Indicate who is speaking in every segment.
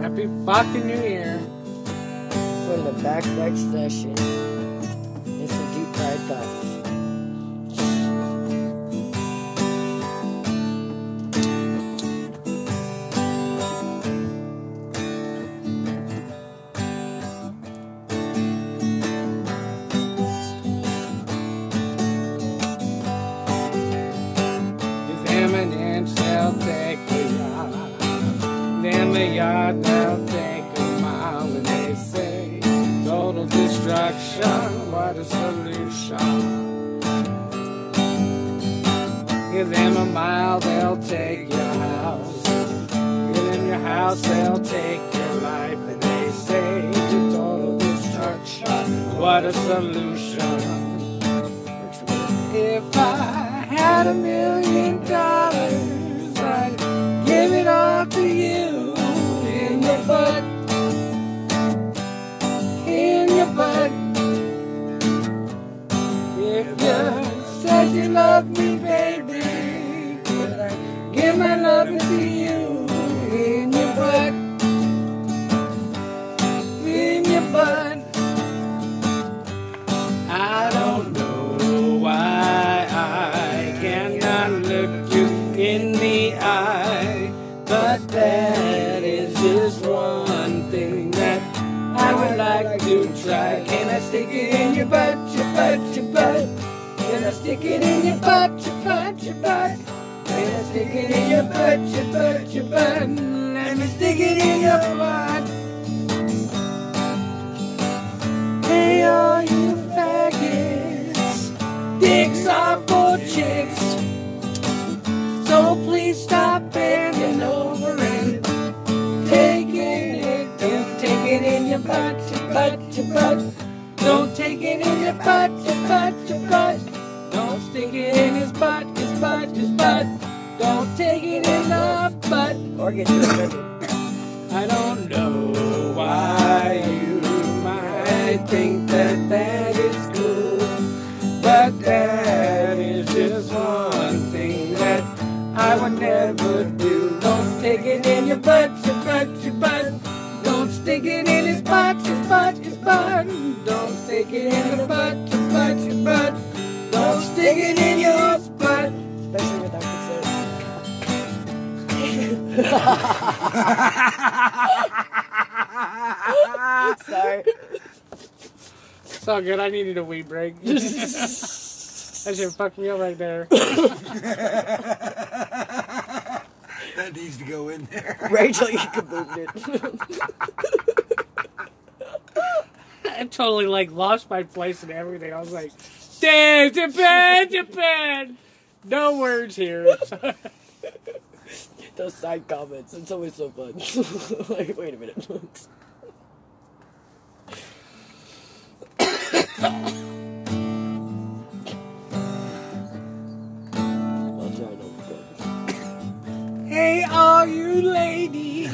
Speaker 1: Happy fucking New Year.
Speaker 2: From the backpack session, it's a deep fried thoughts.
Speaker 1: Examine and shall take a yard. Then the yard they'll take a mile, and they say total destruction. What a solution! Give them a mile, they'll take your house. Give them your house, they'll take your life, and they say total destruction. What a solution! If I had a million dollars, I'd give it all to you in your butt, in your butt. If you said you love me, baby, could I give my love to you in your butt, in your butt? I don't know why I cannot look you in the eye, but that is just one thing that I would like to try. Can I stick it in your butt, your butt, your butt? Can I stick it in your butt, your butt, your butt? Can I stick it in your butt, your butt, your butt? Let me stick it in your butt. Hey, all you faggots, dicks are for chicks. So please stop bending over and taking it. Don't take it in your butt, your butt, your butt. Don't take it in your butt, your butt, your butt. Don't stick it in his butt, his butt, his butt. Don't take it in the butt.
Speaker 2: Or get you offended.
Speaker 1: I don't know why you might think that that is cool, but that is just one thing that I would never do. Don't stick it in your butt, your butt, your butt. Don't stick it in his butt, his butt, his butt. Don't stick it in your butt, your butt, your butt. Don't stick it in your butt.
Speaker 2: Especially without consent. Sorry.
Speaker 1: It's all good. I needed a wee break. that shit fucked me up right there.
Speaker 3: That needs to go in there.
Speaker 2: Rachel, you kaboomed it.
Speaker 1: I totally like lost my place and everything. I was like, "Damn, Japan, Japan." No words here.
Speaker 2: Those side comments. It's always so fun. like, wait a minute. I'll try and overcome.
Speaker 1: hey, all you ladies,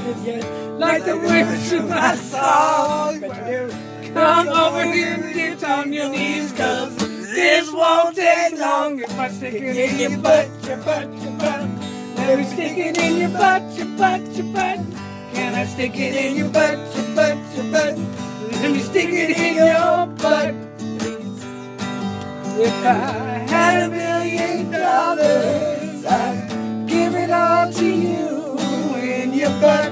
Speaker 1: if you like the words of my song, come over here and get on your knees, cause this won't take long if I stick it in your butt, your butt, your butt. Let me stick it in your butt, your butt, your butt. Can I stick it in your butt, your butt, your butt? Let me stick it in your butt. If I had a million dollars, I'd give it all to you in your butt.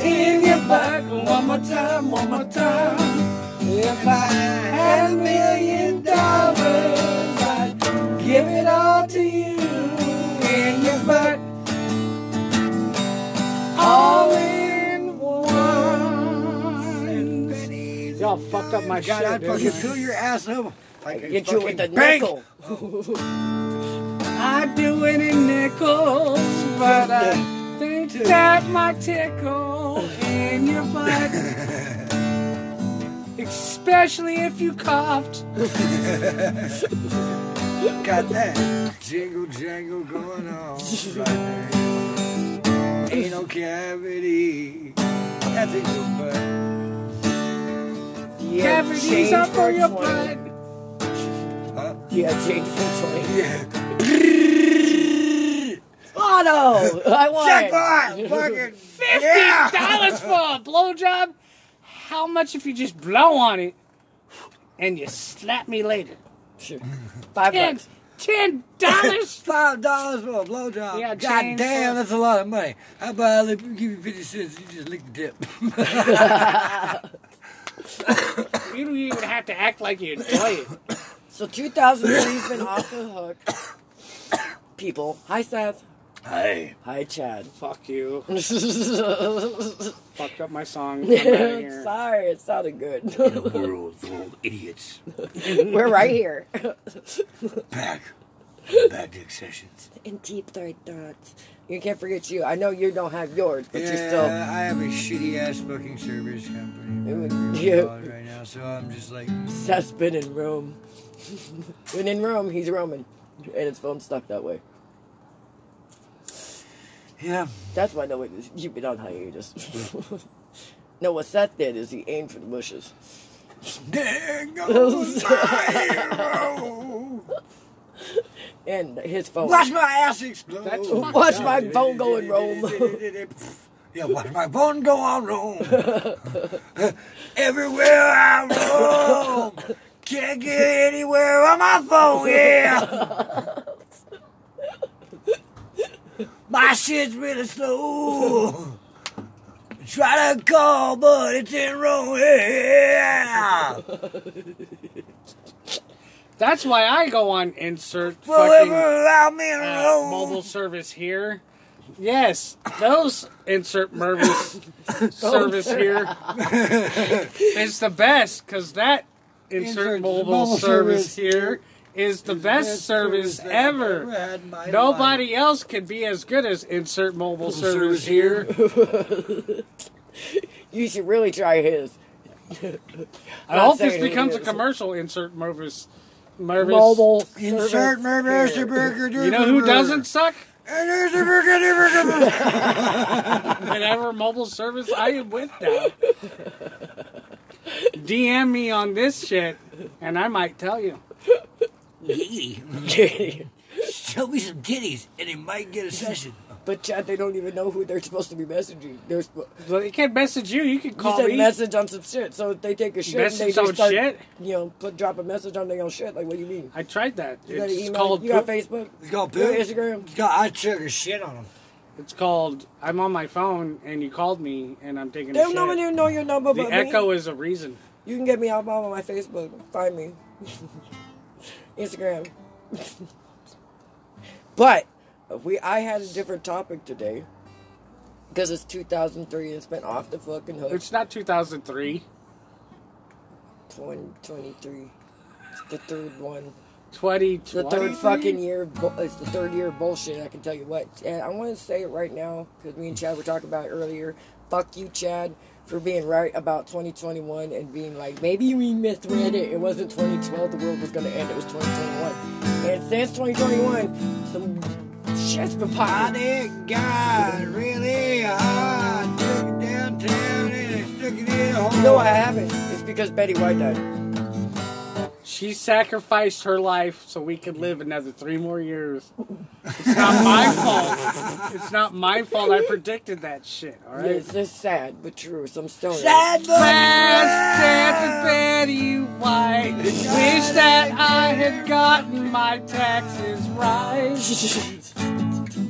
Speaker 1: In your butt, one more time, one more time. If I had a million dollars, I'd give it all to you in your butt. All in one. Y'all fucked up my
Speaker 3: God, I'd fucking
Speaker 1: didn't I?
Speaker 3: fill your ass up. Like a
Speaker 2: Get you with the
Speaker 3: fucking bank.
Speaker 2: nickel.
Speaker 1: I do it in nickels, but I think that my tickle in your butt. Especially if you coughed.
Speaker 3: Got that jingle jangle going on right there. Ain't no cavity. That's in your butt.
Speaker 2: Yeah,
Speaker 1: Cavities up for your butt.
Speaker 3: Huh?
Speaker 2: Yeah, change for 20.
Speaker 3: Yeah.
Speaker 1: Oh,
Speaker 2: Lotto. I want
Speaker 3: Check
Speaker 2: it.
Speaker 3: mark! Fucking
Speaker 1: Fifty dollars for a blowjob? How much if you just blow on it and you slap me later?
Speaker 2: Sure. Five
Speaker 1: Ten
Speaker 2: bucks.
Speaker 1: ten dollars?
Speaker 3: Five dollars for a blowjob.
Speaker 1: Yeah,
Speaker 3: God
Speaker 1: change
Speaker 3: damn,
Speaker 1: for-
Speaker 3: that's a lot of money. How about I give you fifty cents? You just lick the tip.
Speaker 1: you don't even have to act like you enjoy it.
Speaker 2: So 2003's been off the hook. People. Hi, Seth.
Speaker 3: hey,
Speaker 2: Hi, Chad.
Speaker 1: Fuck you.
Speaker 2: Sorry,
Speaker 1: Fucked up my song. I'm outta here.
Speaker 2: it sounded good.
Speaker 3: world full of idiots.
Speaker 2: We're right here.
Speaker 3: Back, back to sessions.
Speaker 2: In deep third thoughts. You can't forget you. I know you don't have yours, but you're still.
Speaker 3: I have a shitty ass fucking service company.
Speaker 2: It would-
Speaker 3: Whatever it's
Speaker 2: yeah.
Speaker 3: called Right now, so I'm just like,
Speaker 2: Seth's been in Rome. when in Rome, he's Roman. And his phone's stuck that way.
Speaker 3: yeah.
Speaker 2: That's why no one is, you've been on hiatus. no, what Seth did is he aimed for the bushes.
Speaker 3: There goes oh, my hero.
Speaker 2: And his phone.
Speaker 3: Watch my ass explode.
Speaker 1: That's fucked
Speaker 2: Watch
Speaker 1: up.
Speaker 2: my bone go in Rome.
Speaker 3: Yeah, watch my bone go on Rome. Everywhere I roam. Can't get anywhere on my phone, yeah. My shit's really slow. Try to call, but it's in Rome, yeah.
Speaker 1: That's why I go on insert
Speaker 3: Whatever,
Speaker 1: fucking
Speaker 3: allow me in
Speaker 1: uh,
Speaker 3: Rome.
Speaker 1: mobile service here. Yes, those insert mervis service here is the best because that insert,
Speaker 3: Insert
Speaker 1: mobile,
Speaker 3: mobile
Speaker 1: service,
Speaker 3: service
Speaker 1: here is the best, service
Speaker 3: that I've
Speaker 1: ever.
Speaker 3: had in my
Speaker 1: Nobody else can be as good as insert mobile service,
Speaker 3: service
Speaker 1: here.
Speaker 2: You should really try his.
Speaker 1: I hope
Speaker 2: saying
Speaker 1: this
Speaker 2: it
Speaker 1: becomes a
Speaker 2: is.
Speaker 1: commercial insert mervis. mervis.
Speaker 2: Mobile.
Speaker 3: Insert
Speaker 2: service
Speaker 3: murder,
Speaker 2: here.
Speaker 3: burger,
Speaker 1: You know who doesn't suck?
Speaker 3: And there's a burger, there's a burger.
Speaker 1: whatever mobile service I am with now. DM me on this shit, and I might tell you.
Speaker 3: Show me some titties, and he might get a session.
Speaker 2: but Chad, they don't even know who they're supposed to be messaging. They're sp-
Speaker 1: Well, they can't message you. You can
Speaker 2: you
Speaker 1: call
Speaker 2: said
Speaker 1: me.
Speaker 2: message on some shit, so if they take a shit, and
Speaker 1: Message
Speaker 2: they just
Speaker 1: on
Speaker 2: start,
Speaker 1: shit?
Speaker 2: you know, put drop a message on their own shit. Like, what do you mean?
Speaker 1: I tried that.
Speaker 2: You got an
Speaker 1: it's
Speaker 2: email?
Speaker 1: called.
Speaker 2: you got
Speaker 1: poop-
Speaker 2: Facebook?
Speaker 3: He's got
Speaker 2: You got
Speaker 3: poop.
Speaker 2: Instagram?
Speaker 3: He's got. I took a shit on him.
Speaker 1: It's called. I'm on my phone, and you called me, and I'm taking.
Speaker 2: They
Speaker 1: a
Speaker 2: don't
Speaker 1: shit.
Speaker 2: know when you know your number,
Speaker 1: the
Speaker 2: but
Speaker 1: echo
Speaker 2: me.
Speaker 1: is a reason.
Speaker 2: You can get me out on my Facebook. Find me. Instagram. but we I had a different topic today because it's 2003 and it's been off the fucking hook.
Speaker 1: It's not 2003.
Speaker 2: 2023. It's the third one.
Speaker 1: 20.
Speaker 2: It's the third fucking year. of bu- It's the third year of bullshit. I can tell you what. And I want to say it right now because me and Chad were talking about it earlier. Fuck you, Chad, for being right about 2021 and being like maybe we misread it. It wasn't 2012. The world was gonna end. It was 2021. And since 2021, some shit's been
Speaker 3: I
Speaker 2: popping.
Speaker 3: did God really hard. Took it downtown and I stuck it in a hole.
Speaker 2: No, I haven't. It's because Betty White died.
Speaker 1: She sacrificed her life so we could live another three more years. It's not my fault. It's not my fault. I predicted that shit. All right.
Speaker 2: It's just sad but true. Some story.
Speaker 3: Sad boy.
Speaker 1: Fast after Betty White. Wish that I had gotten my taxes right.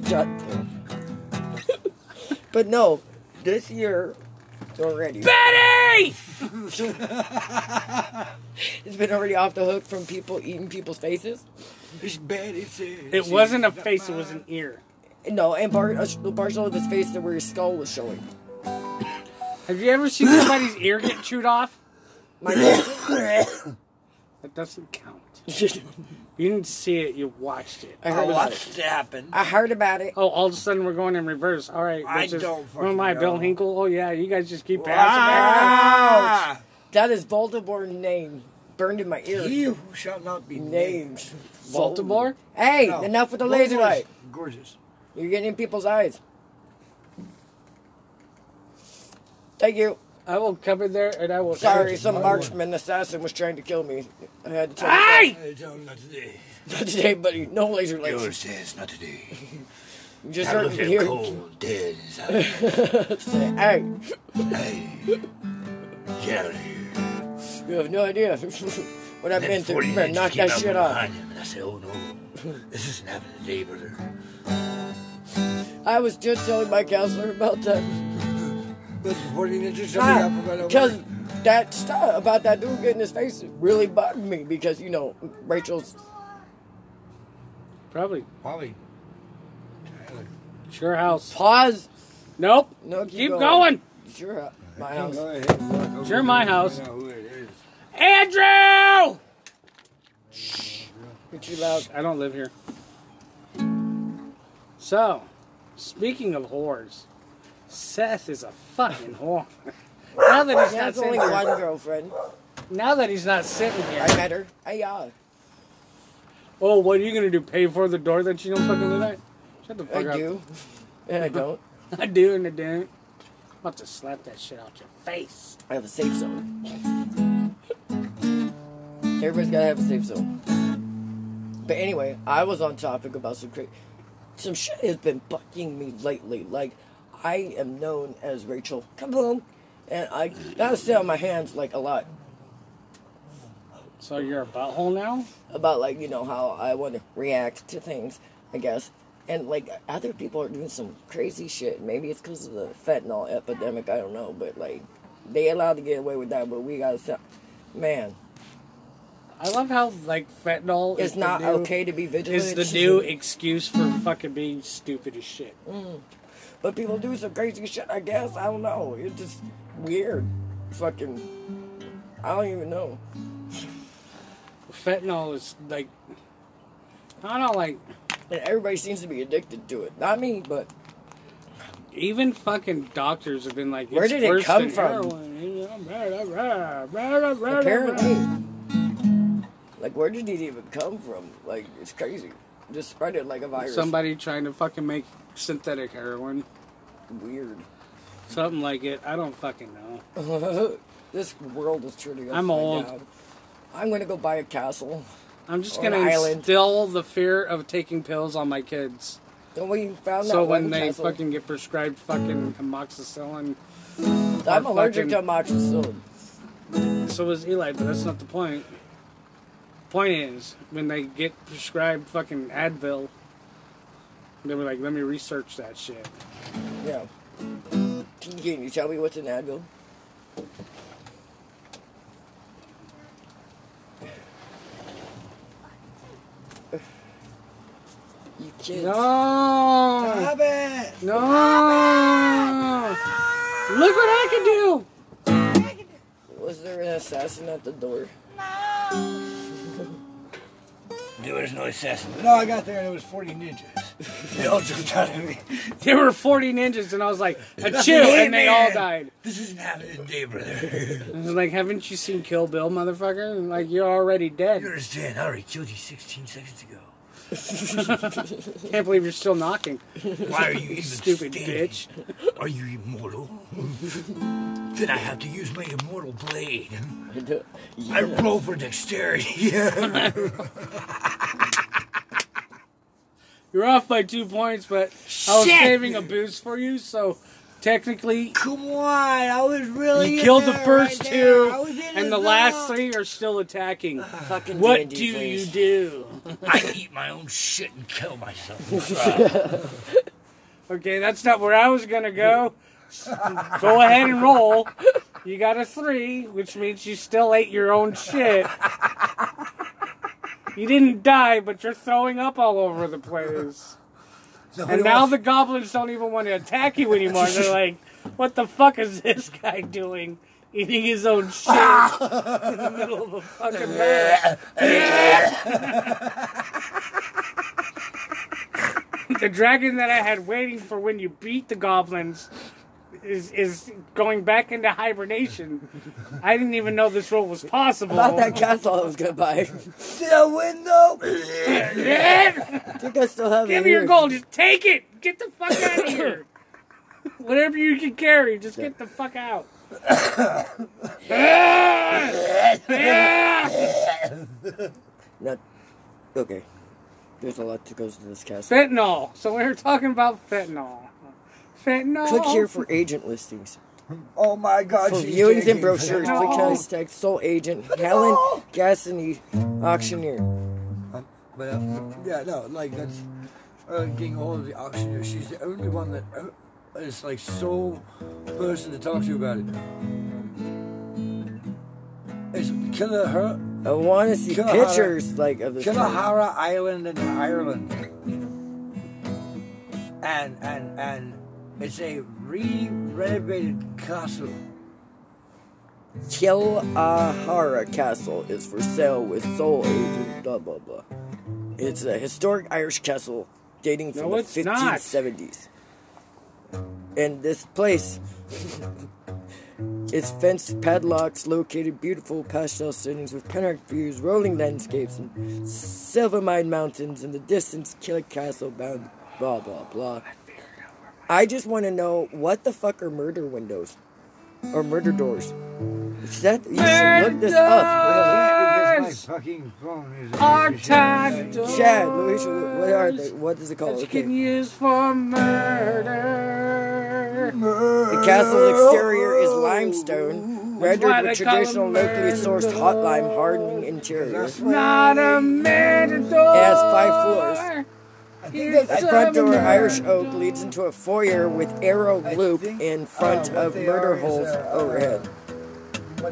Speaker 2: Shut up. but no, this year already.
Speaker 1: Betty!
Speaker 2: It's been already off the hook from people eating people's faces.
Speaker 3: It's bad. It's it.
Speaker 1: It wasn't a face, it was an ear.
Speaker 2: No, and part, a sh- the partial of his face that where his skull was showing.
Speaker 1: Have you ever seen somebody's ear get chewed off?
Speaker 2: My
Speaker 1: That doesn't count. You didn't see it, you watched it.
Speaker 2: I heard
Speaker 3: Oh,
Speaker 2: about
Speaker 3: what
Speaker 2: it.
Speaker 3: happened?
Speaker 2: I heard about it.
Speaker 1: Oh, all of a sudden we're going in reverse. All right.
Speaker 3: I
Speaker 1: which is-
Speaker 3: don't
Speaker 1: Who am
Speaker 3: fucking
Speaker 1: I, Bill
Speaker 3: know.
Speaker 1: Hinkle? Oh, yeah, you guys just keep passing
Speaker 3: Ah,
Speaker 2: That is Voldemort's name. Burned in my ear.
Speaker 3: he who shall not be named.
Speaker 2: Named.
Speaker 1: Voldemort?
Speaker 2: Hey,
Speaker 3: No.
Speaker 2: enough with the laser
Speaker 3: Gorgeous.
Speaker 2: light.
Speaker 3: Gorgeous.
Speaker 2: You're getting in people's eyes. Thank you.
Speaker 1: I will come in there and I will.
Speaker 2: Sorry,
Speaker 1: Hey,
Speaker 2: some
Speaker 3: my
Speaker 2: marksman assassin was trying to kill me. I had to tell
Speaker 1: Hey!
Speaker 3: I tell him not today.
Speaker 2: you. Not today, buddy. No laser lights.
Speaker 3: says not today.
Speaker 2: Just
Speaker 3: I
Speaker 2: hurt
Speaker 3: looked
Speaker 2: to
Speaker 3: at
Speaker 2: hear.
Speaker 3: cold dead inside.
Speaker 2: Hey,
Speaker 3: hey, get out of here.
Speaker 2: you have no idea what I've
Speaker 3: And
Speaker 2: been
Speaker 3: then
Speaker 2: through. You
Speaker 3: 49
Speaker 2: better
Speaker 3: just
Speaker 2: knock
Speaker 3: came
Speaker 2: that
Speaker 3: out
Speaker 2: shit
Speaker 3: from
Speaker 2: off.
Speaker 3: Behind him, and I said, oh no, this isn't happening today, brother.
Speaker 2: I was just telling my counselor about that.
Speaker 3: But what did you just
Speaker 2: Ah, because that stuff about that dude getting his face really bugged me because you know Rachel's
Speaker 1: Probably
Speaker 3: Probably.
Speaker 1: it's your house.
Speaker 2: pause.
Speaker 1: Nope.
Speaker 2: No, keep
Speaker 1: keep
Speaker 2: going.
Speaker 1: going.
Speaker 2: Sure, my house.
Speaker 3: It's
Speaker 1: Sure, my house.
Speaker 3: Who it is.
Speaker 1: Andrew!
Speaker 2: You're too loud.
Speaker 1: I don't live here. So, speaking of whores, Seth is a fucking whore. now that he's not
Speaker 2: That's only
Speaker 1: sitting
Speaker 2: one
Speaker 1: here,
Speaker 2: girlfriend.
Speaker 1: now that he's not sitting here,
Speaker 2: I met her. I yeah.
Speaker 1: oh, what are you gonna do? Pay for the door that you don't fucking live at? Shut the
Speaker 2: I
Speaker 1: fuck up.
Speaker 2: do. And I don't.
Speaker 1: I do, and I don't. I'm about to slap that shit out your face.
Speaker 2: I have a safe zone. Everybody's gotta have a safe zone. But anyway, I was on topic about some cra- some shit has been bucking me lately. Like I am known as Rachel Kaboom, and I gotta sit on my hands like a lot
Speaker 1: So you're a butthole now?
Speaker 2: about like you know how I want to react to things, I guess. And like other people are doing some crazy shit. Maybe it's because of the fentanyl epidemic. I don't know, but like they allowed to get away with that, but we gotta stop. Man,
Speaker 1: I love how like fentanyl is
Speaker 2: it's
Speaker 1: the
Speaker 2: not
Speaker 1: new-
Speaker 2: okay to be vigilant.
Speaker 1: Is the new excuse for fucking being stupid as shit.
Speaker 2: But people do some crazy shit. I guess I don't know. It's just weird. Fucking, I don't even know.
Speaker 1: Fentanyl is like, I don't know, like
Speaker 2: And everybody seems to be addicted to it. Not me, but
Speaker 1: even fucking doctors have been like,
Speaker 2: Where
Speaker 1: it's
Speaker 2: did it
Speaker 1: worse
Speaker 2: come
Speaker 1: than
Speaker 2: from?
Speaker 1: heroin.
Speaker 2: apparently, like, where did it even come from? Like, it's crazy. Just spread it like a virus.
Speaker 1: somebody trying to fucking make synthetic heroin,
Speaker 2: weird.
Speaker 1: something like it. I don't fucking know.
Speaker 2: this world is turning upside
Speaker 1: I'm old.
Speaker 2: down. I'm gonna go buy a castle.
Speaker 1: I'm just
Speaker 2: Or an
Speaker 1: gonna
Speaker 2: island.
Speaker 1: instill the fear of taking pills on my kids.
Speaker 2: And we found
Speaker 1: so
Speaker 2: that
Speaker 1: when
Speaker 2: one
Speaker 1: they
Speaker 2: castle.
Speaker 1: fucking get prescribed fucking amoxicillin,
Speaker 2: I'm
Speaker 1: are
Speaker 2: allergic
Speaker 1: fucking-
Speaker 2: to amoxicillin.
Speaker 1: so is Eli. But that's not the point. Point is when they get prescribed fucking Advil, they were like, "Let me research that shit."
Speaker 2: Yeah. Can, can you tell me what's in Advil? You kids.
Speaker 1: No,
Speaker 3: Stop it!
Speaker 1: no. Look what I can do.
Speaker 2: Was there an assassin at the door?
Speaker 3: There was no assassin. No, I got there and it was 40 ninjas. They all jumped out at me.
Speaker 1: There were 40 ninjas, and I was like, "Achoo!" and they all
Speaker 3: Man,
Speaker 1: died.
Speaker 3: This isn't happening today, brother.
Speaker 1: I was like, "Haven't you seen Kill Bill, motherfucker? And like, you're already dead.
Speaker 3: you understand? I already killed you 16 seconds ago.
Speaker 1: Can't believe you're still knocking,
Speaker 3: Why are you even
Speaker 1: stupid
Speaker 3: standing?
Speaker 1: bitch."
Speaker 3: Are you immortal? then I have to use my immortal blade. I roll for dexterity.
Speaker 1: You're off by two points, but I was
Speaker 3: Shit.
Speaker 1: saving a boost for you, so technically
Speaker 3: Come on, I was really.
Speaker 1: you
Speaker 3: in
Speaker 1: killed the
Speaker 3: there
Speaker 1: first
Speaker 3: right there. I
Speaker 1: two,
Speaker 3: was in
Speaker 1: and the
Speaker 3: zone.
Speaker 1: last three are still attacking.
Speaker 2: Fucking
Speaker 1: what
Speaker 2: D&D,
Speaker 1: do you
Speaker 2: please.
Speaker 1: do?
Speaker 3: I eat my own shit and kill myself.
Speaker 1: Okay, that's not where I was gonna go. go ahead and roll. You got a three, which means you still ate your own shit. You didn't die, but you're throwing up all over the place. And now the goblins don't even want to attack you anymore. They're like, what the fuck is this guy doing? Eating his own shit in the middle of a fucking battle. the dragon that I had waiting for when you beat the goblins is is going back into hibernation. I didn't even know this role was possible.
Speaker 2: Not that castle I was gonna buy.
Speaker 3: the window.
Speaker 2: I think I still have it.
Speaker 1: Give me your
Speaker 2: here.
Speaker 1: gold. Just take it. Get the fuck out of here. Whatever you can carry, just get the fuck out.
Speaker 2: Not okay. There's a lot that goes into this cast.
Speaker 1: Fentanyl. So we were talking about fentanyl. Fentanyl.
Speaker 2: Click here for agent listings.
Speaker 3: Oh my God!
Speaker 2: For
Speaker 3: she's
Speaker 2: viewings and
Speaker 3: taking-
Speaker 2: brochures,
Speaker 1: No.
Speaker 2: click on tag sole agent Helen Gassany, auctioneer.
Speaker 3: Um, But uh, yeah, no, like that's uh, getting hold of the auctioneer. She's the only one that uh, is like sole person to talk to about it. It's Killer Her-
Speaker 2: I want to see
Speaker 3: Killahara-
Speaker 2: pictures like of this. place.
Speaker 3: Killahara Island in Ireland, and and and it's a re-renovated castle.
Speaker 2: Killahara Castle is for sale with sole agent blah blah blah. It's a historic Irish castle dating from
Speaker 1: No,
Speaker 2: the
Speaker 1: it's not.
Speaker 2: 1570s. And this place, it's fenced padlocks, located beautiful pastel settings with panoramic views, rolling landscapes, and silver mine mountains in the distance. Killer Castle bound blah blah blah. I just want to know what the fuck are murder windows or murder doors? Is that you should look this up?
Speaker 3: Because
Speaker 1: Yes.
Speaker 3: my fucking phone is.
Speaker 1: Our tag doors.
Speaker 2: Chad, Luis, what are they? What is it
Speaker 1: That
Speaker 2: called?
Speaker 1: you
Speaker 2: Okay.
Speaker 1: can use for murder.
Speaker 2: The castle's exterior is limestone,
Speaker 1: why they
Speaker 2: rendered with
Speaker 1: call 'em
Speaker 2: traditional locally sourced hot lime hardening interior.
Speaker 3: That's
Speaker 2: It
Speaker 3: why-
Speaker 1: Not a matador.
Speaker 2: has five floors.
Speaker 3: I
Speaker 1: It's
Speaker 3: think
Speaker 2: The
Speaker 3: that's-
Speaker 2: front door,
Speaker 1: murder
Speaker 2: Irish oak, leads into a foyer with arrow
Speaker 3: I
Speaker 2: loop
Speaker 3: think,
Speaker 2: in
Speaker 3: uh,
Speaker 2: front
Speaker 3: what
Speaker 2: of
Speaker 3: they
Speaker 2: murder
Speaker 3: are is,
Speaker 2: holes
Speaker 3: uh,
Speaker 2: overhead.
Speaker 3: what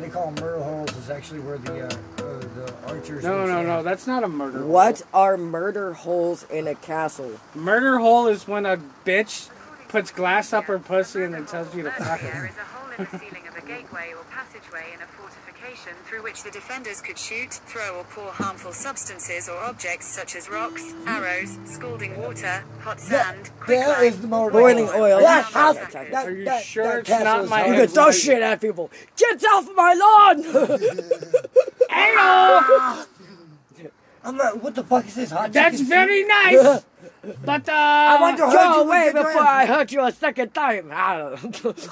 Speaker 3: they call murder holes is actually where the uh, uh, the archers.
Speaker 1: No, no,
Speaker 3: would stand.
Speaker 1: no. That's not a murder.
Speaker 2: What are murder holes in a castle?
Speaker 1: hole. Murder hole is when a bitch puts glass up her pussy and then tells you to fuck
Speaker 4: There
Speaker 1: her.
Speaker 4: is a hole in the ceiling of a gateway or passageway in a fortification through which the defenders could shoot, throw, or pour harmful substances or objects such as rocks, arrows, scalding water, hot sand,
Speaker 3: There is
Speaker 4: quicklime.
Speaker 3: the murder
Speaker 2: Boiling
Speaker 3: hole.
Speaker 2: oil.
Speaker 3: That
Speaker 2: Yeah.
Speaker 3: house.
Speaker 2: Yeah.
Speaker 3: that-
Speaker 1: Are you
Speaker 3: that-
Speaker 1: sure
Speaker 3: that
Speaker 1: it's not
Speaker 3: castle is
Speaker 1: my
Speaker 2: You
Speaker 3: haunted.
Speaker 2: can throw shit at people. Get off my lawn!
Speaker 3: I'm not. What the fuck is this hot?
Speaker 1: That's
Speaker 3: chicken?
Speaker 1: very nice. But uh, I
Speaker 3: want to hurt
Speaker 2: Go
Speaker 3: you with
Speaker 2: away
Speaker 3: your
Speaker 2: before
Speaker 3: hand.
Speaker 2: I hurt you a second time.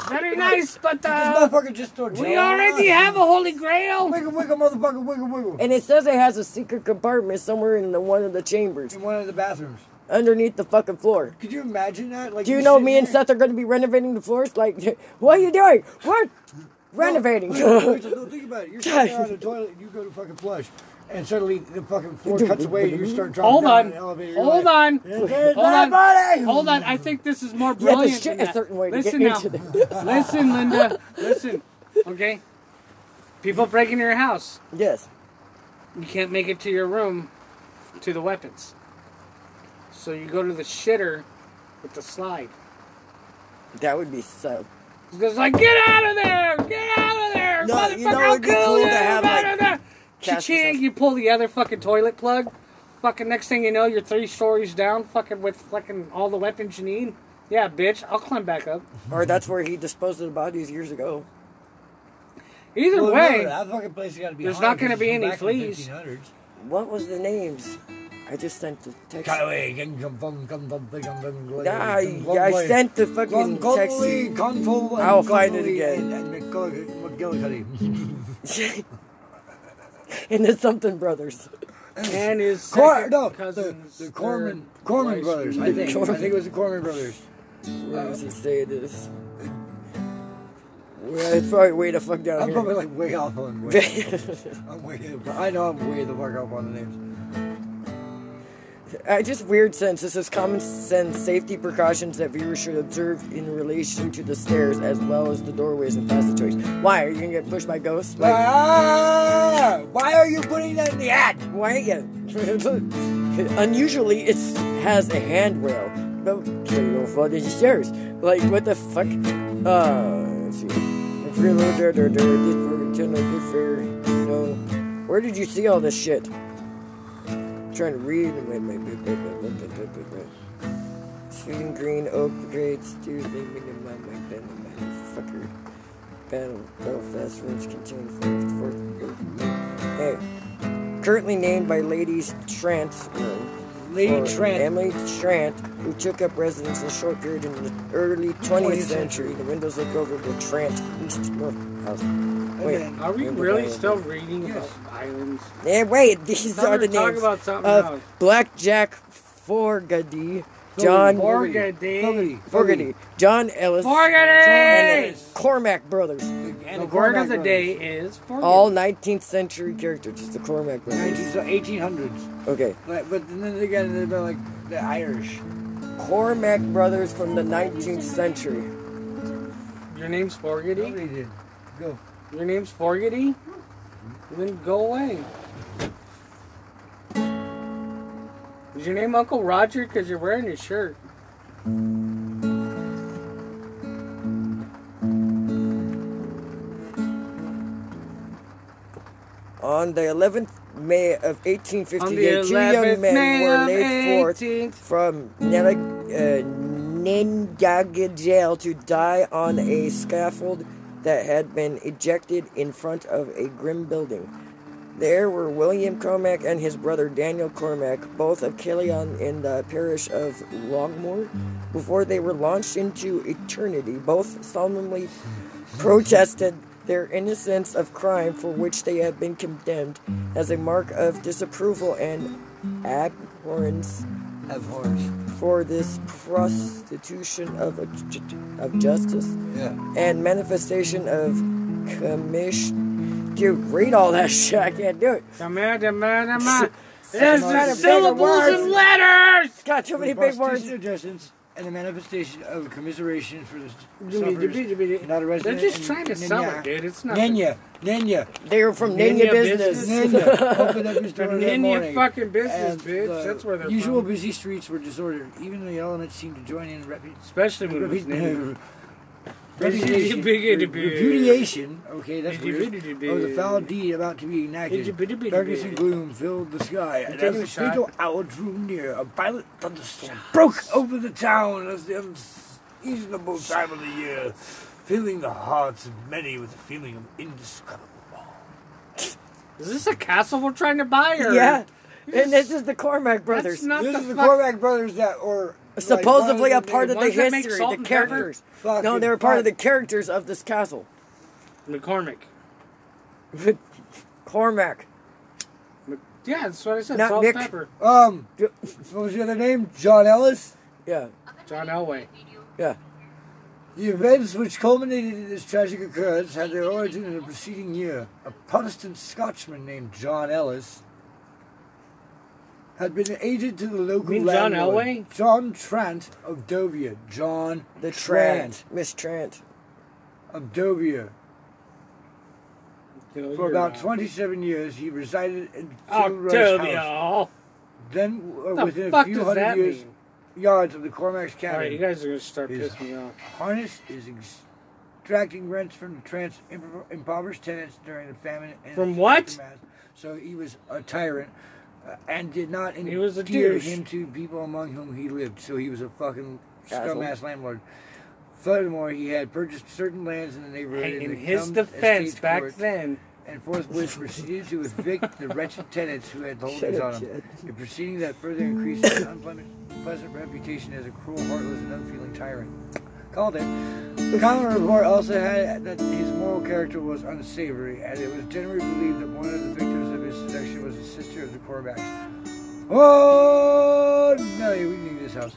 Speaker 1: very nice. But
Speaker 3: This
Speaker 1: uh,
Speaker 3: motherfucker just threw.
Speaker 1: we already have a holy grail.
Speaker 3: Wiggle, wiggle, motherfucker, wiggle, wiggle.
Speaker 2: and it says it has a secret compartment somewhere in the, one of the chambers,
Speaker 3: In one of the bathrooms.
Speaker 2: underneath the fucking floor.
Speaker 3: Could you imagine that? Like,
Speaker 2: Do you
Speaker 3: you're
Speaker 2: know
Speaker 3: sitting
Speaker 2: me and
Speaker 3: there-
Speaker 2: Seth are going to be renovating the floors? Like, what are you doing? What? Renovating.
Speaker 3: Rachel, Rachel, no, think about it. You're sitting there on the toilet, you go to fucking flush, and suddenly the fucking floor cuts away, and you start dropping
Speaker 1: Hold
Speaker 3: down
Speaker 1: on.
Speaker 3: in the elevator. You're
Speaker 1: Hold
Speaker 3: like,
Speaker 1: on.
Speaker 3: "There's
Speaker 1: Hold
Speaker 3: my
Speaker 1: on.
Speaker 3: body!"
Speaker 1: Hold on. I think this is more
Speaker 2: you have to
Speaker 1: brilliant.
Speaker 2: shit
Speaker 1: than
Speaker 2: a
Speaker 1: that.
Speaker 2: certain way to
Speaker 1: Listen
Speaker 2: get
Speaker 1: now.
Speaker 2: into there.
Speaker 1: Listen, Linda. Listen. Okay. People break into your house.
Speaker 2: Yes.
Speaker 1: You can't make it to your room to the weapons. So you go to the shitter with the slide.
Speaker 2: That would be so.
Speaker 1: It's just like, get out of there! Get out of there!
Speaker 2: No,
Speaker 1: Motherfucker,
Speaker 2: you know
Speaker 1: I'll
Speaker 2: it'd be
Speaker 1: kill
Speaker 2: cool
Speaker 1: you!
Speaker 2: to have,
Speaker 1: Out
Speaker 2: like,
Speaker 1: of there!
Speaker 2: cast
Speaker 1: Cha-ching!
Speaker 2: yourself-
Speaker 1: You pull the other fucking toilet plug. Fucking next thing you know, you're three stories down, fucking with fucking all the weapons you need. Yeah, bitch, I'll climb back up.
Speaker 2: Or that's where he disposed of the bodies years ago.
Speaker 1: Either
Speaker 3: Well,
Speaker 1: way,
Speaker 3: remember, that fucking place has got to be
Speaker 1: there's
Speaker 3: haunted
Speaker 1: not gonna
Speaker 3: because
Speaker 1: be
Speaker 3: it's
Speaker 1: any
Speaker 3: back in the
Speaker 1: fleas.
Speaker 3: 1500s.
Speaker 2: What was the names? I just sent the text.
Speaker 3: Cut away, gang, gum, bum, gum, bum, bum, gum, gum, gum,
Speaker 2: Nah,
Speaker 3: gum,
Speaker 2: I,
Speaker 3: gum,
Speaker 2: I
Speaker 3: gum,
Speaker 2: sent the
Speaker 3: gum,
Speaker 2: fucking
Speaker 3: gum,
Speaker 2: text.
Speaker 3: gum, gum, gum, gum,
Speaker 2: I'll find it
Speaker 3: gum,
Speaker 2: again.
Speaker 3: And, and McGill- McGillicuddy.
Speaker 2: and it's something brothers.
Speaker 1: and his
Speaker 3: Cor-
Speaker 1: second
Speaker 3: no, the,
Speaker 1: cousin's
Speaker 3: the
Speaker 1: third
Speaker 3: Corman, Corman
Speaker 1: wife's
Speaker 3: brothers. I think. I
Speaker 2: Corman.
Speaker 3: think it was the Corman brothers.
Speaker 2: Where does it say it is? Well, it's probably way the fuck down
Speaker 3: I'm
Speaker 2: here.
Speaker 3: probably like way off on. Way I'm way. I know I'm way the fuck off on the names.
Speaker 2: I just weird sense. This is common sense safety precautions that viewers should observe in relation to the stairs as well as the doorways and passageways. Why are you gonna get pushed by ghosts? Like,
Speaker 3: Ah, why are you putting that in the ad?
Speaker 2: why again? Unusually, it has a handrail. But so you don't fall down the stairs. Like what the fuck? Uh, let's see. If you're low, there, there, there, good for intended, good for no. Where did you see all this shit? trying to read. Wait, wait, wait, wait, wait, wait, wait, wait, wait, wait. Sweden green oak grades do they mean in my mind then motherfucker. Battle Belfast rooms contain fourth fourth Hey. Currently named by Ladies Trance Room.
Speaker 1: Lee
Speaker 2: uh, for
Speaker 1: Trent.
Speaker 2: Emily Trant, who took up residence in a short period in the early 20th century. The windows look over the Trant East North House. Wait,
Speaker 3: then-
Speaker 1: Are we
Speaker 2: Remember
Speaker 1: really
Speaker 2: that?
Speaker 1: still reading
Speaker 3: Yes.
Speaker 1: about islands?
Speaker 2: Eh, wait, these
Speaker 1: Now
Speaker 2: are
Speaker 1: we're
Speaker 2: the
Speaker 1: talking
Speaker 2: names
Speaker 1: about something
Speaker 2: of
Speaker 1: else.
Speaker 2: Blackjack Forgady, John
Speaker 1: Fogarty.
Speaker 3: Fogarty.
Speaker 2: Forgady, John Ellis, and the
Speaker 1: Fogarty!
Speaker 2: Cormac brothers.
Speaker 1: And
Speaker 3: No,
Speaker 1: the word of
Speaker 3: Cormac
Speaker 1: the
Speaker 3: brothers.
Speaker 1: day is Fogarty.
Speaker 2: All 19th century characters, just the Cormac brothers.
Speaker 3: 19, so 1800s.
Speaker 2: Okay,
Speaker 3: But, but then again, they're about like the Irish.
Speaker 2: Cormac brothers from the 19th century.
Speaker 1: Your name's Fogarty?
Speaker 3: Nobody did. Go.
Speaker 1: Your name's Fogarty? Then go away. Is your name Uncle Roger? Because you're wearing his shirt.
Speaker 2: On the 11th May of
Speaker 1: On
Speaker 2: 1858, two young men were laid forth from Nella, uh, Ninjaga jail to die on a scaffold that had been ejected in front of a grim building. There were William Cormack and his brother Daniel Cormack, both of Killion in the parish of Longmore, before they were launched into eternity. Both solemnly protested their innocence of crime for which they had been condemned as a mark of disapproval and abhorrence
Speaker 3: Have horse.
Speaker 2: for this prostitution of, a- of justice
Speaker 3: Yeah.
Speaker 2: and manifestation of commission. Dude, read all that shit. I can't do it.
Speaker 1: Commander, man, man. There's
Speaker 2: There's the
Speaker 1: the syllables
Speaker 2: words.
Speaker 1: and letters!
Speaker 2: It's got too many
Speaker 3: The
Speaker 2: big words.
Speaker 3: prostitution of justice and the manifestation of commiseration for the sufferers. Not a
Speaker 1: They're
Speaker 3: resident
Speaker 1: just
Speaker 3: in
Speaker 1: trying to
Speaker 3: Nanya.
Speaker 1: sell it, dude. It's not.
Speaker 3: Nanya, Nanya,
Speaker 2: They were from Ninja
Speaker 1: Ninja
Speaker 2: Business.
Speaker 1: Business.
Speaker 3: Nanya. Open up your
Speaker 1: The
Speaker 3: store in the
Speaker 1: Indian
Speaker 3: morning.
Speaker 1: fucking business,
Speaker 3: As
Speaker 1: bitch.
Speaker 3: the
Speaker 1: That's where they're
Speaker 3: usual
Speaker 1: from.
Speaker 3: busy streets were disordered. Even the elements seemed to join in repu-
Speaker 1: Especially when it was Ninja.
Speaker 3: repu- repudiation, repudiation. Okay, that's weird. Oh, the foul deed about to be enacted. Darkness and gloom filled the sky, and
Speaker 1: take
Speaker 3: as
Speaker 1: a
Speaker 3: the
Speaker 1: shot?
Speaker 3: fatal hour drew near, a violent thunderstorm broke over the town as the unseasonable time of the year, filling the hearts of many with a feeling of indescribable.
Speaker 1: Is this a castle we're trying to buy? Or
Speaker 2: Yeah. And this is the Cormac brothers.
Speaker 1: That's not
Speaker 3: This
Speaker 1: the
Speaker 3: is the
Speaker 1: fuck-
Speaker 3: Cormac brothers that were like,
Speaker 2: supposedly a
Speaker 3: one of them-
Speaker 2: part of the
Speaker 1: ones that make
Speaker 2: history,
Speaker 1: salt
Speaker 2: the
Speaker 1: and pepper?
Speaker 2: characters.
Speaker 3: Fucking
Speaker 2: No, they were part of the
Speaker 3: fuck.
Speaker 2: characters of this castle.
Speaker 1: McCormick.
Speaker 2: Cormac.
Speaker 1: Mc- Yeah, that's what I said.
Speaker 2: Not
Speaker 1: Salt
Speaker 2: Nick.
Speaker 1: and pepper.
Speaker 3: Um, what was the other name? John Ellis.
Speaker 2: Yeah,
Speaker 1: John Elway.
Speaker 2: yeah.
Speaker 3: The events which culminated in this tragic occurrence had their origin in the preceding year. A Protestant Scotchman named John Ellis had been agent to the local
Speaker 1: mean John
Speaker 3: landlord,
Speaker 1: Elway?
Speaker 3: John Trant of Dovier. John
Speaker 2: The Trant. Miss Trant.
Speaker 3: of Dovier.
Speaker 1: No,
Speaker 3: For
Speaker 1: you're
Speaker 3: about
Speaker 1: not.
Speaker 3: 27 years, he resided in Kilroy's house.
Speaker 1: Octavio.
Speaker 3: Then, uh,
Speaker 1: What
Speaker 3: within
Speaker 1: the
Speaker 3: a
Speaker 1: fuck
Speaker 3: few
Speaker 1: does that
Speaker 3: hundred years,
Speaker 1: mean?
Speaker 3: yards of the Cormac's
Speaker 1: All right, you
Speaker 3: cabin,
Speaker 1: guys are gonna start
Speaker 3: He's-
Speaker 1: pissing me off.
Speaker 3: Harness is extracting rents from the trans impo- impoverished tenants during the famine. And
Speaker 1: From
Speaker 3: its
Speaker 1: what?
Speaker 3: aftermath. So he was a tyrant, uh, and did not
Speaker 1: He was a
Speaker 3: endear
Speaker 1: douche.
Speaker 3: him to people among whom he lived. So he was a fucking
Speaker 2: Asshole.
Speaker 3: scum ass landlord. Furthermore, he had purchased certain lands in the neighborhood.
Speaker 1: Hey, in
Speaker 3: and
Speaker 1: his
Speaker 3: become
Speaker 1: defense,
Speaker 3: estate
Speaker 1: back
Speaker 3: court,
Speaker 1: then,
Speaker 3: and forthwith proceeded to evict the wretched tenants who had holdings
Speaker 2: Shut up,
Speaker 3: on him. A proceeding that further increased his unpleasant pleasant reputation as a cruel, heartless, and unfeeling tyrant. Called it. The common report also had that his moral character was unsavory, and it was generally believed that one of the victims of his seduction was a sister of the Corbacks. Oh, no, we need this house.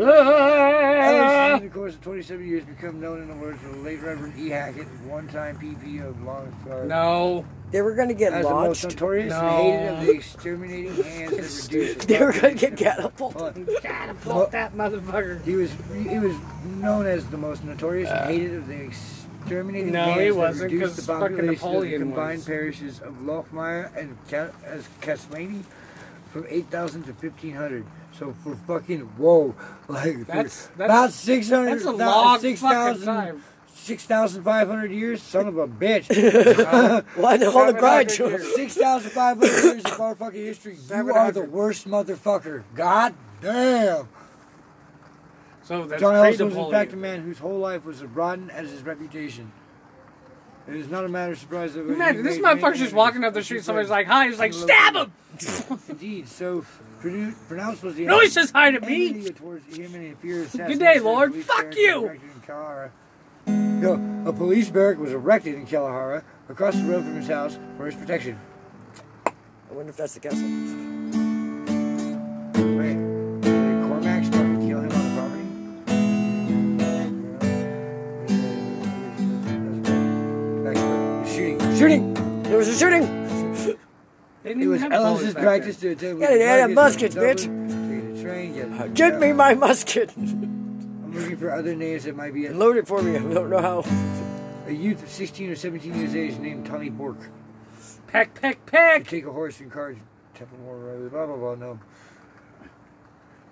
Speaker 1: Ah.
Speaker 3: Ellis, in the course of 27 years, become known in the words of the late Reverend E. Hackett, one-time PP of Long uh,
Speaker 1: no,
Speaker 2: They were going to get
Speaker 3: as the most
Speaker 2: launched.
Speaker 3: notorious
Speaker 1: No.
Speaker 3: and hated of the exterminating hands that reduced.
Speaker 2: They were going to get catapulted.
Speaker 3: Hold on.
Speaker 1: catapult that motherfucker.
Speaker 3: He was he was known as the most notorious and hated of the exterminating
Speaker 1: Uh. No,
Speaker 3: hands
Speaker 1: he
Speaker 3: that
Speaker 1: wasn't,
Speaker 3: reduced
Speaker 1: 'cause
Speaker 3: the
Speaker 1: fucking
Speaker 3: population of the
Speaker 1: Napoleon
Speaker 3: combined
Speaker 1: was.
Speaker 3: parishes of Lochmire and Ca- as Caslaney from 8,000 to 1,500. So for fucking whoa, like for
Speaker 1: That's- that's-
Speaker 3: about 600.
Speaker 1: That's a
Speaker 3: thou-
Speaker 1: long fucking
Speaker 3: 6,000
Speaker 1: time.
Speaker 3: 6,500 years, son of a bitch.
Speaker 2: Why the hold a
Speaker 1: Seven
Speaker 2: grudge?
Speaker 1: hundred years.
Speaker 3: 6,500 years of our fucking history. You are
Speaker 1: 700.
Speaker 3: the worst motherfucker. God damn.
Speaker 1: So that's
Speaker 3: John
Speaker 1: pre
Speaker 3: Ellison was in fact a
Speaker 1: Napoleon.
Speaker 3: man whose whole life was as rotten as his reputation. It is not a matter of surprise that
Speaker 1: Imagine this motherfucker's just walking up the street. Somebody's like, "Hi," he's like, "Stab him!"
Speaker 3: Indeed, so produ- pronounced was the
Speaker 1: No, he says hi to me.
Speaker 3: enmity towards human and fear
Speaker 1: Good day, Lord. Fuck you.
Speaker 3: No, a police barrack was erected in Kalahara across the road from his house for his protection.
Speaker 2: I wonder if that's the castle.
Speaker 3: Wait, did Cormac start to kill him on the property? Back to the Shooting.
Speaker 2: Shooting! There was a shooting!
Speaker 1: They didn't
Speaker 3: It
Speaker 1: even
Speaker 3: was
Speaker 1: have bullets
Speaker 3: Ellis's
Speaker 1: back
Speaker 3: practice
Speaker 1: then.
Speaker 3: to attempt
Speaker 2: Yeah, they had muskets, bitch.
Speaker 3: Take the train, get-
Speaker 2: Get me my musket!
Speaker 3: I'm looking for other names that might be it.
Speaker 2: Load it for me. I don't know how.
Speaker 3: a youth of 16 or 17 years of age named Tony Bork.
Speaker 1: Peck, peck,
Speaker 3: You
Speaker 1: peck.
Speaker 3: take a horse and carriage, Teppenmore Road, blah, blah, blah, no.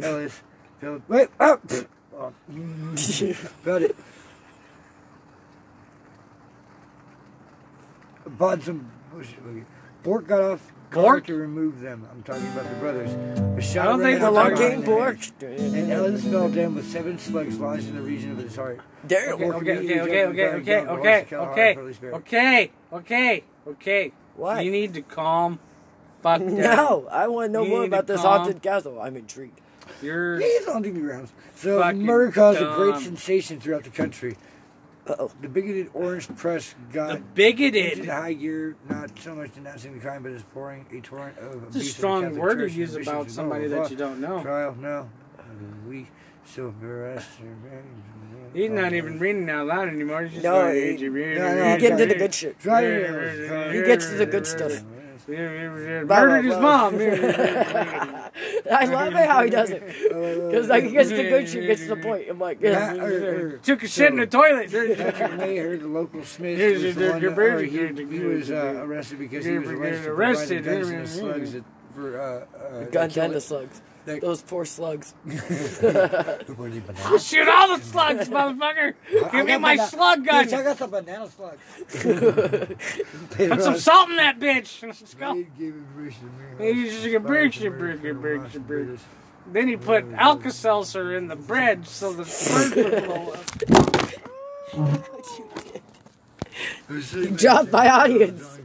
Speaker 3: Ellis, built, wait, oh, pfft, oh, built it. Bought some, oh, shit, okay. Bork got off car
Speaker 1: Bork?
Speaker 3: to remove them. I'm talking about the brothers. A shot
Speaker 1: I don't think
Speaker 2: The
Speaker 3: ran
Speaker 1: we're
Speaker 3: out
Speaker 2: long
Speaker 1: talking
Speaker 3: behind
Speaker 2: game
Speaker 3: their
Speaker 2: Bork.
Speaker 3: heads, And Ellis fell down with seven slugs lodged in the region of his heart.
Speaker 2: There.
Speaker 3: Okay,
Speaker 1: Okay, okay, okay,
Speaker 3: Immediately
Speaker 1: okay,
Speaker 3: jumped
Speaker 1: okay,
Speaker 3: down the
Speaker 1: okay,
Speaker 3: horse,
Speaker 1: okay,
Speaker 3: Holy Spirit.
Speaker 1: okay, okay, okay.
Speaker 2: What?
Speaker 1: You need to calm fuck down.
Speaker 2: No, I want to know
Speaker 1: You
Speaker 2: more
Speaker 1: need
Speaker 2: about
Speaker 1: to
Speaker 2: this
Speaker 1: calm-
Speaker 2: haunted castle. I'm intrigued.
Speaker 1: You're
Speaker 3: He's on the grounds. So
Speaker 1: Fucking
Speaker 3: murder caused a great
Speaker 1: dumb.
Speaker 3: sensation throughout the country.
Speaker 2: Uh-oh.
Speaker 3: The bigoted orange press
Speaker 1: the
Speaker 3: got into
Speaker 1: bigoted.
Speaker 3: high gear, not so much denouncing the crime, but is pouring a torrent of
Speaker 1: a
Speaker 3: abuse. on the
Speaker 1: strong
Speaker 3: Catholic
Speaker 1: word to
Speaker 3: Church and
Speaker 1: use
Speaker 3: bishops
Speaker 1: about
Speaker 3: and
Speaker 1: somebody
Speaker 3: blah, blah,
Speaker 1: that you
Speaker 3: blah.
Speaker 1: don't know.
Speaker 3: Trial, no. Uh, We so embarrassed.
Speaker 1: He's not even reading out loud anymore. He's just
Speaker 2: No,
Speaker 1: going,
Speaker 2: he-
Speaker 1: "Hey, Jimmy,
Speaker 3: no, no,
Speaker 1: Jimmy,
Speaker 3: I'm
Speaker 2: You get into
Speaker 1: Jimmy."
Speaker 2: the good shit.
Speaker 3: Try
Speaker 2: He
Speaker 3: it.
Speaker 2: gets to the good stuff.
Speaker 1: Murdered his mom.
Speaker 2: I love it how he does it. Because like he gets the good shit, gets to the point. I'm like,
Speaker 3: That,
Speaker 2: yeah.
Speaker 3: or- or-
Speaker 1: Took a shit in the toilet.
Speaker 3: Patrick Mayer, the local Smith,
Speaker 1: Here's
Speaker 3: was
Speaker 1: your-
Speaker 3: the one
Speaker 1: your
Speaker 3: that,
Speaker 1: bridge,
Speaker 3: or he,
Speaker 1: here's your-
Speaker 3: he was uh, arrested because he
Speaker 1: You're
Speaker 3: was
Speaker 1: getting
Speaker 3: arrested for
Speaker 1: arrested,
Speaker 3: arrested. guns
Speaker 1: you're-
Speaker 3: and slugs that, for uh, uh,
Speaker 2: Guns
Speaker 3: that
Speaker 2: and the
Speaker 3: killed-
Speaker 2: slugs.
Speaker 3: that-
Speaker 2: Those poor slugs.
Speaker 3: Were they bananas?
Speaker 1: Shoot all the slugs, motherfucker. Give me
Speaker 3: got uh,
Speaker 1: my
Speaker 3: bana-
Speaker 1: slug
Speaker 3: Bitch, I
Speaker 1: gun.
Speaker 3: got some banana slugs.
Speaker 1: Put some salt in that bitch. Let's go. He's just a bridge,
Speaker 3: Bridge,
Speaker 1: bridge, bridge, bridge. Then he put Alka Seltzer in the bread so the bird would blow up.
Speaker 3: You
Speaker 2: dropped my audience.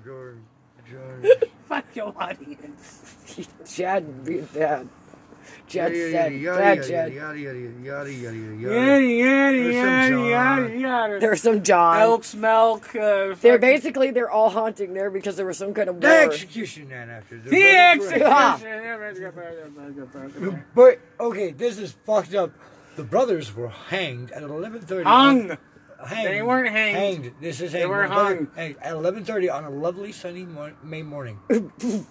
Speaker 1: Fuck your audience.
Speaker 2: Chad beat that. Chad
Speaker 3: Yada,
Speaker 2: said,
Speaker 3: yada,
Speaker 2: Chad,
Speaker 3: yada,
Speaker 2: Chad.
Speaker 3: yada, yada, yada, yada,
Speaker 1: Yada, yada, yada,
Speaker 3: yada. There's some John.
Speaker 1: yada, yada.
Speaker 2: There's some John.
Speaker 1: Elk's milk. Uh,
Speaker 2: They're
Speaker 1: fucking-
Speaker 2: basically they're all haunting there because there was some kind of
Speaker 3: The
Speaker 2: war.
Speaker 3: execution man after the
Speaker 1: The
Speaker 2: Ah.
Speaker 1: execution.
Speaker 3: But okay, this is fucked up. The brothers were hanged at eleven thirty.
Speaker 1: Ah. Hung.
Speaker 3: Hanged.
Speaker 1: They weren't hanged.
Speaker 3: Hanged. This is hanged.
Speaker 1: were
Speaker 3: My brother
Speaker 1: hung.
Speaker 3: hanged at eleven thirty on a lovely sunny mo- May morning.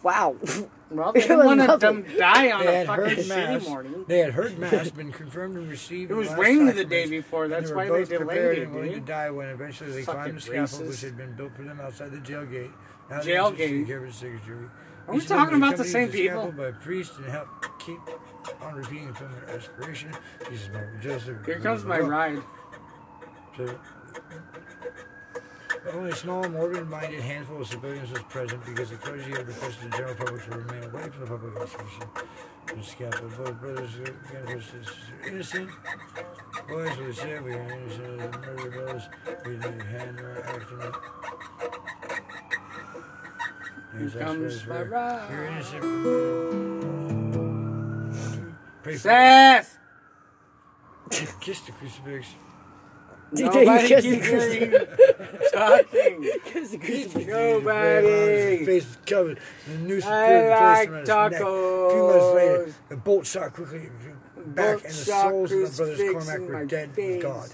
Speaker 2: Wow.
Speaker 1: Well, they
Speaker 2: It
Speaker 1: didn't
Speaker 2: was
Speaker 1: want to
Speaker 2: nothing.
Speaker 1: them die on
Speaker 3: They
Speaker 1: a
Speaker 3: had
Speaker 1: fucking
Speaker 3: heard mass.
Speaker 1: shitty morning.
Speaker 3: They had heard mass, been confirmed and received.
Speaker 1: It
Speaker 3: the
Speaker 1: was
Speaker 3: last
Speaker 1: raining the day
Speaker 3: sacraments,
Speaker 1: before,
Speaker 3: and
Speaker 1: that's
Speaker 3: were
Speaker 1: why they
Speaker 3: both
Speaker 1: delayed
Speaker 3: prepared
Speaker 1: it,
Speaker 3: and willing to
Speaker 1: dude.
Speaker 3: die when eventually they
Speaker 1: Fucking
Speaker 3: climbed the scaffold, which
Speaker 1: racist.
Speaker 3: had been built for them outside the jail gate. Now the
Speaker 1: Jail
Speaker 3: institution
Speaker 1: gate.
Speaker 3: gave it a signature.
Speaker 1: Are we
Speaker 3: Each member
Speaker 1: talking about the
Speaker 3: accompanied
Speaker 1: same people?
Speaker 3: scaffold By a priest and helped keep on repeating the film of aspiration. Jesus, Mary, Joseph.
Speaker 1: Here comes my
Speaker 3: blah, blah, blah.
Speaker 1: ride.
Speaker 3: So, only a small, morbid-minded handful of civilians was present because the clergy had requested the general public to remain away from the public execution. The scaffold, both brothers were innocent. Boys were said we are innocent of the murder brothers. We didn't hand our acting.
Speaker 1: Here comes my ride.
Speaker 3: You're innocent. Pray for
Speaker 1: Seth!
Speaker 3: kiss the crucifix.
Speaker 1: Nobody
Speaker 2: kissed
Speaker 1: can
Speaker 2: the
Speaker 1: hear
Speaker 2: crucifix.
Speaker 1: you talking.
Speaker 2: Kissed the crucifix.
Speaker 3: His
Speaker 1: Nobody.
Speaker 3: face was covered. The noose was
Speaker 1: I
Speaker 3: clearly
Speaker 1: like
Speaker 3: placed around his neck. A few months later,
Speaker 1: tacos.
Speaker 3: the bolt shot quickly back,
Speaker 1: Bolt
Speaker 3: and the
Speaker 1: shot
Speaker 3: souls of the brothers
Speaker 1: crucifix in
Speaker 3: Cormac were
Speaker 1: my
Speaker 3: dead
Speaker 1: face.
Speaker 3: with God.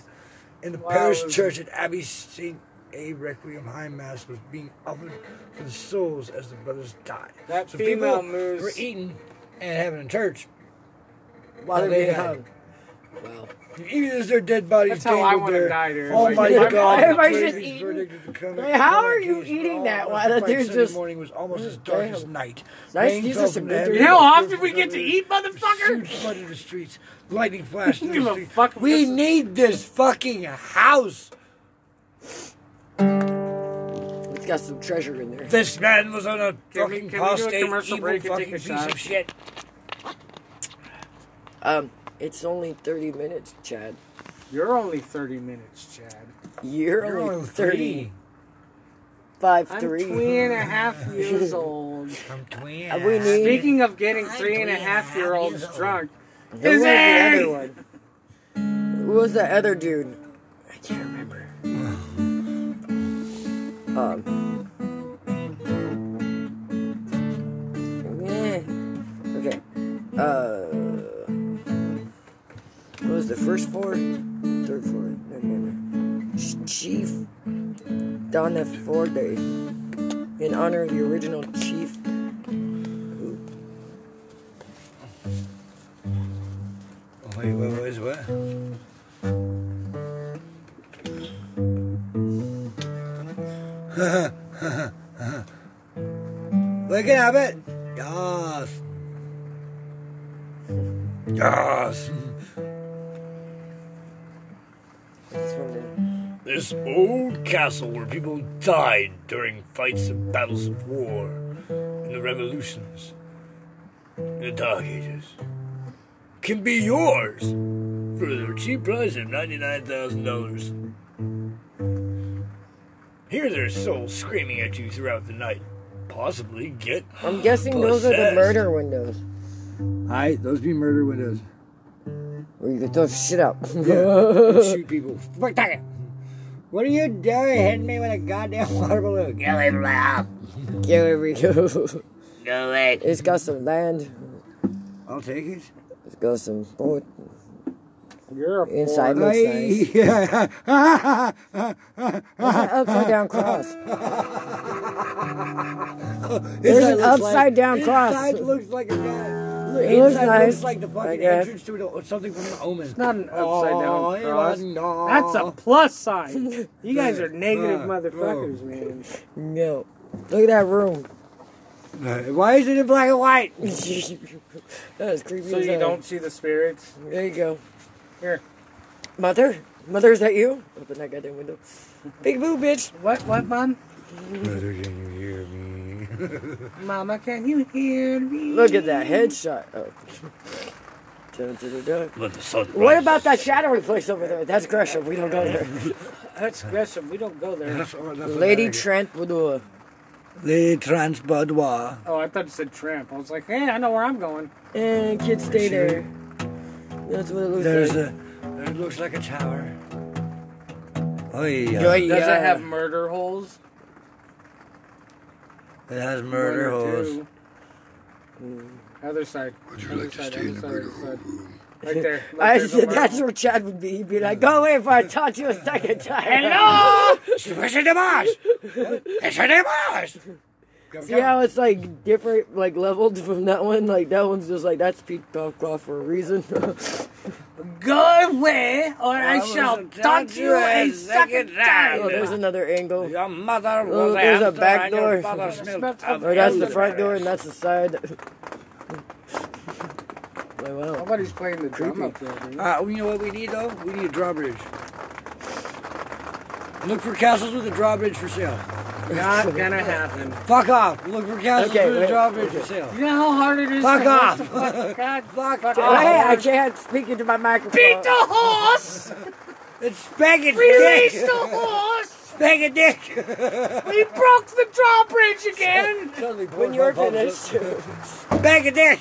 Speaker 3: In the
Speaker 1: Wow.
Speaker 3: parish church at Abbey St. A Requiem High Mass was being offered for the souls as the brothers died.
Speaker 1: That
Speaker 3: so
Speaker 1: female
Speaker 3: people
Speaker 1: moose-
Speaker 3: were eating and having a church.
Speaker 2: While
Speaker 3: They
Speaker 2: they
Speaker 3: had-
Speaker 2: hung. Wow.
Speaker 3: Even as their dead bodies
Speaker 1: That's how I
Speaker 3: dangled
Speaker 1: wanna
Speaker 3: there.
Speaker 1: die, dude.
Speaker 3: Oh
Speaker 1: Like,
Speaker 3: my
Speaker 2: I'm-
Speaker 3: God!
Speaker 2: everybody's
Speaker 3: the
Speaker 2: just
Speaker 3: clergy's
Speaker 2: eating.
Speaker 3: verdict of the Cormac-
Speaker 2: Like, how are
Speaker 3: Cormac
Speaker 2: you
Speaker 3: case Oh, was
Speaker 2: eating
Speaker 3: all
Speaker 2: that
Speaker 3: over
Speaker 2: while
Speaker 3: the
Speaker 2: the
Speaker 3: place.
Speaker 2: dude's
Speaker 3: Sunday
Speaker 2: just-
Speaker 3: morning was almost as
Speaker 2: Mm,
Speaker 3: dark
Speaker 2: damn.
Speaker 3: as night.
Speaker 2: Nice,
Speaker 3: Rain
Speaker 2: these
Speaker 3: fell
Speaker 2: are some
Speaker 3: from
Speaker 2: good
Speaker 3: heaven.
Speaker 1: You know how often
Speaker 3: Tears
Speaker 1: we get to eat,
Speaker 3: Shoot
Speaker 1: motherfucker?
Speaker 3: flooded the streets. Lightning flashed. through
Speaker 1: Give a
Speaker 3: the street.
Speaker 1: fuck if
Speaker 3: we
Speaker 1: this is-
Speaker 3: need this fucking house.
Speaker 2: It's got some treasure in there.
Speaker 3: This man was on a
Speaker 1: Can we-
Speaker 3: fucking
Speaker 1: can we do a
Speaker 3: prostate,
Speaker 1: commercial
Speaker 3: evil
Speaker 1: break and
Speaker 3: fucking
Speaker 1: take a
Speaker 3: piece
Speaker 1: shot?
Speaker 3: of shit.
Speaker 2: Um, it's only 30 minutes, Chad.
Speaker 1: You're only 30 minutes, Chad.
Speaker 2: You're,
Speaker 3: You're
Speaker 2: only
Speaker 3: only
Speaker 2: 30.
Speaker 3: three.
Speaker 2: 5
Speaker 1: I'm
Speaker 2: 3.
Speaker 1: three and a half years old.
Speaker 5: old from three
Speaker 2: Uh,
Speaker 5: and
Speaker 2: we
Speaker 5: a half.
Speaker 2: need-
Speaker 1: Speaking of getting
Speaker 5: I'm
Speaker 1: three and a
Speaker 5: three and a
Speaker 1: half
Speaker 5: half
Speaker 1: year olds
Speaker 5: years old.
Speaker 1: drunk,
Speaker 2: Who was the
Speaker 1: Izzy!
Speaker 2: other one? Who was the other dude? I can't remember. Um. meh. Okay. Uh. What was the first floor? Third floor. Never mind. Ch- Chief Donna Forday. In honor of the original chief. Who?
Speaker 3: Wait, what was what? Looking up it? Yes. Yes.
Speaker 2: I just wondered.
Speaker 6: This old castle where people died during fights and battles of war, in the revolutions, in the Dark Ages, can be yours for the cheap price of $99,000. Hear their souls screaming at you throughout the night. Possibly get.
Speaker 2: I'm guessing those are the
Speaker 6: possessed.
Speaker 2: murder windows.
Speaker 3: I those be murder windows.
Speaker 2: Where you can throw shit out.
Speaker 3: Shoot people. What the- What are you doing? Hitting me with a goddamn water balloon.
Speaker 5: Get away from my house.
Speaker 2: Get every
Speaker 5: Get away.
Speaker 2: It's got some land.
Speaker 3: I'll take it.
Speaker 2: It's got some boat.
Speaker 1: you're a
Speaker 2: Inside
Speaker 1: fool.
Speaker 2: looks nice. It's an upside down cross. There's an upside down cross.
Speaker 3: Inside looks like a guy. Look,
Speaker 2: It looks
Speaker 3: inside
Speaker 2: nice,
Speaker 3: looks like the
Speaker 2: I
Speaker 3: fucking
Speaker 2: guess.
Speaker 3: entrance to an, something from the Omen. Oh, It's
Speaker 1: not an upside down cross.
Speaker 3: No.
Speaker 1: That's a plus sign. You guys are negative motherfuckers, man.
Speaker 2: No. Look at that room.
Speaker 3: Uh, Why is it in black and white?
Speaker 2: that is creepy.
Speaker 1: So
Speaker 2: as
Speaker 1: you
Speaker 2: hell.
Speaker 1: don't see the spirits?
Speaker 2: There you go.
Speaker 1: Here.
Speaker 2: Mother? Mother, is that you? Open that goddamn window. Big boo, bitch.
Speaker 1: What, what, Mom?
Speaker 3: Mother, can you hear me?
Speaker 1: Mama, can you hear me?
Speaker 2: Look at that headshot. Oh. Dun, dun, dun, dun.
Speaker 6: Let the sun
Speaker 2: What
Speaker 6: rise.
Speaker 2: about that shadowy place over there? That's Gresham. We don't go there.
Speaker 1: That's Gresham. We don't go there.
Speaker 3: That's what- that's what
Speaker 2: Lady
Speaker 3: I-
Speaker 2: Trent Budua.
Speaker 3: Lady Trans Boudoir.
Speaker 1: Oh, I thought you said tramp. I was like, hey, I know where I'm going.
Speaker 2: And kids stay there. That's what it looks
Speaker 3: There's
Speaker 2: like.
Speaker 3: a. It looks like a tower. Oh yeah.
Speaker 2: Yo,
Speaker 1: Does
Speaker 2: yeah.
Speaker 1: it have murder holes?
Speaker 3: uh, It has murder
Speaker 1: One or
Speaker 3: holes.
Speaker 1: two. Hmm. Other side. Would you like to stay in the murder hole room? Right there. Look,
Speaker 2: I
Speaker 1: there's a
Speaker 2: said
Speaker 1: murder
Speaker 2: that's
Speaker 1: hole.
Speaker 2: where Chad would be. He'd be like, "Go away if I touch you a second time."
Speaker 1: Hello!
Speaker 3: It's a demise. It's a demise.
Speaker 2: See how it's like different, like leveled from that one. Like that one's just like that's Pete Puffclaw for a reason.
Speaker 1: Go away, or I,
Speaker 3: I
Speaker 1: shall
Speaker 3: will
Speaker 1: touch you a second time.
Speaker 2: oh, there's another angle.
Speaker 3: Your mother was
Speaker 2: Oh,
Speaker 3: a
Speaker 2: there's a
Speaker 3: hamster
Speaker 2: back
Speaker 3: and your
Speaker 2: door.
Speaker 3: father's milk.
Speaker 1: Smelled
Speaker 2: Or that's the front door and that's the side. like wow.
Speaker 1: Nobodone's playing the drum up there. dude.
Speaker 3: Uh, you know what we need though? We need a drawbridge. Look for castles with a drawbridge for sale.
Speaker 1: Not gonna happen.
Speaker 3: Fuck off. Look for castles
Speaker 2: Okay,
Speaker 3: with
Speaker 2: wait.
Speaker 3: a drawbridge for sale.
Speaker 1: You know how hard it is
Speaker 3: Fuck
Speaker 1: to
Speaker 3: off.
Speaker 1: host a fuck- God,
Speaker 3: Fuck
Speaker 1: fuck
Speaker 3: off.
Speaker 2: Hey, I
Speaker 1: off.
Speaker 2: can't speak into my microphone.
Speaker 1: Beat the horse!
Speaker 3: It's Spaggin'
Speaker 1: Release
Speaker 3: Dick.
Speaker 1: the horse!
Speaker 3: Spaggin' Dick.
Speaker 1: We broke the drawbridge again!
Speaker 2: When you're finished,
Speaker 3: Spaggin' Dick.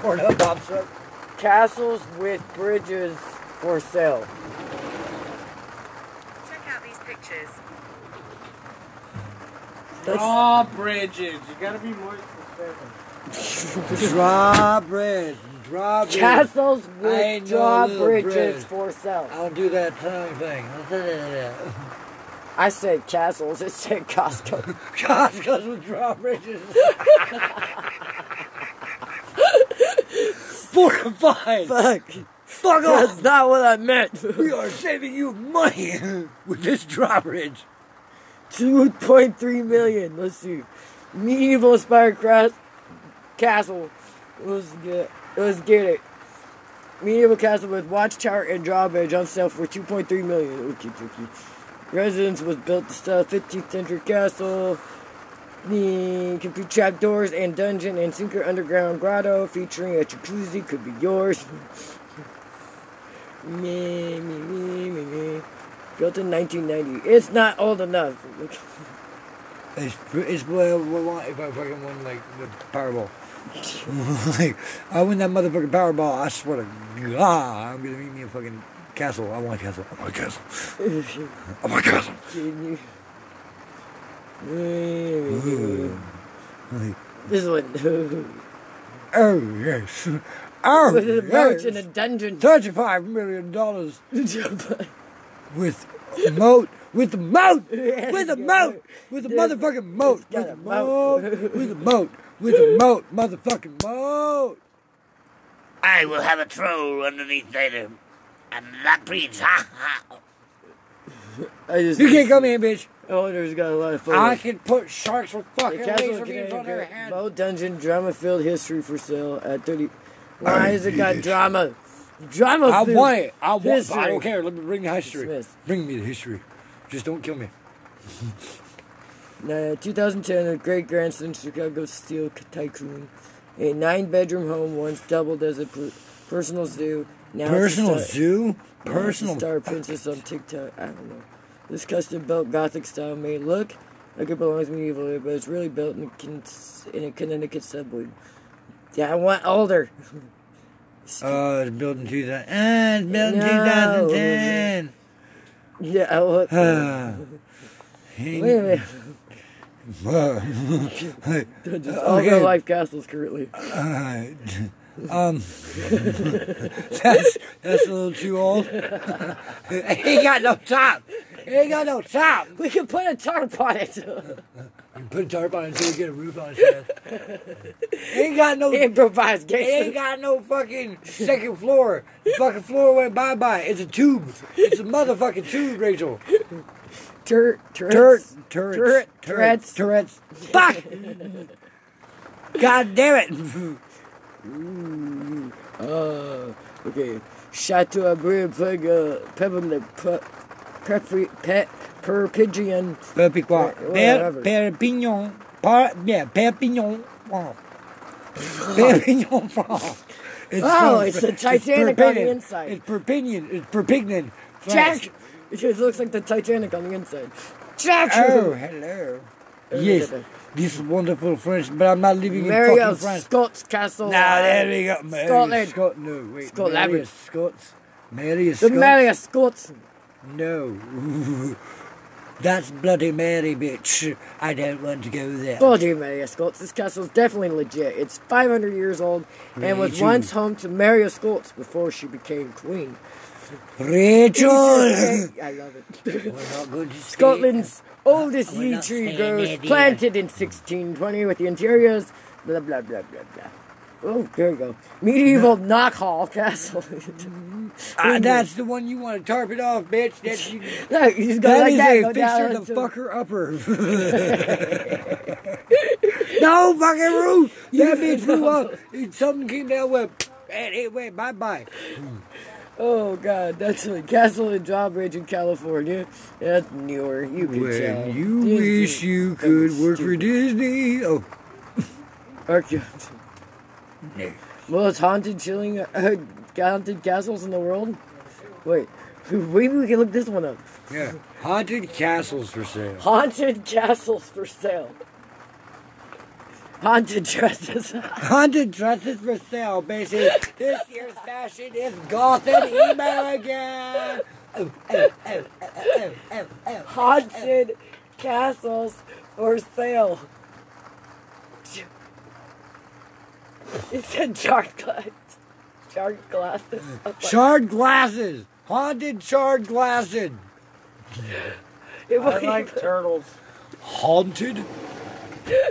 Speaker 3: Torn up, pops up.
Speaker 2: castles with bridges for sale.
Speaker 4: Check out these pictures.
Speaker 1: Drawbridges. You gotta be more specific.
Speaker 3: Drawbridge.
Speaker 2: Mm.
Speaker 3: Drawbridge.
Speaker 2: Castles
Speaker 3: I know
Speaker 2: with drawbridges
Speaker 3: bridge.
Speaker 2: for sale.
Speaker 3: I'll do that tongue thing.
Speaker 2: I said castles, it said Costco.
Speaker 3: Costco's with drawbridges. Fortified.
Speaker 2: Fuck.
Speaker 3: Fuck off.
Speaker 2: That's not what I meant.
Speaker 3: We are saving you money with this drawbridge.
Speaker 2: 2.3 million. Let's see. Medieval Spire Crest Castle. Let's get, let's get it. Medieval castle with watchtower and drawbridge on sale for 2.3 million. Okie dokie. Residence was built to style 15th century castle. The complete trap doors and dungeon and secret underground grotto featuring a jacuzzi could be yours. me, me, me, me, me. Built in 1990. It's not old enough.
Speaker 3: It's it's well, well, if I fucking won like the Powerball. like I win that motherfucking Powerball, I swear to God, I'm gonna meet me a fucking castle. I want a castle. I want a castle. I want a castle.
Speaker 2: Kidding you.
Speaker 3: Like,
Speaker 2: This one.
Speaker 3: oh yes. Oh
Speaker 2: With a roach in a
Speaker 3: yes.
Speaker 2: dungeon.
Speaker 3: Thirty-five million dollars with a moat. With the moat, with the moat, with the motherfucking moat,
Speaker 2: got
Speaker 3: with
Speaker 2: a
Speaker 3: the
Speaker 2: moat.
Speaker 3: moat, with the moat, with the moat, motherfucking moat.
Speaker 5: I will have a troll underneath later. And that breeds, ha ha.
Speaker 2: I just,
Speaker 3: You can't come in, bitch.
Speaker 2: Owner's got a lot of
Speaker 3: I
Speaker 2: fun.
Speaker 3: can put sharks with
Speaker 2: The
Speaker 3: fucking
Speaker 2: Castle
Speaker 3: laser
Speaker 2: of
Speaker 3: beams on their
Speaker 2: Canadian
Speaker 3: hand.
Speaker 2: Mo Dungeon drama filled history for sale at 30. Why is it got drama? Drama
Speaker 3: I
Speaker 2: filled
Speaker 3: want it. I want.
Speaker 2: history.
Speaker 3: I don't care. Let me bring the history.
Speaker 2: Dismissed.
Speaker 3: Bring me the history. Just don't kill me.
Speaker 2: Uh, 2010, a great grandson, Chicago steel c- tycoon. A nine bedroom home once doubled as a per- personal zoo. Now it's a
Speaker 3: Personal
Speaker 2: star-
Speaker 3: zoo.
Speaker 2: now it's a
Speaker 3: Personal.
Speaker 2: Star princess on TikTok. I don't know. This custom built Gothic style may look like it belongs medieval, but it's really built in, Kins- in a Connecticut suburb. Yeah, I want older.
Speaker 3: Uh, it's built in 2000. Uh, it's built in
Speaker 2: No.
Speaker 3: 2010.
Speaker 2: Yeah, I want.
Speaker 3: Uh,
Speaker 2: Wait a minute. Just all real
Speaker 3: Okay.
Speaker 2: life castles currently.
Speaker 3: Alright. Um, that's that's a little too old. it ain't got no top. It ain't got no top.
Speaker 2: We can put a tarp on it.
Speaker 3: You put a tarp on it until you get a roof on its head. ain't got no. It
Speaker 2: Improvise
Speaker 3: ain't
Speaker 2: game.
Speaker 3: got no fucking second floor. The fucking floor went bye bye. It's a tube. It's a motherfucking tube, Rachel.
Speaker 2: Tur- turrets.
Speaker 3: Turret, turrets,
Speaker 2: Turret,
Speaker 3: turrets, turrets. Fuck! God damn
Speaker 2: Uh, okay. Chateau Abri Peg, uh, Peppermint, Pe- Prepri- Pe- Perpignan.
Speaker 3: it! Perpignan.
Speaker 2: Whatever.
Speaker 3: Per, Perpignan. Par, yeah, Perpignan. Wow. Perpignan, France. It's
Speaker 2: Oh,
Speaker 3: from-
Speaker 2: it's the Titanic on the
Speaker 3: Perpignan.
Speaker 2: inside.
Speaker 3: It's Perpignan. It's Perpignan. France.
Speaker 2: Jack! It just looks like the Titanic on the inside. Jack!
Speaker 3: Oh, hello. Yes, this is wonderful French, but I'm not living in
Speaker 2: Mario
Speaker 3: fucking France.
Speaker 2: Scott's castle.
Speaker 3: Now there we go. Mary
Speaker 2: Oh, Scotland.
Speaker 3: Scott, no, wait.
Speaker 2: Scotland.
Speaker 3: Mary is Scots. Mary is
Speaker 2: The
Speaker 3: Scots.
Speaker 2: Mario Scott's.
Speaker 3: No. That's bloody Mary, bitch. I don't want to go there.
Speaker 2: Bloody Mario Scott's. This castle's definitely legit. It's 500 years old and was
Speaker 3: Rachel.
Speaker 2: once home to Mario Scott's before she became queen.
Speaker 3: Rachel! We're
Speaker 2: I love it.
Speaker 3: not going to stay.
Speaker 2: Scotland's oldest
Speaker 5: we're
Speaker 2: yew
Speaker 5: not
Speaker 2: tree
Speaker 5: staying
Speaker 2: grows
Speaker 5: there, dear.
Speaker 2: planted in 1620 with the interiors. Blah blah blah blah blah. Oh, there you go. Medieval Knock Hall Castle.
Speaker 3: Ah, that's the one you want to tarp it off, bitch. That's, you,
Speaker 2: Look, you just go
Speaker 3: that
Speaker 2: like
Speaker 3: is
Speaker 2: that.
Speaker 3: a
Speaker 2: go down
Speaker 3: fixer
Speaker 2: into-
Speaker 3: the fucker upper. no fucking roof! That bitch blew up. It- Something came down with and it went bye bye.
Speaker 2: Oh God, that's a castle and drawbridge in California. That's newer. You can tell.
Speaker 3: When you
Speaker 2: Disney.
Speaker 3: wish you
Speaker 2: That
Speaker 3: could
Speaker 2: was
Speaker 3: work for
Speaker 2: stupid.
Speaker 3: Disney. Oh,
Speaker 2: Archaeology. Most haunted, chilling, uh, haunted castles in the world. Wait, maybe we can look this one up.
Speaker 3: yeah. Haunted castles for sale.
Speaker 2: Haunted castles for sale. Haunted dresses.
Speaker 3: Haunted dresses for sale, basically. this year's fashion is goth and emo again. Oh, oh, oh, oh, oh, oh, oh.
Speaker 2: Haunted castles for sale. It's a dark glass. Dark glasses.
Speaker 3: oh. Shard glasses. Haunted shard glasses.
Speaker 2: It was-
Speaker 1: turtles.
Speaker 3: Haunted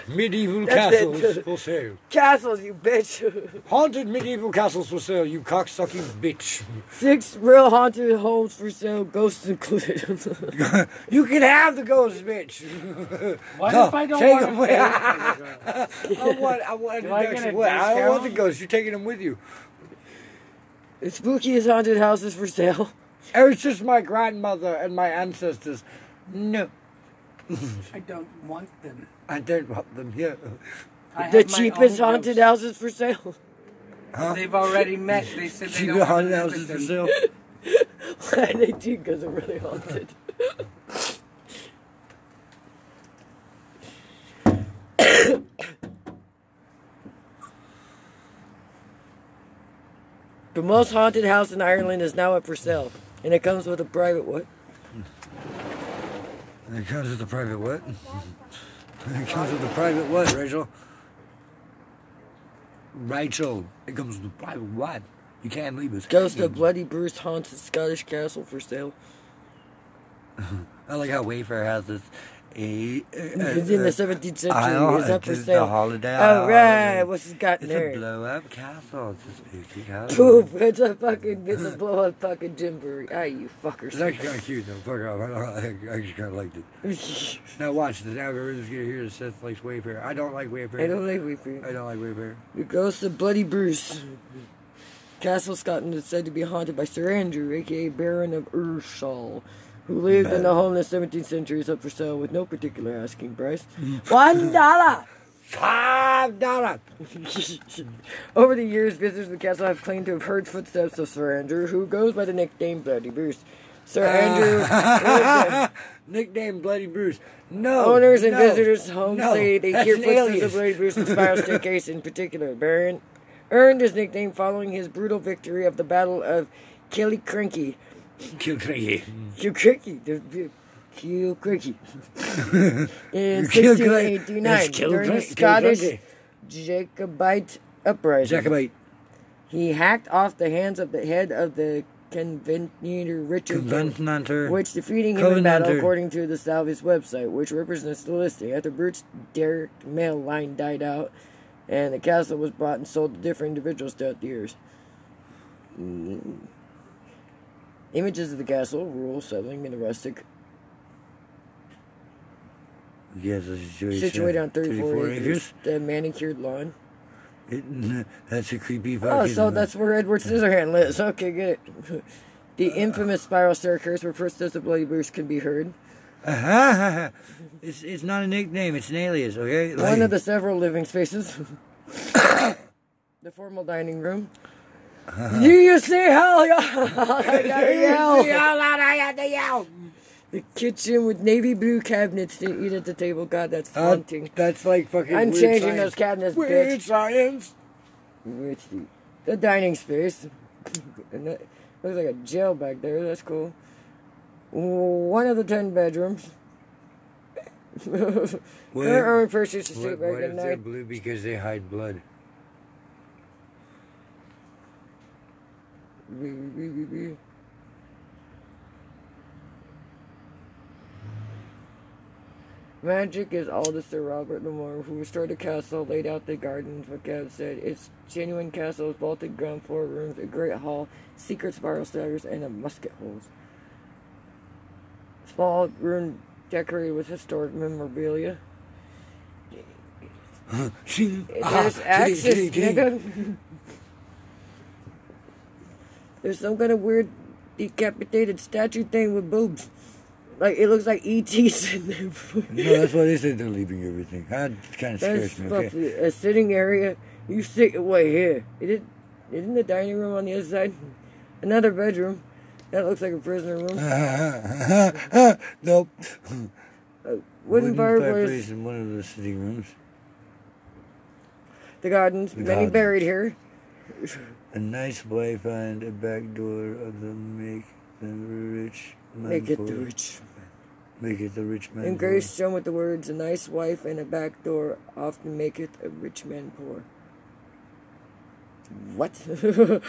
Speaker 3: medieval
Speaker 2: That's it.
Speaker 3: castles for sale.
Speaker 2: castles, you bitch.
Speaker 3: Haunted medieval castles for sale, you cocksucking bitch.
Speaker 2: Six real haunted homes for sale, ghosts included.
Speaker 3: You can have the ghost, bitch.
Speaker 1: What
Speaker 3: No,
Speaker 1: if I don't
Speaker 3: take
Speaker 1: want
Speaker 3: them
Speaker 1: to
Speaker 3: away.
Speaker 1: stay?
Speaker 3: I want, I want
Speaker 1: Do
Speaker 3: the
Speaker 1: I get a
Speaker 3: ghost. What? I don't
Speaker 1: discount?
Speaker 3: want the ghost. You're taking them with you.
Speaker 2: The spookiest haunted houses for sale.
Speaker 3: It was just my grandmother and my ancestors. No,
Speaker 1: I don't want them.
Speaker 3: I don't want them here.
Speaker 1: I have
Speaker 2: The
Speaker 1: my
Speaker 2: cheapest
Speaker 1: own
Speaker 2: haunted
Speaker 1: ghost.
Speaker 2: houses for sale.
Speaker 1: They've already met. They said they
Speaker 3: Keep
Speaker 1: don't
Speaker 3: the
Speaker 1: want
Speaker 3: haunted
Speaker 1: to live
Speaker 3: houses
Speaker 1: with
Speaker 3: for
Speaker 1: them.
Speaker 3: sale.
Speaker 2: they do because they're really haunted. The most haunted house in Ireland is now up for sale, and it comes with a private what?
Speaker 3: And it comes with the private what? it comes with the private what, Rachel? Rachel, it comes with the private what? You can't leave us.
Speaker 2: Ghost of Bloody Bruce haunts a Scottish castle for sale.
Speaker 3: I like how Wayfair has this. A,
Speaker 2: It's
Speaker 3: uh,
Speaker 2: in the 17th century.
Speaker 3: Isle,
Speaker 2: it's up for
Speaker 3: this is
Speaker 2: sale.
Speaker 3: the holiday
Speaker 2: All
Speaker 3: island.
Speaker 2: right, what's it got
Speaker 3: It's
Speaker 2: there?
Speaker 3: a blow up castle. It's a spooky castle.
Speaker 2: Poof! It's a fucking, it's a blow up fucking Jimbury. Ah, you
Speaker 3: It's
Speaker 2: fuckers.
Speaker 3: actually kind of cute though. Fuck off. I, I, I actually kind of liked it. Now watch this. Now everyone's gonna hear the Seth likes Wayfair. I don't like Wayfair.
Speaker 2: I don't like weeping.
Speaker 3: I don't like Wayfair.
Speaker 2: The ghost of Bloody Bruce. Castle Scotland is said to be haunted by Sir Andrew, aka Baron of Urshall, who lived in the home in the 17th century is up for sale with no particular asking price. One dollar!
Speaker 3: Five dollar.
Speaker 2: Over the years, visitors of the castle have claimed to have heard footsteps of Sir Andrew, who goes by the nickname Bloody Bruce. Sir Andrew lived in-
Speaker 3: Nickname Bloody Bruce. No.
Speaker 2: Owners and
Speaker 3: no,
Speaker 2: visitors home
Speaker 3: no,
Speaker 2: say they
Speaker 3: that's
Speaker 2: hear
Speaker 3: an
Speaker 2: footsteps
Speaker 3: alias.
Speaker 2: of Lady Bruce and spiral staircase in particular. Baron earned his nickname following his brutal victory of the Battle of Killiecrankie.
Speaker 3: Kilcranky.
Speaker 2: Killiecrankie. the- the- Killiecrankie. In
Speaker 3: Kilcranky.
Speaker 2: 1689,
Speaker 3: It's
Speaker 2: during the
Speaker 3: Kilcranky.
Speaker 2: Scottish
Speaker 3: Kilcranky.
Speaker 2: Jacobite uprising,
Speaker 3: Jacobite.
Speaker 2: he hacked off the hands of the head of the conventiator Richard Ken-
Speaker 3: Conventanter.
Speaker 2: which defeating him in battle,
Speaker 3: Covenanter.
Speaker 2: according to the Salvis website, which represents the listing. After Brute's direct mail line died out, and the castle was bought and sold to different individuals throughout the years. Mm. Images of the castle, rural settling, and the rustic,
Speaker 3: Yes, the situation.
Speaker 2: situated on 34, acres, the manicured lawn.
Speaker 3: It, that's a creepy fucking.
Speaker 2: Oh, so that's where Edward Scissorhand lives. Okay, get it. The infamous spiral staircase where footsteps of bloody bruce can be heard.
Speaker 3: Ah, it's it's not a nickname. It's an alias. Okay.
Speaker 2: One of the several living spaces. the formal dining room. Do you see hell?
Speaker 3: All out I had to yell.
Speaker 2: The kitchen with navy blue cabinets to eat at the table. God, that's
Speaker 3: Uh,
Speaker 2: haunting.
Speaker 3: that's like fucking.
Speaker 2: I'm
Speaker 3: weird
Speaker 2: changing
Speaker 3: science.
Speaker 2: those cabinets,
Speaker 3: Weird
Speaker 2: bitch.
Speaker 3: science.
Speaker 2: Where's the, the dining space. and that looks like a jail back there. That's cool. One of the ten bedrooms. Current
Speaker 3: What-
Speaker 2: Urban Purchase Street
Speaker 3: What,
Speaker 2: back
Speaker 3: what
Speaker 2: at
Speaker 3: if they're
Speaker 2: Uh-uh. night.
Speaker 3: blue because they hide blood?
Speaker 2: Magic is all to Sir Robert Lamore, who restored the castle, laid out the gardens, McCab said. It's genuine castle, vaulted ground floor rooms, a great hall, secret spiral stairs, and a musket holes. Small room decorated with historic memorabilia.
Speaker 3: Shing, ah,
Speaker 2: There's
Speaker 3: ting,
Speaker 2: access,
Speaker 3: ting, ting.
Speaker 2: nigga. There's some kind of weird decapitated statue thing with boobs. Like it looks like ET's in there.
Speaker 3: No, that's why they said they're leaving everything. That kind of
Speaker 2: That's
Speaker 3: scares me. Okay.
Speaker 2: fucking a sitting area. You sit away here. It is, isn't the dining room on the other side. Another bedroom. That looks like a prisoner
Speaker 3: Uh,
Speaker 2: room.
Speaker 3: Ah, nope.
Speaker 2: Wooden fireplace.
Speaker 3: in one of the sitting rooms.
Speaker 2: The gardens. Many
Speaker 3: Gardens.
Speaker 2: buried here.
Speaker 3: A nice wife and a back door of the make the rich man
Speaker 2: Make it the
Speaker 3: poor.
Speaker 2: rich.
Speaker 3: Make it the rich man.
Speaker 2: And grace shown with the words, a nice wife and a back door often maketh a rich man poor. What? the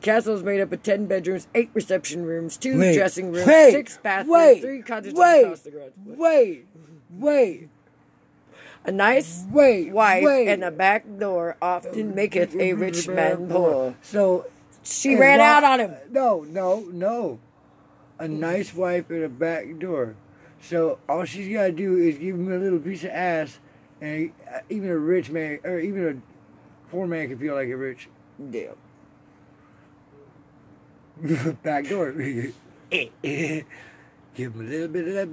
Speaker 2: castle is made up of 10 bedrooms, 8 reception rooms, 2
Speaker 3: Wait,
Speaker 2: dressing rooms,
Speaker 3: wait,
Speaker 2: 6 bathrooms,
Speaker 3: wait,
Speaker 2: 3 cottages
Speaker 3: wait,
Speaker 2: across the garage. What?
Speaker 3: Wait, wait,
Speaker 2: A nice
Speaker 3: wait,
Speaker 2: wife
Speaker 3: wait.
Speaker 2: and a back door often maketh a rich man poor.
Speaker 3: So
Speaker 2: She
Speaker 3: as
Speaker 2: ran
Speaker 3: lo-
Speaker 2: out on him.
Speaker 3: No, no, no. A nice wife and a back door. So all she's gotta do is give him a little piece of ass, and uh, even a rich man or even a poor man can feel like a rich
Speaker 2: Damn.
Speaker 3: back door. give him a little bit of that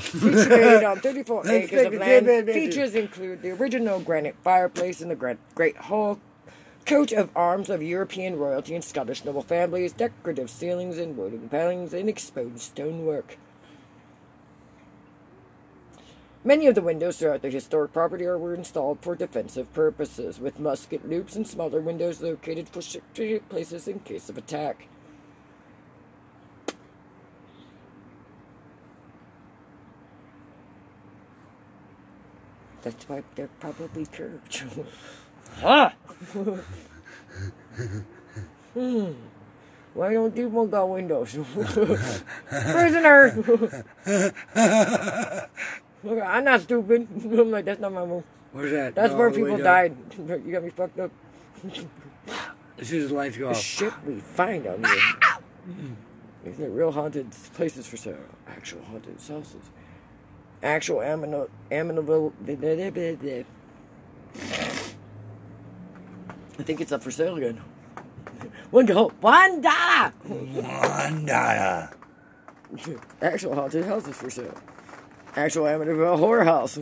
Speaker 2: situated on 34
Speaker 3: Let's
Speaker 2: acres
Speaker 3: make
Speaker 2: of
Speaker 3: it
Speaker 2: land.
Speaker 3: big, big, big.
Speaker 2: Features include the original granite fireplace in the gra- Great Hall, coat of arms of European royalty and Scottish noble families, decorative ceilings and wooden panelings, and exposed stonework. Many of the windows throughout the historic property are, were installed for defensive purposes, with musket loops and smaller windows located for strategic places in case of attack. That's why they're probably curved.
Speaker 5: Huh?
Speaker 2: Hmm. why don't people got windows? Prisoner! Look, I'm not stupid. I'm like, that's not my move.
Speaker 3: Where's that?
Speaker 2: That's
Speaker 3: No,
Speaker 2: where
Speaker 3: all the way
Speaker 2: people
Speaker 3: down.
Speaker 2: died. You got me fucked up.
Speaker 3: As soon as the lights go
Speaker 2: The
Speaker 3: off.
Speaker 2: shit we find on here. These are real haunted places for sale. Actual haunted houses. Actual amino aminable. I think it's up for sale again. One go, one dollar.
Speaker 3: Mandala.
Speaker 2: Actual haunted houses for sale. Actual Amityville horror house.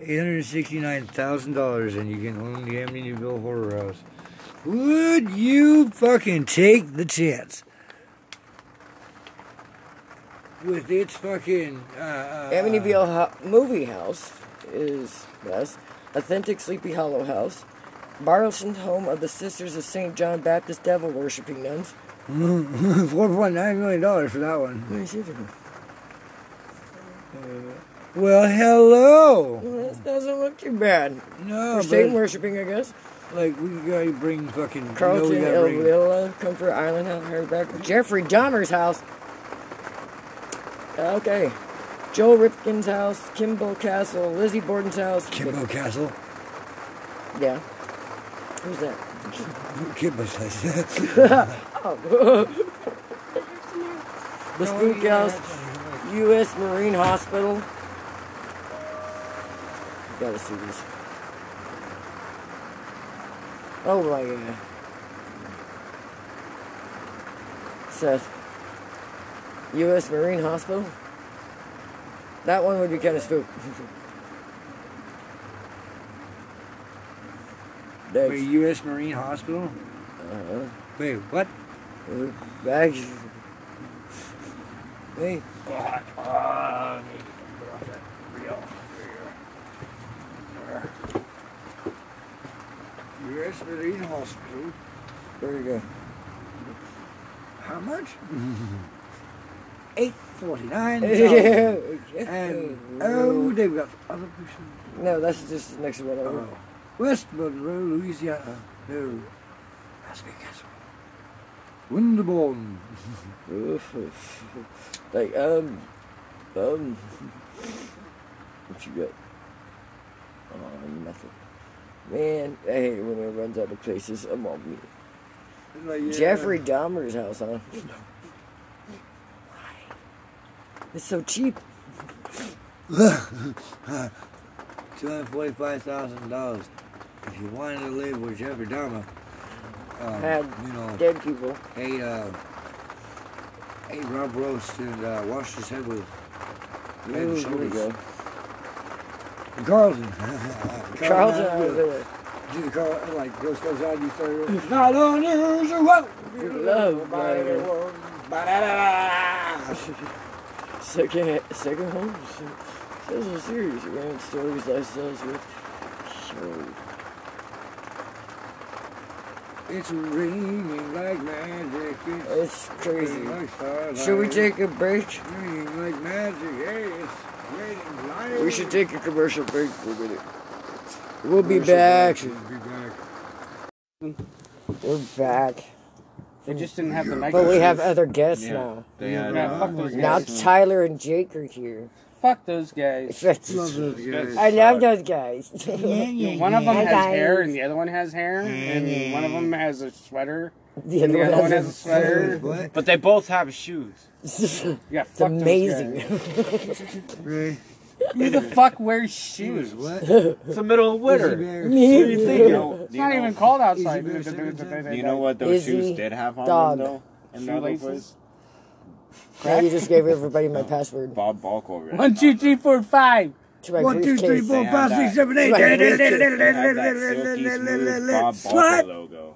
Speaker 3: $869,000 and you can own the Amityville Horror House. Would you fucking take the chance? With its fucking. Uh, uh,
Speaker 2: Amityville ho- movie house is best. Authentic Sleepy Hollow house. Barlson home of the Sisters of St. John Baptist devil worshipping nuns.
Speaker 3: $4.9 million for that one.
Speaker 2: Where is it?
Speaker 3: Well, hello.
Speaker 2: Well, Oh, This doesn't look too bad.
Speaker 3: No,
Speaker 2: For Satan worshipping, I guess.
Speaker 3: but, like we gotta bring fucking.
Speaker 2: Carlton
Speaker 3: you know we gotta bring,
Speaker 2: Elvilla, Comfort Island House, Harryback. Jeffrey Dahmer's house. Okay. Joel Ripkin's house, Kimball Castle, Lizzie Borden's house.
Speaker 3: Kimbo Castle.
Speaker 2: Yeah. Who's that?
Speaker 3: Kimbo's house.
Speaker 2: The Spook House, U.S. Marine Hospital. Gotta see this. Oh my god. Seth. U.S. Marine Hospital? That one would be kind of spook.
Speaker 3: Wait,
Speaker 2: Next.
Speaker 3: U.S. Marine Hospital.
Speaker 2: Uh-huh.
Speaker 3: Wait, what?
Speaker 2: We're Back. Hey.
Speaker 3: U.S. Marine Hospital.
Speaker 2: There you go.
Speaker 3: How much? Eight forty-nine. and oh, they've got other person.
Speaker 2: No, that's just the next one. over.
Speaker 3: Oh, West Monroe, Louisiana. No, Las Vegas. Winterborn.
Speaker 2: Oof, oof. like, um, um, what you got? Oh, nothing. Man, I hate it when it runs out of places. I'm on me. Jeffrey Dahmer's house, huh? It's so cheap.
Speaker 3: two hundred forty-five thousand dollars. If you wanted to live with Jeffrey Dahmer, um,
Speaker 2: Had
Speaker 3: you know,
Speaker 2: dead people.
Speaker 3: ate uh, ate rump roast and uh, washed his head with
Speaker 2: Ooh,
Speaker 3: head
Speaker 2: here
Speaker 3: and
Speaker 2: we
Speaker 3: shoulders.
Speaker 2: go.
Speaker 3: Carlton.
Speaker 2: Carlton, I was
Speaker 3: Carlton.
Speaker 2: there.
Speaker 3: Do the Carl like Ghost goes on? You start not unusual.
Speaker 2: Love, brother.
Speaker 3: Ba-da-da-da-da.
Speaker 2: Second, second home. This is a series around stories, lifestyles with show.
Speaker 3: It's raining like magic. It's,
Speaker 2: It's crazy.
Speaker 3: raining like starlight.
Speaker 2: Should we take a break?
Speaker 3: Raining like magic. Hey, it's raining like
Speaker 2: We should take a commercial break for a minute. We'll be back.
Speaker 3: We'll be back.
Speaker 2: We're back.
Speaker 1: They just didn't have the microphone.
Speaker 2: But we have other guests
Speaker 1: Yeah.
Speaker 2: now.
Speaker 1: They, uh, yeah, fuck those
Speaker 2: Now
Speaker 1: guys.
Speaker 2: Tyler and Jake are here.
Speaker 1: Fuck those guys.
Speaker 3: Love those guys.
Speaker 2: I love those guys. the
Speaker 1: One of them
Speaker 2: Hi,
Speaker 1: has
Speaker 2: guys.
Speaker 1: hair, and the other one has hair, and one of them has a sweater, and
Speaker 2: other
Speaker 1: the other one has a
Speaker 2: one's
Speaker 1: sweater.
Speaker 3: What?
Speaker 7: But they both have shoes.
Speaker 1: Yeah, fuck
Speaker 2: it's amazing.
Speaker 1: Those guys.
Speaker 3: Ray.
Speaker 1: Who the fuck wears shoes?
Speaker 3: Shoes. What?
Speaker 7: It's the middle of winter.
Speaker 3: Bear.
Speaker 7: What do you think? You know,
Speaker 1: It's not even cold outside.
Speaker 3: Easy bear,
Speaker 7: you know what those
Speaker 2: Izzy,
Speaker 7: shoes did have on
Speaker 2: dog.
Speaker 7: them though? In other
Speaker 1: Shoelaces?
Speaker 7: words,
Speaker 2: Now you just gave everybody my password
Speaker 7: Bob Balkover.
Speaker 1: One, two, three, four, five.
Speaker 2: to my
Speaker 3: One, two, three,
Speaker 2: briefcase.
Speaker 3: four, five, six, seven, eight.
Speaker 2: Right.
Speaker 7: They had that silky smooth Bob Balker
Speaker 3: Slut.
Speaker 7: logo.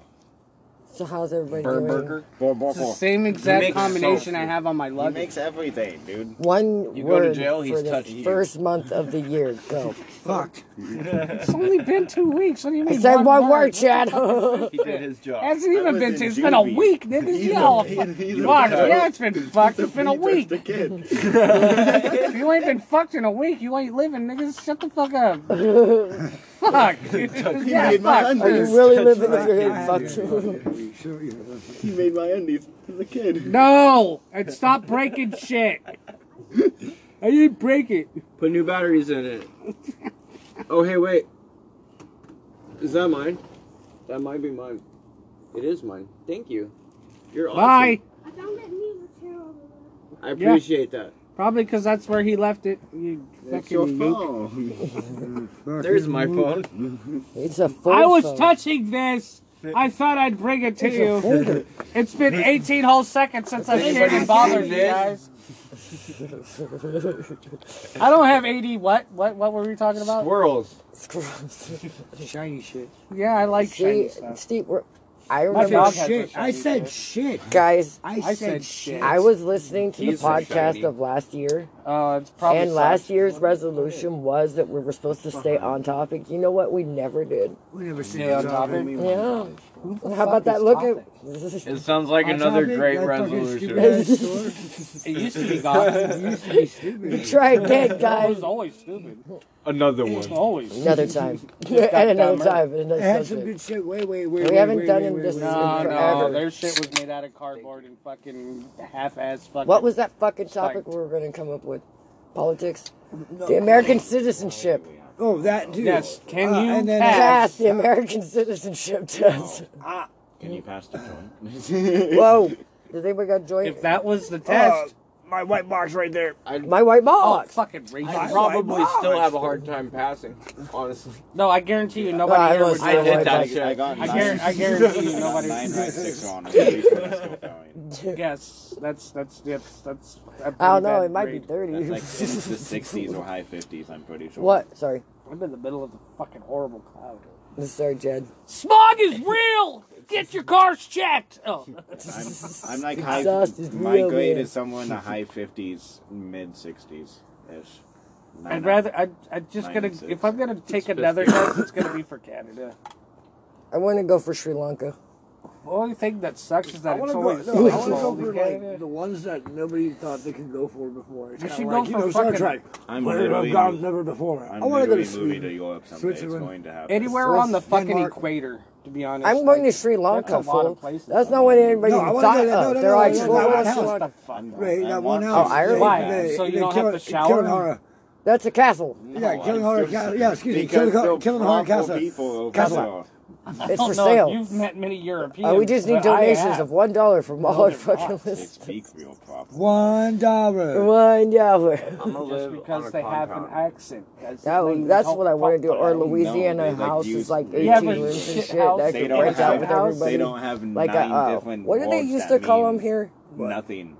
Speaker 2: So how's everybody
Speaker 8: Burger.
Speaker 2: doing?
Speaker 8: burger. Bo- bo-
Speaker 1: It's the
Speaker 8: bo.
Speaker 1: same exact
Speaker 8: makes
Speaker 1: combination I
Speaker 8: soap.
Speaker 1: have on my
Speaker 8: He
Speaker 1: luggage.
Speaker 8: makes everything, dude.
Speaker 2: One
Speaker 8: You go
Speaker 2: word
Speaker 8: to jail,
Speaker 2: for
Speaker 8: he's
Speaker 2: the
Speaker 8: touching you.
Speaker 2: first month of the year. Go.
Speaker 3: Fucked.
Speaker 1: It's only been two weeks. What do you
Speaker 2: I
Speaker 1: mean?
Speaker 2: said one word,
Speaker 1: It
Speaker 2: Chad.
Speaker 8: He did his job.
Speaker 1: hasn't even
Speaker 8: was
Speaker 1: been
Speaker 8: in
Speaker 1: two. It's been a
Speaker 8: juvie.
Speaker 1: week, nigga. Yeah, fuck.
Speaker 8: He's a
Speaker 1: Fuck,
Speaker 8: pedo.
Speaker 1: yeah, it's been fucked. It's been a
Speaker 8: He's
Speaker 1: week.
Speaker 8: just a kid.
Speaker 1: If you ain't been fucked in a week, you ain't living, niggas. Shut the fuck up. fuck.
Speaker 8: He
Speaker 1: yeah,
Speaker 8: made my
Speaker 1: fuck.
Speaker 2: Are you
Speaker 8: undies.
Speaker 2: really living if you're getting fucked?
Speaker 8: He made my undies as a kid.
Speaker 1: No! And stop breaking shit. I didn't break it.
Speaker 9: Put new batteries in it. oh, hey, wait. Is that mine? That might be mine. It is mine. Thank you. You're awesome.
Speaker 1: Bye.
Speaker 9: I appreciate that.
Speaker 1: Probably because that's where he left it. You
Speaker 8: That's your
Speaker 1: fucking nuke.
Speaker 8: phone.
Speaker 9: There's my phone.
Speaker 2: It's a full
Speaker 1: I was
Speaker 2: phone.
Speaker 1: touching this. I thought I'd bring it to you. It's been 18 whole seconds since I've shared and bothered you guys. I don't have 80. What? What? What were we talking about?
Speaker 9: Squirrels.
Speaker 2: It's gross.
Speaker 3: Shiny shit.
Speaker 1: Yeah, I like shiny
Speaker 2: See,
Speaker 1: stuff.
Speaker 2: Steve, we're- I
Speaker 3: I
Speaker 2: remember,
Speaker 3: said shit. I said shit.
Speaker 2: guys.
Speaker 3: I said,
Speaker 1: I said
Speaker 3: shit.
Speaker 1: shit.
Speaker 2: I was listening to the
Speaker 9: He's so
Speaker 2: podcast
Speaker 9: shiny.
Speaker 2: of last year,
Speaker 1: Oh, it's probably.
Speaker 2: and last year's resolution was that we were supposed to stay on topic. You know what? We never did.
Speaker 3: We never said
Speaker 9: Yeah, on
Speaker 3: that.
Speaker 9: top of
Speaker 8: me.
Speaker 2: Yeah.
Speaker 1: Who the
Speaker 2: How
Speaker 1: fuck
Speaker 2: about that?
Speaker 1: is
Speaker 2: Look
Speaker 1: topic?
Speaker 2: at.
Speaker 9: It sounds like
Speaker 3: On
Speaker 9: another
Speaker 3: topic,
Speaker 9: great
Speaker 3: that fucking
Speaker 9: resolution.
Speaker 3: stupid-ass store.
Speaker 1: It used to be gone. It used to be stupid.
Speaker 2: Try again,
Speaker 1: It
Speaker 2: guys.
Speaker 1: was always stupid.
Speaker 9: Another
Speaker 1: It was
Speaker 9: one.
Speaker 1: always.
Speaker 2: Another time. and another
Speaker 1: dumber.
Speaker 2: time. And
Speaker 3: It
Speaker 2: another
Speaker 3: had some
Speaker 2: subject.
Speaker 3: good shit. Wait, wait, wait.
Speaker 2: We
Speaker 3: wait,
Speaker 2: haven't
Speaker 3: wait,
Speaker 2: done
Speaker 3: wait,
Speaker 2: in
Speaker 3: wait,
Speaker 2: this-
Speaker 3: wait.
Speaker 1: No, no,
Speaker 2: Forever.
Speaker 1: their shit was made out of cardboard and fucking half-ass fucking.
Speaker 2: What was that fucking topic
Speaker 1: Spiked.
Speaker 2: we were going to come up with? Politics? The American citizenship.
Speaker 3: Oh, that too.
Speaker 1: Yes, can
Speaker 3: Uh,
Speaker 1: you
Speaker 3: and then-
Speaker 1: pass?
Speaker 2: Pass the American citizenship test.
Speaker 8: Can you pass the joint?
Speaker 2: Whoa. Does anybody got joy?
Speaker 1: If that was the
Speaker 3: Uh,
Speaker 1: test,
Speaker 3: my white box right there.
Speaker 2: My white
Speaker 1: oh,
Speaker 2: box.
Speaker 1: fucking racist.
Speaker 9: Probably still have a hard time passing, honestly.
Speaker 1: No, I guarantee you, nobody
Speaker 2: Nah, I
Speaker 1: here would.
Speaker 2: was-
Speaker 1: do
Speaker 2: I did
Speaker 1: it.
Speaker 2: that.
Speaker 9: shit.
Speaker 8: I got
Speaker 1: I
Speaker 8: nine-
Speaker 1: guarantee, I guarantee you, nobody.
Speaker 8: Nine right six on it. At least when it's still going.
Speaker 1: Yes, that's that's that's that's.
Speaker 2: I don't know. It might be
Speaker 8: That's
Speaker 2: 30.
Speaker 8: like in the sixties or high fifties, I'm pretty sure.
Speaker 2: What? Sorry.
Speaker 1: I'm in the middle of a fucking horrible cloud.
Speaker 2: I'm Sorry, Jed.
Speaker 1: Smog is real. Get your cars checked. Oh,
Speaker 8: I'm, I'm like high.
Speaker 2: Exhaust is
Speaker 8: My
Speaker 2: real,
Speaker 8: grade
Speaker 2: man.
Speaker 8: is somewhere in the high fifties, mid sixties ish.
Speaker 1: I'd rather. I I'm just
Speaker 8: Nine
Speaker 1: gonna.
Speaker 8: and six.
Speaker 1: If I'm gonna take
Speaker 8: fifty.
Speaker 1: another test, it's gonna be for Canada.
Speaker 2: I want to go for Sri Lanka.
Speaker 1: The only thing that sucks is
Speaker 3: I
Speaker 1: that
Speaker 3: want
Speaker 1: it's
Speaker 3: to go.
Speaker 1: always.
Speaker 3: No, I
Speaker 1: it's
Speaker 3: want to go
Speaker 1: always
Speaker 3: for
Speaker 1: Canada.
Speaker 3: like the ones that nobody thought they could go for before. It's
Speaker 1: You
Speaker 3: kinda
Speaker 1: should go
Speaker 3: like, you
Speaker 1: for
Speaker 3: know, Star
Speaker 1: fucking-
Speaker 3: Trek.
Speaker 8: I'm
Speaker 3: Where
Speaker 8: literally-
Speaker 3: I've gone never before.
Speaker 8: I'm
Speaker 3: I want to go to
Speaker 8: literally moving to
Speaker 3: Sweden.
Speaker 8: Europe someday.
Speaker 3: Switzerland.
Speaker 8: It's going to happen.
Speaker 1: Anywhere on the fucking
Speaker 3: Denmark.
Speaker 1: equator, to be honest.
Speaker 2: I'm going to
Speaker 1: Like,
Speaker 2: Sri
Speaker 1: a
Speaker 2: Lanka,
Speaker 1: lot
Speaker 2: fool.
Speaker 1: of places.
Speaker 2: That's not what anybody
Speaker 3: No, I wanna
Speaker 2: thought
Speaker 3: go- no,
Speaker 2: of.
Speaker 3: no,
Speaker 2: They're
Speaker 3: no,
Speaker 2: like,
Speaker 3: no,
Speaker 2: "Well,
Speaker 3: no,
Speaker 2: what
Speaker 3: no,
Speaker 2: else you
Speaker 3: no,
Speaker 1: What
Speaker 2: want?"
Speaker 1: the fuck?
Speaker 3: Right, that one
Speaker 2: Oh,
Speaker 3: house.
Speaker 2: Ireland?
Speaker 1: Why?
Speaker 3: They-
Speaker 1: So you
Speaker 3: they
Speaker 1: don't have
Speaker 3: kill-
Speaker 1: to shower?
Speaker 3: Killinghara.
Speaker 2: That's a castle.
Speaker 3: Yeah, Killinghara Castle. Yeah, excuse me.
Speaker 8: Because
Speaker 3: Killinghara
Speaker 8: the
Speaker 3: Killinghara
Speaker 8: proper
Speaker 3: Castle.
Speaker 8: People over
Speaker 3: Castle.
Speaker 8: there.
Speaker 2: It's for
Speaker 1: Oh, No,
Speaker 2: sale.
Speaker 1: You've met many Europeans.
Speaker 2: Uh, we just need
Speaker 1: but I
Speaker 2: donations
Speaker 1: have.
Speaker 2: of one dollar from all our
Speaker 1: they're
Speaker 2: fucking
Speaker 1: not.
Speaker 8: They
Speaker 2: listeners.
Speaker 8: speak real proper.
Speaker 3: One dollar.
Speaker 2: One dollar.
Speaker 9: I'm gonna
Speaker 1: Just
Speaker 9: live on a
Speaker 1: because they have an
Speaker 9: compound.
Speaker 1: accent. That's, the
Speaker 2: That
Speaker 1: thing,
Speaker 2: was,
Speaker 1: you
Speaker 2: that's
Speaker 1: don't
Speaker 2: what I want to do.
Speaker 1: fuck
Speaker 2: Or
Speaker 1: with it.
Speaker 2: Louisiana
Speaker 8: No, they, like,
Speaker 2: house is
Speaker 8: use-
Speaker 2: like
Speaker 8: they
Speaker 2: 18
Speaker 1: have a
Speaker 2: rooms and
Speaker 1: shit
Speaker 2: shit.
Speaker 1: house.
Speaker 2: That
Speaker 1: They
Speaker 2: could
Speaker 1: don't
Speaker 2: rent out
Speaker 1: have-
Speaker 2: with
Speaker 1: they
Speaker 2: everybody.
Speaker 8: They don't have
Speaker 2: like a,
Speaker 8: nine
Speaker 2: uh,
Speaker 8: different
Speaker 2: what do they
Speaker 8: words
Speaker 2: used to
Speaker 8: that
Speaker 2: call
Speaker 8: mean
Speaker 2: them here?
Speaker 8: Nothing.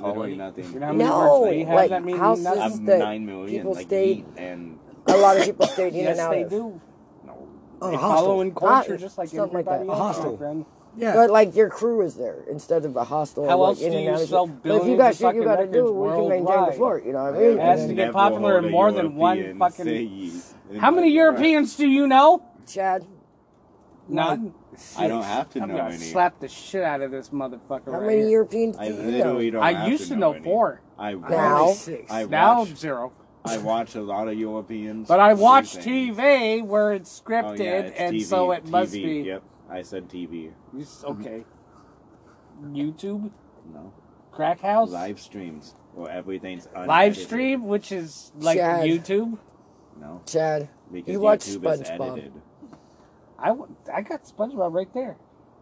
Speaker 8: Literally nothing.
Speaker 1: You know how many
Speaker 2: No,
Speaker 1: words we have
Speaker 2: like
Speaker 1: that mean
Speaker 2: houses
Speaker 1: nothing?
Speaker 8: I'm
Speaker 2: that
Speaker 8: nine million.
Speaker 2: people
Speaker 8: Like
Speaker 2: stayed.
Speaker 8: eat and
Speaker 2: A lot of people stayed in and
Speaker 1: Yes,
Speaker 2: out
Speaker 1: they
Speaker 2: of.
Speaker 1: do.
Speaker 8: no.
Speaker 3: Oh,
Speaker 1: They follow
Speaker 3: hostel.
Speaker 1: in culture
Speaker 2: Ah,
Speaker 1: just like
Speaker 2: something like
Speaker 1: everybody
Speaker 2: that.
Speaker 1: else.
Speaker 3: Hostel.
Speaker 1: my friend.
Speaker 3: Yeah.
Speaker 2: But like your crew is there instead of a hostel.
Speaker 1: How
Speaker 2: like,
Speaker 1: else
Speaker 2: in
Speaker 1: do
Speaker 2: and
Speaker 1: you
Speaker 2: out of-
Speaker 1: sell
Speaker 2: But if you
Speaker 1: billions
Speaker 2: got
Speaker 1: of
Speaker 2: shit you
Speaker 1: fucking
Speaker 2: gotta do,
Speaker 1: records
Speaker 2: we can maintain the
Speaker 1: worldwide?
Speaker 2: floor. You know what I mean?
Speaker 1: It has to get
Speaker 2: And
Speaker 8: Never
Speaker 1: popular
Speaker 8: heard
Speaker 1: in
Speaker 8: a
Speaker 1: more than one
Speaker 8: European
Speaker 1: fucking-
Speaker 8: say yeast in
Speaker 1: How many
Speaker 8: my
Speaker 1: Europeans do you know?
Speaker 2: Chad,
Speaker 1: None.
Speaker 8: life. I don't have to
Speaker 1: I'm
Speaker 8: know
Speaker 1: gonna
Speaker 8: any.
Speaker 1: slap the shit out of this motherfucker
Speaker 2: how
Speaker 1: right
Speaker 2: many
Speaker 1: here.
Speaker 2: Europeans do
Speaker 8: I
Speaker 2: you know?
Speaker 8: literally don't.
Speaker 1: I
Speaker 8: have
Speaker 1: used to
Speaker 8: know
Speaker 1: know
Speaker 8: any.
Speaker 1: four.
Speaker 8: I
Speaker 2: Now-
Speaker 8: watch.
Speaker 3: Only six.
Speaker 8: I
Speaker 1: Now
Speaker 8: watch.
Speaker 1: zero.
Speaker 8: I watch a lot of Europeans.
Speaker 1: But I
Speaker 8: do
Speaker 1: watch
Speaker 8: things.
Speaker 1: TV where it's
Speaker 8: Oh,
Speaker 1: scripted,
Speaker 8: yeah, it's
Speaker 1: and
Speaker 8: TV,
Speaker 1: so it must
Speaker 8: TV,
Speaker 1: be.
Speaker 8: Yep, I said TV.
Speaker 1: You s- Okay. YouTube,
Speaker 8: No,
Speaker 1: crack house, live,
Speaker 8: live streams. Well, everything's unedited.
Speaker 1: stream, which is like
Speaker 2: Chad.
Speaker 1: YouTube.
Speaker 8: No,
Speaker 2: Chad,
Speaker 8: because
Speaker 2: you watch
Speaker 8: YouTube is
Speaker 2: SpongeBob.
Speaker 8: edited.
Speaker 1: I, w- I got SpongeBob right there,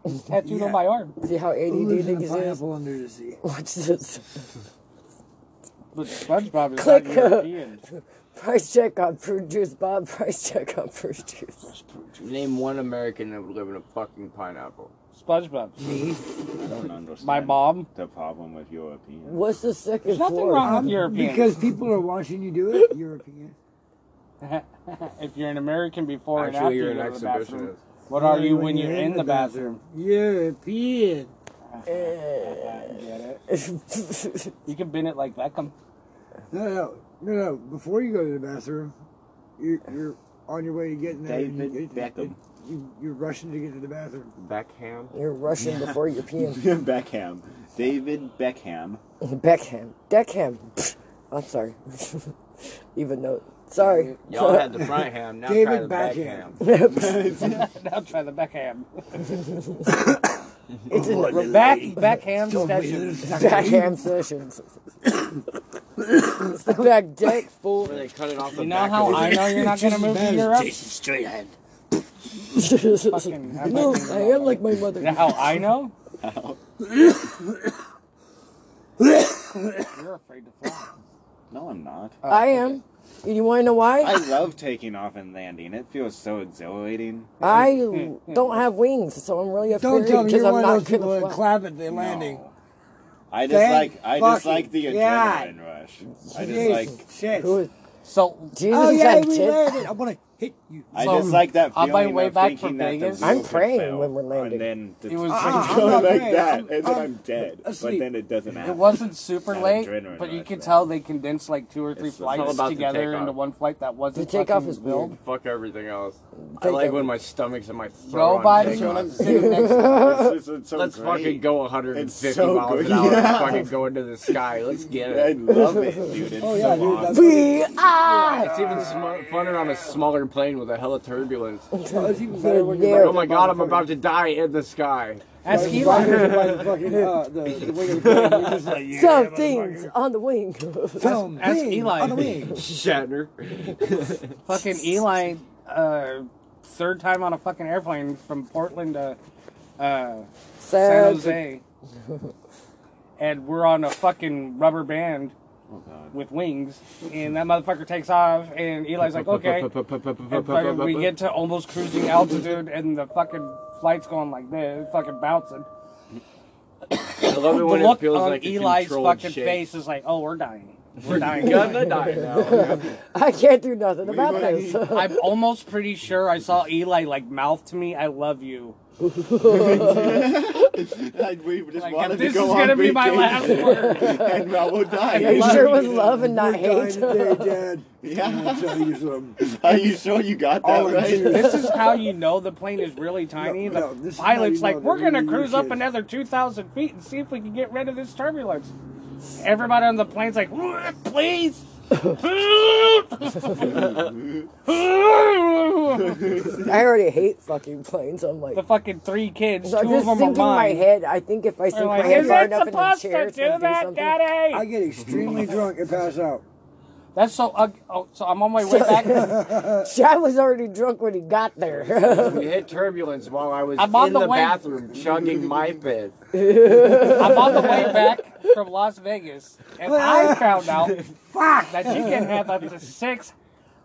Speaker 1: It's tattooed
Speaker 3: Yeah.
Speaker 1: on my arm.
Speaker 2: See how
Speaker 3: Who
Speaker 2: ADD
Speaker 3: lives in a
Speaker 2: niggas is?
Speaker 3: pineapple under the sea?
Speaker 2: Watch this.
Speaker 1: But SpongeBob is
Speaker 2: Click.
Speaker 1: not European.
Speaker 2: Price check on fruit juice, Bob. Price check on fruit juice.
Speaker 9: Name one American that would live in a fucking pineapple.
Speaker 1: SpongeBob,
Speaker 8: I don't understand.
Speaker 1: my mom.
Speaker 8: The problem with Europeans.
Speaker 2: What's the second
Speaker 1: There's nothing
Speaker 2: floor?
Speaker 1: wrong with European.
Speaker 3: Because people are watching you do it. European.
Speaker 1: if you're an American before and
Speaker 9: Actually,
Speaker 1: after
Speaker 9: you're
Speaker 1: you
Speaker 9: an
Speaker 1: go to the bathroom,
Speaker 9: exhibitionist.
Speaker 1: What are you when you're in the bathroom?
Speaker 10: European.
Speaker 1: Get it? You can bend it like Beckham.
Speaker 3: No, no, no, no. Before you go to the bathroom, you're, you're on your way to getting there. and you-
Speaker 7: David Beckham.
Speaker 3: You, you're rushing to get to the bathroom.
Speaker 9: Beckham.
Speaker 2: You're rushing before you're peeing.
Speaker 7: Beckham. David Beckham.
Speaker 2: Beckham. Beckham. I'm sorry. Even though. Sorry.
Speaker 9: Y'all had the front ham. Now try the
Speaker 3: David
Speaker 9: back ham.
Speaker 3: Beckham.
Speaker 1: Now try the Beckham.
Speaker 2: It's in the
Speaker 1: Back Beckham
Speaker 2: Beckham sessions. it's the back deck, fool.
Speaker 9: Where they cut it off the
Speaker 1: You know
Speaker 9: back
Speaker 1: how
Speaker 9: of
Speaker 1: I know you're not gonna move to Europe?
Speaker 5: Jason Strahan.
Speaker 1: Fucking- how
Speaker 2: No,
Speaker 1: Beckham-
Speaker 2: I am like my
Speaker 1: You know
Speaker 2: mother.
Speaker 1: how I know? You're afraid to fly.
Speaker 7: No, I'm not.
Speaker 2: I am. And you want to know
Speaker 7: I
Speaker 2: why?
Speaker 7: love taking off and landing. It feels so exhilarating.
Speaker 2: I don't have wings, so I'm really afraid
Speaker 3: Mm, Don't tell me
Speaker 2: because
Speaker 3: you're
Speaker 2: I'm
Speaker 3: one of
Speaker 2: not
Speaker 3: those people
Speaker 2: going
Speaker 3: that
Speaker 2: to fly.
Speaker 3: clap at the landing.
Speaker 7: No. I just
Speaker 3: Thank
Speaker 7: like I just
Speaker 3: fucking
Speaker 7: like the adrenaline rush. I just like
Speaker 3: Jesus, shit.
Speaker 2: Who is-
Speaker 1: So
Speaker 2: Jesus
Speaker 3: Oh yeah,
Speaker 2: had
Speaker 3: we
Speaker 2: tits.
Speaker 3: landed. I want to hit you.
Speaker 7: I
Speaker 1: So,
Speaker 7: just like that
Speaker 1: on
Speaker 7: feeling
Speaker 1: my way
Speaker 7: of
Speaker 1: back
Speaker 7: thinking
Speaker 1: from
Speaker 7: that
Speaker 1: Vegas-
Speaker 7: the
Speaker 2: I'm
Speaker 7: wheel could
Speaker 2: praying
Speaker 7: fail,
Speaker 2: when we're landing.
Speaker 7: And then the
Speaker 1: It was-
Speaker 3: Ah, I'm
Speaker 7: going
Speaker 3: not
Speaker 7: like
Speaker 3: mad.
Speaker 7: that,
Speaker 3: I'm-
Speaker 7: and then
Speaker 3: I'm-
Speaker 7: I'm dead.
Speaker 3: asleep.
Speaker 7: But then it doesn't happen.
Speaker 1: It wasn't super
Speaker 7: That
Speaker 1: late,
Speaker 7: adrenaline
Speaker 1: but you
Speaker 7: rush,
Speaker 1: could
Speaker 7: though.
Speaker 1: tell they condensed like two or three
Speaker 7: It's all
Speaker 1: flights
Speaker 9: about the
Speaker 1: together
Speaker 9: takeoff.
Speaker 1: into one flight that wasn't
Speaker 2: The takeoff
Speaker 1: fucking
Speaker 2: is
Speaker 1: built.
Speaker 2: weird.
Speaker 9: Fuck everything else. I
Speaker 2: Take
Speaker 9: like
Speaker 2: that-
Speaker 9: when my stomach's in my throat.
Speaker 1: Nobody's
Speaker 9: on
Speaker 1: when I'm
Speaker 9: takeoff.
Speaker 1: sitting next to
Speaker 7: It's just- it's so
Speaker 9: Let's
Speaker 7: great.
Speaker 9: fucking go 150
Speaker 7: It's so
Speaker 9: miles
Speaker 7: good.
Speaker 9: an hour.
Speaker 7: Yeah.
Speaker 9: Fucking go into the sky. Let's get
Speaker 7: I
Speaker 9: it.
Speaker 7: love it, dude. It's
Speaker 3: Oh
Speaker 7: so
Speaker 3: yeah, dude.
Speaker 7: awesome.
Speaker 3: That's
Speaker 2: We are.
Speaker 9: It's even sm- funner on a smaller plane with a hell of turbulence.
Speaker 3: Oh, it's even better when you're
Speaker 2: Yeah.
Speaker 9: Oh my god, I'm about to die in the sky.
Speaker 1: Ask
Speaker 3: He
Speaker 1: Eli.
Speaker 3: the fucking uh, the, the wing of the plane. You're just like, yeah,
Speaker 2: Some things on the wing.
Speaker 3: Boom,
Speaker 1: ask
Speaker 3: bing,
Speaker 1: Eli.
Speaker 3: On the wing.
Speaker 9: Shatner.
Speaker 1: Fucking Eli, uh, third time on a fucking airplane from Portland to uh, San
Speaker 2: Sad.
Speaker 1: Jose, and we're on a fucking rubber band
Speaker 9: Oh,
Speaker 1: with wings, and that motherfucker takes off, and Eli's like, okay. And fucking, we get to almost cruising altitude, and the fucking flight's going like this, fucking bouncing.
Speaker 9: I love it
Speaker 1: The
Speaker 9: when
Speaker 1: look
Speaker 9: it feels
Speaker 1: on
Speaker 9: like a
Speaker 1: Eli's
Speaker 9: controlled
Speaker 1: fucking
Speaker 9: shake.
Speaker 1: face is like, oh, we're dying. We're dying.
Speaker 9: Gonna die now.
Speaker 2: I can't do nothing about this.
Speaker 1: I'm almost pretty sure I saw Eli like mouth to me, "I love you."
Speaker 7: Like, we just
Speaker 1: Like,
Speaker 7: wanted
Speaker 1: if this
Speaker 7: to go
Speaker 1: is
Speaker 7: on
Speaker 1: gonna be my last
Speaker 7: vacation,
Speaker 1: word.
Speaker 7: and I will die.
Speaker 2: It sure was
Speaker 1: uh,
Speaker 2: love and not
Speaker 3: Dying
Speaker 2: hate.
Speaker 3: today, Dad.
Speaker 7: Yeah.
Speaker 3: I'll tell you something.
Speaker 7: Are you sure you got that
Speaker 3: All in
Speaker 7: right?
Speaker 3: tears.
Speaker 1: This is how you know the plane is really tiny.
Speaker 3: No, no,
Speaker 1: the
Speaker 3: this is how
Speaker 1: pilot's
Speaker 3: you
Speaker 1: like,
Speaker 3: know
Speaker 1: "We're
Speaker 3: that
Speaker 1: gonna
Speaker 3: you're
Speaker 1: cruise
Speaker 3: a
Speaker 1: up
Speaker 3: kid."
Speaker 1: another two thousand feet and see if we can get rid of this turbulence." Everybody on the plane's like, "Wah, "Please." the
Speaker 2: I already hate fucking planes. I'm like,
Speaker 1: fucking three kids, two
Speaker 2: I'm
Speaker 1: of
Speaker 2: just
Speaker 1: them are
Speaker 2: sinking my
Speaker 1: mine.
Speaker 2: head. I think if I
Speaker 1: They're
Speaker 2: sink
Speaker 1: like,
Speaker 2: my head
Speaker 1: "Is
Speaker 2: far
Speaker 1: it
Speaker 2: enough in the
Speaker 1: supposed
Speaker 2: chair,
Speaker 1: to
Speaker 2: it's
Speaker 1: do
Speaker 2: gonna do
Speaker 1: that,
Speaker 2: something.
Speaker 1: Daddy?"
Speaker 3: I get extremely drunk and pass out.
Speaker 1: That's so. ug oh, so I'm on my way back.
Speaker 2: Chad was already drunk when he got there.
Speaker 9: We hit turbulence while I was
Speaker 1: I'm on
Speaker 9: in
Speaker 1: the
Speaker 9: the,
Speaker 1: way-
Speaker 9: bathroom chugging my bed.
Speaker 1: I'm on the way back from Las Vegas, and I found out that you can have up to six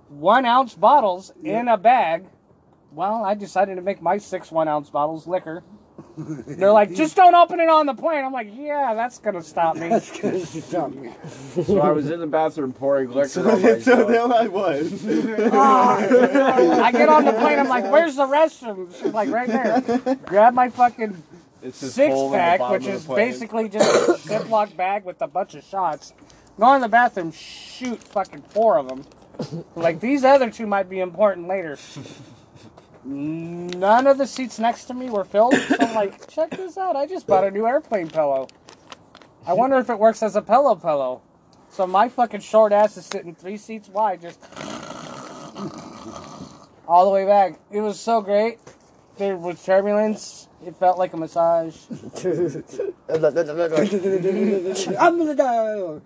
Speaker 1: one ounce bottles in a bag. Well, I decided to make my six one ounce bottles liquor. They're like, just don't open it on the plane. I'm like, yeah, that's gonna stop me.
Speaker 3: That's gonna stop me.
Speaker 9: So I was in the bathroom pouring liquor on
Speaker 7: so there
Speaker 9: myself.
Speaker 7: I was.
Speaker 1: I get on the plane. I'm like, where's the restroom? She's like, right there. Grab my fucking
Speaker 9: It's this
Speaker 1: six
Speaker 9: hole in the
Speaker 1: pack,
Speaker 9: bottom
Speaker 1: which
Speaker 9: of the
Speaker 1: is
Speaker 9: plane.
Speaker 1: basically just a Ziploc bag with a bunch of shots. Go in the bathroom, shoot fucking four of them. Like these other two might be important later. None of the seats next to me were filled, so I'm like, check this out. I just bought a new airplane pillow. I wonder if it works as a pillow pillow. So my fucking short ass is sitting three seats wide, just all the way back. It was so great. There was turbulence. It felt like a massage.
Speaker 3: I'm gonna die.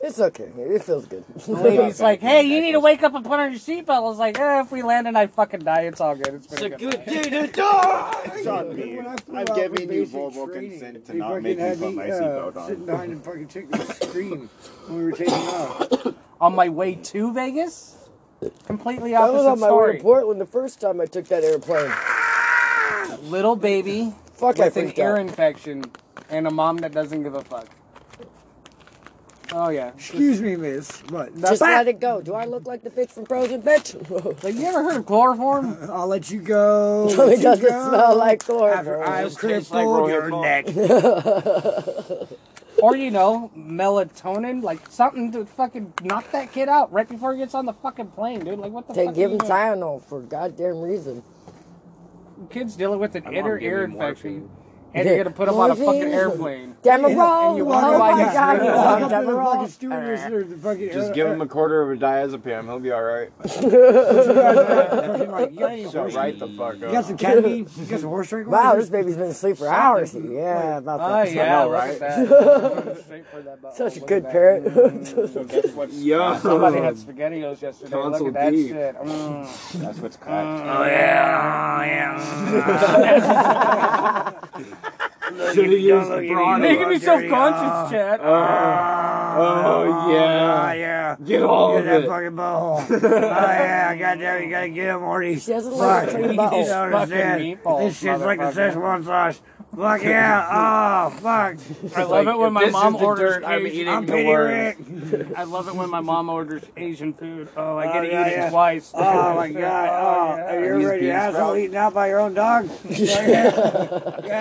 Speaker 2: it's okay. It feels good.
Speaker 1: The lady's like, "Hey, you need to wake up and put on your seatbelt." I was like, eh, "If we land and I fucking die, it's all good. It's been a good." night."
Speaker 7: It's on me.
Speaker 3: When I flew
Speaker 7: I'm
Speaker 3: out for
Speaker 7: giving you
Speaker 3: basic
Speaker 7: verbal
Speaker 3: training,
Speaker 7: consent to
Speaker 3: they
Speaker 7: not
Speaker 3: fucking
Speaker 7: make me
Speaker 3: had
Speaker 7: put my
Speaker 3: uh,
Speaker 7: seatbelt on.
Speaker 3: Sitting behind and fucking took the scream when we were taking off.
Speaker 1: On my way to Vegas, completely
Speaker 2: I was
Speaker 1: opposite
Speaker 2: on my way
Speaker 1: story.
Speaker 2: to Portland the first time I took that airplane.
Speaker 1: Little baby
Speaker 2: Fuck, I
Speaker 1: with an
Speaker 2: freaked
Speaker 1: ear
Speaker 2: out.
Speaker 1: infection and a mom that doesn't give a fuck.
Speaker 9: Oh yeah.
Speaker 3: Excuse me, miss. What?
Speaker 2: Just let it go. Do I look like the bitch from Frozen, bitch?
Speaker 1: Like, you ever heard of chloroform?
Speaker 3: I'll let you go.
Speaker 2: Tell me
Speaker 3: let you
Speaker 2: does it
Speaker 3: go.
Speaker 2: smell like
Speaker 3: After
Speaker 2: chloroform?
Speaker 3: I've
Speaker 9: Just tastes like
Speaker 3: crippled
Speaker 9: rolling
Speaker 3: your
Speaker 9: coal.
Speaker 3: neck.
Speaker 1: or, you know, melatonin? Like, something to fucking knock that kid out right before he gets on the fucking plane, dude. Like, what the
Speaker 2: They
Speaker 1: fuck?
Speaker 2: give
Speaker 1: are you
Speaker 2: him
Speaker 1: doing?
Speaker 2: Tylenol for goddamn reason.
Speaker 1: Kids dealing with an
Speaker 9: My mom
Speaker 1: inner
Speaker 9: gave
Speaker 1: ear
Speaker 9: me
Speaker 1: infection,
Speaker 9: morphine.
Speaker 1: and you're gonna put them on a
Speaker 2: Morphine.
Speaker 1: fucking airplane.
Speaker 2: Demerol.
Speaker 1: and you
Speaker 3: Walk
Speaker 1: wonder
Speaker 2: oh
Speaker 3: up-
Speaker 1: why
Speaker 2: my
Speaker 1: you're
Speaker 3: yeah,
Speaker 2: god,
Speaker 1: screaming.
Speaker 2: you
Speaker 3: you
Speaker 2: love
Speaker 3: walk up to the fucking
Speaker 2: Demerol.
Speaker 3: stewardess or the fucking uh,
Speaker 9: Just
Speaker 3: air-
Speaker 9: give him a quarter of a diazepam. He'll be all right.
Speaker 3: fucking like, you got any
Speaker 9: So
Speaker 3: horse-
Speaker 9: right the fuck
Speaker 3: you got
Speaker 9: up.
Speaker 3: some ketamine? You got some horse drink?
Speaker 2: Wow, this baby's been asleep for hours. Yeah, about
Speaker 1: Oh
Speaker 2: that.
Speaker 1: yeah,
Speaker 9: know,
Speaker 1: look
Speaker 9: right?
Speaker 1: at that. Straight for that butthole.
Speaker 2: Such a
Speaker 1: Look
Speaker 2: good
Speaker 1: at that.
Speaker 2: parent.
Speaker 1: So guess what?
Speaker 9: Yo.
Speaker 1: Somebody had SpaghettiOs yesterday.
Speaker 9: Tonsil
Speaker 1: Look at that
Speaker 9: deep.
Speaker 1: shit. Mm.
Speaker 9: That's what's cracked.
Speaker 11: Oh, yeah, oh, yeah.
Speaker 9: Should have used the
Speaker 1: You're
Speaker 9: broad
Speaker 1: making
Speaker 9: one.
Speaker 1: me self-conscious,
Speaker 9: Uh,
Speaker 1: Chad.
Speaker 9: Oh
Speaker 3: Oh,
Speaker 9: yeah.
Speaker 3: yeah.
Speaker 9: Get all
Speaker 3: Look at
Speaker 9: of
Speaker 3: that
Speaker 9: it.
Speaker 3: fucking butthole. oh, yeah, goddamn, you gotta get him, Morty.
Speaker 2: She doesn't like a
Speaker 3: Fuck.
Speaker 2: clean
Speaker 3: You
Speaker 1: These
Speaker 2: butthole.
Speaker 1: fucking
Speaker 3: understand?
Speaker 1: meatballs,
Speaker 3: This shit's like the
Speaker 1: motherfucker.
Speaker 3: Szechuan sauce. Fuck yeah. Oh, fuck.
Speaker 1: I love it when
Speaker 9: if
Speaker 1: my
Speaker 9: this
Speaker 1: mom
Speaker 9: is the
Speaker 1: orders
Speaker 9: dirt I'm
Speaker 1: Asian.
Speaker 9: eating
Speaker 3: I'm
Speaker 9: the
Speaker 3: Penny
Speaker 9: worst.
Speaker 3: Rick.
Speaker 1: I love it when my mom orders Asian food. Oh, I
Speaker 3: Oh,
Speaker 1: get to
Speaker 3: yeah,
Speaker 1: eat
Speaker 3: yeah.
Speaker 1: it twice.
Speaker 3: Oh, my God. Oh,
Speaker 1: yeah.
Speaker 3: are you
Speaker 9: These
Speaker 3: already an
Speaker 9: bean
Speaker 3: asshole
Speaker 9: sprouts.
Speaker 3: eating out by your own dog? yeah,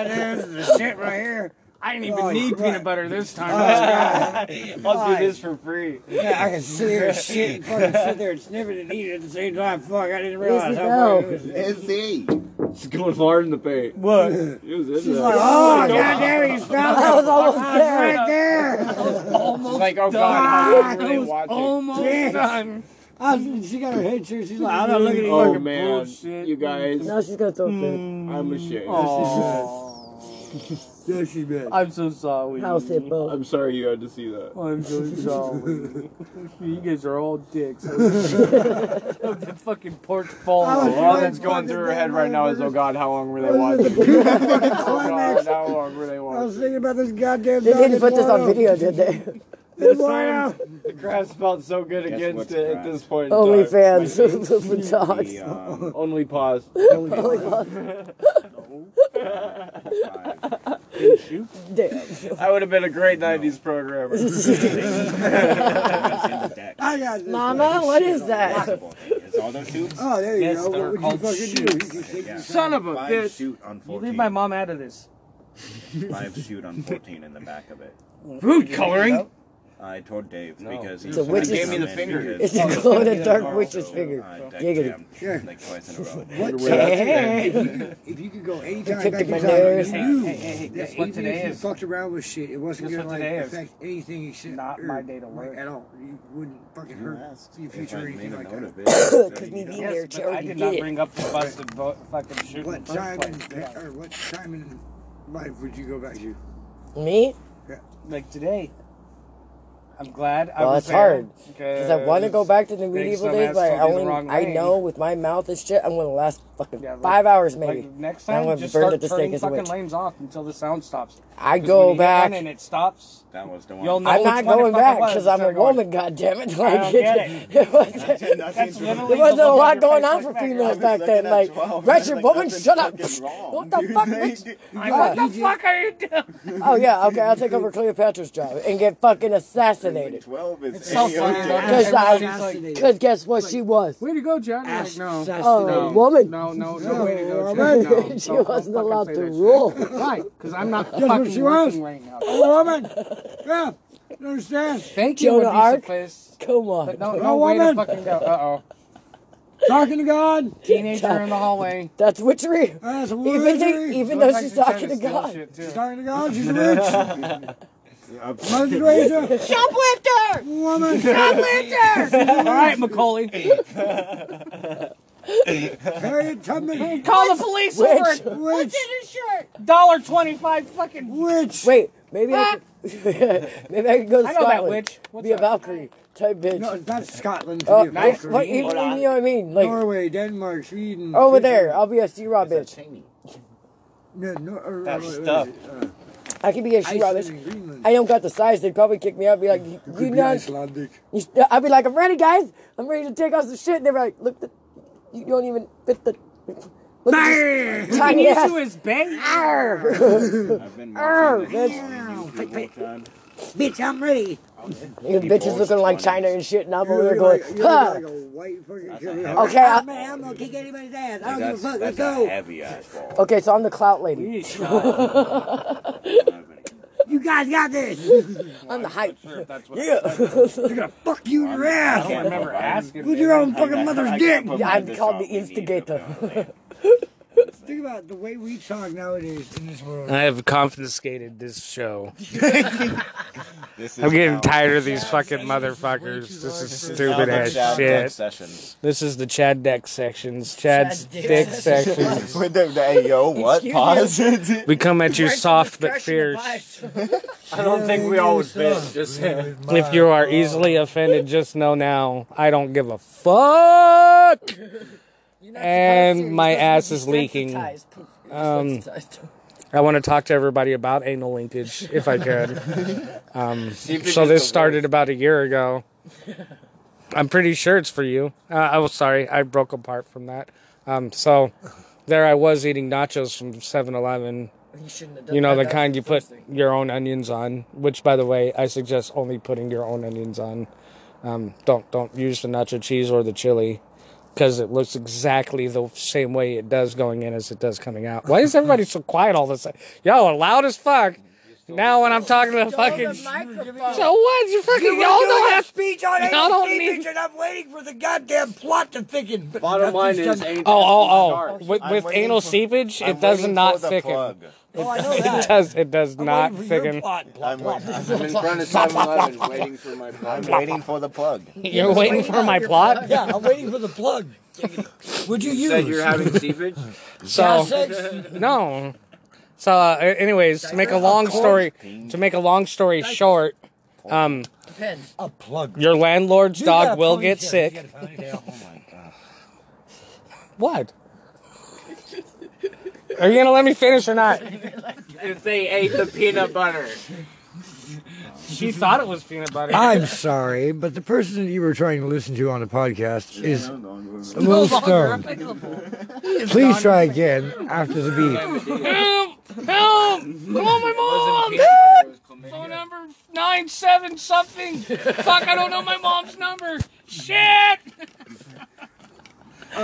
Speaker 3: there's the shit right here.
Speaker 1: I didn't even
Speaker 3: Oh,
Speaker 1: need
Speaker 3: right.
Speaker 1: peanut butter this time.
Speaker 9: I'll do this for free.
Speaker 3: Yeah, I can sit there and shit and fucking sit there and sniff it and eat it at the same time. Fuck, I didn't realize
Speaker 2: Easy
Speaker 3: how
Speaker 2: now.
Speaker 3: fucking it was.
Speaker 9: Izzy. It's going hard in the paint.
Speaker 1: What?
Speaker 9: It was in
Speaker 3: She's
Speaker 9: there.
Speaker 3: like, oh, goddamn, you smell
Speaker 2: I
Speaker 3: that
Speaker 2: was almost there.
Speaker 3: right there.
Speaker 9: She's like, oh god, how
Speaker 3: Fuck,
Speaker 9: are really watching?
Speaker 1: Almost
Speaker 3: Yes.
Speaker 1: done.
Speaker 3: I was, Oh, she got her head turned. She's like, I'm not looking at you.
Speaker 9: oh
Speaker 1: fucking
Speaker 9: man,
Speaker 1: bullshit.
Speaker 9: you guys,
Speaker 2: Now she's gonna throw food.
Speaker 9: I'm ashamed.
Speaker 3: Oh. Yeah, she did.
Speaker 1: I'm so sorry.
Speaker 2: House hit both.
Speaker 9: I'm sorry you had to see that.
Speaker 1: I'm so sorry. you guys are all dicks. that fucking porch falling.
Speaker 3: Oh,
Speaker 9: All that's going through her head right now is, oh god, how long were they watching? oh god,
Speaker 3: Climax.
Speaker 9: how long were they
Speaker 3: I was
Speaker 9: watching?
Speaker 3: thinking about this goddamn
Speaker 2: They
Speaker 3: dog
Speaker 2: didn't put
Speaker 3: in
Speaker 2: this on
Speaker 3: Florida.
Speaker 2: video, did they?
Speaker 3: This time,
Speaker 9: The grass felt so good against it at this point. in
Speaker 2: Only
Speaker 9: time.
Speaker 2: fans for dogs.
Speaker 8: um,
Speaker 9: Only pause.
Speaker 2: Damn.
Speaker 9: I would have been a great 90s programmer.
Speaker 3: I got this.
Speaker 2: Mama, what is that?
Speaker 3: Oh, there you
Speaker 1: Yes,
Speaker 3: go.
Speaker 1: they're
Speaker 3: What would you
Speaker 1: called
Speaker 3: fucking
Speaker 1: shoots.
Speaker 3: do? You could take-
Speaker 1: Son of a bitch. You leave my mom out of this.
Speaker 8: Five shoot on 14 in the back of it.
Speaker 1: Food coloring?
Speaker 8: I told Dave
Speaker 9: No.
Speaker 8: because he
Speaker 2: It's a witch's-
Speaker 9: Gave me the
Speaker 8: in
Speaker 9: finger.
Speaker 2: It's
Speaker 8: because-
Speaker 2: a glowing dark witch's
Speaker 8: So,
Speaker 2: finger.
Speaker 8: I deck
Speaker 2: Giggity.
Speaker 8: jammed, like twice in a row.
Speaker 3: What
Speaker 9: Where that's
Speaker 3: if you could- if you could go anytime
Speaker 2: Kicked
Speaker 3: back
Speaker 2: him
Speaker 3: in
Speaker 2: in the
Speaker 3: time,
Speaker 2: ears.
Speaker 3: you
Speaker 1: Hey,
Speaker 3: knew
Speaker 1: hey, hey, hey, guess
Speaker 3: that
Speaker 1: what
Speaker 3: even
Speaker 1: today
Speaker 3: if you
Speaker 1: is?
Speaker 3: fucked around with shit, it wasn't
Speaker 1: Guess
Speaker 3: gonna
Speaker 1: what
Speaker 3: like
Speaker 1: today is?
Speaker 3: affect anything except
Speaker 1: Not
Speaker 3: or,
Speaker 1: my day to work.
Speaker 3: like, at all. You wouldn't fucking
Speaker 8: You
Speaker 3: hurt
Speaker 8: asked
Speaker 3: your
Speaker 8: if
Speaker 3: future
Speaker 8: I
Speaker 3: or
Speaker 8: made
Speaker 3: anything
Speaker 8: a
Speaker 3: like
Speaker 8: note
Speaker 3: that.
Speaker 8: of it, so
Speaker 2: Because
Speaker 8: you
Speaker 2: we
Speaker 8: know.
Speaker 2: need
Speaker 1: Yes,
Speaker 2: their
Speaker 1: but I
Speaker 2: charity
Speaker 1: did
Speaker 2: to
Speaker 1: not
Speaker 2: get it.
Speaker 1: bring up the busted vo- fucking shoot.
Speaker 3: What
Speaker 1: in the
Speaker 3: time
Speaker 1: first
Speaker 3: in
Speaker 1: place.
Speaker 3: pa- or what time in life would you go back to?
Speaker 2: Me?
Speaker 1: Like today. I'm glad I
Speaker 2: Well,
Speaker 1: was
Speaker 2: it's hard.
Speaker 1: Because
Speaker 2: Because I want to go back to the
Speaker 1: big
Speaker 2: medieval
Speaker 1: dumbass
Speaker 2: days, but I
Speaker 1: told me the
Speaker 2: only
Speaker 1: wrong
Speaker 2: I
Speaker 1: way.
Speaker 2: know with my mouth and shit, I'm gonna last fucking
Speaker 1: Yeah, like-
Speaker 2: five hours maybe.
Speaker 1: Like next
Speaker 2: And I'm
Speaker 1: time,
Speaker 2: gonna
Speaker 1: just
Speaker 2: burn
Speaker 1: start
Speaker 2: at the stake
Speaker 1: turning
Speaker 2: as a
Speaker 1: fucking
Speaker 2: witch.
Speaker 1: lanes off until the sound stops.
Speaker 2: I
Speaker 1: 'Cause
Speaker 2: go
Speaker 1: when you hit one
Speaker 2: back.
Speaker 1: And it stops.
Speaker 8: That was the one.
Speaker 1: You'll know
Speaker 2: I'm
Speaker 1: which one
Speaker 2: not
Speaker 1: it
Speaker 2: going
Speaker 1: fucking
Speaker 2: back
Speaker 1: was
Speaker 2: because I'm
Speaker 1: instead
Speaker 2: a
Speaker 1: of going,
Speaker 2: woman. goddammit.
Speaker 1: I
Speaker 2: Like,
Speaker 1: don't get it.
Speaker 2: it wasn't, there
Speaker 1: That's literally the
Speaker 2: wasn't a
Speaker 1: look on
Speaker 2: lot
Speaker 1: your
Speaker 2: going
Speaker 1: face
Speaker 2: on
Speaker 1: like
Speaker 2: for
Speaker 1: that.
Speaker 2: females back then. Like, Ratchet woman, shut up. What the fuck, bitch?
Speaker 1: I'm
Speaker 2: Yeah.
Speaker 1: What the fuck are you doing?
Speaker 2: Oh yeah, okay, I'll take over Cleopatra's job and get fucking assassinated.
Speaker 8: 12 is
Speaker 1: It's so
Speaker 8: any
Speaker 1: funny.
Speaker 8: other-
Speaker 1: though.
Speaker 2: Because I-
Speaker 1: Everybody's like,
Speaker 2: Cause guess what? She was.
Speaker 1: Way to go, Chad. I'm like, no.
Speaker 2: Oh,
Speaker 1: no,
Speaker 2: woman.
Speaker 1: No, no, no,
Speaker 3: No,
Speaker 1: way to go,
Speaker 3: woman.
Speaker 1: Chad. No,
Speaker 2: she
Speaker 1: don't- don't
Speaker 2: wasn't
Speaker 1: fucking
Speaker 2: allowed
Speaker 1: say
Speaker 2: to
Speaker 1: that shit.
Speaker 2: rule.
Speaker 1: Right, because I'm not
Speaker 3: what
Speaker 1: fucking
Speaker 3: she
Speaker 1: working
Speaker 3: wants.
Speaker 1: right now.
Speaker 3: A Oh, woman. Yeah. You understand?
Speaker 1: Thank you,
Speaker 2: Jonah
Speaker 1: Ibiza
Speaker 2: Arc.
Speaker 1: Fist.
Speaker 2: Come on.
Speaker 1: But no, no
Speaker 3: No
Speaker 1: way to
Speaker 3: woman.
Speaker 1: fucking go. Uh-oh.
Speaker 3: Talking to God.
Speaker 1: Teenager in the hallway.
Speaker 2: That's witchery.
Speaker 3: That's a
Speaker 2: Even
Speaker 3: wizard.
Speaker 2: the, even though
Speaker 1: Looks like
Speaker 2: she's
Speaker 1: she's trying
Speaker 2: talking to
Speaker 1: steal
Speaker 2: God.
Speaker 1: shit, too.
Speaker 3: She's talking to God. She's rich. Mother Teresa.
Speaker 1: Shoplifter!
Speaker 3: Woman.
Speaker 1: Shoplifter! All right, Macaulay.
Speaker 3: Harriet Tubman.
Speaker 1: Call the police
Speaker 2: Witch.
Speaker 1: over it.
Speaker 3: Witch.
Speaker 1: Dollar twenty-five fucking.
Speaker 3: Witch.
Speaker 2: Wait, maybe I could, maybe I could go to
Speaker 1: I know that
Speaker 2: Scotland.
Speaker 1: witch. What's
Speaker 2: be a
Speaker 1: up?
Speaker 2: Valkyrie type bitch.
Speaker 3: No, that's Scotland.
Speaker 2: Oh,
Speaker 3: Yeah,
Speaker 2: nice.
Speaker 3: Valkyrie.
Speaker 2: What, even, you know what I mean? Like
Speaker 3: Norway, Denmark, Sweden.
Speaker 2: over
Speaker 3: Finland.
Speaker 2: there, I'll be a Sea Raw bitch.
Speaker 3: No, no, or,
Speaker 9: That's
Speaker 3: or- or-
Speaker 9: tough.
Speaker 3: uh,
Speaker 2: I could be a Sea Raw
Speaker 3: Iceland
Speaker 2: bitch.
Speaker 3: and Greenland.
Speaker 2: I don't got the size. They'd probably kick me out. and Be like,
Speaker 3: Could
Speaker 2: you
Speaker 3: be
Speaker 2: not.
Speaker 3: Icelandic.
Speaker 2: You, st- I'd be like, I'm ready, guys. I'm ready to take off some shit. And they're like, look, the, you don't even fit the. Look at this.
Speaker 10: The issue is bang.
Speaker 12: I've been watching this
Speaker 2: Arr.
Speaker 12: YouTube channel.
Speaker 2: Bitch, I'm ready. Your
Speaker 12: He
Speaker 2: bitch is
Speaker 12: posts
Speaker 2: looking like
Speaker 12: funny.
Speaker 2: China and shit, and I'm over there
Speaker 3: You're
Speaker 2: going,
Speaker 3: like- you're
Speaker 2: huh.
Speaker 3: like a white fucking
Speaker 12: That's
Speaker 3: kid.
Speaker 12: a heavy-
Speaker 2: Okay, I-
Speaker 3: man, I'm gonna kick anybody's ass.
Speaker 12: Like, that's, that's a heavy ass ball.
Speaker 2: Okay, so I'm the clout lady.
Speaker 3: You guys got this.
Speaker 2: I'm the hype.
Speaker 12: yeah.
Speaker 3: Fuck you in your
Speaker 12: I
Speaker 3: ass.
Speaker 12: don't remember asking.
Speaker 3: With your own fucking mother's dick.
Speaker 2: Yeah, I'm called the instigator.
Speaker 3: Think about the way we talk nowadays in this world.
Speaker 1: I have confiscated this show.
Speaker 12: This is
Speaker 1: I'm getting
Speaker 12: how-
Speaker 1: tired of these fucking motherfuckers. This is stupid
Speaker 12: how the
Speaker 1: ass
Speaker 12: Chad Dick
Speaker 1: shit.
Speaker 12: Sessions.
Speaker 1: This is the Chad Deck sections. Chad's
Speaker 2: Chad Dick
Speaker 1: Dick
Speaker 2: sections.
Speaker 1: sections.
Speaker 12: With the, the hey, yo, what?
Speaker 2: Excuse
Speaker 12: Pause.
Speaker 1: We come at you
Speaker 2: Right to
Speaker 1: soft
Speaker 2: the
Speaker 1: but
Speaker 2: crushing
Speaker 1: fierce.
Speaker 2: device.
Speaker 9: I don't think we always bitch. Just him.
Speaker 1: If you are easily offended, just know now I don't give a fuck.
Speaker 2: You're not
Speaker 1: And
Speaker 2: supposed to. You're
Speaker 1: my
Speaker 2: supposed to
Speaker 1: ass
Speaker 2: be
Speaker 1: is leaking.
Speaker 2: desensitized. You're
Speaker 1: Um,
Speaker 2: desensitized.
Speaker 1: I want to talk to everybody about anal linkage if I could. So this started about a year ago. I'm pretty sure it's for you. Uh, I was sorry, I broke apart from that. Um, so there I was eating nachos from 7-Eleven.
Speaker 2: You shouldn't have done
Speaker 1: You know the
Speaker 2: that. That
Speaker 1: kind
Speaker 2: was
Speaker 1: you
Speaker 2: the
Speaker 1: put
Speaker 2: first thing.
Speaker 1: your own onions on. Which, by the way, I suggest only putting your own onions on. Um, don't don't use the nacho cheese or the chili because it looks exactly the same way it does going in as it does coming out. Why is everybody so quiet all this? Y'all are loud as fuck. Now when I'm talking to the fucking.
Speaker 2: the microphone.
Speaker 1: So what? You fucking
Speaker 3: You were
Speaker 1: y'all
Speaker 3: doing
Speaker 1: don't
Speaker 3: a
Speaker 1: have
Speaker 3: speech on
Speaker 1: y'all
Speaker 3: anal
Speaker 1: don't
Speaker 3: cleavage,
Speaker 1: need-
Speaker 3: and I'm waiting for the goddamn plot to thicken. But
Speaker 9: Bottom line
Speaker 3: nothing's
Speaker 9: is,
Speaker 3: done.
Speaker 9: ain't
Speaker 1: Oh, oh,
Speaker 9: dark.
Speaker 1: oh! With,
Speaker 12: I'm
Speaker 1: with
Speaker 12: waiting
Speaker 1: anal
Speaker 12: for-
Speaker 1: seepage,
Speaker 12: I'm
Speaker 1: it does
Speaker 12: waiting
Speaker 1: not
Speaker 12: for the
Speaker 1: thicken.
Speaker 12: plug.
Speaker 3: oh, I know
Speaker 1: It
Speaker 3: that.
Speaker 1: does. It does
Speaker 3: I'm
Speaker 1: not
Speaker 3: waiting for
Speaker 1: thicken.
Speaker 3: Your plot, plot,
Speaker 12: I'm,
Speaker 3: plot.
Speaker 12: wait- I'm,
Speaker 9: I'm in front of 7-Eleven waiting for my
Speaker 12: I'm
Speaker 9: plug.
Speaker 12: waiting for the plug.
Speaker 1: You're waiting for my plot.
Speaker 3: Yeah, I'm waiting for the plug. Would you
Speaker 9: You
Speaker 3: use?
Speaker 9: said you're having seepage?
Speaker 1: So
Speaker 3: Sussex?
Speaker 1: no. So, uh, anyways, to make a long story to make a long story short, um,
Speaker 2: Depends.
Speaker 3: a plug.
Speaker 1: your landlord's
Speaker 3: You got
Speaker 1: dog
Speaker 3: a
Speaker 1: will get
Speaker 3: ponytail. You
Speaker 1: sick.
Speaker 3: got a ponytail. Oh
Speaker 1: What? Are you gonna let me finish or not?
Speaker 9: If they ate the peanut butter.
Speaker 1: She thought it was peanut butter.
Speaker 3: I'm sorry, but the person that you were trying to listen to on the podcast is a
Speaker 2: No
Speaker 3: little
Speaker 2: longer
Speaker 3: stoned.
Speaker 2: applicable.
Speaker 3: Please try again after the beep.
Speaker 1: Help! Help! Call my mom! Phone number nine seven something. Fuck! I don't know my mom's number. Shit!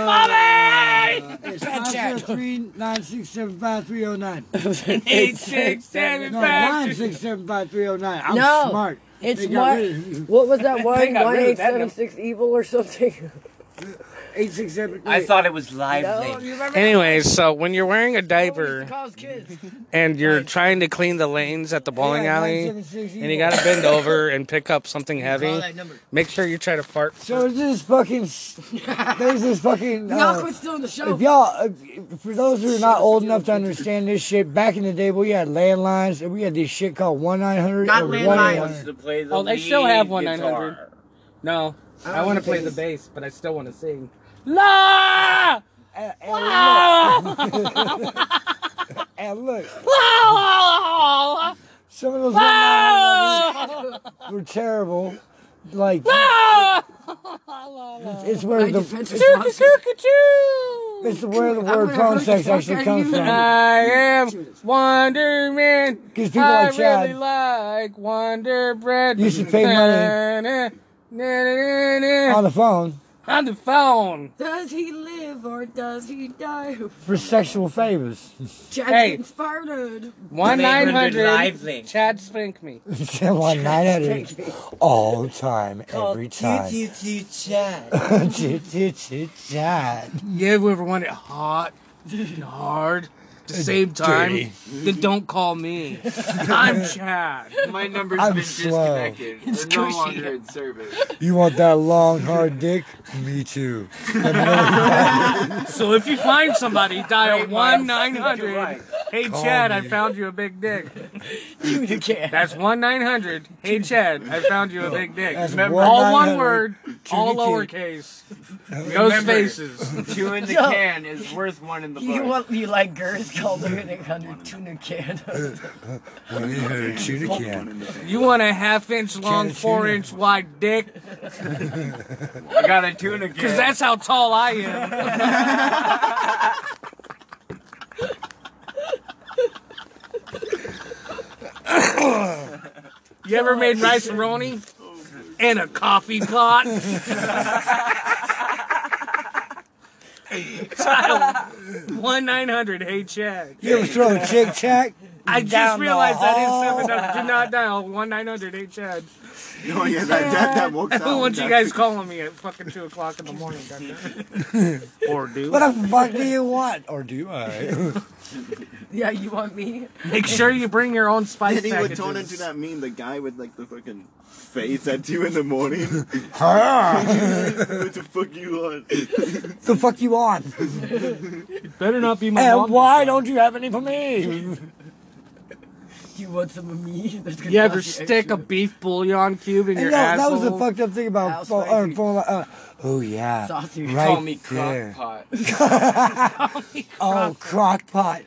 Speaker 1: Mommy!
Speaker 3: It's 9675309.
Speaker 1: Eight six seven
Speaker 3: No,
Speaker 1: five. two-
Speaker 3: 9675309. I'm
Speaker 2: No,
Speaker 3: smart.
Speaker 2: It's
Speaker 3: They got
Speaker 2: what?
Speaker 3: rid of it.
Speaker 2: What was that one?
Speaker 1: got
Speaker 2: One
Speaker 1: rid of
Speaker 2: eight
Speaker 1: that
Speaker 2: seven six evil or something?
Speaker 3: 867.
Speaker 9: I thought it was
Speaker 2: No,
Speaker 9: lively.
Speaker 2: you remember?
Speaker 1: Anyways, so when you're wearing a
Speaker 2: what we used to
Speaker 1: diaper
Speaker 2: call us kids.
Speaker 1: and you're trying to clean the lanes at the bowling
Speaker 3: Yeah,
Speaker 1: alley,
Speaker 3: 976
Speaker 1: and you gotta bend over and pick up something
Speaker 2: Call
Speaker 1: heavy,
Speaker 2: that number.
Speaker 1: make sure you try to fart.
Speaker 3: So there's this fucking. s- There's this fucking.
Speaker 2: Y'all
Speaker 3: Uh,
Speaker 2: quit still on the show.
Speaker 3: if y'all, if- for those who are not old enough to understand this shit, back in the day we had landlines and we had this shit called 1 900
Speaker 2: Not
Speaker 3: or
Speaker 2: landlines.
Speaker 3: 1-800.
Speaker 9: play the
Speaker 1: Oh, they still have
Speaker 9: lead
Speaker 1: 1-900.
Speaker 9: guitar.
Speaker 1: No, I, want to play the bass, but I still want to sing. La! Eh,
Speaker 3: And- and
Speaker 1: La!
Speaker 3: look- And look,
Speaker 1: La!
Speaker 3: some of those 1-900s were terrible. Like, it's where
Speaker 2: My
Speaker 3: the
Speaker 2: defense response.
Speaker 3: it's where the
Speaker 2: I'm
Speaker 3: word
Speaker 2: gonna
Speaker 3: phone
Speaker 2: hurt
Speaker 3: sex
Speaker 2: the fuck
Speaker 3: actually
Speaker 2: out
Speaker 3: comes
Speaker 2: of you.
Speaker 3: from.
Speaker 1: I am Wonder Man.
Speaker 3: 'Cause people
Speaker 1: I
Speaker 3: like Chad-
Speaker 1: really like Wonder Bread.
Speaker 3: You should pay money.
Speaker 1: Na- na- na- na-
Speaker 3: on the phone
Speaker 1: On the phone.
Speaker 2: Does he live or does he die?
Speaker 3: for sexual favors.
Speaker 2: Jack
Speaker 1: Hey.
Speaker 2: inspired.
Speaker 1: 1 900.
Speaker 9: Lively.
Speaker 1: Chad spank me.
Speaker 3: One nine hundred all time,
Speaker 1: Oh,
Speaker 3: every time. Chat.
Speaker 1: Yeah, whoever wanted it hot and hard at the same time,
Speaker 6: dirty.
Speaker 1: then don't call me. I'm Chad.
Speaker 9: My number's
Speaker 3: I'm
Speaker 9: been
Speaker 3: slow.
Speaker 9: disconnected. They're no longer in service.
Speaker 3: You want that long hard dick? Me too.
Speaker 1: So if you find somebody, dial
Speaker 9: Great
Speaker 1: 1
Speaker 9: minds
Speaker 1: 900.
Speaker 9: think
Speaker 1: Hey, Chad, I found you a big dick.
Speaker 2: Dude, you can't.
Speaker 1: That's 1 900. Hey, Chad, I found you a big dick.
Speaker 3: That's
Speaker 1: all one
Speaker 3: 1-900.
Speaker 1: word, all
Speaker 3: Tootie
Speaker 1: lowercase, no spaces.
Speaker 9: Two in the
Speaker 2: Yo.
Speaker 9: can is worth one in the
Speaker 2: You
Speaker 9: bush.
Speaker 2: want you like girls called her an 800 tuna can.
Speaker 3: Shoot again.
Speaker 1: You want a half inch long,
Speaker 3: Chad,
Speaker 1: four
Speaker 3: Chad.
Speaker 1: inch wide dick?
Speaker 9: I got a tuna can.
Speaker 1: Because that's how tall I am.
Speaker 13: You ever made rice roni and a coffee pot? Child, one nine hundred. Hey Chad.
Speaker 3: You ever throw a Tic Tac?
Speaker 13: I just
Speaker 3: down the
Speaker 13: realized that is
Speaker 3: hall?
Speaker 13: seven. up. Do not dial one nine hundred. Hey Chad.
Speaker 8: Oh, yeah, that- that- that woke
Speaker 13: I
Speaker 8: that
Speaker 13: don't
Speaker 8: one
Speaker 13: want you
Speaker 8: up.
Speaker 13: guys calling me at fucking two o'clock in the morning. goddamn it. or do.
Speaker 3: What the fuck do you want? Or do I?
Speaker 2: Yeah, you want me?
Speaker 13: Make sure you bring your own spice
Speaker 8: Then he would
Speaker 13: packages.
Speaker 8: turn into that meme, the guy with like the fucking face at two in the morning. what the fuck you want?
Speaker 3: the fuck you on?
Speaker 13: Better not be
Speaker 3: and why don't you have any for me?
Speaker 2: you want some of me? That's
Speaker 13: You ever stick a beef bouillon cube in
Speaker 3: And
Speaker 13: your
Speaker 3: that, that
Speaker 13: asshole?
Speaker 3: was the fucked up thing about phone, uh, phone, uh, oh yeah,
Speaker 13: Sausage.
Speaker 3: right
Speaker 13: Call me
Speaker 3: there.
Speaker 13: Crock-Pot.
Speaker 3: oh crockpot.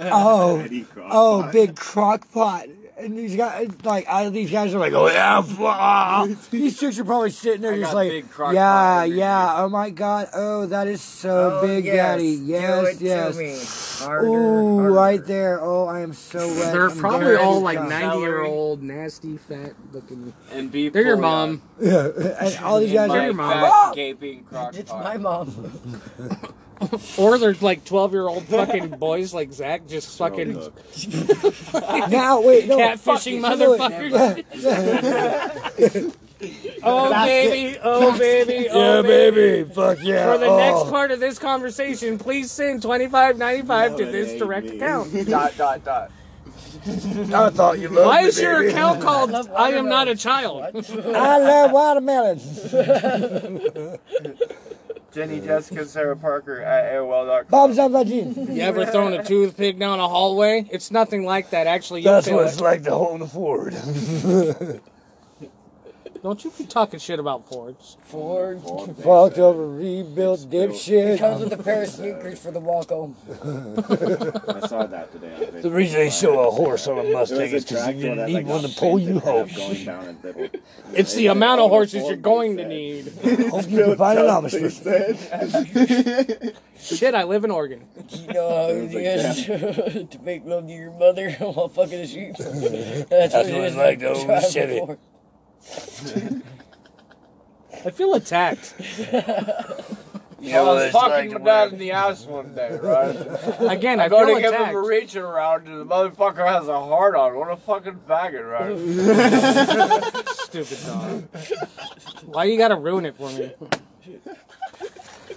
Speaker 3: Oh,
Speaker 8: Eddie Crock
Speaker 3: oh
Speaker 8: Pot.
Speaker 3: big crockpot. And these guys, like, I, these guys are like, oh yeah, fuck. These chicks are probably sitting there
Speaker 9: I
Speaker 3: just
Speaker 9: got
Speaker 3: like,
Speaker 9: big crock
Speaker 3: yeah,
Speaker 9: pot energy.
Speaker 3: yeah. Oh my god. Oh, that is
Speaker 2: Oh,
Speaker 3: so big,
Speaker 2: yes.
Speaker 3: daddy.
Speaker 2: Do
Speaker 3: Yes,
Speaker 2: it to
Speaker 3: yes.
Speaker 2: me. Harder,
Speaker 3: Ooh,
Speaker 2: harder.
Speaker 3: right there. Oh, I am so wet.
Speaker 13: They're
Speaker 3: I'm
Speaker 13: probably
Speaker 3: gonna
Speaker 13: all
Speaker 3: puke
Speaker 13: like
Speaker 3: up.
Speaker 13: 90 year old, nasty, fat looking.
Speaker 9: And beef
Speaker 13: They're your
Speaker 9: bouillon.
Speaker 13: mom.
Speaker 3: Yeah, and all these guys
Speaker 9: My
Speaker 13: are your mom.
Speaker 9: fat, gaping crock
Speaker 2: It's
Speaker 9: pot.
Speaker 2: my mom.
Speaker 13: Or there's like 12 year old fucking boys like Zach just fucking
Speaker 3: "Oh, Now wait, no.
Speaker 13: catfishing
Speaker 3: fuck this, no,
Speaker 13: motherfuckers. oh,
Speaker 3: Basket.
Speaker 13: baby. Oh, baby. Oh,
Speaker 3: yeah, baby. Fuck yeah.
Speaker 13: For the
Speaker 3: oh.
Speaker 13: next part of this conversation, please send 2595 to
Speaker 8: No, it
Speaker 13: this
Speaker 8: ain't
Speaker 13: direct
Speaker 8: me.
Speaker 13: account.
Speaker 9: dot dot dot.
Speaker 3: I thought you loved
Speaker 13: Why
Speaker 3: me,
Speaker 13: is your
Speaker 3: baby.
Speaker 13: account called I Am Not a Child?
Speaker 3: I love watermelons.
Speaker 9: Jenny Jessica Sarah Parker at AOL.com.
Speaker 3: Bob's on Vagine.
Speaker 13: You ever thrown a toothpick down a hallway? It's nothing like that, actually. You'll
Speaker 3: That's
Speaker 13: feel
Speaker 3: what it's
Speaker 13: it.
Speaker 3: like to hold a Ford.
Speaker 13: Don't you be talking shit about Fords.
Speaker 2: Ford.
Speaker 3: Fucked over, rebuilt,
Speaker 2: It comes
Speaker 3: dipshit.
Speaker 2: with a pair of sneakers for the walk home.
Speaker 8: I saw that today.
Speaker 3: The reason they show a horse on a
Speaker 8: There was
Speaker 3: Mustang
Speaker 8: a
Speaker 3: is because
Speaker 8: tractor
Speaker 3: you
Speaker 8: that
Speaker 3: need
Speaker 8: like
Speaker 3: one to
Speaker 8: got
Speaker 3: pull
Speaker 8: bent
Speaker 3: you
Speaker 8: in half
Speaker 3: home.
Speaker 8: going down and they were-
Speaker 13: It's
Speaker 8: they
Speaker 13: the
Speaker 8: said,
Speaker 13: amount
Speaker 8: "Oh,
Speaker 13: of
Speaker 8: the
Speaker 13: horses
Speaker 8: Ford,"
Speaker 13: you're
Speaker 8: they
Speaker 13: going to
Speaker 8: said.
Speaker 13: need.
Speaker 3: Hope you can find an Amish
Speaker 8: They
Speaker 3: person.
Speaker 8: said.
Speaker 13: shit, I live in Oregon.
Speaker 2: You know how
Speaker 8: was
Speaker 2: easy
Speaker 8: like
Speaker 2: it is to make love to your mother while fucking a sheep. That's, what it
Speaker 3: what
Speaker 2: is
Speaker 3: it's like to
Speaker 2: to
Speaker 3: own a
Speaker 2: drive a
Speaker 3: Chevy.
Speaker 2: Ford.
Speaker 13: I feel attacked.
Speaker 3: You
Speaker 9: I
Speaker 3: know what
Speaker 9: was
Speaker 3: it's like
Speaker 9: talking
Speaker 3: to
Speaker 9: to dad
Speaker 3: wear.
Speaker 9: in the ass one day, right?
Speaker 13: Again, I
Speaker 9: I go
Speaker 13: feel
Speaker 9: to give him
Speaker 13: attacked.
Speaker 9: a reach around, and the motherfucker has a hard on. What a fucking faggot, right?
Speaker 13: Stupid dog. Why you gotta ruin it for me?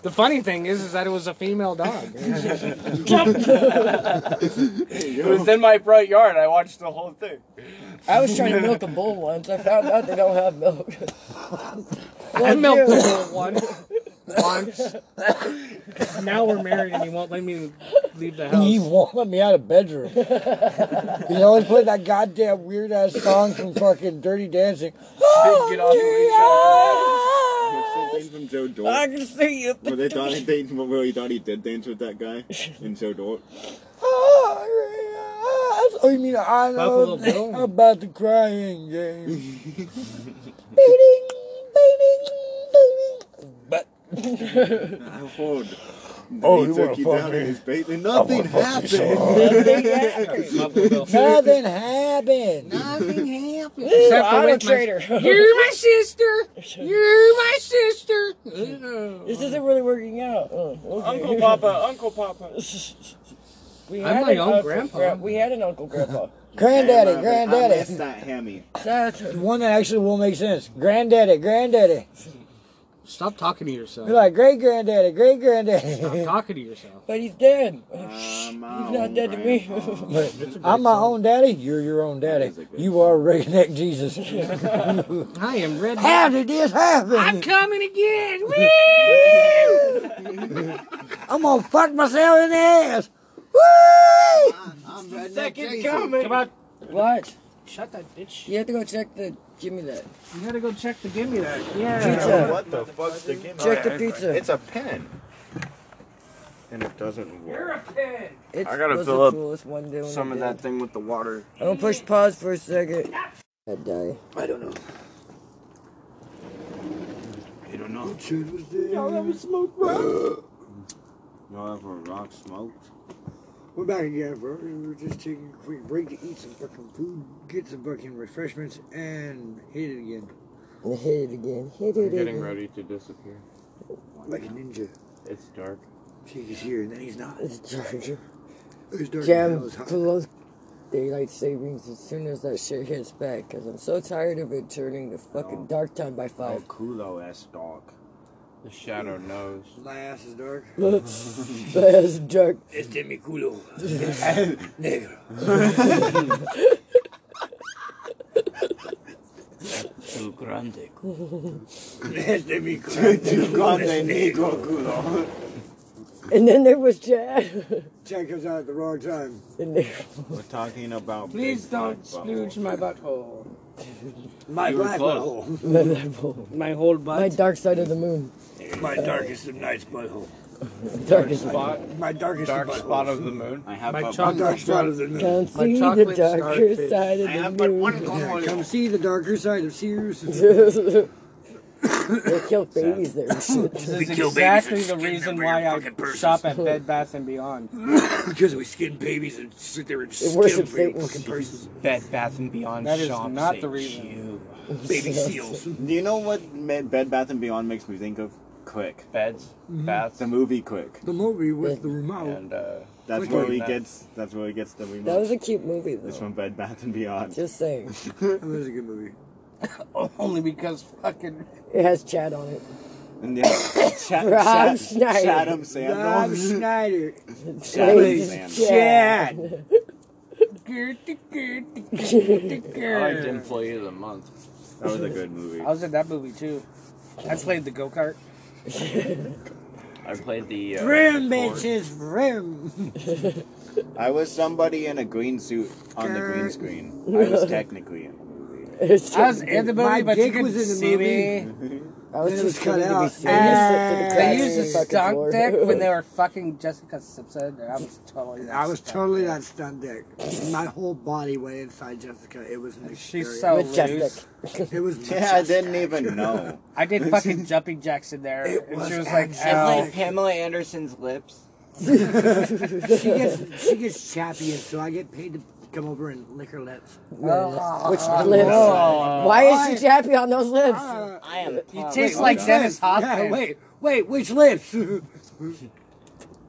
Speaker 13: The funny thing is, is that it was a female dog.
Speaker 9: It was in my front yard. I watched the whole thing.
Speaker 2: I was trying to milk a bull Oh, once. I found out they don't have milk.
Speaker 13: I milked the bull once. Once. Now we're married and he won't let me leave the house.
Speaker 3: He won't let me out of bedroom. He's always playing that goddamn weird ass song from fucking Dirty Dancing.
Speaker 9: Didn't get off the reach around.
Speaker 8: It's the thing from Joe Dork.
Speaker 2: I can see you.
Speaker 8: Well, they thought they really thought he did dance with that guy in Joe Dork.
Speaker 3: Oh, you mean I
Speaker 13: Buffalo
Speaker 3: know
Speaker 13: Bill?
Speaker 3: about the crying game? beating, beating, beating. But
Speaker 8: I hold.
Speaker 3: Oh,
Speaker 8: he
Speaker 3: you wanna
Speaker 8: took you
Speaker 3: fuck
Speaker 8: down
Speaker 3: me?
Speaker 8: in his bath and
Speaker 3: wanna
Speaker 8: nothing
Speaker 3: fuck you so
Speaker 8: happened.
Speaker 3: nothing happened.
Speaker 8: nothing happened.
Speaker 2: Ooh,
Speaker 13: Except for
Speaker 2: I'm a
Speaker 13: with my-
Speaker 2: traitor.
Speaker 13: You're my sister. You're my sister.
Speaker 2: this isn't really working out. Oh, okay.
Speaker 9: Uncle Papa, Uncle Papa.
Speaker 2: We
Speaker 13: I'm
Speaker 2: had
Speaker 13: my
Speaker 2: an
Speaker 13: own
Speaker 2: uncle,
Speaker 13: grandpa.
Speaker 2: gra- we had an uncle grandpa.
Speaker 8: I
Speaker 3: Granddaddy,
Speaker 8: love it. I miss
Speaker 3: granddaddy.
Speaker 8: that hammy.
Speaker 2: That's
Speaker 3: The one that actually will make sense. Granddaddy, granddaddy.
Speaker 13: Stop talking to yourself.
Speaker 3: You're like great granddaddy, great granddaddy.
Speaker 13: Stop talking to yourself.
Speaker 2: but he's dead.
Speaker 8: He's
Speaker 2: He's not dead to
Speaker 8: um,
Speaker 2: me.
Speaker 3: I'm my own daddy. You're your own daddy.
Speaker 8: is a good
Speaker 3: You are redneck Jesus.
Speaker 13: I am ready.
Speaker 3: How did this
Speaker 13: I'm
Speaker 3: happen?
Speaker 13: coming again. Woo!
Speaker 3: I'm gonna fuck myself in the ass. Woo!
Speaker 9: Second coming.
Speaker 13: Come on.
Speaker 2: what?
Speaker 13: Shut that bitch.
Speaker 2: You have to go check the. Give me that.
Speaker 13: You gotta go check the gimme that. Yeah.
Speaker 2: Pizza.
Speaker 8: What the fuck's the game?
Speaker 2: Check the pizza.
Speaker 8: It's a pen. And it doesn't work.
Speaker 13: pen.
Speaker 2: It's,
Speaker 9: I gotta
Speaker 2: was
Speaker 9: fill
Speaker 2: the
Speaker 9: up
Speaker 2: coolest one doing
Speaker 9: Some of that thing with the water.
Speaker 2: I'm gonna push pause for a second. I die.
Speaker 8: I don't know. I don't know.
Speaker 14: Y'all ever smoked rock?
Speaker 8: Y'all ever rock smoked?
Speaker 3: We're back again, bro. We were just taking a quick break to eat some fucking food, get some fucking refreshments, and hit it again.
Speaker 2: Hit it again. Hit
Speaker 3: it
Speaker 2: it
Speaker 3: I'm getting
Speaker 2: again.
Speaker 3: again.
Speaker 9: Ready to disappear.
Speaker 3: Like a ninja.
Speaker 9: It's dark.
Speaker 3: See, he's here, and then he's not.
Speaker 2: It's dark.
Speaker 3: It's dark. as hell,
Speaker 2: Jam
Speaker 3: it's hot.
Speaker 2: close daylight savings as soon as that shit hits back, because I'm so tired of it turning to fucking dark time by
Speaker 15: Oh,
Speaker 2: five.
Speaker 15: Kulo ass dog.
Speaker 9: The shadow knows.
Speaker 3: My ass is dark.
Speaker 2: Oh. That's dark.
Speaker 3: Este mi culo.
Speaker 2: Negro.
Speaker 5: Tu grande.
Speaker 3: Este mi
Speaker 8: Tu grande negro culo.
Speaker 2: And then there was Chad.
Speaker 3: Chad comes out at the wrong time.
Speaker 2: And there,
Speaker 15: We're talking about.
Speaker 1: Please
Speaker 15: big
Speaker 1: don't
Speaker 15: black bubble.
Speaker 1: splooge my butthole.
Speaker 3: My
Speaker 15: You were black close.
Speaker 2: my level.
Speaker 1: My whole butt.
Speaker 2: My dark side of the moon.
Speaker 3: My darkest of nights butthole.
Speaker 2: Darkest
Speaker 3: My darkest
Speaker 9: Dark
Speaker 3: buttholes.
Speaker 9: spot of the moon.
Speaker 15: I have
Speaker 3: My
Speaker 15: a
Speaker 3: chocolate dark spot of the moon.
Speaker 2: Come see the darker side of the moon.
Speaker 3: Yeah, come see the darker side of Sears.
Speaker 2: they kill babies there and
Speaker 10: This is
Speaker 2: shit.
Speaker 10: exactly the reason why I shop at Bed Bath and Beyond.
Speaker 3: because we skin babies and sit there and
Speaker 10: They
Speaker 3: skin
Speaker 10: worship
Speaker 3: them for your
Speaker 10: Satan.
Speaker 3: fucking persons.
Speaker 15: Bed Bath and Beyond
Speaker 10: That is
Speaker 15: shops
Speaker 10: not
Speaker 15: at
Speaker 10: the reason.
Speaker 15: you.
Speaker 3: Baby seals.
Speaker 8: Do you know what Ma- Bed Bath and Beyond makes me think of? Quick.
Speaker 9: Beds.
Speaker 3: Mhm.
Speaker 8: Baths. The movie Quick.
Speaker 3: The movie with the remote.
Speaker 9: And uh,
Speaker 8: That's
Speaker 3: Quick.
Speaker 8: where he gets. That's where he gets the remote.
Speaker 2: That was a cute movie though.
Speaker 8: It's from Bed Bath and Beyond.
Speaker 2: Just saying.
Speaker 3: that was a good movie.
Speaker 2: Only because fucking. It has Chad on it.
Speaker 8: And yeah, Cha-
Speaker 2: Rob
Speaker 8: Cha-
Speaker 2: Schneider.
Speaker 8: Chatham Sandal.
Speaker 3: Rob Schneider.
Speaker 8: Chatham
Speaker 3: Chad.
Speaker 8: Sandal.
Speaker 3: Chad.
Speaker 9: I liked Employee of the Month.
Speaker 8: That was a good movie.
Speaker 10: I was in that movie too. I played the go kart.
Speaker 9: I played the. Uh,
Speaker 3: Vroom,
Speaker 9: board.
Speaker 3: bitches, vroom.
Speaker 8: I was somebody in a green suit on the green screen. I was technically in the movie.
Speaker 10: I was in the movie,
Speaker 3: My
Speaker 10: but you
Speaker 3: dick
Speaker 10: couldn't
Speaker 3: was in the
Speaker 10: see
Speaker 3: movie.
Speaker 10: me.
Speaker 2: I was
Speaker 3: Then it was
Speaker 2: too
Speaker 3: cut
Speaker 2: skinny to be
Speaker 3: out.
Speaker 2: serious.
Speaker 10: And
Speaker 2: They
Speaker 10: they
Speaker 2: used
Speaker 10: used
Speaker 2: to
Speaker 10: a
Speaker 2: fucking
Speaker 10: stunt
Speaker 2: floor.
Speaker 10: dick when they were fucking Jessica Simpson. And I was totally. that
Speaker 3: I was
Speaker 10: stunt.
Speaker 3: totally that stunned dick. My whole body went inside Jessica. It was an experience.
Speaker 10: She's so Oh, loose.
Speaker 3: It was
Speaker 8: Yeah, I didn't even know.
Speaker 10: I did fucking jumping jacks in there,
Speaker 3: It
Speaker 10: and
Speaker 3: was
Speaker 10: she was like,
Speaker 3: actually-
Speaker 10: "Ow."
Speaker 3: It's like
Speaker 16: Pamela Anderson's lips.
Speaker 3: she gets she gets chappy, and so I get paid to come over and lick her lips.
Speaker 2: Which
Speaker 10: Oh,
Speaker 2: lips? Why is she chappy on those lips?
Speaker 16: I am.
Speaker 10: You
Speaker 3: Wait,
Speaker 10: taste
Speaker 3: which
Speaker 10: like
Speaker 3: lips?
Speaker 10: Dennis Hopper.
Speaker 3: Yeah, wait, wait, which lips?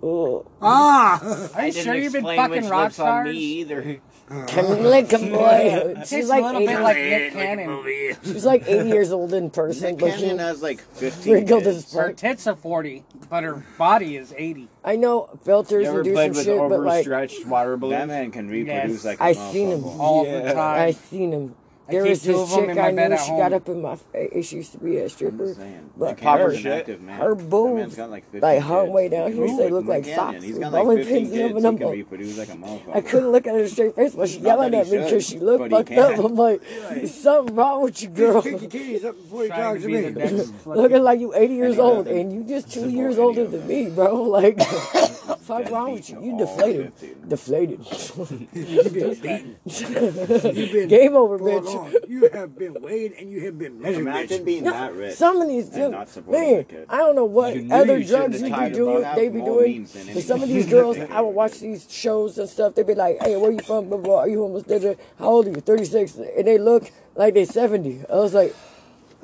Speaker 2: Ooh.
Speaker 3: ah,
Speaker 10: Are you
Speaker 16: didn't
Speaker 10: sure you've been
Speaker 16: explain
Speaker 10: fucking
Speaker 16: which
Speaker 10: rock
Speaker 16: lips on me
Speaker 10: stars?
Speaker 16: either.
Speaker 2: Come lick 'em, boy.
Speaker 10: Tastes
Speaker 2: She's
Speaker 10: a
Speaker 2: like
Speaker 10: little
Speaker 2: 80,
Speaker 10: bit like Nick Cannon.
Speaker 2: she's like 80 years old in person.
Speaker 8: Nick
Speaker 2: but
Speaker 8: Cannon
Speaker 2: she-
Speaker 8: has like 15
Speaker 2: wrinkled as
Speaker 8: kids.
Speaker 10: Her
Speaker 2: fuck.
Speaker 10: tits are 40, but her body is 80.
Speaker 2: I know filters
Speaker 9: You ever
Speaker 2: and do
Speaker 9: played
Speaker 2: some
Speaker 9: with
Speaker 2: shit, but like
Speaker 9: overstretched water
Speaker 8: That
Speaker 9: balloons?
Speaker 8: man can reproduce
Speaker 10: Yes.
Speaker 8: like a
Speaker 2: I seen him
Speaker 8: motherfucker.
Speaker 10: All the
Speaker 9: Yeah.
Speaker 10: time.
Speaker 2: I seen him.
Speaker 10: I
Speaker 2: There
Speaker 10: keep
Speaker 2: was
Speaker 10: two of
Speaker 2: this
Speaker 10: 'em
Speaker 2: chick
Speaker 10: in my
Speaker 2: I
Speaker 10: bed
Speaker 2: knew.
Speaker 10: at
Speaker 2: She
Speaker 10: home.
Speaker 2: got up in my. fa- She used to be a
Speaker 8: I'm just
Speaker 2: stripper,
Speaker 8: saying.
Speaker 2: but
Speaker 8: Nick Cannon's
Speaker 9: her
Speaker 8: an
Speaker 9: shit.
Speaker 8: active man.
Speaker 2: her
Speaker 8: That
Speaker 2: boobs
Speaker 8: man's got like 15
Speaker 2: like hung
Speaker 8: kids.
Speaker 2: way down
Speaker 8: He
Speaker 2: here,
Speaker 8: can
Speaker 2: they
Speaker 8: repro-
Speaker 2: look
Speaker 8: Nick
Speaker 2: like
Speaker 8: Cannon,
Speaker 2: socks
Speaker 8: He's
Speaker 2: with
Speaker 8: got
Speaker 2: bowling
Speaker 8: like 15
Speaker 2: pins and
Speaker 8: kids. He
Speaker 2: them
Speaker 8: can
Speaker 2: up.
Speaker 8: reproduce like a motherfucker.
Speaker 2: I couldn't look at her straight face while she
Speaker 8: Not
Speaker 2: yelling
Speaker 8: that
Speaker 2: at
Speaker 8: he
Speaker 2: me because
Speaker 8: should,
Speaker 2: she looked
Speaker 8: but he
Speaker 2: fucked up.
Speaker 8: can.
Speaker 2: I'm like, there's something wrong with you, girl.
Speaker 3: Pick your kitties up before you
Speaker 10: Trying
Speaker 3: talk
Speaker 10: to
Speaker 3: to
Speaker 10: be the
Speaker 3: me.
Speaker 10: next
Speaker 2: Looking
Speaker 10: fucking-
Speaker 2: like you 80 years
Speaker 8: Any of
Speaker 2: old
Speaker 8: them.
Speaker 2: and you just two
Speaker 8: Simple,
Speaker 2: years
Speaker 8: any
Speaker 2: older
Speaker 8: of
Speaker 2: than
Speaker 8: them.
Speaker 2: me, bro. Like, fuck
Speaker 8: Deadbeat
Speaker 2: wrong with you?
Speaker 8: to
Speaker 2: You
Speaker 8: all
Speaker 2: deflated,
Speaker 8: 15.
Speaker 2: deflated.
Speaker 3: You've been beaten. You've been
Speaker 2: Game over,
Speaker 3: brought
Speaker 2: bitch.
Speaker 3: on. You have been weighed and you have been measured.
Speaker 8: Imagine
Speaker 3: bitch.
Speaker 8: being
Speaker 2: No,
Speaker 8: that rich.
Speaker 2: Some of these
Speaker 8: and
Speaker 2: dudes,
Speaker 8: not supporting
Speaker 2: man,
Speaker 8: the kid.
Speaker 2: I don't know what
Speaker 9: You knew
Speaker 2: other
Speaker 9: you shouldn't
Speaker 2: drugs
Speaker 9: have
Speaker 2: you
Speaker 9: tied
Speaker 2: be
Speaker 9: him
Speaker 2: doing,
Speaker 8: up.
Speaker 2: they be
Speaker 8: More
Speaker 2: doing.
Speaker 8: means than
Speaker 2: But some of
Speaker 8: anything.
Speaker 2: these girls, I would watch these shows and stuff. They'd be like, "Hey, where you from? Blah, blah. Are you homeless? Blah, blah. How old are you? 36." And they look like they 70. I was like,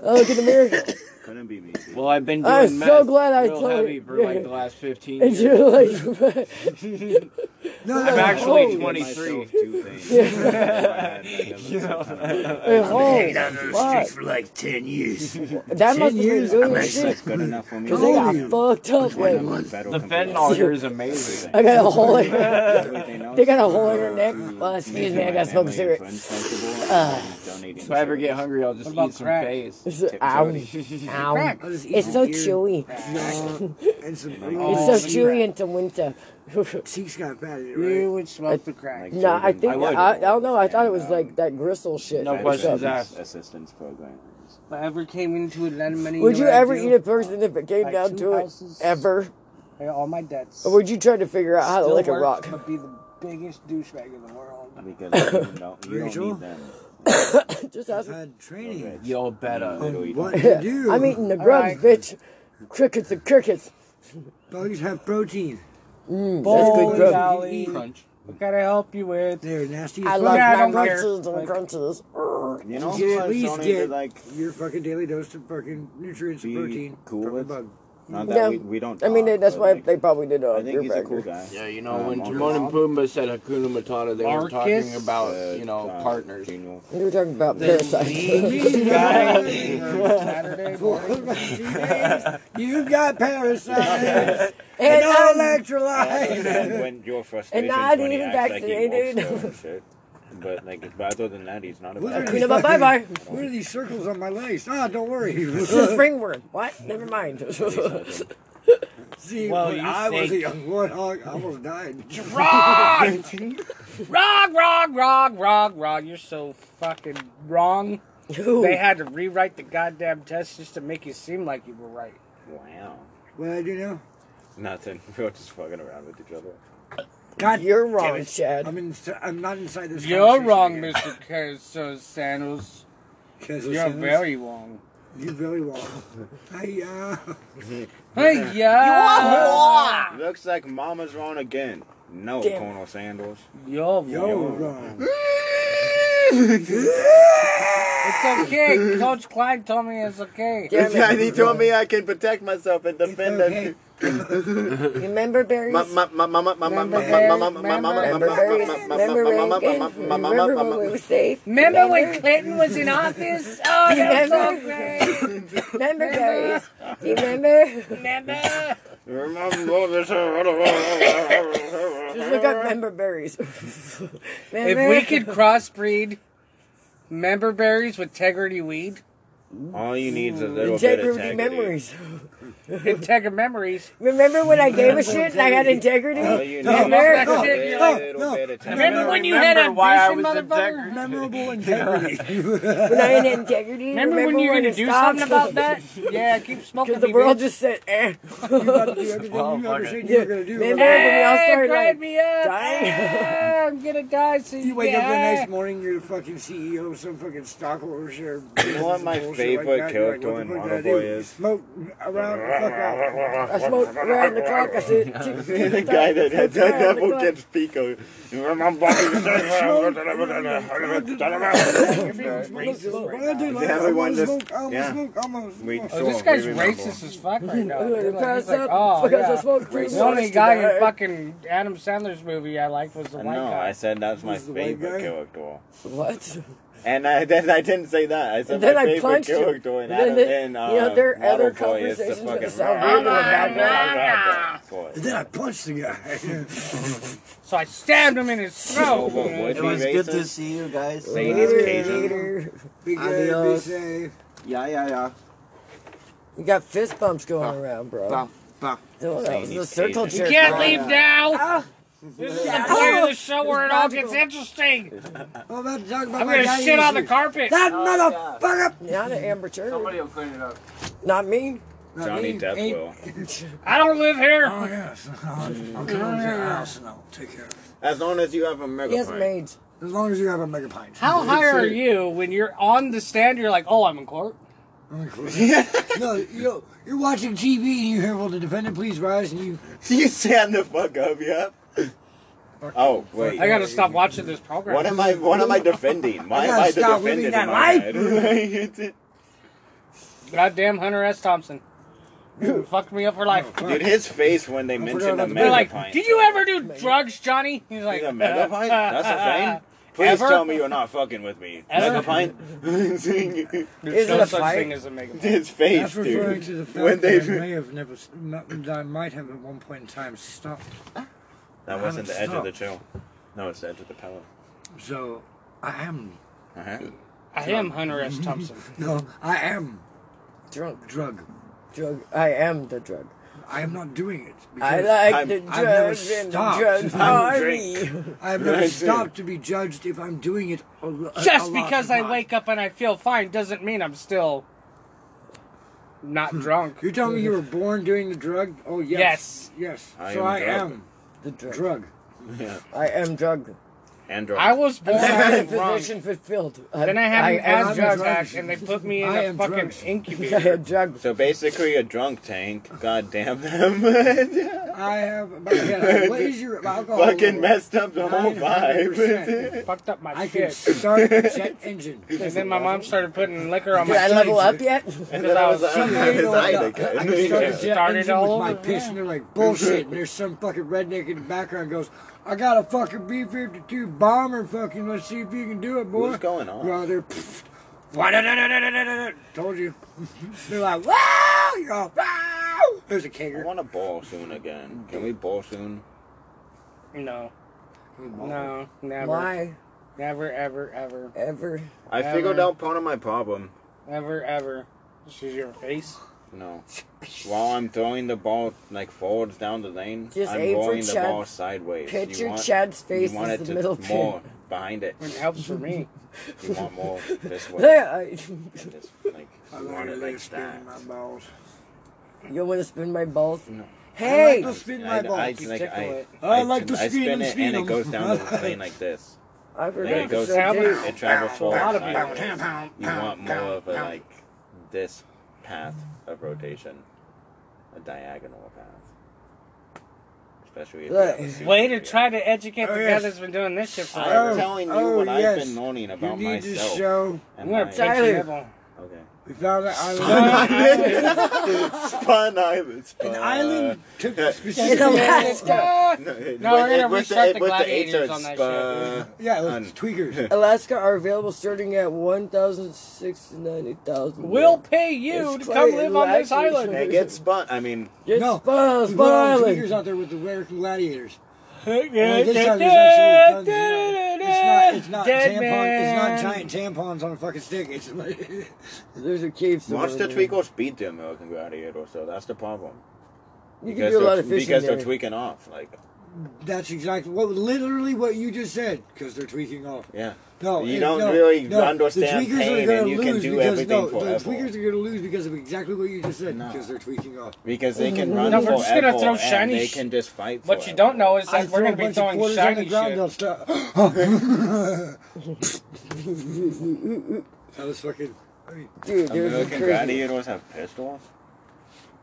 Speaker 2: "Oh, "I look in the mirror."
Speaker 8: Couldn't be me. dude.
Speaker 9: Well, I've been doing
Speaker 2: I'm
Speaker 9: meth
Speaker 2: so glad I
Speaker 9: real
Speaker 2: told
Speaker 9: heavy
Speaker 2: you.
Speaker 9: for like
Speaker 2: Yeah.
Speaker 9: the last 15
Speaker 2: And
Speaker 9: years.
Speaker 2: you're like,
Speaker 3: No, no,
Speaker 9: I'm actually
Speaker 2: oh.
Speaker 9: 23.
Speaker 8: Two things. If I had, like, a
Speaker 9: You know?
Speaker 2: "Hey,
Speaker 17: I've been
Speaker 2: ho,
Speaker 17: out on the
Speaker 2: fuck."
Speaker 17: street for like 10 years.
Speaker 2: That must have been
Speaker 3: years
Speaker 2: good
Speaker 8: That's
Speaker 2: shit.
Speaker 8: like good enough for me.
Speaker 2: Because they
Speaker 8: to
Speaker 2: got
Speaker 8: be on
Speaker 2: fucked up.
Speaker 8: one of
Speaker 2: Like,
Speaker 8: the federal
Speaker 9: The
Speaker 8: computer.
Speaker 9: fentanyl here is amazing.
Speaker 2: I got a hole in
Speaker 8: Everything else
Speaker 2: They got a
Speaker 8: is
Speaker 2: hole in
Speaker 8: for-
Speaker 2: her neck.
Speaker 8: to
Speaker 2: Well, excuse
Speaker 8: making
Speaker 2: me, I
Speaker 8: my
Speaker 2: got to smoke a
Speaker 8: family
Speaker 2: cigarette.
Speaker 8: and friends comfortable and
Speaker 2: Uh,
Speaker 8: donating
Speaker 9: If I ever get
Speaker 8: cigarettes.
Speaker 9: hungry, I'll just
Speaker 10: What about
Speaker 9: eat some
Speaker 10: crack?
Speaker 9: face.
Speaker 2: It's,
Speaker 8: Tip
Speaker 2: ow,
Speaker 8: Jody.
Speaker 2: ow.
Speaker 3: I'll just eat
Speaker 2: It's
Speaker 3: some
Speaker 2: so
Speaker 3: ear,
Speaker 2: chewy.
Speaker 3: neck, and some.
Speaker 9: Oh,
Speaker 2: it's so
Speaker 9: man.
Speaker 2: chewy into winter.
Speaker 3: Cheeks got fat in it, right?
Speaker 10: You would smoke the crack.
Speaker 8: Like
Speaker 2: no, I
Speaker 8: Jordan
Speaker 2: think I,
Speaker 9: would.
Speaker 2: I don't know. I thought it was
Speaker 8: And, um,
Speaker 2: like that gristle shit.
Speaker 9: No
Speaker 2: that was
Speaker 9: questions
Speaker 2: up.
Speaker 9: asked.
Speaker 8: Assistance program.
Speaker 10: If I ever came into a lot of money,
Speaker 2: Would
Speaker 10: know
Speaker 2: you
Speaker 10: what I'd
Speaker 2: ever
Speaker 10: do?
Speaker 2: eat a person if it came
Speaker 10: Like
Speaker 2: down
Speaker 10: two
Speaker 2: to it?
Speaker 10: houses.
Speaker 2: Ever?
Speaker 10: Pay all my debts.
Speaker 2: Or would you try to figure out how to
Speaker 10: Still
Speaker 2: lick a
Speaker 10: work,
Speaker 2: rock? Hmm,
Speaker 10: But be the biggest douchebag in the world.
Speaker 8: Because you don't, you
Speaker 3: Rachel?
Speaker 8: don't need them.
Speaker 2: Just ask.
Speaker 3: I've had training.
Speaker 9: You'll better.
Speaker 8: Literally
Speaker 3: um, What
Speaker 8: don't.
Speaker 3: to do?
Speaker 2: I'm eating the grubs,
Speaker 10: right.
Speaker 2: bitch. Crickets and crickets.
Speaker 3: Bugs have protein.
Speaker 2: Mm, that's good
Speaker 13: Bowling
Speaker 2: grub.
Speaker 13: alley.
Speaker 2: Crunch.
Speaker 13: What can I help you with?
Speaker 3: They're nasty.
Speaker 2: I love my crunches and crunches.
Speaker 3: You
Speaker 8: know,
Speaker 3: should
Speaker 8: I
Speaker 3: at least
Speaker 8: don't either,
Speaker 3: get
Speaker 8: like,
Speaker 3: your fucking daily dose of fucking nutrients and
Speaker 8: be
Speaker 3: protein
Speaker 8: cool
Speaker 3: from the
Speaker 8: with-
Speaker 3: bug.
Speaker 8: Not that
Speaker 2: Yeah.
Speaker 8: we, we don't.
Speaker 2: I mean,
Speaker 8: talk,
Speaker 2: that's
Speaker 8: oh, but,
Speaker 2: why
Speaker 8: like,
Speaker 2: they probably did a
Speaker 8: I think he's a cool guy.
Speaker 9: Yeah, you know,
Speaker 8: Uh,
Speaker 9: when
Speaker 8: Monty
Speaker 9: Timon and
Speaker 8: Hall.
Speaker 9: Pumbaa said Hakuna Matata, they were
Speaker 8: Marcus?
Speaker 9: talking about,
Speaker 8: Uh,
Speaker 9: you know,
Speaker 8: uh,
Speaker 9: partners.
Speaker 2: You were talking about
Speaker 9: The
Speaker 2: parasites.
Speaker 9: mean
Speaker 3: You got parasites
Speaker 2: And
Speaker 3: and no
Speaker 2: I'm-
Speaker 8: And
Speaker 3: electrolytes.
Speaker 8: when your
Speaker 2: And
Speaker 8: frustrations
Speaker 2: not
Speaker 8: when he
Speaker 2: even
Speaker 8: acts like he walks
Speaker 2: vaccinated.
Speaker 8: slow and shit. But like, but other than that, he's not a
Speaker 3: What are
Speaker 8: bad
Speaker 3: these
Speaker 8: guy.
Speaker 3: fucking-
Speaker 2: bye-bye.
Speaker 3: What are these circles on my legs? Ah, don't worry.
Speaker 2: It's a springworm. What? Never mind.
Speaker 3: See,
Speaker 2: Well,
Speaker 3: when
Speaker 2: you
Speaker 3: I was a
Speaker 2: think-
Speaker 3: young warthog, I almost died.
Speaker 13: Wrong! wrong, wrong, wrong, wrong, wrong. You're so fucking wrong.
Speaker 2: Who?
Speaker 13: They had to rewrite the goddamn test just to make you seem like you were right.
Speaker 8: Wow.
Speaker 3: What I do now?
Speaker 8: Nothing. We were just fucking around with each other.
Speaker 3: God,
Speaker 2: you're
Speaker 3: damn
Speaker 2: wrong,
Speaker 3: it.
Speaker 2: Chad.
Speaker 3: I'm in, I'm not inside this.
Speaker 13: You're
Speaker 3: conversation
Speaker 13: wrong,
Speaker 3: again.
Speaker 13: Mr. Queso Sandals.
Speaker 3: Queso
Speaker 13: You're
Speaker 3: Sandals?
Speaker 13: very wrong.
Speaker 3: You're very wrong. uh, Hiya.
Speaker 13: Hey,
Speaker 8: yeah.
Speaker 13: yeah.
Speaker 8: Looks like Mama's wrong again. No,
Speaker 13: Damn.
Speaker 8: Colonel Sandals.
Speaker 13: You're
Speaker 3: You're
Speaker 8: wrong.
Speaker 3: wrong.
Speaker 13: It's okay. Coach Clyde told me it's okay.
Speaker 8: he told me I can protect myself and defend
Speaker 3: okay.
Speaker 2: Remember berries? Remember berries? Remember berries? Remember Reagan? Remember when we were safe?
Speaker 13: Remember when Clinton was in office? Oh, that was so great.
Speaker 2: Remember berries? Do you remember?
Speaker 13: Remember?
Speaker 2: Just look up member berries.
Speaker 13: If we could crossbreed member berries with Tegrity weed,
Speaker 8: All you need is a little bit of
Speaker 2: integrity
Speaker 8: integrity.
Speaker 2: memories.
Speaker 13: Integra memories.
Speaker 2: Remember when I gave a shit and I had integrity?
Speaker 8: All you need
Speaker 2: Remember?
Speaker 8: is a
Speaker 13: no,
Speaker 8: little
Speaker 13: no,
Speaker 8: bit
Speaker 3: no.
Speaker 8: of integrity.
Speaker 13: Remember when you had
Speaker 18: Remember
Speaker 13: a
Speaker 18: why I
Speaker 13: vision,
Speaker 18: was
Speaker 13: motherfucker?
Speaker 3: Memorable integrity.
Speaker 2: When I had integrity?
Speaker 13: Remember, when you were going to do
Speaker 2: stopped?
Speaker 13: something about that? Yeah, keep smoking.
Speaker 2: Because the
Speaker 13: you
Speaker 2: world
Speaker 13: bitch.
Speaker 2: just said, eh.
Speaker 3: you got to do everything
Speaker 8: Oh,
Speaker 3: you ever said you were gonna do.
Speaker 2: Remember
Speaker 3: right?
Speaker 2: when we all
Speaker 13: Hey,
Speaker 2: started
Speaker 13: grind
Speaker 2: like,
Speaker 13: me up.
Speaker 2: dying?
Speaker 13: Ah, I'm gonna die so you
Speaker 3: You wake
Speaker 13: can-
Speaker 3: up the next morning, you're the fucking CEO of some fucking stockholder share.
Speaker 8: You know what my
Speaker 3: bullshit
Speaker 8: favorite
Speaker 3: like that. You're like,
Speaker 8: character
Speaker 3: what
Speaker 8: in
Speaker 3: the fuck did I
Speaker 8: Waterboy
Speaker 3: do?
Speaker 8: is?
Speaker 3: Smoke around the fuck out.
Speaker 2: I smoked around the clock. I said, tick, tick,
Speaker 8: the guy that
Speaker 2: tock,
Speaker 8: that,
Speaker 2: tick,
Speaker 8: that
Speaker 2: around the
Speaker 8: devil
Speaker 2: clock.
Speaker 8: can speak of. Everyone just yeah. We
Speaker 13: Oh,
Speaker 8: sure,
Speaker 13: this guy's
Speaker 8: we remember.
Speaker 13: racist as fuck right now.
Speaker 2: Look,
Speaker 13: dude. Like, he's
Speaker 2: Because
Speaker 13: like,
Speaker 2: I-
Speaker 13: oh,
Speaker 2: because I
Speaker 13: yeah.
Speaker 2: smoked too
Speaker 13: The only
Speaker 2: much
Speaker 13: guy in
Speaker 2: today.
Speaker 13: fucking Adam Sandler's movie I liked was the white
Speaker 8: No, I
Speaker 13: guy.
Speaker 8: said that's my
Speaker 3: Who's the white
Speaker 8: favorite
Speaker 3: guy?
Speaker 8: character.
Speaker 2: What?
Speaker 8: And I then I didn't say that. I said
Speaker 2: And then
Speaker 8: my
Speaker 2: I
Speaker 8: favorite
Speaker 2: punched him.
Speaker 8: character
Speaker 2: And
Speaker 8: in
Speaker 2: then
Speaker 8: Adam
Speaker 2: the-
Speaker 8: in uh,
Speaker 2: you know, there are other
Speaker 8: Waterboy is the
Speaker 2: conversations that
Speaker 8: fucking.
Speaker 2: sound weird in the background.
Speaker 3: And then I punched the guy.
Speaker 13: So I stabbed him in his throat.
Speaker 8: It
Speaker 9: It was good to see you guys.
Speaker 8: Say
Speaker 2: Later,
Speaker 8: Cajun.
Speaker 2: later.
Speaker 3: Be good, be
Speaker 9: Adios.
Speaker 3: safe.
Speaker 9: Yeah, yeah, yeah.
Speaker 2: You got fist bumps going around, bro.
Speaker 9: Bah, bah.
Speaker 2: Don't- that was
Speaker 8: Chinese
Speaker 2: The circle
Speaker 8: Asian.
Speaker 2: jerk.
Speaker 13: You can't
Speaker 2: bro.
Speaker 13: leave now. This is the part of the show where it all gets interesting.
Speaker 3: I'm about to "Oh, talk about
Speaker 13: I'm
Speaker 3: my
Speaker 13: gonna
Speaker 3: daddy
Speaker 13: shit on the
Speaker 3: issues.
Speaker 13: carpet.
Speaker 3: That
Speaker 9: Oh,
Speaker 3: motherfucker!
Speaker 2: Not an Amber Turd.
Speaker 9: Somebody will clean it up.
Speaker 2: Not me.
Speaker 3: Not
Speaker 8: Johnny
Speaker 3: me.
Speaker 8: Depp
Speaker 3: Ain't-
Speaker 8: will.
Speaker 13: I don't live here.
Speaker 3: Oh, yes. I'll, I'll come over to your house and I'll take care of it.
Speaker 8: As long as you have a mega
Speaker 2: He has
Speaker 8: pint.
Speaker 2: maids.
Speaker 3: As long as you have a mega pint.
Speaker 13: How high are you when you're on the stand? You're like, oh, I'm in court.
Speaker 3: no, you know, you're watching TV and you hear, will the defendant please rise? And you,
Speaker 8: You stand the fuck up, yeah. Oh wait.
Speaker 13: I gotta stop watching this program.
Speaker 8: What am I? What am I defending? Why
Speaker 3: I
Speaker 8: am
Speaker 3: gotta
Speaker 8: I the
Speaker 3: stop
Speaker 8: defendant
Speaker 3: living
Speaker 8: in
Speaker 3: that
Speaker 8: my
Speaker 3: life.
Speaker 8: head?
Speaker 13: Goddamn Hunter S. Thompson. Fucked me up for life.
Speaker 8: Dude, his face when they
Speaker 3: forgot
Speaker 8: mentioned
Speaker 3: about
Speaker 8: a
Speaker 3: the-
Speaker 13: They're
Speaker 8: mega
Speaker 13: like,
Speaker 8: pint.
Speaker 13: did you ever do drugs, Johnny? He's like, uh,
Speaker 8: Is a mega pint? That's a thing. Please
Speaker 13: Ever?
Speaker 8: tell me you're not fucking with me.
Speaker 13: Ever?
Speaker 8: Mega pint.
Speaker 2: Is
Speaker 13: There's no
Speaker 2: it a
Speaker 13: such
Speaker 2: fight?
Speaker 13: thing as a mega pint.
Speaker 8: his face,
Speaker 3: that's referring to the
Speaker 8: dude.
Speaker 3: fact that
Speaker 8: When they
Speaker 3: I may have never, s- m- that I might have at one point in time stopped.
Speaker 8: that wasn't the edge of the
Speaker 3: stopped.
Speaker 8: chill. No, it's the edge of the pillow.
Speaker 3: So, I am,
Speaker 8: Uh-huh.
Speaker 13: I am Hunter S. Thompson.
Speaker 3: no, I am
Speaker 2: Drunk.
Speaker 3: drug.
Speaker 2: Drug. I am the drug.
Speaker 3: I am not doing it.
Speaker 2: I
Speaker 3: Because
Speaker 2: like
Speaker 8: I'm-
Speaker 2: the
Speaker 3: I've never
Speaker 2: drugs and the
Speaker 3: stopped.
Speaker 2: drugs
Speaker 8: I'm
Speaker 2: are
Speaker 8: drink.
Speaker 2: me.
Speaker 3: I have never
Speaker 8: Right.
Speaker 3: stopped to be judged if I'm doing it a, lo- a,
Speaker 13: Just
Speaker 3: a lot
Speaker 13: because
Speaker 3: or
Speaker 13: I
Speaker 3: not.
Speaker 13: wake up and I feel fine doesn't mean I'm still not drunk.
Speaker 3: You're telling me you were born doing the drug? Oh, yes. Yes.
Speaker 8: I
Speaker 3: so
Speaker 8: am
Speaker 3: I
Speaker 8: drug.
Speaker 3: am
Speaker 2: The drug.
Speaker 3: drug.
Speaker 2: I am drug.
Speaker 8: and drugs.
Speaker 13: I was born
Speaker 2: That
Speaker 13: out wrong.
Speaker 2: position fulfilled.
Speaker 13: Then I had an
Speaker 2: I'm
Speaker 13: ass drug
Speaker 2: drugs.
Speaker 13: act, and they put me in
Speaker 2: I
Speaker 13: a
Speaker 2: am
Speaker 13: fucking
Speaker 2: drugs.
Speaker 13: incubator.
Speaker 8: So basically, a drunk tank. God damn them.
Speaker 3: I have about yeah, laser of
Speaker 13: Oh,
Speaker 3: alcohol.
Speaker 8: Fucking messed up the whole
Speaker 3: 900%.
Speaker 8: vibe.
Speaker 13: Fucked up my
Speaker 3: I
Speaker 13: shit.
Speaker 3: can start the jet engine.
Speaker 13: And then my mom started putting liquor on my
Speaker 2: Did I level
Speaker 13: teeth.
Speaker 2: up yet?
Speaker 13: Because
Speaker 2: And
Speaker 8: then
Speaker 13: I
Speaker 8: I
Speaker 13: was
Speaker 8: was on
Speaker 13: somebody
Speaker 8: his
Speaker 13: that-
Speaker 8: Zydeco.
Speaker 3: I can start a
Speaker 13: Yeah.
Speaker 3: jet
Speaker 13: Started
Speaker 3: engine
Speaker 13: all
Speaker 3: with my
Speaker 13: over,
Speaker 3: piss,
Speaker 13: yeah.
Speaker 3: and they're like bullshit. And there's some fucking redneck in the background goes, "I got a fucking B-52 bomber, fucking. Let's see if you can do it, boy."
Speaker 8: What's going on?
Speaker 3: You're out there. pfft, wa-da-da-da-da-da-da-da. Told you. They're like, "Wow!" You're all, "Wow!" There's a
Speaker 8: I
Speaker 3: kegger.
Speaker 8: want to ball soon again. Can we ball soon?
Speaker 13: No. No, never.
Speaker 2: Why?
Speaker 13: Never, ever, ever.
Speaker 2: Ever.
Speaker 8: I
Speaker 13: Ever.
Speaker 8: figured out part of my problem.
Speaker 13: Ever, ever. This is your face.
Speaker 8: No. While I'm throwing the ball like forwards down the lane,
Speaker 2: Just
Speaker 8: I'm
Speaker 2: aim for
Speaker 8: rolling the
Speaker 2: Chad.
Speaker 8: ball sideways. You
Speaker 2: Picture
Speaker 8: want-
Speaker 2: Chad's face
Speaker 8: You want
Speaker 2: as
Speaker 8: it
Speaker 2: the
Speaker 8: to
Speaker 2: middle
Speaker 8: more
Speaker 2: pin.
Speaker 8: behind it.
Speaker 13: It helps for me.
Speaker 8: You want more this way.
Speaker 2: Yeah, I-
Speaker 8: This, like,
Speaker 3: I
Speaker 8: you
Speaker 3: like
Speaker 8: want
Speaker 3: to
Speaker 8: it
Speaker 3: lay
Speaker 8: like
Speaker 3: spin
Speaker 8: that.
Speaker 3: in my balls.
Speaker 2: You want to spin my balls?
Speaker 8: No.
Speaker 2: Hey!
Speaker 3: I like to spin
Speaker 8: I,
Speaker 3: my balls.
Speaker 8: I, like, I,
Speaker 3: I like to
Speaker 8: I
Speaker 3: spin
Speaker 8: spin
Speaker 3: and
Speaker 8: it
Speaker 3: spin
Speaker 8: and it
Speaker 3: them.
Speaker 8: goes down the lane like this.
Speaker 2: I
Speaker 8: Then
Speaker 2: forgot
Speaker 8: it goes,
Speaker 2: to say that.
Speaker 8: it travels forward.
Speaker 13: lot of people.
Speaker 8: sideways. You want more of a like this path of rotation, a diagonal path. Especially if you have a super
Speaker 13: Way to
Speaker 8: ego.
Speaker 13: try to educate the
Speaker 3: Oh,
Speaker 13: guy
Speaker 3: yes.
Speaker 13: that's been doing this shit for
Speaker 8: I'm
Speaker 13: forever.
Speaker 8: telling you
Speaker 3: oh,
Speaker 8: what
Speaker 3: yes.
Speaker 8: I've been learning about
Speaker 3: you need to
Speaker 8: myself.
Speaker 3: show.
Speaker 13: I'm gonna pitch
Speaker 8: Tyler.
Speaker 13: you up.
Speaker 8: Okay.
Speaker 3: We found an island.
Speaker 8: Spun Island. uh, Spun.
Speaker 3: An island took Uh,
Speaker 2: Uh,
Speaker 3: specific.
Speaker 8: In
Speaker 13: Alaska.
Speaker 2: No, we're gonna restart the
Speaker 13: gladiators on that shit.
Speaker 3: Yeah, it's tweakers.
Speaker 2: Alaska are available starting at 1,690,000.
Speaker 13: We'll pay you to
Speaker 2: It's
Speaker 13: come
Speaker 2: quite
Speaker 13: live on this
Speaker 2: relaxing.
Speaker 13: island.
Speaker 8: It gets spun. I mean,
Speaker 2: Get
Speaker 3: No,
Speaker 2: spun,
Speaker 3: we
Speaker 2: spun
Speaker 3: brought all the
Speaker 2: island.
Speaker 3: tweakers out there with the American gladiators. Only this time there's actual guns. It's not, it's not tampon. It's not
Speaker 13: Dead
Speaker 3: giant tampons on a fucking stick. It's like,
Speaker 2: There's a cave somewhere.
Speaker 8: watch the
Speaker 2: there.
Speaker 8: Tweakers beat the American Gladiator, so that's the problem.
Speaker 2: You can
Speaker 8: because
Speaker 2: do a
Speaker 8: they're-
Speaker 2: lot of fishing
Speaker 8: because
Speaker 2: there.
Speaker 8: they're tweaking off. Like,
Speaker 3: that's exactly what, literally what you just said, because they're tweaking off.
Speaker 8: yeah.
Speaker 3: No,
Speaker 8: you
Speaker 3: it-
Speaker 8: don't
Speaker 3: no,
Speaker 8: really
Speaker 3: no,
Speaker 8: understand
Speaker 3: the tweakers are
Speaker 8: pain,
Speaker 3: gonna
Speaker 8: and you can
Speaker 3: lose
Speaker 8: do
Speaker 3: because,
Speaker 8: everything
Speaker 3: no,
Speaker 8: forever.
Speaker 3: The tweakers are going to lose because of exactly what you just said, because they're tweaking off.
Speaker 8: Because they can run
Speaker 13: No, we're
Speaker 8: forever,
Speaker 13: just gonna throw
Speaker 8: and
Speaker 13: shiny
Speaker 8: they
Speaker 13: sh-
Speaker 8: can just fight.
Speaker 13: What you don't know is that
Speaker 3: I
Speaker 13: we're
Speaker 3: throw
Speaker 13: gonna
Speaker 3: a
Speaker 13: be
Speaker 3: bunch of
Speaker 13: throwing
Speaker 3: quarters on
Speaker 13: shiny
Speaker 3: the ground,
Speaker 13: shit.
Speaker 3: they'll stop. that was fucking. I mean,
Speaker 2: Dude, there's some
Speaker 8: American
Speaker 2: crazy.
Speaker 8: gladiators have pistols.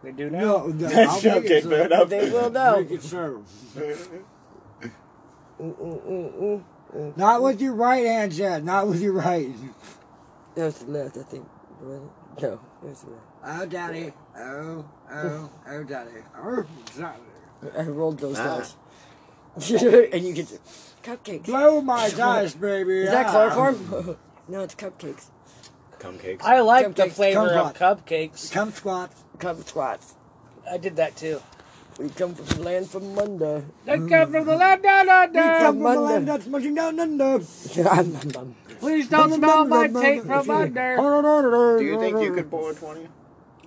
Speaker 13: They do now.
Speaker 3: no, no,
Speaker 8: That's
Speaker 3: I'll make
Speaker 8: joking,
Speaker 3: it
Speaker 8: man.
Speaker 3: serve.
Speaker 8: I'm-
Speaker 2: They will know.
Speaker 3: Make it serve.
Speaker 2: Mm, mm, mm, mm, mm.
Speaker 3: Not with your right hand, Chad. Not with your right.
Speaker 2: That was the left, I think. wasn't it? No, that was the left.
Speaker 3: Oh, daddy. Oh, oh, oh, daddy. Oh, daddy.
Speaker 2: I rolled those
Speaker 8: Ah.
Speaker 2: dice. and you get the cupcakes.
Speaker 3: Blow my dice, baby.
Speaker 2: Is that
Speaker 3: Ah.
Speaker 2: chloroform? no, it's cupcakes.
Speaker 8: Cum cakes.
Speaker 13: I like the
Speaker 2: Cupcakes,
Speaker 13: flavor of cupcakes.
Speaker 3: Come squat.
Speaker 2: Cum squats.
Speaker 13: I did that too.
Speaker 2: We come from the land from Munda.
Speaker 13: They come from the land down
Speaker 3: We Mm. come
Speaker 13: under.
Speaker 3: from the land
Speaker 2: Monday.
Speaker 3: that's mushing down under.
Speaker 13: Please don't smell my tape from under.
Speaker 8: Do
Speaker 3: Do
Speaker 8: you think you could bowl a twenty?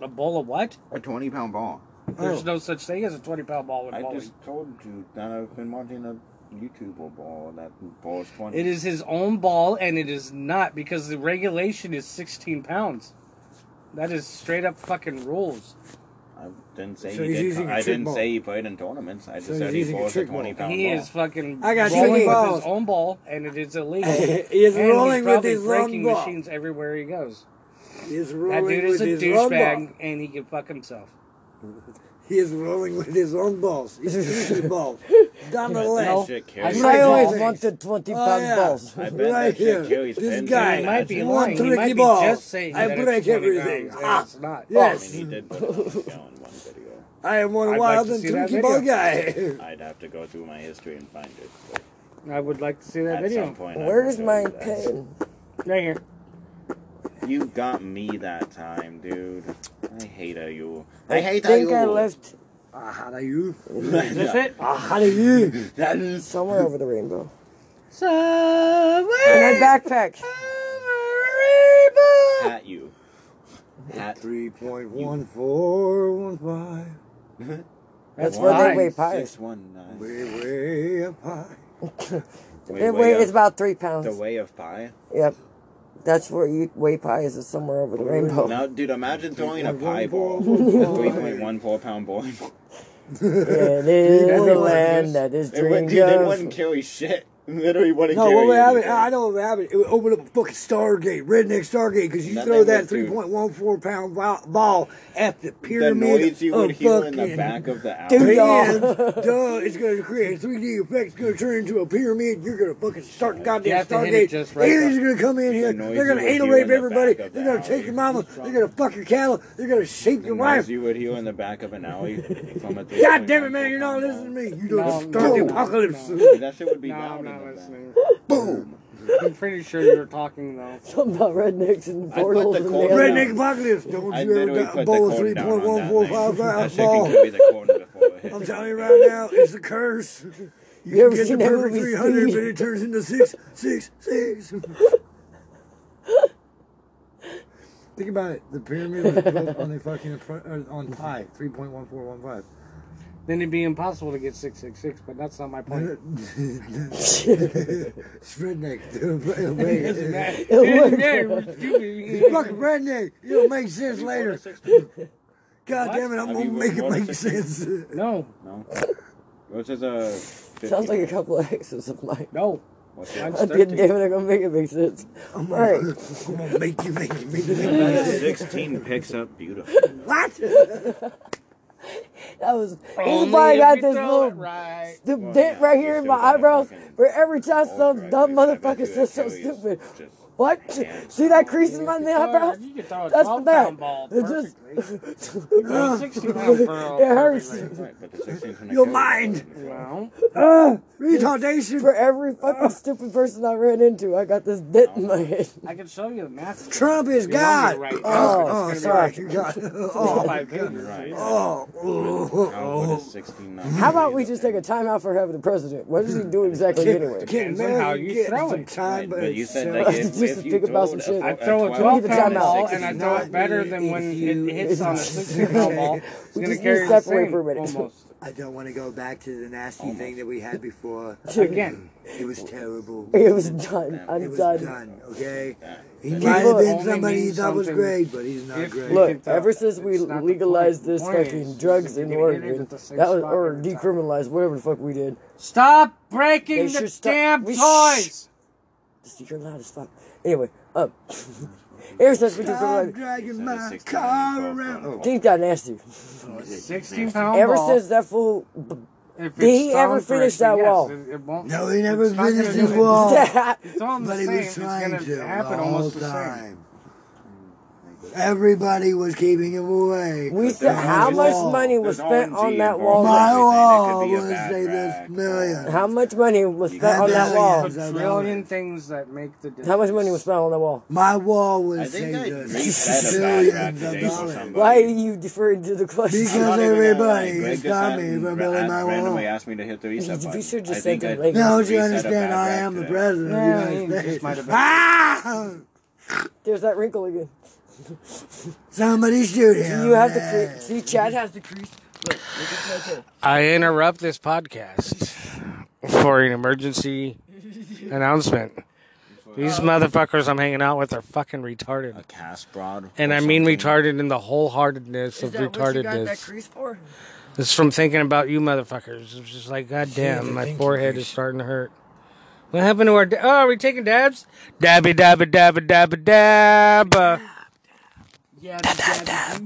Speaker 13: A bowl of what?
Speaker 8: A twenty-pound ball.
Speaker 3: Oh.
Speaker 13: There's no such thing as a 20 pound ball with
Speaker 8: I
Speaker 13: bowling.
Speaker 8: just told you that I've been watching a YouTuber ball that balls twenty.
Speaker 13: It is his own ball, and it is not because the regulation is 16 pounds. That is straight up fucking rules.
Speaker 8: I didn't say
Speaker 3: So
Speaker 8: he
Speaker 3: he's
Speaker 8: did.
Speaker 3: using a
Speaker 8: I
Speaker 3: trick
Speaker 8: didn't
Speaker 3: ball.
Speaker 8: say he played in tournaments. I just
Speaker 3: So he's
Speaker 8: said he
Speaker 3: using a
Speaker 8: balls a
Speaker 3: trick ball.
Speaker 8: twenty-pound
Speaker 13: He
Speaker 8: ball.
Speaker 13: is fucking
Speaker 3: I got
Speaker 13: rolling
Speaker 3: tricky
Speaker 13: with
Speaker 3: balls.
Speaker 13: his own ball, and it is illegal.
Speaker 3: He is
Speaker 13: and
Speaker 3: rolling
Speaker 13: he's
Speaker 3: with
Speaker 13: probably
Speaker 3: his own
Speaker 13: breaking
Speaker 3: ball.
Speaker 13: machines everywhere he goes.
Speaker 3: He's
Speaker 13: That
Speaker 3: rolling
Speaker 13: dude
Speaker 3: with
Speaker 13: is a
Speaker 3: his own balls.
Speaker 13: douchebag, and he can fuck himself.
Speaker 3: He is rolling with his own balls. He's his balls. Down the
Speaker 8: That
Speaker 3: left.
Speaker 8: shit
Speaker 13: I
Speaker 8: carries.
Speaker 13: said
Speaker 2: I always
Speaker 13: balls.
Speaker 2: wanted 20 pound
Speaker 3: Oh, yeah.
Speaker 2: balls.
Speaker 8: I bet
Speaker 3: right
Speaker 8: that shit
Speaker 3: here.
Speaker 8: carries
Speaker 3: This
Speaker 8: pins
Speaker 3: guy.
Speaker 8: in
Speaker 13: He
Speaker 8: it.
Speaker 13: might be
Speaker 3: One
Speaker 13: lying. He
Speaker 3: tricky
Speaker 13: might be
Speaker 3: ball.
Speaker 13: just saying
Speaker 3: I
Speaker 13: that
Speaker 3: break
Speaker 13: it's 20
Speaker 3: everything.
Speaker 13: pounds, and
Speaker 3: Ah.
Speaker 13: it's not. Oh.
Speaker 8: I mean,
Speaker 3: Yes.
Speaker 8: he did put it on the show in one video.
Speaker 3: I am
Speaker 13: I'd
Speaker 3: one
Speaker 13: like
Speaker 3: wild
Speaker 13: to
Speaker 3: and
Speaker 13: see that
Speaker 3: tricky ball
Speaker 13: video.
Speaker 3: guy.
Speaker 8: I'd have to go through my history and find it. But
Speaker 13: I would like to see that
Speaker 8: at
Speaker 13: video.
Speaker 8: some point, I
Speaker 2: Where
Speaker 8: will
Speaker 2: is
Speaker 8: show
Speaker 2: my
Speaker 8: you that.
Speaker 2: pen?
Speaker 13: Right here.
Speaker 8: You got me that time, dude. I hate you.
Speaker 2: I
Speaker 8: I hate
Speaker 2: think
Speaker 8: you.
Speaker 2: I left
Speaker 3: Ah, how do you?
Speaker 13: Is this it?
Speaker 3: Ah, how do you?
Speaker 8: That is
Speaker 2: somewhere over the rainbow.
Speaker 13: Somewhere
Speaker 2: In my backpack.
Speaker 8: at you. At
Speaker 3: Three point one four one five.
Speaker 2: That's where they
Speaker 13: Why?
Speaker 2: weigh pies.
Speaker 8: Six one nine.
Speaker 3: Way way up high.
Speaker 2: They weigh,
Speaker 8: up.
Speaker 2: it's about 3
Speaker 8: uh, The
Speaker 2: pounds.
Speaker 8: way of pie.
Speaker 2: Yep. That's where you weigh pies, is somewhere over the rainbow.
Speaker 8: Now, dude, imagine throwing a pie
Speaker 3: 3.14
Speaker 8: ball.
Speaker 3: ball.
Speaker 8: Three point one four pound ball. It
Speaker 2: It is
Speaker 3: That's
Speaker 2: the
Speaker 3: what it
Speaker 2: land
Speaker 3: is.
Speaker 2: that is
Speaker 8: would,
Speaker 2: dreamed
Speaker 8: dude, it
Speaker 2: of.
Speaker 8: wouldn't carry shit.
Speaker 19: Literally, what
Speaker 3: No, what would happen? I know what would happen. It would open up a fucking Stargate, redneck Stargate, because you
Speaker 19: That
Speaker 3: throw
Speaker 19: they
Speaker 3: that
Speaker 19: would
Speaker 3: three
Speaker 19: do.
Speaker 3: point one four pound bo- ball at the
Speaker 19: The
Speaker 3: pyramid
Speaker 19: noise you
Speaker 3: of
Speaker 19: would hear in
Speaker 3: fucking
Speaker 19: the back of the
Speaker 3: Dude,
Speaker 19: hour.
Speaker 3: duh, it's gonna create a 3D effect. It's gonna turn into a pyramid. You're gonna fucking start
Speaker 19: You
Speaker 3: goddamn
Speaker 19: have to hit it
Speaker 3: Stargate.
Speaker 19: just right,
Speaker 3: Aliens
Speaker 19: though.
Speaker 3: are gonna come in here.
Speaker 19: noise
Speaker 3: They're gonna
Speaker 19: you would hear
Speaker 3: anal
Speaker 19: in
Speaker 3: rape
Speaker 19: the
Speaker 3: everybody.
Speaker 19: back of
Speaker 3: They're
Speaker 19: the
Speaker 3: gonna take your mama. They're gonna fuck your cattle. They're gonna shape
Speaker 8: The
Speaker 3: your
Speaker 8: noise
Speaker 3: wife.
Speaker 8: you would hear in the back of an alley from a
Speaker 3: God damn it, man! You're not listening to me. You don't
Speaker 8: No,
Speaker 3: start the
Speaker 8: no,
Speaker 3: apocalypse.
Speaker 8: Dude, that shit would be
Speaker 1: No,
Speaker 8: loud.
Speaker 1: I'm not
Speaker 8: in the
Speaker 1: listening.
Speaker 3: Boom.
Speaker 1: I'm pretty sure you were talking though.
Speaker 2: Something about rednecks and
Speaker 1: I put
Speaker 2: portals
Speaker 1: the
Speaker 2: and
Speaker 1: cold
Speaker 2: the other-
Speaker 3: Redneck apocalypse. Don't
Speaker 8: I
Speaker 3: you
Speaker 8: literally
Speaker 3: ever
Speaker 8: put the
Speaker 3: bowl
Speaker 8: cone
Speaker 3: three
Speaker 8: down on
Speaker 3: point
Speaker 8: that
Speaker 3: one four five
Speaker 8: thing. That
Speaker 3: pound
Speaker 8: shit can
Speaker 3: ball.
Speaker 8: give me the corn before it hits.
Speaker 3: I'm telling you right now, it's a curse. You,
Speaker 2: You ever
Speaker 3: can get
Speaker 2: seen
Speaker 3: the
Speaker 2: that
Speaker 3: perfect
Speaker 2: movie,
Speaker 3: 300, but
Speaker 2: Speed?
Speaker 3: it turns into six, six, six. Think about it. The pyramid was built on the fucking pro- uh, on pi, three point one four one five.
Speaker 1: Then it'd be impossible to get six six six, but that's not my point.
Speaker 3: redneck.
Speaker 1: It doesn't matter. It doesn't matter. We're
Speaker 3: It's fucking redneck. It'll make sense later. God damn it! I'm
Speaker 8: Have
Speaker 3: gonna
Speaker 8: you
Speaker 3: make it
Speaker 8: watched
Speaker 3: make
Speaker 8: the-
Speaker 3: sense.
Speaker 1: No.
Speaker 8: No. What's his uh?
Speaker 2: Sounds like a couple of exes of mine.
Speaker 1: No.
Speaker 8: What's
Speaker 2: God
Speaker 8: that?
Speaker 2: damn it, I'm gonna make it make sense.
Speaker 3: I'm
Speaker 2: All right.
Speaker 3: gonna, I'm gonna make you make it make it make it. make sense.
Speaker 8: Sixteen picks up beautiful.
Speaker 3: What?
Speaker 2: That was. This
Speaker 1: Only
Speaker 2: is why I
Speaker 1: if
Speaker 2: got
Speaker 1: you
Speaker 2: this
Speaker 1: throw
Speaker 2: little
Speaker 1: it right.
Speaker 2: stu- dent right here in my eyebrows. Where every time some dumb motherfucker says something stupid, what? See that crease in my eyebrows?
Speaker 1: You could throw a
Speaker 2: That's for
Speaker 1: 12
Speaker 2: that.
Speaker 1: pound ball.
Speaker 2: It just.
Speaker 1: throw a 60 pound pearl.
Speaker 2: It hurts.
Speaker 3: Your mind.
Speaker 1: No.
Speaker 3: Ah, retardation.
Speaker 2: For every fucking stupid person I ran into, I got this dent in my head.
Speaker 1: I can show you the math.
Speaker 3: Trump is
Speaker 1: You want
Speaker 3: God.
Speaker 1: me to write down,
Speaker 3: oh,
Speaker 1: but it's
Speaker 3: oh,
Speaker 1: gonna be
Speaker 3: sorry.
Speaker 1: like-
Speaker 3: You got.
Speaker 1: Five
Speaker 3: Oh,
Speaker 1: pages.
Speaker 8: Right.
Speaker 3: oh, oh,
Speaker 8: What
Speaker 3: oh.
Speaker 8: is sixteen?
Speaker 2: How about we just take a timeout for having the president? What does he do exactly anyway?
Speaker 3: Can
Speaker 1: Depends on how you
Speaker 3: get
Speaker 1: throw
Speaker 3: some
Speaker 1: it.
Speaker 3: time, but,
Speaker 8: But you said
Speaker 3: it's-
Speaker 8: like if,
Speaker 2: Just
Speaker 8: if
Speaker 2: to
Speaker 8: you
Speaker 2: think about
Speaker 8: throw
Speaker 2: some shit.
Speaker 8: a-
Speaker 1: I
Speaker 8: a
Speaker 1: throw a
Speaker 2: We need
Speaker 1: 12
Speaker 2: the
Speaker 1: pound ball
Speaker 2: timeout.
Speaker 1: and I throw it better than when it hits on a 60 pound ball. It's going
Speaker 2: We just
Speaker 1: to
Speaker 2: need to
Speaker 1: carry the
Speaker 2: separate
Speaker 1: same
Speaker 2: for a minute.
Speaker 1: almost.
Speaker 3: I don't want to go back to the nasty thing that we had before.
Speaker 1: Again.
Speaker 3: It was terrible.
Speaker 2: It was done.
Speaker 3: It
Speaker 2: I'm
Speaker 3: was
Speaker 2: done.
Speaker 3: done, okay? He
Speaker 2: People
Speaker 3: might have been
Speaker 1: only
Speaker 3: somebody he
Speaker 1: mean
Speaker 3: thought was
Speaker 1: something
Speaker 3: great, but he's not
Speaker 1: if
Speaker 3: great.
Speaker 1: they can
Speaker 2: Look,
Speaker 1: tell
Speaker 2: ever
Speaker 1: that.
Speaker 2: since we
Speaker 1: It's not the
Speaker 2: legalized
Speaker 1: point. The
Speaker 2: this
Speaker 1: point
Speaker 2: fucking
Speaker 1: is,
Speaker 2: drugs
Speaker 1: if you're
Speaker 2: in
Speaker 1: gonna hit it
Speaker 2: Oregon,
Speaker 1: at the same
Speaker 2: that was
Speaker 1: spot
Speaker 2: or
Speaker 1: every time.
Speaker 2: decriminalized, whatever the fuck we did.
Speaker 1: Stop
Speaker 2: They
Speaker 1: breaking the
Speaker 2: should stop-
Speaker 1: damn
Speaker 2: we-
Speaker 1: toys!
Speaker 2: Just you're loud as fuck. Anyway, um, ever since we
Speaker 3: I'm
Speaker 2: decriminalized,
Speaker 3: dragging my car around. Oh,
Speaker 2: think that nasty.
Speaker 1: 16 pound
Speaker 2: Ever
Speaker 1: ball.
Speaker 2: since that fool,
Speaker 1: If it's
Speaker 2: did he ever
Speaker 1: stone
Speaker 2: finish
Speaker 1: fresh,
Speaker 2: that
Speaker 1: yes,
Speaker 2: wall?
Speaker 1: It, it won't,
Speaker 3: No, he never
Speaker 1: it's not gonna
Speaker 3: finished his
Speaker 1: do it.
Speaker 3: wall.
Speaker 1: It's all the
Speaker 3: But he
Speaker 1: same.
Speaker 3: was
Speaker 1: It's going
Speaker 3: trying to
Speaker 1: to
Speaker 3: the
Speaker 1: happen
Speaker 3: whole
Speaker 1: almost the same.
Speaker 3: time. Everybody was keeping him away.
Speaker 2: we
Speaker 3: from
Speaker 2: said how
Speaker 3: his
Speaker 2: much
Speaker 3: wall.
Speaker 2: money was
Speaker 8: There's
Speaker 2: spent
Speaker 8: RNG
Speaker 2: on that
Speaker 8: involved
Speaker 2: wall?
Speaker 8: in
Speaker 3: My
Speaker 8: everything. It could
Speaker 3: wall
Speaker 8: be a
Speaker 3: was
Speaker 8: bad
Speaker 3: say
Speaker 8: rack
Speaker 3: this million.
Speaker 2: How much money was spent
Speaker 3: got
Speaker 2: on that wall?
Speaker 1: A
Speaker 3: Billions of
Speaker 1: trillion
Speaker 3: dollars.
Speaker 1: things that make the difference.
Speaker 2: How much money was spent on that wall?
Speaker 3: My wall
Speaker 8: I
Speaker 3: was say
Speaker 8: think I
Speaker 3: this
Speaker 8: reset a bad rack
Speaker 3: billions of
Speaker 8: today for
Speaker 3: dollars.
Speaker 8: somebody.
Speaker 2: Why are you deferring to the question?
Speaker 3: Because
Speaker 8: I'm not even gonna lie,
Speaker 3: everybody
Speaker 8: Greg
Speaker 3: is
Speaker 8: just
Speaker 3: not
Speaker 8: had-
Speaker 3: me for
Speaker 8: ra-
Speaker 3: building my
Speaker 8: randomly
Speaker 3: wall.
Speaker 8: asked me to hit the reset
Speaker 2: You-
Speaker 8: button.
Speaker 2: you should
Speaker 8: I
Speaker 2: just
Speaker 8: think
Speaker 2: say
Speaker 8: I
Speaker 2: the Lakers.
Speaker 3: No,
Speaker 8: reset
Speaker 3: you
Speaker 8: a
Speaker 3: understand?
Speaker 8: bad
Speaker 3: I
Speaker 8: rack
Speaker 3: am the
Speaker 8: today.
Speaker 3: president
Speaker 1: Yeah,
Speaker 3: of the
Speaker 1: you
Speaker 3: United
Speaker 1: just might
Speaker 3: States.
Speaker 1: have been-
Speaker 3: Ah!
Speaker 2: There's that wrinkle again.
Speaker 3: Somebody shoot him.
Speaker 2: You have to
Speaker 3: Yeah.
Speaker 2: crease. See, Chad has the crease. Look, look at that.
Speaker 1: I interrupt this podcast for an emergency announcement. These motherfuckers I'm hanging out with are fucking retarded.
Speaker 8: Cast broad.
Speaker 1: And
Speaker 8: or
Speaker 1: I mean
Speaker 8: something.
Speaker 1: retarded in the wholeheartedness
Speaker 2: Is
Speaker 1: of
Speaker 2: that what you got that
Speaker 1: retardedness.
Speaker 2: crease for?
Speaker 1: It's from thinking about you motherfuckers. It's just like, god damn, my forehead is starting to hurt. What happened to our. Da- oh, are we taking dabs? Dabby, dabby, dabby, dabby, dab. Uh,
Speaker 20: Yeah, the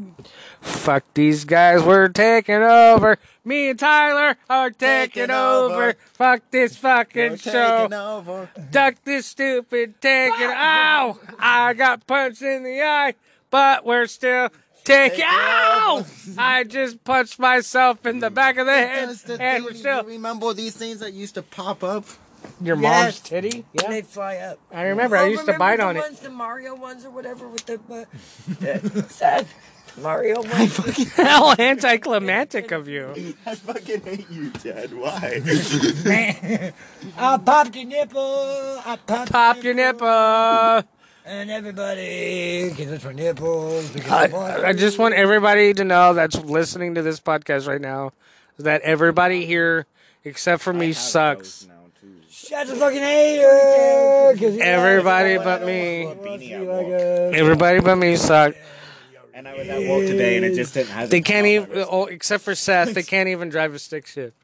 Speaker 1: Fuck these guys, we're taking over. Me and Tyler are taking,
Speaker 19: Taking
Speaker 1: over.
Speaker 19: over.
Speaker 1: Fuck this fucking show.
Speaker 19: Taking over.
Speaker 1: Duck this stupid taking. Ow! I got punched in the eye, but we're still taking. Ow! I just punched myself in the back of the head,
Speaker 19: That's the
Speaker 1: and
Speaker 19: thing.
Speaker 1: we're still.
Speaker 19: You remember these things that used to pop up?
Speaker 1: Your
Speaker 19: Yes.
Speaker 1: mom's titty?
Speaker 2: And they fly up.
Speaker 1: I remember. I
Speaker 2: Oh,
Speaker 1: used to
Speaker 2: remember
Speaker 1: bite
Speaker 2: the
Speaker 1: on it.
Speaker 2: ones, The Mario ones or whatever with the. Uh, sad. Mario ones.
Speaker 1: How anticlimactic of you.
Speaker 19: I fucking hate you, Chad. Why?
Speaker 3: I popped your nipple. I popped,
Speaker 1: Pop your nipple.
Speaker 3: And everybody kisses for nipples. because they want
Speaker 1: I, I just want everybody to know that's listening to this podcast right now that everybody here, except for me, sucks.
Speaker 3: Shut the fucking hater. 'cause he
Speaker 1: Everybody
Speaker 3: wants-
Speaker 1: but
Speaker 3: he
Speaker 1: me.
Speaker 3: wants to be like a-
Speaker 1: Everybody but me suck.
Speaker 8: And I was at work today, and it just didn't.
Speaker 1: They can't even, oh, except for Seth, they can't even drive a stick shift.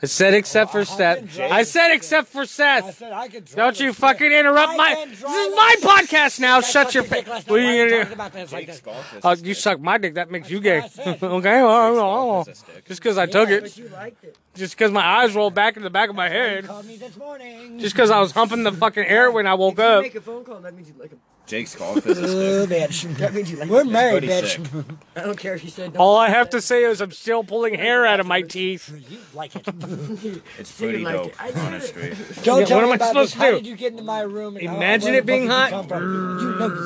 Speaker 13: I said except for Seth. I said except for Seth. I said I can Don't you fucking interrupt my. This is my podcast now. Shut your face. What are you gonna do? Oh, you suck my dick. That makes you gay. okay. well, Just because I took
Speaker 1: Yeah,
Speaker 13: it.
Speaker 1: but you liked it.
Speaker 13: Just because my eyes rolled back in the back of my head.
Speaker 1: Called me this morning.
Speaker 13: Just because I was humping the fucking air when I woke
Speaker 2: You
Speaker 13: up.
Speaker 2: make a phone call, that means you like him.
Speaker 8: Jake's golf is a
Speaker 2: Oh,
Speaker 8: stick.
Speaker 2: bitch. That means you like
Speaker 8: We're
Speaker 2: him.
Speaker 8: married, Pretty bitch.
Speaker 2: I don't care if you said no.
Speaker 13: All I have to say is I'm still pulling hair out of my teeth.
Speaker 2: like it.
Speaker 8: It's
Speaker 2: See, you
Speaker 8: pretty
Speaker 2: like
Speaker 8: dope,
Speaker 2: it. I did it.
Speaker 8: honestly.
Speaker 3: Don't
Speaker 13: Yeah,
Speaker 3: tell me
Speaker 13: what am I
Speaker 3: about
Speaker 13: supposed
Speaker 3: this.
Speaker 13: to
Speaker 3: How
Speaker 13: do?
Speaker 3: did you get into my room? And how-
Speaker 13: Imagine
Speaker 3: where
Speaker 13: it
Speaker 3: the
Speaker 13: being
Speaker 3: fuck did you come
Speaker 13: hot.
Speaker 3: from? You know you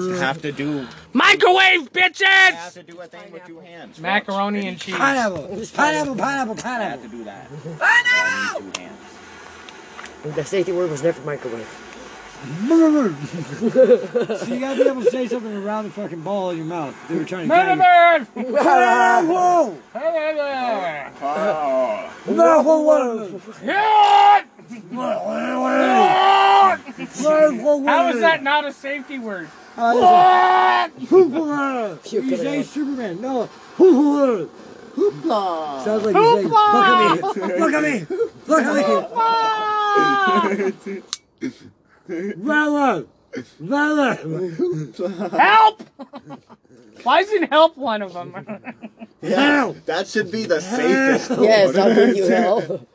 Speaker 3: like it.
Speaker 8: I have to do.
Speaker 13: Microwave,
Speaker 8: I
Speaker 13: bitches!
Speaker 8: have to do a thing with two hands.
Speaker 13: Macaroni and Oh, cheese.
Speaker 3: Pineapple, pineapple, pineapple,
Speaker 8: I have
Speaker 3: pineapple.
Speaker 8: to do that.
Speaker 2: I
Speaker 8: Two hands.
Speaker 2: know. The safety word was never microwave.
Speaker 3: so you gotta be able to say something around the fucking ball of your mouth. They were trying to tell you.
Speaker 13: Murder!
Speaker 3: Whoa! No, whoa, whoa! Whoa, whoa, whoa!
Speaker 13: How is that not a safety word?
Speaker 3: Uh, Hoopla! You say Superman. No. Hoopla! Hoopla! Sounds like you say, look at me! Look at me! Look at me! Rella! Rella!
Speaker 13: Help! Why isn't help one of them?
Speaker 12: Yeah, that should be the safest.
Speaker 2: Yes, I'll give you
Speaker 12: hell.
Speaker 2: hell.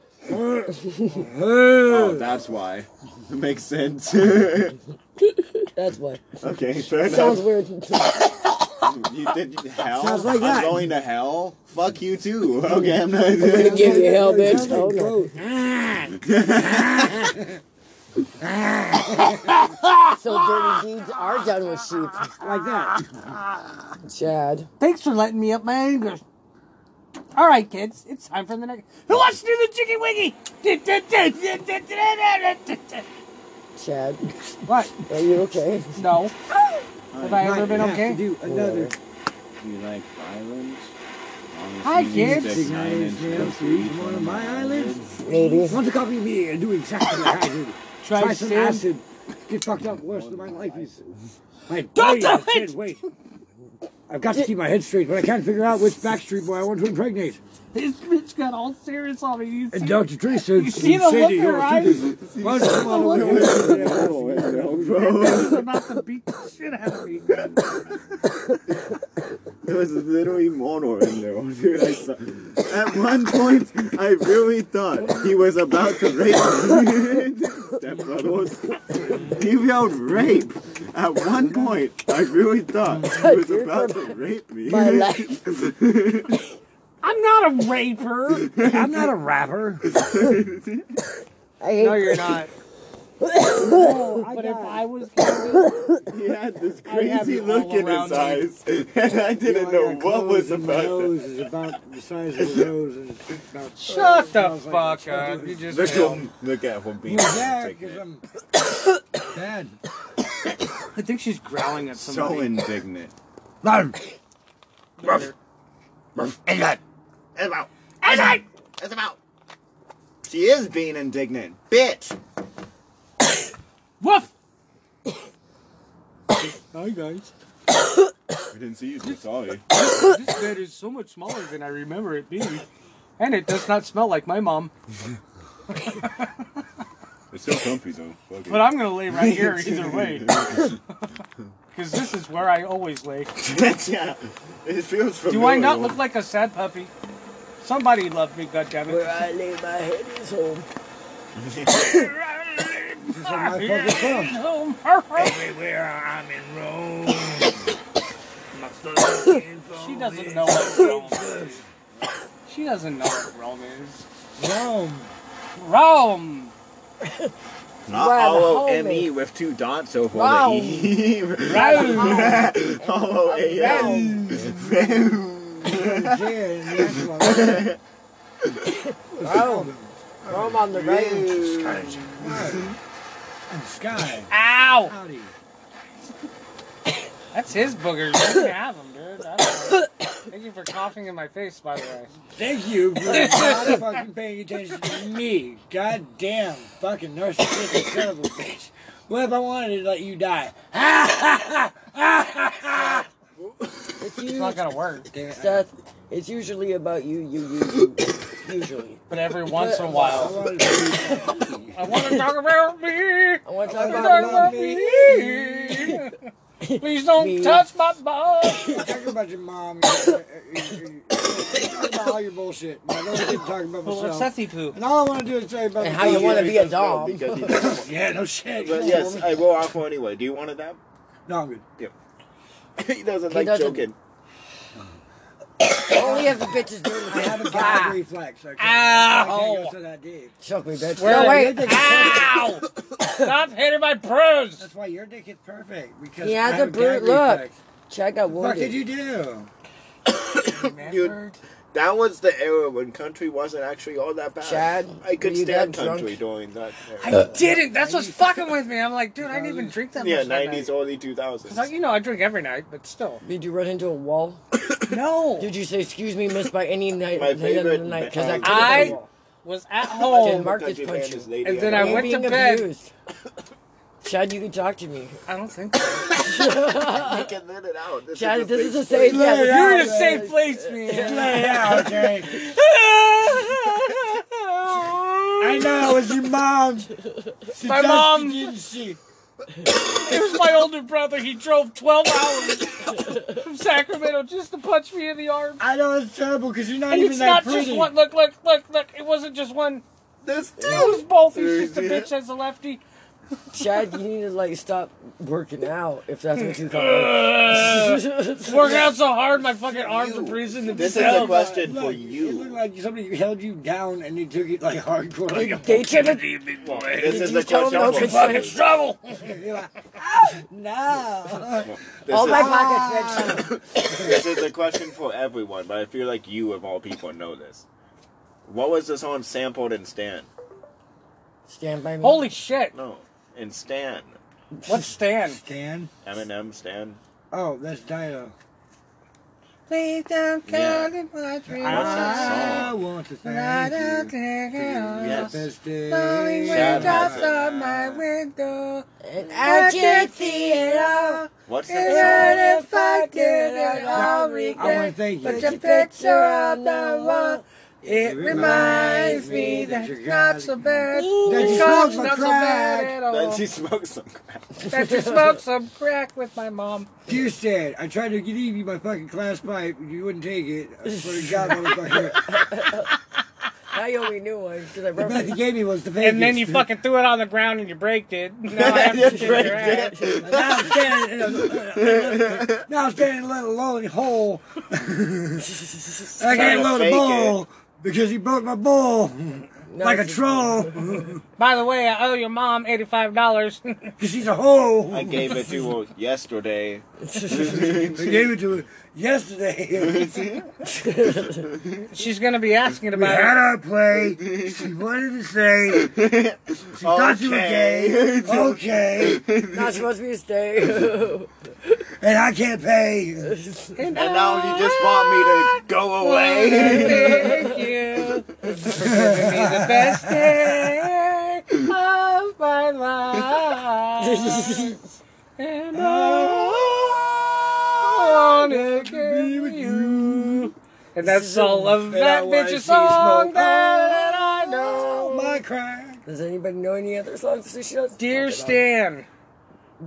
Speaker 12: oh, that's why. It makes sense. okay,
Speaker 2: That's what.
Speaker 12: fair enough.
Speaker 2: Sounds weird.
Speaker 12: You did hell.
Speaker 2: Sounds like
Speaker 12: I'm
Speaker 2: that.
Speaker 12: going to hell. Fuck you too. Okay, I'm not.
Speaker 2: I'm gonna give you hell, bitch. Oh no. so dirty deeds are done with sheep.
Speaker 3: Like
Speaker 13: Ah.
Speaker 3: that.
Speaker 2: Chad.
Speaker 13: Thanks for letting me up my anger. All right, kids, it's time for the next. Who wants to do the chicken wiggy?
Speaker 2: Chad.
Speaker 13: What?
Speaker 2: Are you okay?
Speaker 13: No.
Speaker 8: Have
Speaker 13: I ever been
Speaker 3: You have to
Speaker 13: okay?
Speaker 3: do another.
Speaker 8: You like violence?
Speaker 13: Hi, kids.
Speaker 8: Six, nine inch nails to each one of my
Speaker 3: eyelids.
Speaker 2: Maybe.
Speaker 3: Want to copy me and do exactly what I do.
Speaker 13: Try
Speaker 3: some
Speaker 13: sin.
Speaker 3: acid. Get fucked up worse than my life is. My
Speaker 13: Don't
Speaker 3: body, I
Speaker 13: do
Speaker 3: can't wait. I've got to keep my head straight, but I can't figure out which Backstreet Boy I want to impregnate.
Speaker 13: This bitch got all serious on me. You
Speaker 3: And
Speaker 13: see-
Speaker 3: Dr. Dre said,
Speaker 13: You see the
Speaker 3: said
Speaker 13: look
Speaker 3: to
Speaker 13: in her
Speaker 3: your
Speaker 13: eyes?
Speaker 3: teeth, "Why don't you come on over here?"
Speaker 13: She's about to beat the shit out of me.
Speaker 12: There was literally mono in there, dude. I saw. At one point, I really thought he was about to rape me. Stepbrothers. He yelled rape. At one point, I really thought he was about to rape me.
Speaker 2: My life.
Speaker 13: I'm not a raper.
Speaker 3: I'm not a rapper.
Speaker 2: I hate
Speaker 13: No, you're not.
Speaker 3: Oh, I
Speaker 13: But if
Speaker 3: got
Speaker 13: I was convicted,
Speaker 12: He had this
Speaker 13: I have
Speaker 12: crazy
Speaker 13: it
Speaker 12: look
Speaker 13: all
Speaker 12: in
Speaker 13: around
Speaker 12: his
Speaker 13: me.
Speaker 12: eyes, and I
Speaker 3: you know,
Speaker 12: didn't
Speaker 3: I
Speaker 12: know
Speaker 3: got
Speaker 12: what
Speaker 3: clothes
Speaker 12: was
Speaker 3: and my
Speaker 12: about to.
Speaker 3: nose is about the size of the nose and about
Speaker 13: shut the
Speaker 3: Sounds like
Speaker 13: fuck up. You just
Speaker 8: Look at
Speaker 13: failed.
Speaker 8: him. Look at him being
Speaker 3: Yeah, because
Speaker 8: indignant.
Speaker 3: I'm bad.
Speaker 13: I think she's growling at
Speaker 8: So
Speaker 13: somebody.
Speaker 8: indignant.
Speaker 12: It's about. It's about. It's about. She is being indignant, bitch.
Speaker 13: Woof!
Speaker 3: Hi guys.
Speaker 12: We didn't see you, so sorry.
Speaker 13: This bed is so much smaller than I remember it being, and it does not smell like my mom.
Speaker 12: It's so comfy though. Fuck it.
Speaker 13: But I'm gonna lay right here either way, because this is where I always lay.
Speaker 12: yeah, it feels familiar.
Speaker 13: Do I not look like a sad puppy? Somebody loved me, goddammit.
Speaker 2: Where I lay my head is home.
Speaker 6: Everywhere I'm in Rome. My soul came from
Speaker 13: She doesn't know what Rome is. She doesn't know what Rome is.
Speaker 3: Rome.
Speaker 13: Rome!
Speaker 8: Not
Speaker 2: Well,
Speaker 8: R O M E
Speaker 2: homie.
Speaker 8: with two dots over
Speaker 2: Wow.
Speaker 8: the E.
Speaker 13: Rome!
Speaker 12: Oh,
Speaker 3: Rome.
Speaker 2: Rome. Rome on the road.
Speaker 3: And Sky.
Speaker 13: Ow!
Speaker 3: Howdy.
Speaker 13: That's his boogers. You can have them, dude. I don't know. Thank you for coughing in my face, by the way.
Speaker 3: Thank you for not fucking paying attention to me. Goddamn fucking narcissistic son of a bitch. What if I wanted to let you die?
Speaker 2: It's
Speaker 13: It's not
Speaker 2: you,
Speaker 13: gonna work.
Speaker 3: Damn it.
Speaker 2: Seth. It's usually about you, you, you, you. usually.
Speaker 13: But every once in a while.
Speaker 2: I
Speaker 13: want to talk about me. I
Speaker 2: want to
Speaker 13: talk
Speaker 2: talk
Speaker 13: about,
Speaker 2: about
Speaker 13: me. Please don't touch my butt.
Speaker 3: Talk about your mom. Talk about uh, all your bullshit. I don't keep talking about
Speaker 13: Well,
Speaker 3: myself.
Speaker 13: sussy poo.
Speaker 3: And all I want to do is tell you about
Speaker 2: And
Speaker 3: the
Speaker 2: how you
Speaker 3: bullshit.
Speaker 2: wanna be a
Speaker 8: Well,
Speaker 2: dog.
Speaker 8: because he-
Speaker 3: Yeah, no shit.
Speaker 8: But yes, I will offer anyway. Do you want a dab?
Speaker 3: No, I'm good.
Speaker 8: Yep. he doesn't
Speaker 2: He
Speaker 8: like
Speaker 2: doesn't-
Speaker 8: joking.
Speaker 2: Only if the bitch is doing
Speaker 3: I have a
Speaker 2: Ah.
Speaker 3: gag reflex. I can't, I can't go to that deep.
Speaker 2: Choke me, bitch.
Speaker 3: Where-
Speaker 2: no, wait.
Speaker 13: Ow! Stop hitting my pros.
Speaker 3: That's why your dick is perfect. Because
Speaker 2: He
Speaker 3: I
Speaker 2: has a
Speaker 3: have
Speaker 2: brute
Speaker 3: gag
Speaker 2: look.
Speaker 3: reflex.
Speaker 2: Check out
Speaker 3: What the fuck
Speaker 2: wounded.
Speaker 3: did you do?
Speaker 8: You, that was the era when country wasn't actually all that bad.
Speaker 2: Chad,
Speaker 8: I
Speaker 2: were
Speaker 8: could
Speaker 2: you
Speaker 8: stand
Speaker 2: that drunk?
Speaker 8: country during that era.
Speaker 13: I didn't. That's what's fucking with me. I'm like, dude, I didn't even drink that
Speaker 8: yeah,
Speaker 13: much. that
Speaker 8: nineties,
Speaker 13: night.
Speaker 8: early two
Speaker 13: 'Cause,
Speaker 8: thousands.
Speaker 13: like, you know, I drink every night, but still.
Speaker 2: Did you run into a wall?
Speaker 13: No.
Speaker 2: Did you say, excuse me, miss, by any night?
Speaker 8: My favorite
Speaker 2: night, because I,
Speaker 8: um,
Speaker 2: could've been a
Speaker 13: I
Speaker 2: wall.
Speaker 13: was at
Speaker 2: Did
Speaker 13: home,
Speaker 2: Marcus
Speaker 8: Country
Speaker 2: punch
Speaker 8: band
Speaker 2: you?
Speaker 8: is lady
Speaker 13: and then
Speaker 8: on
Speaker 13: I
Speaker 8: the-
Speaker 2: You're
Speaker 13: went to
Speaker 2: being
Speaker 13: bed.
Speaker 2: abused. Chad, you can talk to me.
Speaker 13: I don't think. so.
Speaker 8: I can let it out. This
Speaker 2: Chad,
Speaker 8: is a
Speaker 2: this
Speaker 8: big
Speaker 2: is the
Speaker 8: place.
Speaker 2: same. Yeah, this is
Speaker 13: You're in a
Speaker 2: the
Speaker 13: safe place, man.
Speaker 3: Yeah, okay. I know it was your mom. She
Speaker 13: My
Speaker 3: touched
Speaker 13: mom-
Speaker 3: you, didn't she?
Speaker 13: It was my older brother. He drove 12 hours from Sacramento just to punch me in the arm.
Speaker 3: I know it's terrible because you're not
Speaker 13: And
Speaker 3: even
Speaker 13: it's
Speaker 3: that
Speaker 13: not
Speaker 3: pretty.
Speaker 13: just one. Look, look, look, look. It wasn't just one.
Speaker 8: This
Speaker 13: It was both. He's just a bitch as a lefty.
Speaker 2: Chad, you need to like stop working out if that's what you call it.
Speaker 13: Working out so hard, my fucking arms are freezing
Speaker 8: This is a
Speaker 13: themselves.
Speaker 8: question for
Speaker 3: Look, It
Speaker 8: you.
Speaker 3: looked like somebody held you down and they took it like hardcore. Like,
Speaker 2: They should have.
Speaker 8: This is
Speaker 2: you
Speaker 8: a
Speaker 2: tell
Speaker 8: question
Speaker 2: him no
Speaker 8: for you.
Speaker 2: consent?
Speaker 13: Trouble.
Speaker 3: you're like, "Oh, no.
Speaker 8: This
Speaker 2: All
Speaker 8: is-
Speaker 2: my pockets, bitch.
Speaker 8: this is a question for everyone, but I feel like you, of all people, know this. What was the song sampled in Stan?
Speaker 2: Stand by me.
Speaker 13: Holy shit.
Speaker 8: No, in Stan.
Speaker 13: What's Stan?
Speaker 3: Stan?
Speaker 8: Eminem, Stan.
Speaker 3: Oh, that's Dino.
Speaker 13: Please don't
Speaker 8: Yeah.
Speaker 13: in my dreams.
Speaker 3: I want to thank you.
Speaker 8: Yes.
Speaker 3: Festive.
Speaker 8: Shout out to-
Speaker 13: my window.
Speaker 2: And I can't see it all.
Speaker 8: What's
Speaker 2: And
Speaker 8: that
Speaker 2: if I did it all
Speaker 3: I want to
Speaker 2: weekend,
Speaker 3: thank
Speaker 2: but
Speaker 3: you.
Speaker 2: your picture on the wall, it reminds me that
Speaker 3: you're
Speaker 2: it's not so bad.
Speaker 3: That you
Speaker 2: It's
Speaker 3: smoked
Speaker 2: not
Speaker 3: my
Speaker 2: so bad
Speaker 3: crack.
Speaker 2: at
Speaker 8: song?
Speaker 2: all.
Speaker 8: Then she smoked some crack.
Speaker 13: That you smoked some crack with my mom.
Speaker 3: Houston, I tried to leave you my fucking class pipe. You wouldn't take it. I swear to God, motherfucker.
Speaker 2: I only knew one because I
Speaker 3: The
Speaker 2: broke
Speaker 3: best
Speaker 2: it.
Speaker 3: he gave me was the fakest.
Speaker 13: And then you fucking threw it on the ground and you braked it. Now I have to kick your ass.
Speaker 3: Now I'm standing in a, now I'm standing in a little lonely hole. I can't
Speaker 8: to
Speaker 3: load a
Speaker 8: fake
Speaker 3: bowl because he broke my bowl like a
Speaker 2: it's-
Speaker 3: troll.
Speaker 13: By the way, I owe your mom eighty-five dollars.
Speaker 3: Because she's a hoe.
Speaker 8: I gave it to her
Speaker 3: I
Speaker 8: yesterday.
Speaker 3: gave it to her yesterday.
Speaker 13: She's gonna be asking
Speaker 3: we had
Speaker 13: about it.
Speaker 3: our play. She wanted to say she thought you were gay.
Speaker 8: Okay.
Speaker 3: Okay.
Speaker 2: Not supposed to be a stay.
Speaker 3: And I can't pay.
Speaker 8: And now you just want me to go away.
Speaker 13: Thank you for giving me the best day of my life. And I wanna be with you. And that's all of
Speaker 3: And I
Speaker 13: that
Speaker 3: wanna
Speaker 13: bitch's
Speaker 3: see you
Speaker 13: song
Speaker 3: smoke
Speaker 13: that
Speaker 3: all
Speaker 13: I know.
Speaker 3: My crack.
Speaker 2: Does anybody know any other songs that she does?
Speaker 13: Dear Stan,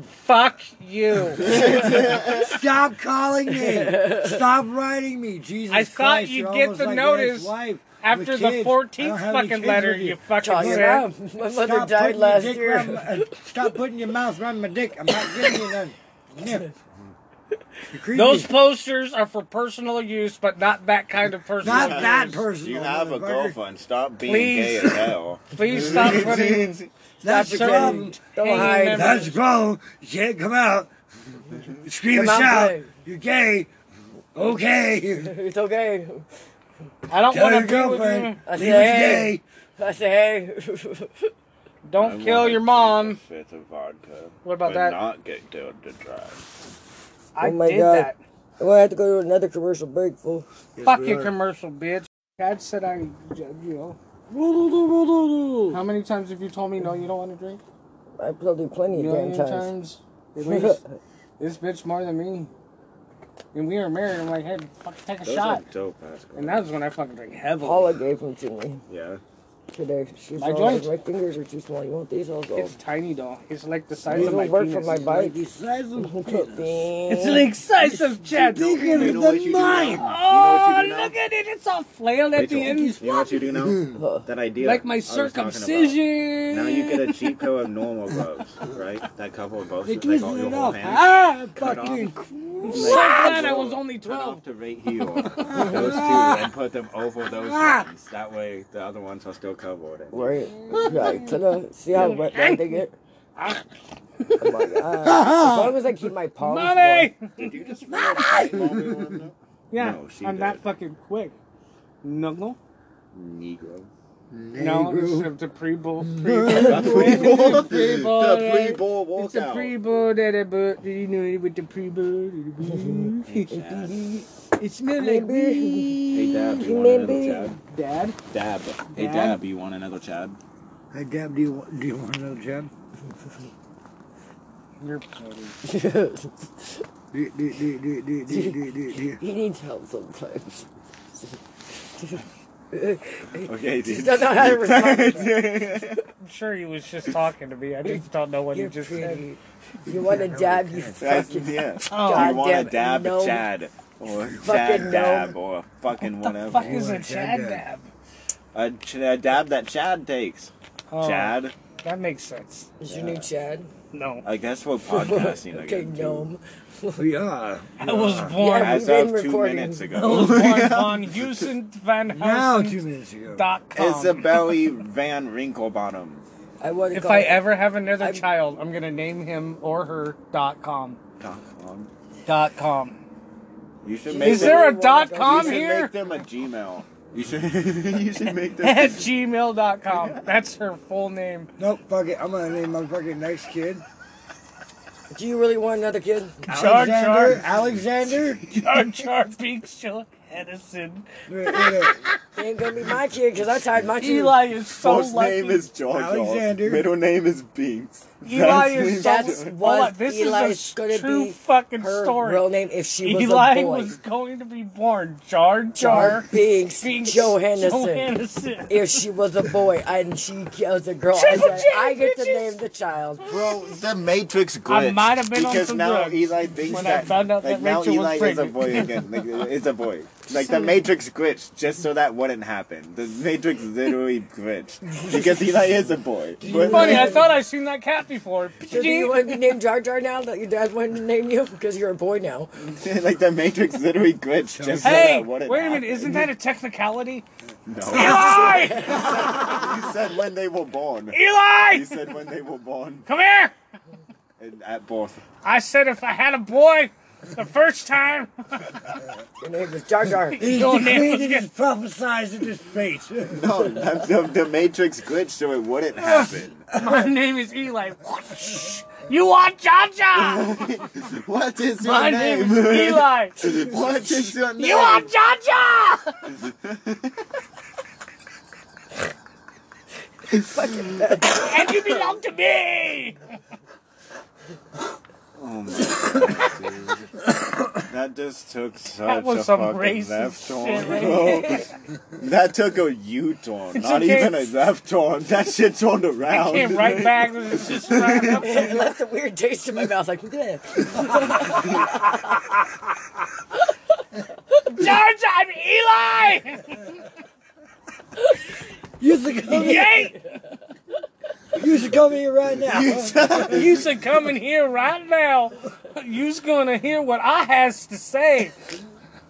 Speaker 13: fuck you.
Speaker 3: Stop calling me. Stop writing me. Jesus
Speaker 13: I thought
Speaker 3: Christ,
Speaker 13: you'd
Speaker 3: you're
Speaker 13: get
Speaker 3: almost
Speaker 13: the
Speaker 3: like
Speaker 13: notice
Speaker 3: his wife with
Speaker 13: After the
Speaker 3: kids. I don't
Speaker 13: 14th
Speaker 3: have any
Speaker 13: fucking
Speaker 3: kids
Speaker 13: letter,
Speaker 3: with
Speaker 13: you
Speaker 3: you.
Speaker 13: fucking
Speaker 2: Talk your
Speaker 13: said.
Speaker 2: mouth. My mother
Speaker 3: Stop
Speaker 2: died
Speaker 3: putting your
Speaker 2: last
Speaker 3: dick around my-
Speaker 2: year.
Speaker 3: uh, stop putting your mouth around my dick. I'm not giving you none. Nip. You're creepy.
Speaker 13: Those posters are for personal use, but not that kind of personal
Speaker 3: Not
Speaker 13: use.
Speaker 3: that person.
Speaker 8: You have a girlfriend. Stop being
Speaker 13: Please.
Speaker 8: gay as hell.
Speaker 13: Please stop putting
Speaker 3: That's the
Speaker 13: certain
Speaker 3: problem.
Speaker 2: Don't
Speaker 13: hanging
Speaker 2: hide.
Speaker 13: members-
Speaker 3: That's the problem. You can't come out. Scream and
Speaker 2: Come out
Speaker 3: shout.
Speaker 2: gay.
Speaker 3: You're gay. Okay.
Speaker 2: It's okay.
Speaker 13: I don't
Speaker 3: Tell
Speaker 13: want
Speaker 3: your
Speaker 13: to be with
Speaker 3: girlfriend.
Speaker 13: you.
Speaker 2: I
Speaker 3: Leave
Speaker 2: say,
Speaker 3: me gay.
Speaker 2: I say, hey.
Speaker 13: Don't
Speaker 8: I
Speaker 13: kill
Speaker 8: wanna
Speaker 13: your
Speaker 8: take a
Speaker 13: mom.
Speaker 8: Fifth of vodka.
Speaker 13: What about
Speaker 8: but
Speaker 13: that?
Speaker 8: Not get killed to drive.
Speaker 13: I
Speaker 2: Oh my
Speaker 13: did
Speaker 2: God.
Speaker 13: that.
Speaker 2: I'm gonna have to go to another commercial break, fool.
Speaker 13: Fuck
Speaker 3: we
Speaker 13: your
Speaker 3: are.
Speaker 13: commercial, bitch. God said I, you know. How many times have you told me no, you don't want to drink?
Speaker 2: I probably plenty of damn
Speaker 13: Million
Speaker 2: times.
Speaker 13: times. At least. this bitch more than me. And we were married. I'm like, hey, fuck, take a
Speaker 8: Those
Speaker 13: shot.
Speaker 8: are dope ass
Speaker 13: And that was when I fucking drank heavily.
Speaker 2: Paula gave them to me
Speaker 8: Yeah.
Speaker 2: today. She's
Speaker 13: My
Speaker 2: all like,
Speaker 13: joint.
Speaker 2: my fingers are too small. You want these? I was all.
Speaker 13: It's tiny though. It's like the size
Speaker 2: These
Speaker 13: of
Speaker 2: will
Speaker 13: my
Speaker 2: work
Speaker 13: penis.
Speaker 2: for my bike.
Speaker 13: Oh, It's like size of Chad's penis.
Speaker 8: mine.
Speaker 13: Oh, look at it. It's all flailed at
Speaker 8: Rachel,
Speaker 13: the
Speaker 8: you
Speaker 13: end.
Speaker 8: know what you do now? that idea.
Speaker 13: Like
Speaker 8: I
Speaker 13: my
Speaker 8: was talking about.
Speaker 13: circumcision.
Speaker 8: Now you get a cheap pair of normal gloves, right? That cover of both.
Speaker 13: They
Speaker 8: like, all
Speaker 13: twisted
Speaker 8: your
Speaker 13: it
Speaker 8: whole
Speaker 13: up.
Speaker 8: hand.
Speaker 13: Ah,
Speaker 8: cut off.
Speaker 13: fucking
Speaker 8: Like,
Speaker 13: So glad I
Speaker 8: those
Speaker 13: was only 12.
Speaker 8: to rate heel. those two and put them over those ones. That way the other ones are still covered.
Speaker 2: Right. Right. Ta-da. See how wet that they get? Oh my god. As long as I keep my palms.
Speaker 13: Mommy!
Speaker 2: warm.
Speaker 8: Did you just
Speaker 13: Yeah,
Speaker 8: No, she
Speaker 13: I'm that fucking quick. No, no.
Speaker 8: Negro.
Speaker 13: No, it's the- the pre-bull.
Speaker 8: The pre-bull.
Speaker 13: pre-bull.
Speaker 8: The pre-bull
Speaker 13: walkout. It's the
Speaker 8: walkout.
Speaker 13: pre-bull that I bought. You know, it with the pre-bull. it smells like
Speaker 8: Hey
Speaker 13: weed.
Speaker 8: Dab, you want another
Speaker 13: Maybe.
Speaker 8: jab?
Speaker 13: Dad?
Speaker 8: Dab. Hey
Speaker 3: Dab?
Speaker 8: Dab, you want another jab?
Speaker 3: Hey, Dab, do you, want, do you want another jab?
Speaker 13: You're
Speaker 3: do, do, do, do, do, do, do, do, do.
Speaker 2: He needs help sometimes.
Speaker 8: Okay, dude.
Speaker 2: Just don't know how to respond to that.
Speaker 13: I'm sure he was just talking to me. I just don't know what
Speaker 2: You're
Speaker 13: he just
Speaker 2: pretty. You want to dab? You
Speaker 8: That's,
Speaker 2: fucking
Speaker 8: yeah. Do you
Speaker 2: goddamn
Speaker 8: want to dab
Speaker 2: gnome.
Speaker 8: Chad? Or
Speaker 2: Fucking
Speaker 8: Chad dab? Or fucking whatever.
Speaker 13: said. Fuck is a Chad dab?
Speaker 8: A, ch- a dab that Chad takes.
Speaker 13: Oh.
Speaker 8: Chad?
Speaker 13: That makes sense.
Speaker 2: Is your new Chad?
Speaker 13: No.
Speaker 8: Like, that's what podcasting
Speaker 2: Okay,
Speaker 8: again.
Speaker 2: gnome.
Speaker 8: We are.
Speaker 13: I was born.
Speaker 8: As
Speaker 13: I
Speaker 8: of two minutes
Speaker 2: Oh
Speaker 13: was
Speaker 8: ago.
Speaker 13: born on Houston Van
Speaker 8: Now
Speaker 13: Housen
Speaker 8: two
Speaker 3: minutes ago.
Speaker 13: Dot com.
Speaker 8: Isabelle Van Wrinklebottom.
Speaker 2: I want
Speaker 13: If I e- ever have another child, I'm gonna name him or her dot com.
Speaker 8: Dot com.
Speaker 13: Dot com.
Speaker 8: You should
Speaker 13: Is
Speaker 8: make them-
Speaker 13: there a dot com
Speaker 8: you should
Speaker 13: here?
Speaker 8: Make them a Gmail. You should. you should make them.
Speaker 13: At gmail.com. That's her full name.
Speaker 3: Nope, fuck it. I'm gonna name my fucking next kid.
Speaker 2: Do you really want another kid?
Speaker 13: Char,
Speaker 3: Alexander.
Speaker 13: char.
Speaker 3: Alexander.
Speaker 13: Char Char Beekshel Edison.
Speaker 2: ain't gonna be my kid because I tied my two.
Speaker 13: Eli is so
Speaker 8: First
Speaker 13: lucky.
Speaker 8: name is George.
Speaker 2: Alexander.
Speaker 8: Middle name is Binks.
Speaker 13: Eli
Speaker 8: Last name
Speaker 13: is so
Speaker 2: That's
Speaker 13: Hold
Speaker 2: what
Speaker 13: on, this
Speaker 2: Eli
Speaker 13: is
Speaker 2: is
Speaker 13: a
Speaker 2: gonna
Speaker 13: true
Speaker 2: be
Speaker 13: fucking
Speaker 2: her
Speaker 13: story.
Speaker 2: real name if she was a
Speaker 13: Eli
Speaker 2: boy.
Speaker 13: was going to be born Jar Jar
Speaker 2: Jar Binks, Johannesson.
Speaker 13: Johannesson.
Speaker 2: If she was a boy and she was a girl, I,
Speaker 13: Triple
Speaker 2: said,
Speaker 13: J,
Speaker 2: I get to name the child.
Speaker 8: Bro, the Matrix glitched.
Speaker 13: I might have been on
Speaker 8: because
Speaker 13: some
Speaker 8: now
Speaker 13: drugs
Speaker 8: Eli thinks
Speaker 13: when I
Speaker 8: that,
Speaker 13: found out
Speaker 8: like
Speaker 13: that
Speaker 8: now
Speaker 13: Rachel
Speaker 8: Eli
Speaker 13: was
Speaker 8: is a
Speaker 13: pregnant.
Speaker 8: boy again. Like it's a boy. Like the Matrix glitched just so that wouldn't happen. The Matrix literally glitched because Eli is a boy. But-
Speaker 13: Funny, I thought I seen that cat before.
Speaker 2: So do you want to be named Jar Jar now that your dad wanted to name you because you're a boy now?
Speaker 8: like the Matrix literally glitched just so
Speaker 13: Hey,
Speaker 8: that
Speaker 13: wait a
Speaker 8: wouldn't
Speaker 13: minute, isn't that a technicality?
Speaker 8: happen.
Speaker 13: Eli!
Speaker 8: No. you said when they were born.
Speaker 13: Eli!
Speaker 8: You said when they were born
Speaker 13: Come here!
Speaker 8: and at birth.
Speaker 13: I said if I had a boy the first time,
Speaker 2: Your name is Jar Jar.
Speaker 3: He's
Speaker 13: Your
Speaker 3: decreed
Speaker 13: name
Speaker 3: and he's prophesized in his fate.
Speaker 8: No, that's the, the Matrix glitched so it wouldn't happen.
Speaker 13: my name is Eli. You want Jar Jar?
Speaker 8: What is your
Speaker 13: My
Speaker 8: name?
Speaker 13: name is Eli.
Speaker 8: What is your name?
Speaker 13: You want Jar Jar?
Speaker 2: Fucking bad.
Speaker 13: And you belong to me!
Speaker 8: Oh my god, dude. That just took such
Speaker 13: was
Speaker 8: a
Speaker 13: some
Speaker 8: fucking
Speaker 13: racist
Speaker 8: left turn,
Speaker 13: shit right
Speaker 8: bro. That took a U turn,
Speaker 13: It's
Speaker 8: not
Speaker 13: okay.
Speaker 8: even a left turn. That shit turned around.
Speaker 13: I came right back. This is just right up to
Speaker 2: It left a weird taste in my mouth. Like, bleh.
Speaker 13: Jar Jar, I'm Eli!
Speaker 3: You should come here.
Speaker 13: Yay!
Speaker 3: You should come here right now.
Speaker 13: You should come in here right now. You's gonna hear what I has to say.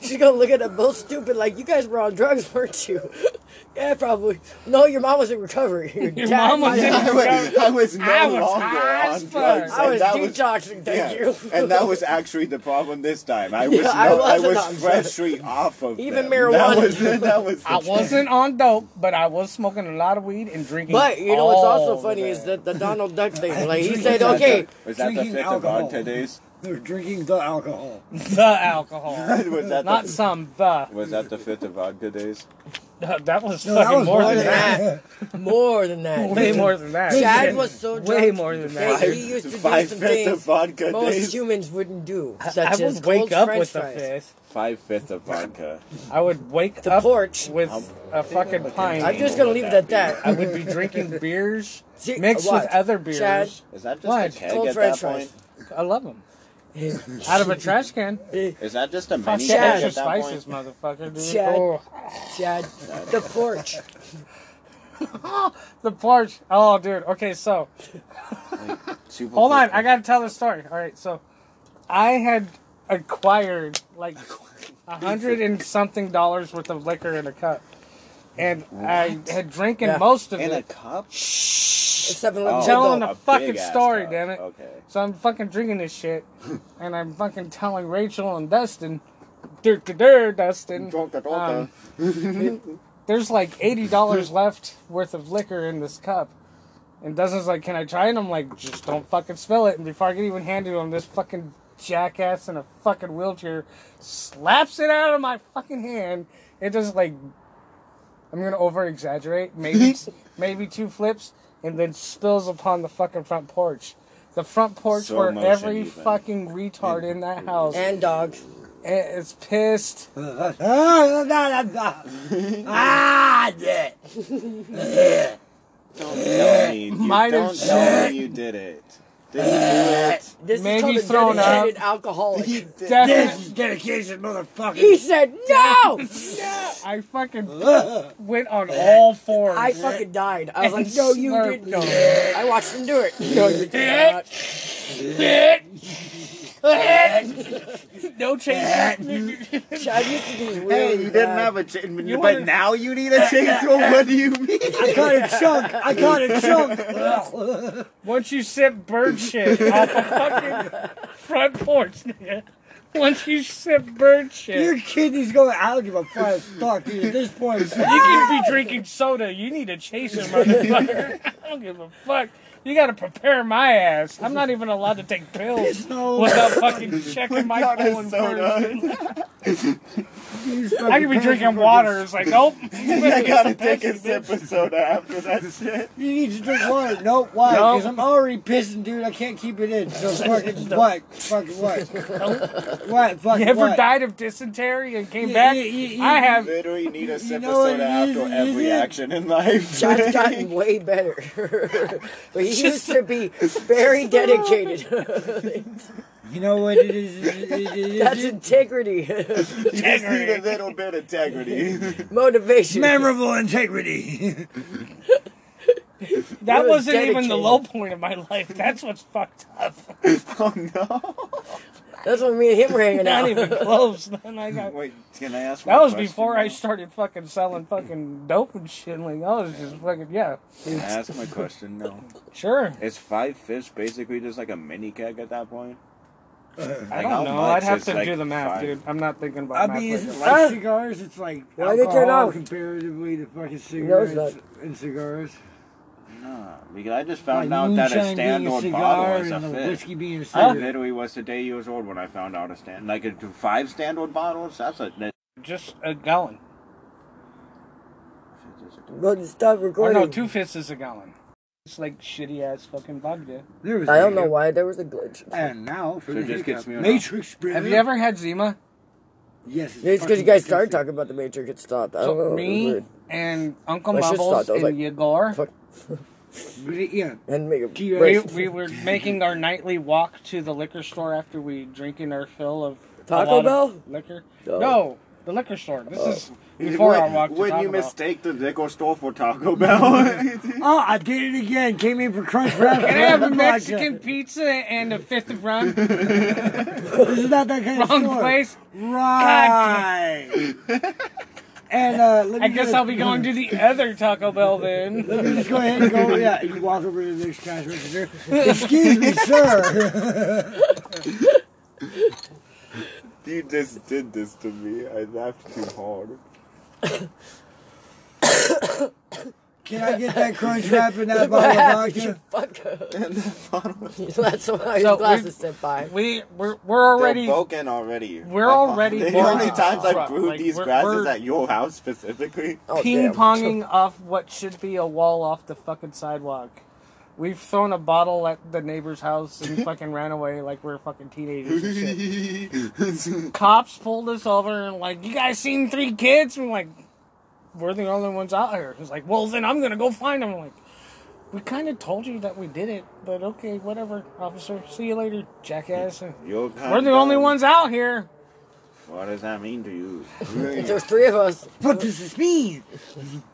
Speaker 2: She's gonna look at them both stupid, like, you guys were on drugs, weren't you? yeah, probably. No, your mom was in recovery. Your,
Speaker 13: Your
Speaker 2: dad
Speaker 13: mom was in
Speaker 8: I was, I was no
Speaker 13: I was
Speaker 8: longer
Speaker 13: high
Speaker 8: on
Speaker 13: as fuck.
Speaker 8: drugs.
Speaker 2: I
Speaker 8: and
Speaker 2: was
Speaker 8: that
Speaker 2: detoxing, thank
Speaker 8: yeah,
Speaker 2: you.
Speaker 8: and that was actually the problem this time. I was
Speaker 2: Yeah, I
Speaker 8: no, I
Speaker 2: wasn't
Speaker 8: was,
Speaker 2: on drugs.
Speaker 8: freshly off of
Speaker 2: Even
Speaker 8: them. That
Speaker 2: marijuana.
Speaker 8: was, that was the
Speaker 13: I
Speaker 8: thing.
Speaker 13: wasn't on dope, but I was smoking a lot of weed and drinking.
Speaker 2: But you know what's
Speaker 13: all
Speaker 2: also
Speaker 13: the
Speaker 2: funny
Speaker 13: time.
Speaker 2: is that the Donald Duck thing. Like he
Speaker 3: Drinking
Speaker 2: said,
Speaker 3: the-
Speaker 2: okay,
Speaker 8: Was that the
Speaker 3: Drinking
Speaker 8: fifth
Speaker 3: alcohol.
Speaker 8: of today's?
Speaker 3: They're drinking the alcohol.
Speaker 13: the alcohol,
Speaker 8: was that
Speaker 13: not
Speaker 8: the,
Speaker 13: some the.
Speaker 8: was that the fifth of vodka days?
Speaker 1: No, that was
Speaker 2: No, that
Speaker 1: fucking
Speaker 2: was
Speaker 1: more
Speaker 2: more
Speaker 1: than
Speaker 2: than
Speaker 1: that.
Speaker 2: More than that.
Speaker 1: Way more than that.
Speaker 2: Chad
Speaker 1: Shit.
Speaker 2: was so drunk.
Speaker 1: Way more than that.
Speaker 2: that He used to do some
Speaker 8: Five fifths
Speaker 2: things
Speaker 8: of vodka
Speaker 2: most
Speaker 8: days.
Speaker 2: humans wouldn't do.
Speaker 1: I-
Speaker 2: Such
Speaker 1: I would
Speaker 2: as
Speaker 1: wake
Speaker 2: cold
Speaker 1: up
Speaker 2: French
Speaker 1: with a
Speaker 2: fries.
Speaker 1: fifths.
Speaker 8: Five fifths of vodka.
Speaker 1: I would wake up with a fucking pint.
Speaker 2: I'm just gonna leave it at that.
Speaker 1: I would be drinking beers
Speaker 2: See,
Speaker 1: mixed
Speaker 2: what?
Speaker 1: with other beers.
Speaker 2: Chad,
Speaker 8: Is that just
Speaker 1: What?
Speaker 8: a keg Cold at french that fries.
Speaker 1: I love them. Out of a trash can.
Speaker 8: Is that just a
Speaker 1: Fuck
Speaker 8: mini
Speaker 1: yeah,
Speaker 8: keg
Speaker 1: it's
Speaker 8: at that point?
Speaker 1: spices, motherfucker. Dude.
Speaker 2: Chad,
Speaker 1: Oh.
Speaker 2: Chad, the porch.
Speaker 1: the porch. Oh, dude. Okay, so
Speaker 8: Super
Speaker 1: hold on. I gotta tell the story. All right, so I had acquired like a hundred and something dollars worth of liquor in a cup, and I had drinking
Speaker 2: Yeah.
Speaker 1: most of
Speaker 2: In a
Speaker 1: it.
Speaker 8: cup. Oh,
Speaker 2: Seven
Speaker 1: I'm
Speaker 2: Eleven.
Speaker 1: telling the
Speaker 2: a
Speaker 1: fucking
Speaker 2: big-ass
Speaker 1: story,
Speaker 2: cup.
Speaker 1: damn it.
Speaker 8: Okay.
Speaker 1: So I'm fucking drinking this shit, and I'm fucking telling Rachel and Dustin, dur dur dur, Dustin. um, there's like eighty dollars left worth of liquor in this cup. And Dustin's like, "Can I try?" And I'm like, "Just don't fucking spill it." And before I can even hand it to him, this fucking jackass in a fucking wheelchair slaps it out of my fucking hand. It just like, I'm gonna over exaggerate, maybe maybe two flips, and then spills upon the fucking front porch. The front porch
Speaker 2: Slow
Speaker 1: where
Speaker 2: motion
Speaker 1: every
Speaker 2: even.
Speaker 1: fucking retard in that house
Speaker 2: and dog
Speaker 1: is pissed.
Speaker 2: ah, yeah.
Speaker 8: Tell me, you
Speaker 1: Mine
Speaker 8: don't
Speaker 1: is
Speaker 8: tell
Speaker 1: shit.
Speaker 8: me you did it. Did you do it?
Speaker 2: This
Speaker 1: Maybe
Speaker 2: is
Speaker 1: thrown
Speaker 2: called a dedicated alcoholic.
Speaker 1: Definitely-
Speaker 3: Dedication, motherfucker.
Speaker 2: He said no.
Speaker 1: I fucking went on all fours.
Speaker 2: I fucking died. I was
Speaker 1: And
Speaker 2: like, no, you
Speaker 1: slurp.
Speaker 2: didn't. No. I watched him do it. No, you did not.
Speaker 1: no change.
Speaker 2: Chad used to be really
Speaker 13: Hey, you didn't
Speaker 2: bad.
Speaker 13: have a chain, but
Speaker 2: wanted-
Speaker 13: now you need a chainsaw. what do you mean?
Speaker 3: I caught a chunk. I caught a chunk.
Speaker 1: Once you sip bird shit off a fucking front porch, nigga. Once you sip bird shit,
Speaker 3: Your
Speaker 1: you
Speaker 3: kidneys going. I don't give a flying fuck dude, at this point.
Speaker 1: can be drinking soda. You need to chase him, motherfucker. I don't give a fuck. You gotta prepare my ass. I'm not even allowed to take pills without fucking checking my
Speaker 13: Without a
Speaker 1: colon
Speaker 13: soda.
Speaker 1: first. I could be drinking water. It's like, nope.
Speaker 13: I gotta take a sip of soda after that shit.
Speaker 3: You need to drink water. Nope. Why?
Speaker 13: No.
Speaker 3: Because I'm already pissing, dude. I can't keep it in. So fucking what? Fucking what? What? Fucking
Speaker 1: You ever
Speaker 3: what?
Speaker 1: died of dysentery and came
Speaker 3: You-
Speaker 1: back?
Speaker 3: you- you-
Speaker 1: I have.
Speaker 8: Literally need a sip of
Speaker 3: know what
Speaker 8: soda
Speaker 3: it is?
Speaker 8: after every
Speaker 3: It is.
Speaker 8: action in life.
Speaker 2: Chad's gotten way better. but he used to be very dedicated.
Speaker 3: You know what it is? It- it- it-
Speaker 2: That's
Speaker 3: it-
Speaker 2: integrity.
Speaker 8: You just need a little bit of integrity.
Speaker 2: Motivation.
Speaker 3: Memorable integrity.
Speaker 1: That
Speaker 2: You're
Speaker 1: wasn't even the
Speaker 2: dedicated.
Speaker 1: low point of my life. That's what's fucked up.
Speaker 8: oh no!
Speaker 2: That's when me and him were hanging
Speaker 1: Not
Speaker 2: out.
Speaker 1: even close. Then I got.
Speaker 8: Wait, can I ask?
Speaker 1: That
Speaker 8: one
Speaker 1: was
Speaker 8: question
Speaker 1: before I
Speaker 8: now?
Speaker 1: started fucking selling fucking dope and shit. Like I was just fucking yeah.
Speaker 8: Can I ask my question now?
Speaker 1: Sure.
Speaker 8: Is five fifths basically just like a mini keg at that point?
Speaker 1: I
Speaker 8: Like, how
Speaker 1: don't know. I'd
Speaker 8: much
Speaker 1: have
Speaker 8: is,
Speaker 1: to
Speaker 8: like,
Speaker 1: do the math,
Speaker 8: five?
Speaker 1: dude. I'm not thinking about
Speaker 3: I
Speaker 1: math.
Speaker 3: mean, is
Speaker 1: right
Speaker 3: it
Speaker 1: now.
Speaker 3: like cigars? It's like
Speaker 2: Why they turn
Speaker 3: alcohol
Speaker 2: off?
Speaker 3: comparatively to fucking
Speaker 2: No, it's
Speaker 3: cigarettes
Speaker 2: not.
Speaker 3: and cigars.
Speaker 8: Nah, because I just found
Speaker 3: Like
Speaker 8: out that a
Speaker 3: moonshine being a
Speaker 8: standard
Speaker 3: cigar
Speaker 8: bottle is a
Speaker 3: and the
Speaker 8: fifth.
Speaker 3: whiskey being a
Speaker 8: I
Speaker 3: cigarette.
Speaker 8: literally was today years old when I found out a stand like a five standard bottles. That's a that,
Speaker 1: just a gallon.
Speaker 2: Go to stop
Speaker 1: Or
Speaker 2: recording.
Speaker 1: Oh, no, two fifths is a gallon. It's like shitty ass fucking vodka.
Speaker 3: There
Speaker 2: I don't know why there was a glitch.
Speaker 3: And now for
Speaker 8: So
Speaker 3: the
Speaker 8: it just
Speaker 3: hiccup.
Speaker 8: gets me on-
Speaker 3: Matrix.
Speaker 1: Have
Speaker 3: brother.
Speaker 1: you ever had Zima?
Speaker 3: Yes. It's,
Speaker 2: It's because you
Speaker 3: fucking
Speaker 2: guys started talking about the Matrix. It stopped. I don't know.
Speaker 1: So
Speaker 2: it was
Speaker 1: me
Speaker 2: Oh, weird.
Speaker 1: and Uncle
Speaker 2: My shit
Speaker 1: Bubbles
Speaker 2: stopped. I
Speaker 1: and
Speaker 2: was like,
Speaker 1: Yegor.
Speaker 3: disgusting. Yeah.
Speaker 2: And make a
Speaker 1: We,
Speaker 2: break.
Speaker 1: we were making our nightly walk to the liquor store after we drinking our fill of a
Speaker 2: Taco
Speaker 1: lot of
Speaker 2: Bell?
Speaker 1: liquor.
Speaker 2: No. Oh.
Speaker 1: No, the liquor store. This is before our walk to
Speaker 8: Wouldn't
Speaker 1: Taco
Speaker 8: you
Speaker 1: Bell.
Speaker 8: mistake the liquor store for Taco Bell?
Speaker 3: Oh, I did it again. Came in for crunch wrap.
Speaker 1: Can I have
Speaker 2: Oh
Speaker 1: a Mexican pizza and a fifth of rum?
Speaker 3: This is not that kind of
Speaker 1: Wrong
Speaker 3: store.
Speaker 1: place.
Speaker 3: Right. and uh, let me
Speaker 1: I guess
Speaker 3: just-
Speaker 1: I'll be going to the other Taco Bell then.
Speaker 3: Let me just go ahead and go. Yeah, you walk over to this cash register. Excuse me, sir.
Speaker 8: you just did this to me. I laughed too hard.
Speaker 3: Can I get that crunch wrap in that bottle of
Speaker 2: You
Speaker 3: vodka?
Speaker 2: fucker. That's why
Speaker 13: So
Speaker 2: your glasses
Speaker 13: we-
Speaker 2: said bye.
Speaker 13: We we're we're already
Speaker 8: They're broken already.
Speaker 13: we're
Speaker 8: By far.
Speaker 13: already
Speaker 8: the
Speaker 13: broken.
Speaker 8: only times I
Speaker 13: Right,
Speaker 8: grew
Speaker 13: like,
Speaker 8: these
Speaker 13: we're-
Speaker 8: grasses
Speaker 13: we're-
Speaker 8: at your house specifically.
Speaker 2: Oh,
Speaker 13: ping ponging off what should be a wall off the fucking sidewalk. We've thrown a bottle at the neighbor's house and fucking ran away like we're fucking teenagers. And shit. Cops pulled us over and like, you guys seen three kids? And like, we're the only ones out here. It's like, well then I'm gonna go find them. like, we kind of told you that we did it, but okay, whatever, officer. See you later, jackass. And
Speaker 8: You'll come
Speaker 13: We're the only
Speaker 8: down.
Speaker 13: ones out here.
Speaker 8: What does that mean to you?
Speaker 2: There's three of us.
Speaker 3: What does this mean?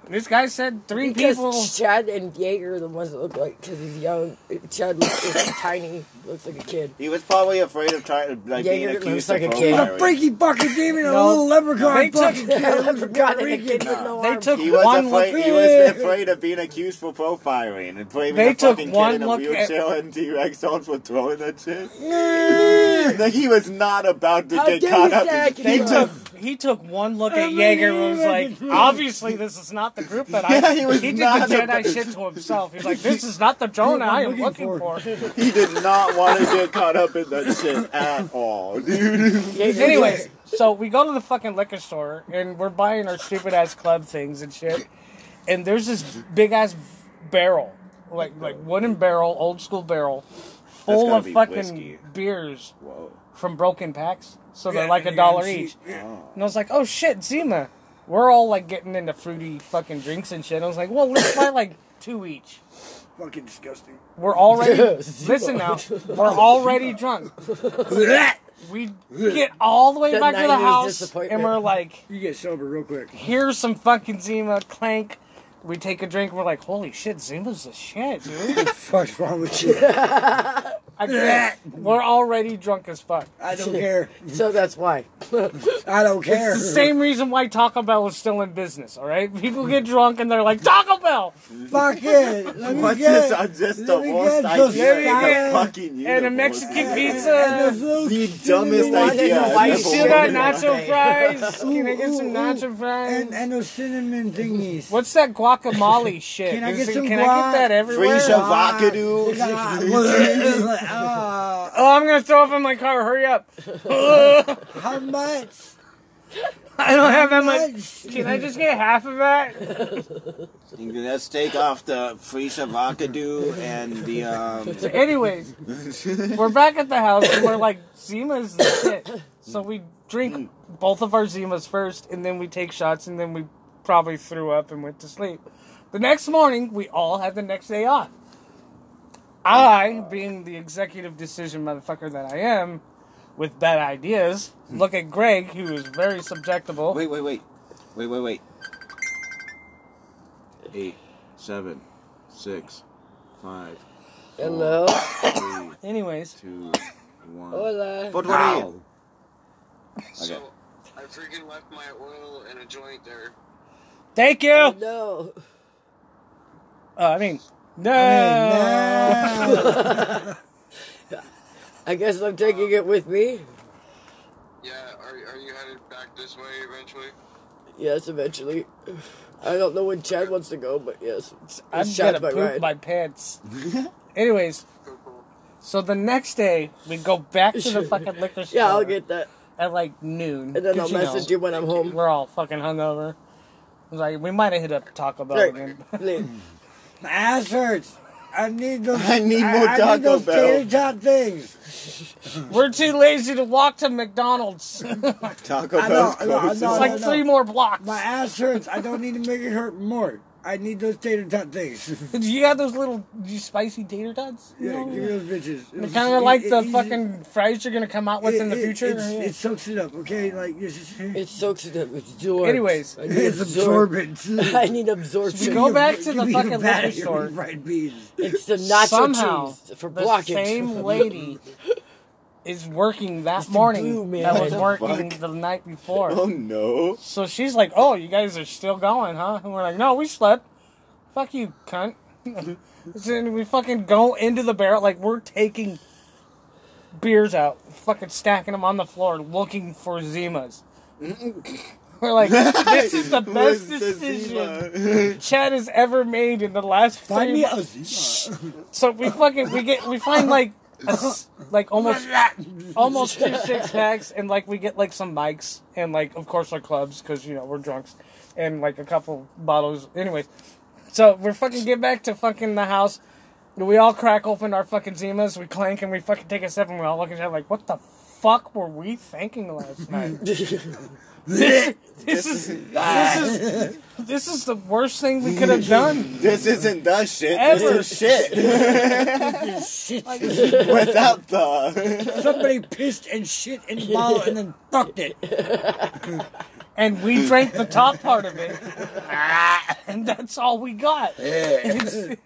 Speaker 13: This guy said three
Speaker 2: because
Speaker 13: people.
Speaker 2: Chad and Jaeger are the ones that look like because he's young. Chad looks is tiny, looks like a kid.
Speaker 8: he was probably afraid of trying to like
Speaker 2: Yeah,
Speaker 8: being
Speaker 2: you're gonna
Speaker 8: accused
Speaker 2: suck
Speaker 8: of
Speaker 2: a kid.
Speaker 8: profiling.
Speaker 2: A
Speaker 3: Freaky fucker gave me a
Speaker 2: No.
Speaker 3: little leprechaun
Speaker 2: They took-
Speaker 3: fucking kid. It was
Speaker 2: Leprechaun and a
Speaker 3: freaky.
Speaker 2: kid with no
Speaker 13: They
Speaker 2: arms.
Speaker 13: took
Speaker 8: He was,
Speaker 13: one
Speaker 8: afraid,
Speaker 13: look.
Speaker 8: he was afraid of being accused for profiling and blaming
Speaker 13: They
Speaker 8: a
Speaker 13: took
Speaker 8: fucking
Speaker 13: one
Speaker 8: kid in a
Speaker 13: look at-
Speaker 8: wheelchair and T-Rex on for throwing that shit. like he was not about to
Speaker 13: Mm. How
Speaker 8: get
Speaker 13: dare
Speaker 8: caught
Speaker 13: you
Speaker 8: up.
Speaker 13: say I
Speaker 8: in-
Speaker 13: can
Speaker 8: They
Speaker 13: do
Speaker 8: took
Speaker 13: He took one look at
Speaker 8: I'm
Speaker 13: Jaeger
Speaker 8: ready,
Speaker 13: and was
Speaker 8: I'm
Speaker 13: like, hmm.
Speaker 8: ready.
Speaker 13: obviously this is not the group that I.
Speaker 8: Yeah,
Speaker 13: he,
Speaker 8: he was
Speaker 13: did the
Speaker 8: not
Speaker 13: Jedi
Speaker 8: about-
Speaker 13: shit to himself. He's like, this is not the Jonah I am looking for.
Speaker 8: He did not want to get caught up in that shit at all, dude.
Speaker 13: Anyways, so we go to the fucking liquor store and we're buying our stupid ass club things and shit. And there's this big ass barrel, like like wooden barrel, old school barrel, full
Speaker 8: gotta
Speaker 13: of
Speaker 8: be
Speaker 13: fucking
Speaker 8: whiskey.
Speaker 13: beers
Speaker 8: Whoa.
Speaker 13: from broken packs. So they're
Speaker 8: Yeah,
Speaker 13: like
Speaker 8: and
Speaker 13: a
Speaker 8: you
Speaker 13: dollar
Speaker 8: can see-
Speaker 13: each. And I was like, oh shit, Zima. We're all like getting into fruity fucking drinks and shit. I was like, well, let's buy like two each.
Speaker 3: Fucking disgusting.
Speaker 13: We're already
Speaker 3: Yeah,
Speaker 13: listen now. We're already drunk. we get all the way
Speaker 3: That
Speaker 13: back to the
Speaker 3: nine years
Speaker 13: house
Speaker 3: disappointment.
Speaker 13: and we're like,
Speaker 3: You get sober real quick.
Speaker 13: here's some fucking Zima clank. We take a drink. We're like, holy shit, Zima's the shit, dude.
Speaker 3: Fuck's wrong with you?
Speaker 13: I can't. We're already drunk as fuck.
Speaker 3: I don't care.
Speaker 2: So that's why.
Speaker 3: I don't care.
Speaker 13: It's the same reason why Taco Bell is still in business. All right, people get drunk and they're like, Taco Bell.
Speaker 3: Fuck it. Let me
Speaker 8: What's
Speaker 3: get
Speaker 8: this? I'm just the
Speaker 3: let me
Speaker 8: worst
Speaker 3: get
Speaker 8: idea in
Speaker 3: some
Speaker 8: the
Speaker 3: salad.
Speaker 8: fucking
Speaker 13: and a
Speaker 8: universe.
Speaker 13: Mexican
Speaker 3: and
Speaker 13: pizza.
Speaker 8: The dumbest idea I've
Speaker 13: You
Speaker 8: ever
Speaker 13: still got
Speaker 8: heard.
Speaker 13: nacho fries? Can I
Speaker 3: Ooh,
Speaker 13: get some
Speaker 3: ooh,
Speaker 13: nacho fries?
Speaker 3: And, and those cinnamon thingies.
Speaker 13: What's that guacamole shit?
Speaker 3: Can I
Speaker 13: Is
Speaker 3: get
Speaker 13: it-
Speaker 3: some
Speaker 13: Can I get
Speaker 3: guac?
Speaker 13: that everywhere?
Speaker 8: Free shavacadoo.
Speaker 3: Ah,
Speaker 13: Oh, I'm gonna throw up in my car. Hurry up!
Speaker 3: How much?
Speaker 13: I don't have that much. Can I just get half of that?
Speaker 8: Let's take off the free shavacadoo and the um.
Speaker 13: So anyways, we're back at the house and we're like, Zima's the shit. So we drink both of our Zimas first, and then we take shots, and then we probably threw up and went to sleep. The next morning, we all had the next day off. I, being the executive decision motherfucker that I am, with bad ideas, look at Greg, who is very subjectable.
Speaker 8: Wait, wait, wait, wait, wait, wait. Eight, seven, six, five. four,
Speaker 2: Hello?
Speaker 8: three,
Speaker 13: Anyways,
Speaker 8: two, one.
Speaker 3: Oh,
Speaker 2: Hola.
Speaker 8: But what are you? Okay.
Speaker 21: I freaking left my oil in a joint there.
Speaker 13: thank you.
Speaker 2: Oh, no.
Speaker 13: Uh, I mean, no.
Speaker 2: I guess I'm taking it with me.
Speaker 21: Yeah, are, are you headed back this way eventually?
Speaker 2: Yes, eventually. I don't know when Chad wants to go, but yes.
Speaker 13: I'm
Speaker 2: It's
Speaker 13: gonna
Speaker 2: Chad's my
Speaker 13: poop
Speaker 2: ride.
Speaker 13: my pants. Anyways, so the next day we go back to the fucking liquor store.
Speaker 2: Yeah, I'll get that.
Speaker 13: at like noon.
Speaker 2: And then
Speaker 13: 'cause
Speaker 2: I'll message you when I'm home.
Speaker 13: We're all fucking hungover. I was like, we might have hit up Taco Bell
Speaker 2: Right.
Speaker 13: again.
Speaker 3: My ass hurts. I need those.
Speaker 8: I need more
Speaker 3: I,
Speaker 8: Taco
Speaker 3: need those
Speaker 8: Bell.
Speaker 3: tater tot things.
Speaker 13: We're too lazy to walk to McDonald's.
Speaker 8: Taco
Speaker 3: I
Speaker 8: Bell's
Speaker 3: know, I know, I
Speaker 8: closed.
Speaker 3: know,
Speaker 13: It's
Speaker 3: I
Speaker 13: like
Speaker 3: know.
Speaker 13: three more blocks.
Speaker 3: My ass hurts. I don't need to make it hurt more. I need those tater tot things.
Speaker 13: Do you got those little you spicy tater tots?
Speaker 3: Yeah, give me those bitches.
Speaker 13: They're kind of like the fucking fries you're gonna come out with in the
Speaker 3: it-
Speaker 13: future.
Speaker 3: it's- it soaks it up, okay? Like it's just,
Speaker 2: It soaks it up. It's absorbs.
Speaker 13: Anyways.
Speaker 2: I need
Speaker 3: It's
Speaker 2: absorb-
Speaker 3: absorbent.
Speaker 2: I need absorption.
Speaker 13: we go back to the
Speaker 3: Give me
Speaker 13: fucking
Speaker 3: bag
Speaker 13: liquor
Speaker 3: of
Speaker 13: store.
Speaker 3: Fried beans.
Speaker 2: It's the nacho
Speaker 13: Somehow,
Speaker 2: cheese for
Speaker 13: the
Speaker 2: blocking.
Speaker 13: same lady is working that
Speaker 2: It's the
Speaker 13: morning
Speaker 2: glue, man.
Speaker 13: that was
Speaker 2: What
Speaker 8: the
Speaker 13: working
Speaker 8: fuck?
Speaker 13: the night before.
Speaker 8: Oh no.
Speaker 13: So she's like, "Oh, you guys are still going, huh?" And we're like, "No, we slept." Fuck you, cunt. then we fucking go into the barrel like we're taking beers out, fucking stacking them on the floor, looking for Zimas. We're like, this is the best
Speaker 1: Was the
Speaker 13: decision Chad has ever made in the last
Speaker 1: Find
Speaker 13: three
Speaker 1: me a
Speaker 13: months. So we fucking we get we find like a s- like almost almost two six packs and like we get like some mics and like of course our clubs because you know we're drunks and like a couple bottles anyways. So we're fucking get back to fucking the house. We all crack open our fucking Zimas, we clank and we fucking take a sip and we all look at each other like, what the fuck were we thinking last night? this, this is this is this is the worst thing we could have done.
Speaker 8: This isn't the shit.
Speaker 13: Ever.
Speaker 8: This is shit.
Speaker 13: shit.
Speaker 8: Without the.
Speaker 13: Somebody pissed and shit in the bottle and then fucked it. And we drank the top part of it. And that's all we got. It's-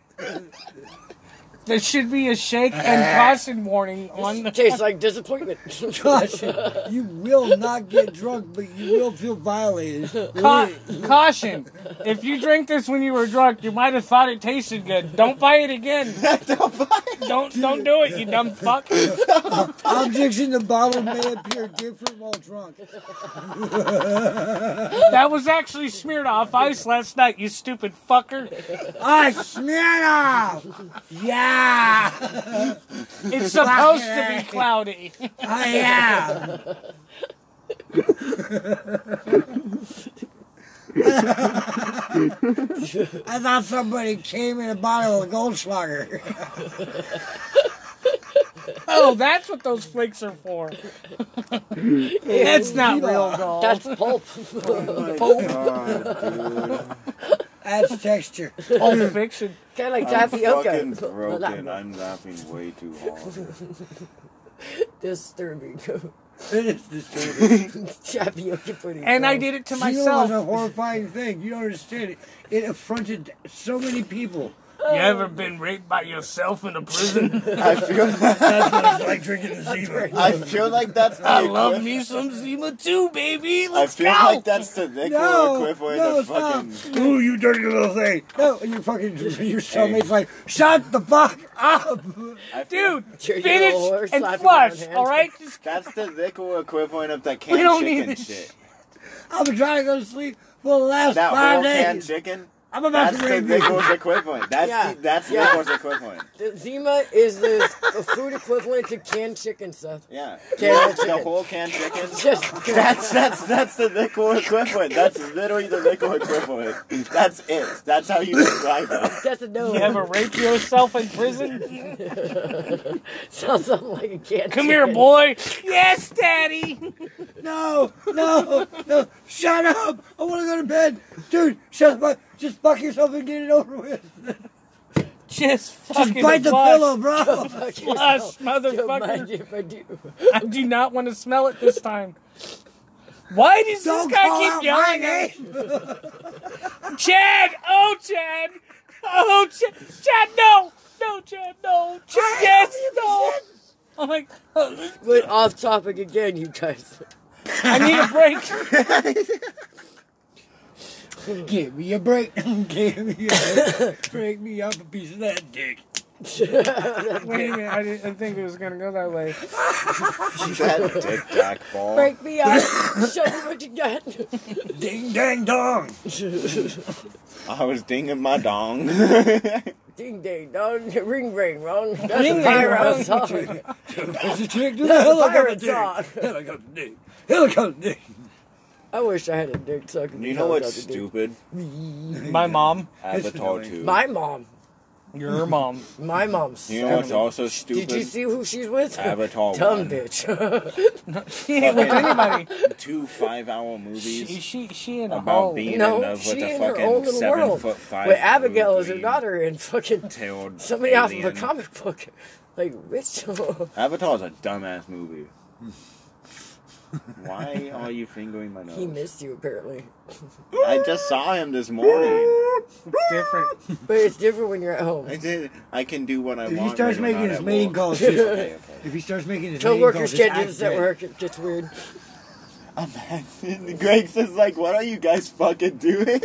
Speaker 13: there should be a shake and caution warning on the
Speaker 2: tastes like disappointment.
Speaker 13: Caution.
Speaker 3: You will not get drunk, but you will feel violated.
Speaker 13: Ca- caution! If you drink this when you were drunk, you might have thought it tasted good. Don't buy it again. don't buy it. Don't don't do it. You dumb fuck.
Speaker 3: Objects in the bottle may appear different while drunk.
Speaker 13: that was actually smeared off ice last night. You stupid fucker.
Speaker 3: I smeared off. Yeah.
Speaker 13: It's supposed to be cloudy. Oh
Speaker 3: yeah. I thought somebody came in a bottle of Goldschlager.
Speaker 13: Oh, that's what those flakes are for. That's not real gold.
Speaker 2: That's pulp.
Speaker 8: Oh
Speaker 13: Pulp.
Speaker 3: That's texture.
Speaker 13: Pulp fiction.
Speaker 2: Kind of like
Speaker 8: I'm
Speaker 2: tapioca.
Speaker 8: fucking
Speaker 2: Well, not
Speaker 8: broken. I'm laughing way too hard.
Speaker 2: disturbing.
Speaker 3: It is disturbing.
Speaker 2: tapioca pudding.
Speaker 13: And I did it to
Speaker 3: myself. It was a horrifying thing. You don't understand it. It affronted so many people.
Speaker 13: You ever been raped by yourself in a prison?
Speaker 8: I feel-
Speaker 3: That's what it's like drinking a zebra.
Speaker 8: I feel like that's the
Speaker 13: I love
Speaker 8: equiv-
Speaker 13: me some Zima too, baby.
Speaker 8: I
Speaker 13: Let's
Speaker 8: feel
Speaker 13: go.
Speaker 8: like that's the nickel
Speaker 3: No,
Speaker 8: equivalent
Speaker 3: no,
Speaker 8: of
Speaker 3: it's not.
Speaker 8: fucking.
Speaker 3: Ooh, you dirty little thing. No, and your fucking your cellmate's like, shut the fuck up.
Speaker 13: Dude,
Speaker 8: Your
Speaker 13: finish
Speaker 8: yellow horse
Speaker 13: and
Speaker 8: slapping
Speaker 13: flush.
Speaker 8: on hand.
Speaker 13: All right.
Speaker 8: That's the nickel equivalent of the
Speaker 13: We
Speaker 8: canned
Speaker 13: don't
Speaker 8: chicken
Speaker 13: need this
Speaker 8: shit.
Speaker 3: I've been trying to go to sleep for the last
Speaker 8: That whole
Speaker 3: five
Speaker 8: canned
Speaker 3: days.
Speaker 8: chicken.
Speaker 3: I'm about
Speaker 8: that's
Speaker 3: to rape
Speaker 8: the
Speaker 3: you.
Speaker 8: nickel's equivalent. That's
Speaker 2: Yeah.
Speaker 8: the, that's
Speaker 2: Yeah.
Speaker 8: nickel's equivalent.
Speaker 2: The Zima is the the food equivalent to canned chicken, Seth.
Speaker 8: Yeah.
Speaker 2: Canned
Speaker 8: the
Speaker 2: chicken.
Speaker 8: whole canned chicken.
Speaker 2: Just-
Speaker 8: that's that's that's the nickel equivalent. That's literally the nickel equivalent. That's it. That's how you describe it.
Speaker 2: That's a no.
Speaker 13: You ever raped yourself in prison?
Speaker 2: Sounds something like a canned
Speaker 13: Come here,
Speaker 2: chicken.
Speaker 13: boy. Yes, daddy.
Speaker 3: No, no, no. Shut up. I want to go to bed. Dude, shut up. Just fuck yourself and get it over with.
Speaker 13: Just
Speaker 3: Just
Speaker 13: fucking
Speaker 3: bite the
Speaker 13: flush.
Speaker 3: pillow, bro.
Speaker 2: Fuck
Speaker 13: Flush,
Speaker 2: yourself. Don't mind
Speaker 13: motherfucker.
Speaker 2: if I do.
Speaker 13: I do not want to smell it this time. Why does
Speaker 1: Don't
Speaker 13: this guy
Speaker 1: call
Speaker 13: keep
Speaker 1: out
Speaker 13: yelling
Speaker 1: my
Speaker 13: at me? Chad! Oh, Chad! Oh, Chad! Chad, no! No, Chad, no! Chad, yes, no! I'm like, oh,
Speaker 2: Went off topic again, you guys.
Speaker 13: I need a break.
Speaker 3: Give me a break. Give me a break. Break me up a piece of that dick.
Speaker 13: Wait a minute, I didn't I think it was gonna go that way.
Speaker 8: That dick jack ball.
Speaker 2: Break me up. Show me what you got.
Speaker 3: Ding dang dong.
Speaker 8: I was dinging my dong.
Speaker 2: Ding ding dong. Ring ring wrong. That's
Speaker 3: Ding,
Speaker 2: a
Speaker 3: ding,
Speaker 2: pirate
Speaker 3: wrong.
Speaker 2: song.
Speaker 3: There's a chick do
Speaker 2: That's
Speaker 3: that.
Speaker 2: a
Speaker 3: Here
Speaker 2: pirate song.
Speaker 3: comes dick. Here comes dick. Here comes dick.
Speaker 2: I wish I had a dick so I could
Speaker 8: You
Speaker 2: be
Speaker 8: know
Speaker 2: held
Speaker 8: what's
Speaker 2: up to dick.
Speaker 8: stupid?
Speaker 13: My mom.
Speaker 8: Avatar 2.
Speaker 2: My mom.
Speaker 13: Your mom.
Speaker 2: My mom's.
Speaker 8: You know what's also
Speaker 2: Did you
Speaker 8: stupid?
Speaker 2: see who she's with?
Speaker 8: Avatar
Speaker 2: Dumb
Speaker 8: 1.
Speaker 2: bitch.
Speaker 13: She ain't with anybody.
Speaker 8: Two five hour movies.
Speaker 13: She, she, she in a
Speaker 8: about
Speaker 13: hole.
Speaker 8: being
Speaker 2: No,
Speaker 8: in love
Speaker 2: she
Speaker 8: with a
Speaker 2: in her
Speaker 8: fucking
Speaker 2: own little
Speaker 8: seven
Speaker 2: world.
Speaker 8: foot five.
Speaker 2: But Abigail is her daughter and fucking
Speaker 8: Tailed
Speaker 2: somebody off of a
Speaker 8: alien.
Speaker 2: comic book. Like, bitch.
Speaker 8: Avatar's a dumbass movie. Why are you fingering my
Speaker 2: he
Speaker 8: nose?
Speaker 2: missed you apparently.
Speaker 8: I just saw him this morning.
Speaker 13: Different.
Speaker 2: But it's different when you're at home.
Speaker 8: I did. I can do what I
Speaker 3: If
Speaker 8: want.
Speaker 3: he starts
Speaker 8: when I'm
Speaker 3: making
Speaker 8: not
Speaker 3: his
Speaker 8: at
Speaker 3: mating
Speaker 8: work.
Speaker 3: calls,
Speaker 8: Okay,
Speaker 3: just,
Speaker 8: okay.
Speaker 3: if he starts making his mating calls,
Speaker 2: Co-workers
Speaker 3: just
Speaker 2: can't
Speaker 3: act
Speaker 2: do this at
Speaker 3: dead.
Speaker 2: work. It gets weird.
Speaker 8: Greg's is like, what are you guys fucking doing?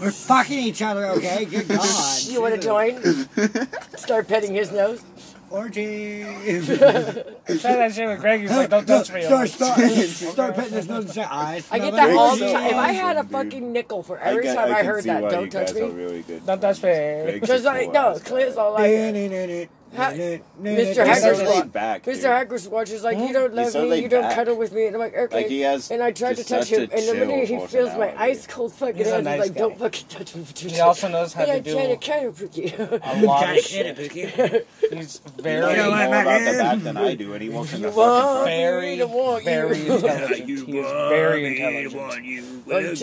Speaker 3: We're fucking each other, okay? Good God.
Speaker 2: You want to join? Start petting his nose.
Speaker 3: orgy.
Speaker 13: Say that shit with Greg. He's like, don't touch me.
Speaker 3: Start, start, start petting his nose and say, I
Speaker 2: I
Speaker 3: smell
Speaker 2: get
Speaker 3: it."
Speaker 2: that all the
Speaker 3: Greg
Speaker 2: time. If I
Speaker 3: smells
Speaker 2: had a
Speaker 3: it, dude.
Speaker 2: fucking nickel for
Speaker 3: I
Speaker 2: every
Speaker 3: get-
Speaker 2: time
Speaker 3: I
Speaker 2: I
Speaker 3: can
Speaker 2: heard
Speaker 3: see
Speaker 2: that,
Speaker 3: why
Speaker 2: don't
Speaker 3: you
Speaker 2: touch
Speaker 3: guys are
Speaker 2: me.
Speaker 8: really good.
Speaker 13: Don't touch me.
Speaker 2: Because like no, Clint's all like, Ha- Mr.
Speaker 8: He's so
Speaker 2: Hackers,
Speaker 8: laid back, dude.
Speaker 2: Mr. Hackers watches like you don't love
Speaker 8: He's so
Speaker 2: me,
Speaker 8: laid
Speaker 2: you don't
Speaker 8: back.
Speaker 2: cuddle with me, and I'm like okay.
Speaker 8: Like, he has
Speaker 2: and I tried to
Speaker 8: just
Speaker 2: touch
Speaker 8: such a
Speaker 2: him, and the minute
Speaker 8: chill
Speaker 2: he feels my
Speaker 8: personality.
Speaker 2: ice cold fucking
Speaker 13: He's a
Speaker 2: hands, he's
Speaker 13: nice
Speaker 2: like,
Speaker 13: guy.
Speaker 2: don't fucking touch me for too
Speaker 13: He also knows how
Speaker 2: and
Speaker 13: to
Speaker 2: I'm
Speaker 13: do
Speaker 2: trying to kind of prick you.
Speaker 13: a lot of shit. He's very
Speaker 8: you know more about the
Speaker 13: intelligent.
Speaker 8: back than I do, and he won't in the
Speaker 2: want
Speaker 8: fucking
Speaker 13: Very,
Speaker 2: me to want you.
Speaker 13: very intelligent. He is very intelligent.
Speaker 2: I'm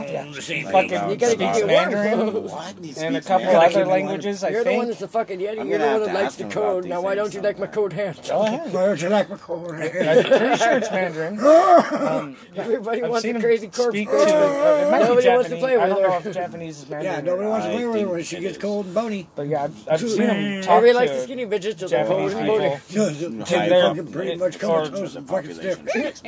Speaker 2: trying to.
Speaker 13: Get Fucking
Speaker 2: You gotta keep
Speaker 13: speaks
Speaker 2: your
Speaker 13: Mandarin
Speaker 2: word.
Speaker 13: and a couple
Speaker 2: Gotta
Speaker 13: other
Speaker 2: keep-
Speaker 13: languages, I
Speaker 2: You're the one
Speaker 13: think.
Speaker 2: that's a fucking yeti.
Speaker 13: I'm
Speaker 2: You're the
Speaker 13: gonna
Speaker 2: one
Speaker 13: have
Speaker 2: that
Speaker 13: to
Speaker 2: likes
Speaker 13: ask
Speaker 2: the
Speaker 13: him about
Speaker 2: code.
Speaker 13: these
Speaker 2: Now, why don't you like my code hand?
Speaker 3: Why don't you like my cold
Speaker 13: I'm
Speaker 3: hand?
Speaker 13: pretty sure it's Mandarin. Um,
Speaker 2: Everybody
Speaker 13: I've
Speaker 2: wants
Speaker 13: seen
Speaker 2: a
Speaker 13: him
Speaker 2: crazy corpse.
Speaker 13: speak to
Speaker 2: bitch.
Speaker 13: the- uh, it might be
Speaker 2: Nobody wants to
Speaker 13: Japanese.
Speaker 2: play
Speaker 13: I
Speaker 2: with
Speaker 13: don't know
Speaker 2: her.
Speaker 13: if Japanese is Mandarin.
Speaker 3: Yeah, nobody wants to
Speaker 13: I
Speaker 3: play with her
Speaker 13: think
Speaker 3: when she gets cold and bony.
Speaker 13: But yeah, I've, I've seen him talk
Speaker 2: Everybody likes the
Speaker 13: to
Speaker 2: skinny bitches to the
Speaker 13: Japanese
Speaker 2: cold and bony.
Speaker 13: people.
Speaker 3: Take
Speaker 13: They're-
Speaker 3: fucking pretty much
Speaker 13: or-
Speaker 3: covered toes and fucking stiff.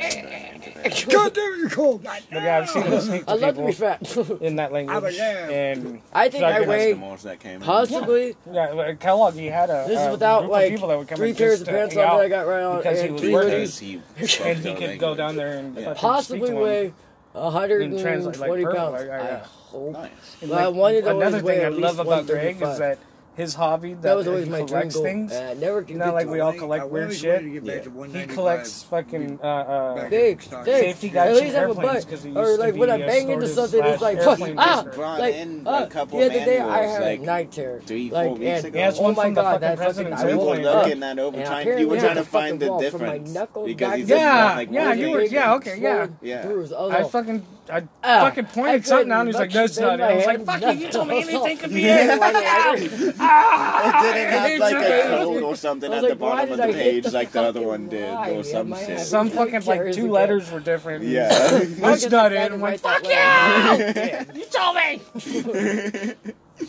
Speaker 3: God
Speaker 2: I
Speaker 3: damn it, you're cold.
Speaker 13: But yeah, I've seen him speak to
Speaker 2: love to be
Speaker 13: people
Speaker 2: fat.
Speaker 13: in that language.
Speaker 3: there.
Speaker 13: And
Speaker 2: I think I
Speaker 13: fucking-
Speaker 2: weigh
Speaker 8: that came in.
Speaker 2: possibly.
Speaker 13: Yeah, but Kellogg, he had a
Speaker 2: This
Speaker 13: a
Speaker 2: is without
Speaker 13: Uh, group of
Speaker 2: like
Speaker 13: people that would come
Speaker 2: three
Speaker 13: and
Speaker 2: pairs of
Speaker 13: just, uh,
Speaker 2: pants
Speaker 13: hang
Speaker 2: on that
Speaker 13: out
Speaker 2: I got right on
Speaker 13: because he
Speaker 2: and
Speaker 13: was
Speaker 2: three
Speaker 13: working.
Speaker 2: hoodies.
Speaker 8: he
Speaker 13: and he could go down there and fucking speak
Speaker 2: possibly
Speaker 13: to him.
Speaker 2: weigh a hundred
Speaker 13: And
Speaker 2: and
Speaker 13: translate, like,
Speaker 2: twenty
Speaker 13: perfect,
Speaker 2: pounds.
Speaker 13: like, I,
Speaker 2: I
Speaker 13: uh,
Speaker 2: hope.
Speaker 13: And,
Speaker 2: Well, I
Speaker 13: like,
Speaker 2: wanted to
Speaker 13: another
Speaker 2: always weigh
Speaker 13: thing I
Speaker 2: at
Speaker 13: love
Speaker 2: least
Speaker 13: about Greg is
Speaker 2: 135.
Speaker 13: that his hobby that,
Speaker 2: That was always
Speaker 13: he
Speaker 2: my dream
Speaker 13: collects
Speaker 2: goal.
Speaker 13: things.
Speaker 2: Uh, never can
Speaker 13: not
Speaker 2: get
Speaker 13: like
Speaker 2: to
Speaker 13: we
Speaker 2: it.
Speaker 13: all collect weird
Speaker 3: always wanted
Speaker 13: shit.
Speaker 3: to get back to
Speaker 13: He
Speaker 3: 195.
Speaker 13: collects fucking uh, uh,
Speaker 2: Big,
Speaker 3: Sorry.
Speaker 2: thick.
Speaker 13: safety guys
Speaker 2: At
Speaker 13: from
Speaker 2: least have a
Speaker 13: airplanes
Speaker 2: butt.
Speaker 13: because he used
Speaker 2: Or
Speaker 13: to
Speaker 2: like
Speaker 13: be
Speaker 2: when
Speaker 13: a
Speaker 2: I'm banging into
Speaker 13: stewardess
Speaker 2: something, it's
Speaker 13: slash
Speaker 2: like fuck
Speaker 13: airplane
Speaker 2: ah,
Speaker 13: business.
Speaker 8: Brought
Speaker 2: like
Speaker 8: in a
Speaker 2: ah.
Speaker 8: couple
Speaker 2: the other day I
Speaker 8: manuals,
Speaker 2: had
Speaker 8: like,
Speaker 2: night terror,
Speaker 8: three, four
Speaker 2: like
Speaker 8: weeks
Speaker 2: and
Speaker 8: ago. Yeah, it's
Speaker 2: oh
Speaker 13: one
Speaker 2: my
Speaker 13: from the
Speaker 2: god,
Speaker 13: fucking
Speaker 2: that fucking Ah,
Speaker 13: president's
Speaker 2: I
Speaker 8: We
Speaker 13: airplane.
Speaker 8: were
Speaker 2: woke
Speaker 13: Well,
Speaker 2: up.
Speaker 8: looking at
Speaker 2: and
Speaker 8: overtime.
Speaker 2: apparently
Speaker 8: You were
Speaker 2: I
Speaker 8: trying
Speaker 2: hit
Speaker 8: to
Speaker 2: the fucking
Speaker 8: find the
Speaker 2: wall from my
Speaker 8: difference
Speaker 2: knuckle
Speaker 8: because he's
Speaker 2: back
Speaker 8: just
Speaker 13: Yeah,
Speaker 8: not, like
Speaker 13: yeah, you
Speaker 8: moving.
Speaker 13: were- yeah, okay, yeah.
Speaker 8: Yeah.
Speaker 13: I fucking I
Speaker 2: Ah,
Speaker 13: fucking
Speaker 2: I
Speaker 13: pointed something out and he's like,
Speaker 2: couldn't
Speaker 13: that's
Speaker 2: bend
Speaker 13: not it.
Speaker 2: my
Speaker 13: I was like,
Speaker 2: head.
Speaker 13: fuck you, you told me anything could be
Speaker 8: Yeah.
Speaker 13: it. Ow!
Speaker 8: It didn't
Speaker 13: It
Speaker 8: have like a
Speaker 13: didn't.
Speaker 8: code or something
Speaker 2: I was
Speaker 8: at the
Speaker 2: like, why
Speaker 8: bottom of
Speaker 2: did I
Speaker 8: the
Speaker 2: hit
Speaker 8: page
Speaker 2: the
Speaker 8: like the other one did
Speaker 2: line?
Speaker 8: or some
Speaker 2: Am I
Speaker 8: shit.
Speaker 2: having-
Speaker 13: Some fucking like
Speaker 2: Carries
Speaker 13: two
Speaker 2: the
Speaker 13: letters were different.
Speaker 8: Yeah.
Speaker 13: That's not it. I'm like, fuck you! You told me!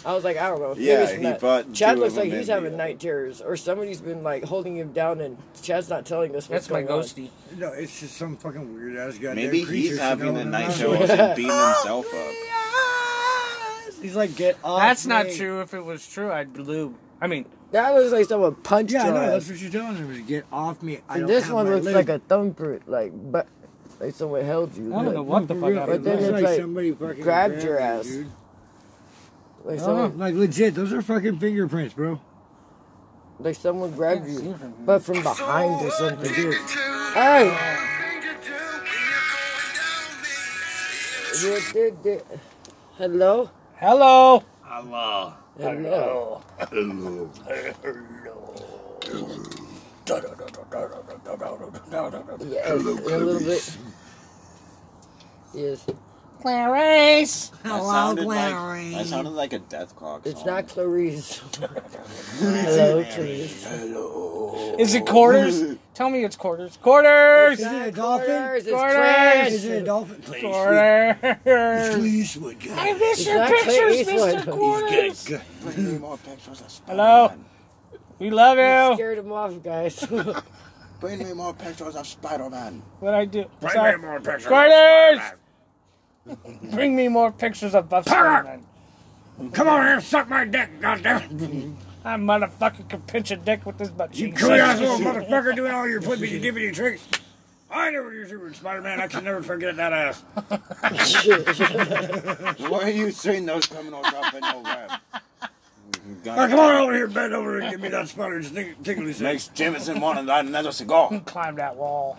Speaker 2: I was like, I don't know. Maybe
Speaker 8: Yeah,
Speaker 2: it's
Speaker 8: he
Speaker 2: not-
Speaker 8: brought
Speaker 2: Chad
Speaker 8: two
Speaker 2: looks
Speaker 8: of 'em
Speaker 2: like he's
Speaker 8: in
Speaker 2: having
Speaker 8: the-
Speaker 2: night terrors, or somebody's been like holding him down, and Chad's not telling us what's
Speaker 13: That's my
Speaker 2: going on.
Speaker 13: ghosty.
Speaker 3: No, it's just some fucking weird ass guy.
Speaker 8: Maybe he's having the
Speaker 3: a
Speaker 8: night shows and beating himself up.
Speaker 3: He's like, get off.
Speaker 13: That's not
Speaker 3: me.
Speaker 13: true. If it was true, I'd blue. I mean,
Speaker 2: That looks like someone punched
Speaker 3: Yeah, I
Speaker 2: your
Speaker 3: know.
Speaker 2: ass.
Speaker 3: That's what you're telling him. is Get off me. I
Speaker 2: And
Speaker 3: don't
Speaker 2: this
Speaker 3: have
Speaker 2: one
Speaker 3: my
Speaker 2: looks
Speaker 3: lid.
Speaker 2: like a thumbprint, like but like someone held you.
Speaker 13: I don't
Speaker 2: like,
Speaker 13: know what the
Speaker 3: For
Speaker 13: fuck
Speaker 3: real,
Speaker 13: happened.
Speaker 2: But then
Speaker 3: looks
Speaker 2: it's like
Speaker 3: somebody fucking
Speaker 2: grabbed your
Speaker 3: you,
Speaker 2: ass.
Speaker 3: dude.
Speaker 2: Like
Speaker 3: Oh,
Speaker 2: someone,
Speaker 3: like legit, those are fucking fingerprints, bro.
Speaker 2: like someone grabbed you, but from behind or something. Dude. Hey, you did it. Hello,
Speaker 13: Hello.
Speaker 9: Allah.
Speaker 2: hello.
Speaker 9: Hello.
Speaker 2: Yes, in a little bit. Yes,
Speaker 13: Clarice.
Speaker 8: That sounded like that sounded like a death clock.
Speaker 2: it's
Speaker 8: song.
Speaker 2: not Clarice. hello, Clarice.
Speaker 13: Is it quarters? Tell me it's quarters. Quarters.
Speaker 3: Is it a dolphin?
Speaker 2: Quarters, it's
Speaker 13: Quarters.
Speaker 3: Is it a
Speaker 2: trash.
Speaker 3: dolphin?
Speaker 13: Quarters.
Speaker 3: Please, would God.
Speaker 13: I miss
Speaker 2: It's
Speaker 13: your
Speaker 2: not Clint
Speaker 13: pictures,
Speaker 2: Eastwood.
Speaker 13: Mr.
Speaker 3: Good,
Speaker 13: Quarters.
Speaker 3: good.
Speaker 8: Bring me more pictures of Spider-Man.
Speaker 13: Hello? We love
Speaker 2: You
Speaker 13: you.
Speaker 2: scared him off, guys.
Speaker 8: Bring me more pictures of Spider-Man.
Speaker 13: What I do?
Speaker 9: Bring
Speaker 13: Sorry.
Speaker 9: me more pictures.
Speaker 13: Quarters. Bring me more pictures of Buff
Speaker 9: Parrot.
Speaker 13: Spider-Man.
Speaker 9: Come on here, suck my dick, goddamn.
Speaker 13: I motherfucker can pinch a dick with this butt
Speaker 9: You
Speaker 13: cheek.
Speaker 9: cool ass little motherfucker doing all your flippity dippity tricks. I never used you with Spider Man. I can never forget that ass.
Speaker 8: Why are you seeing those criminals up in your web?
Speaker 9: Now come on over here, bend over and give me that spider ting- tingly
Speaker 8: Makes
Speaker 9: sex.
Speaker 8: Jameson want to light another cigar.
Speaker 13: Climb that wall.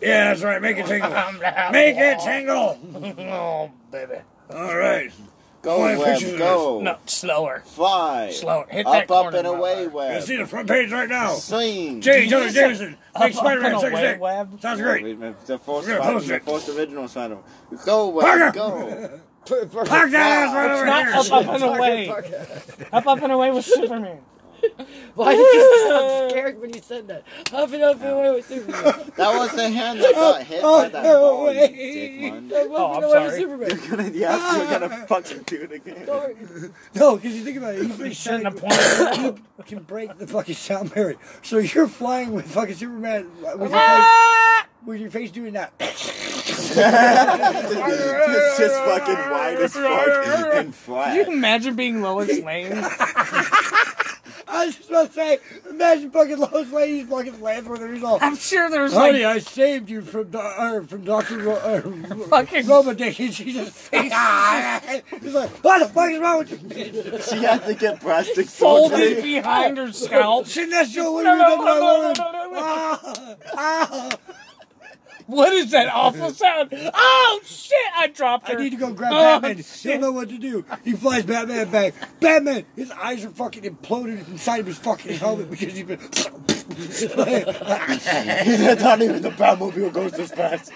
Speaker 9: Yeah, that's right. Make it tingle.
Speaker 13: Climb that
Speaker 9: Make
Speaker 13: wall.
Speaker 9: it tingle.
Speaker 13: Oh, baby.
Speaker 9: All right.
Speaker 8: Go,
Speaker 9: Why,
Speaker 8: Web,
Speaker 9: pictures
Speaker 8: go.
Speaker 13: No, slower.
Speaker 8: Fly.
Speaker 13: Slower. Hit
Speaker 8: up,
Speaker 13: that
Speaker 8: up,
Speaker 13: corner,
Speaker 8: and
Speaker 13: mother.
Speaker 8: away,
Speaker 9: I
Speaker 8: Web.
Speaker 9: see the front page right now.
Speaker 8: Sing.
Speaker 9: J. Jonah Jameson.
Speaker 13: Up,
Speaker 9: Make
Speaker 13: up
Speaker 9: Spider Man
Speaker 13: and
Speaker 9: sex
Speaker 13: away,
Speaker 9: dick.
Speaker 13: Web.
Speaker 9: Sounds great.
Speaker 8: The first,
Speaker 9: We're gonna
Speaker 8: Spider-
Speaker 9: post
Speaker 8: the
Speaker 9: it.
Speaker 8: first original Spider-Man. Go,
Speaker 12: uh,
Speaker 9: Parker!
Speaker 8: Web, go.
Speaker 9: Park that ass right
Speaker 13: It's
Speaker 9: over here.
Speaker 13: not up, up, and away. Up, up, and away with Superman.
Speaker 2: Why did you sound scared when you said that? Up and up and away with Superman.
Speaker 8: That was the hand that got hit by that ball, you dick man.
Speaker 2: Up
Speaker 13: Oh,
Speaker 2: and
Speaker 13: I'm
Speaker 2: away with
Speaker 13: sorry.
Speaker 2: Superman.
Speaker 8: You're gonna, yeah, you're gonna fucking do it again.
Speaker 3: No, because you think about it, you
Speaker 13: Shouldn't have
Speaker 3: shouldn't
Speaker 13: pointed.
Speaker 3: have can break the fucking sound barrier. So you're flying with fucking Superman with your face,
Speaker 13: Ah!
Speaker 3: with your face doing that.
Speaker 8: it's just fucking wide as fuck and
Speaker 13: Can you
Speaker 8: flat.
Speaker 13: imagine being Lois Lane?
Speaker 3: I was just about to say, imagine fucking Lois Lane's fucking laughing with her. He's all,
Speaker 13: I'm sure there's
Speaker 3: Honey,
Speaker 13: like-
Speaker 3: I saved you from do- uh, from Doctor Ro- uh,
Speaker 13: fucking
Speaker 3: Roma Dick, and she just face. He's like, what the fuck is wrong with you? bitch?"
Speaker 12: She had to get plastic
Speaker 13: folded
Speaker 12: surgery.
Speaker 13: behind her scalp.
Speaker 3: She that's your
Speaker 13: No,
Speaker 3: woman.
Speaker 13: no, no,
Speaker 3: No,
Speaker 13: no, no, no, no.
Speaker 3: Ah, ah.
Speaker 13: What is that awful sound? Oh shit! I dropped
Speaker 3: I
Speaker 13: her.
Speaker 3: need to go grab
Speaker 13: Oh,
Speaker 3: Batman. He
Speaker 13: shit.
Speaker 3: don't know what to do. He flies Batman back. Batman, his eyes are fucking imploded inside of his fucking helmet because he's been.
Speaker 12: Not even the Batmobile goes this fast.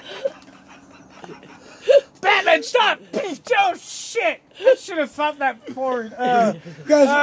Speaker 13: Batman, stop! oh shit! I should have thought that before. Uh,
Speaker 3: Grabs
Speaker 13: uh,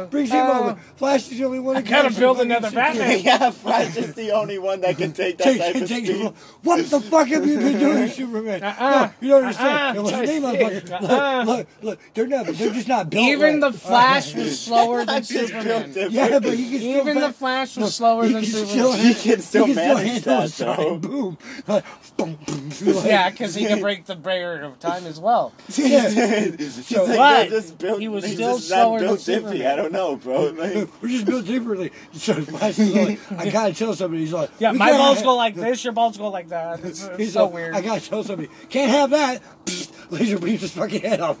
Speaker 3: Flash, brings him
Speaker 13: uh,
Speaker 3: over. Flash is the only one.
Speaker 13: I
Speaker 3: who
Speaker 13: gotta
Speaker 3: catches
Speaker 13: build
Speaker 3: fucking
Speaker 13: another
Speaker 3: Superman.
Speaker 13: Batman.
Speaker 12: yeah, Flash is the only one that can take that
Speaker 3: Take-
Speaker 12: type of
Speaker 3: take-
Speaker 12: speed.
Speaker 3: What the fuck have you been doing, Superman?
Speaker 13: Uh-uh.
Speaker 3: No, you don't understand.
Speaker 13: Uh-uh.
Speaker 3: It was your name, motherfucker.
Speaker 13: Uh-uh.
Speaker 3: Look, look, look, they're not. They're just not built.
Speaker 13: Even
Speaker 3: right.
Speaker 13: the Flash was slower than
Speaker 12: just
Speaker 13: Superman.
Speaker 12: built it.
Speaker 3: Yeah, but you can still
Speaker 13: Even the
Speaker 3: bat-
Speaker 13: Flash
Speaker 3: Look,
Speaker 13: was slower
Speaker 3: he
Speaker 13: than
Speaker 3: can
Speaker 13: Superman.
Speaker 3: Still,
Speaker 12: He can still
Speaker 3: he can
Speaker 12: manage
Speaker 3: handle a
Speaker 12: that,
Speaker 3: sonic
Speaker 12: though.
Speaker 3: Boom. Like, boom, boom, like-
Speaker 13: Yeah, because he could break the barrier of time as well.
Speaker 12: She's
Speaker 3: So-
Speaker 12: like,
Speaker 13: But
Speaker 12: they're just built,
Speaker 13: he was
Speaker 12: they're
Speaker 13: still
Speaker 12: just not
Speaker 13: slower than
Speaker 12: built
Speaker 13: Superman.
Speaker 12: differently. I don't know, bro. Like,
Speaker 3: We're just built differently. So Flash is like, I gotta tell somebody. He's like,
Speaker 13: Yeah,
Speaker 3: "We
Speaker 13: my
Speaker 3: can't
Speaker 13: balls
Speaker 3: have-"
Speaker 13: go like this, your balls go like that. It's, it's
Speaker 3: He's
Speaker 13: so
Speaker 3: like,
Speaker 13: weird.
Speaker 3: I gotta tell somebody. Can't have that. Pfft, Laser beams his fucking head off.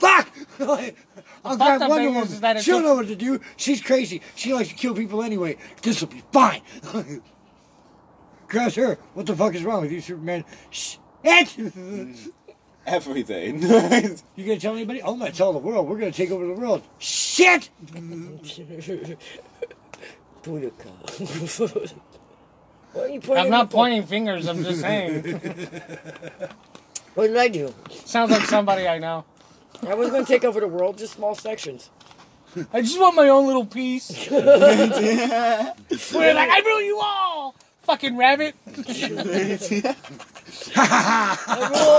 Speaker 3: Fuck! Like, I'll
Speaker 13: fucked
Speaker 3: grab
Speaker 13: up
Speaker 3: Wonder
Speaker 13: thing is
Speaker 3: Woman.
Speaker 13: that it
Speaker 3: She'll
Speaker 13: took-
Speaker 3: know what to do. She's crazy. She likes to kill people anyway. This will be fine. Grabs her. What the fuck is wrong with you, Superman? Shh. It.
Speaker 12: everything.
Speaker 3: You gonna tell anybody? Oh, I'm gonna tell the world. We're gonna take over the world. Shit!
Speaker 2: Punica. what are you pointing
Speaker 13: I'm not
Speaker 2: at me for?
Speaker 13: pointing fingers, I'm just saying.
Speaker 2: What did I do?
Speaker 13: Sounds like somebody I know.
Speaker 2: I was going to take over the world, just small sections.
Speaker 13: I just want my own little piece. We're like, I rule you all! Fucking rabbit.
Speaker 2: I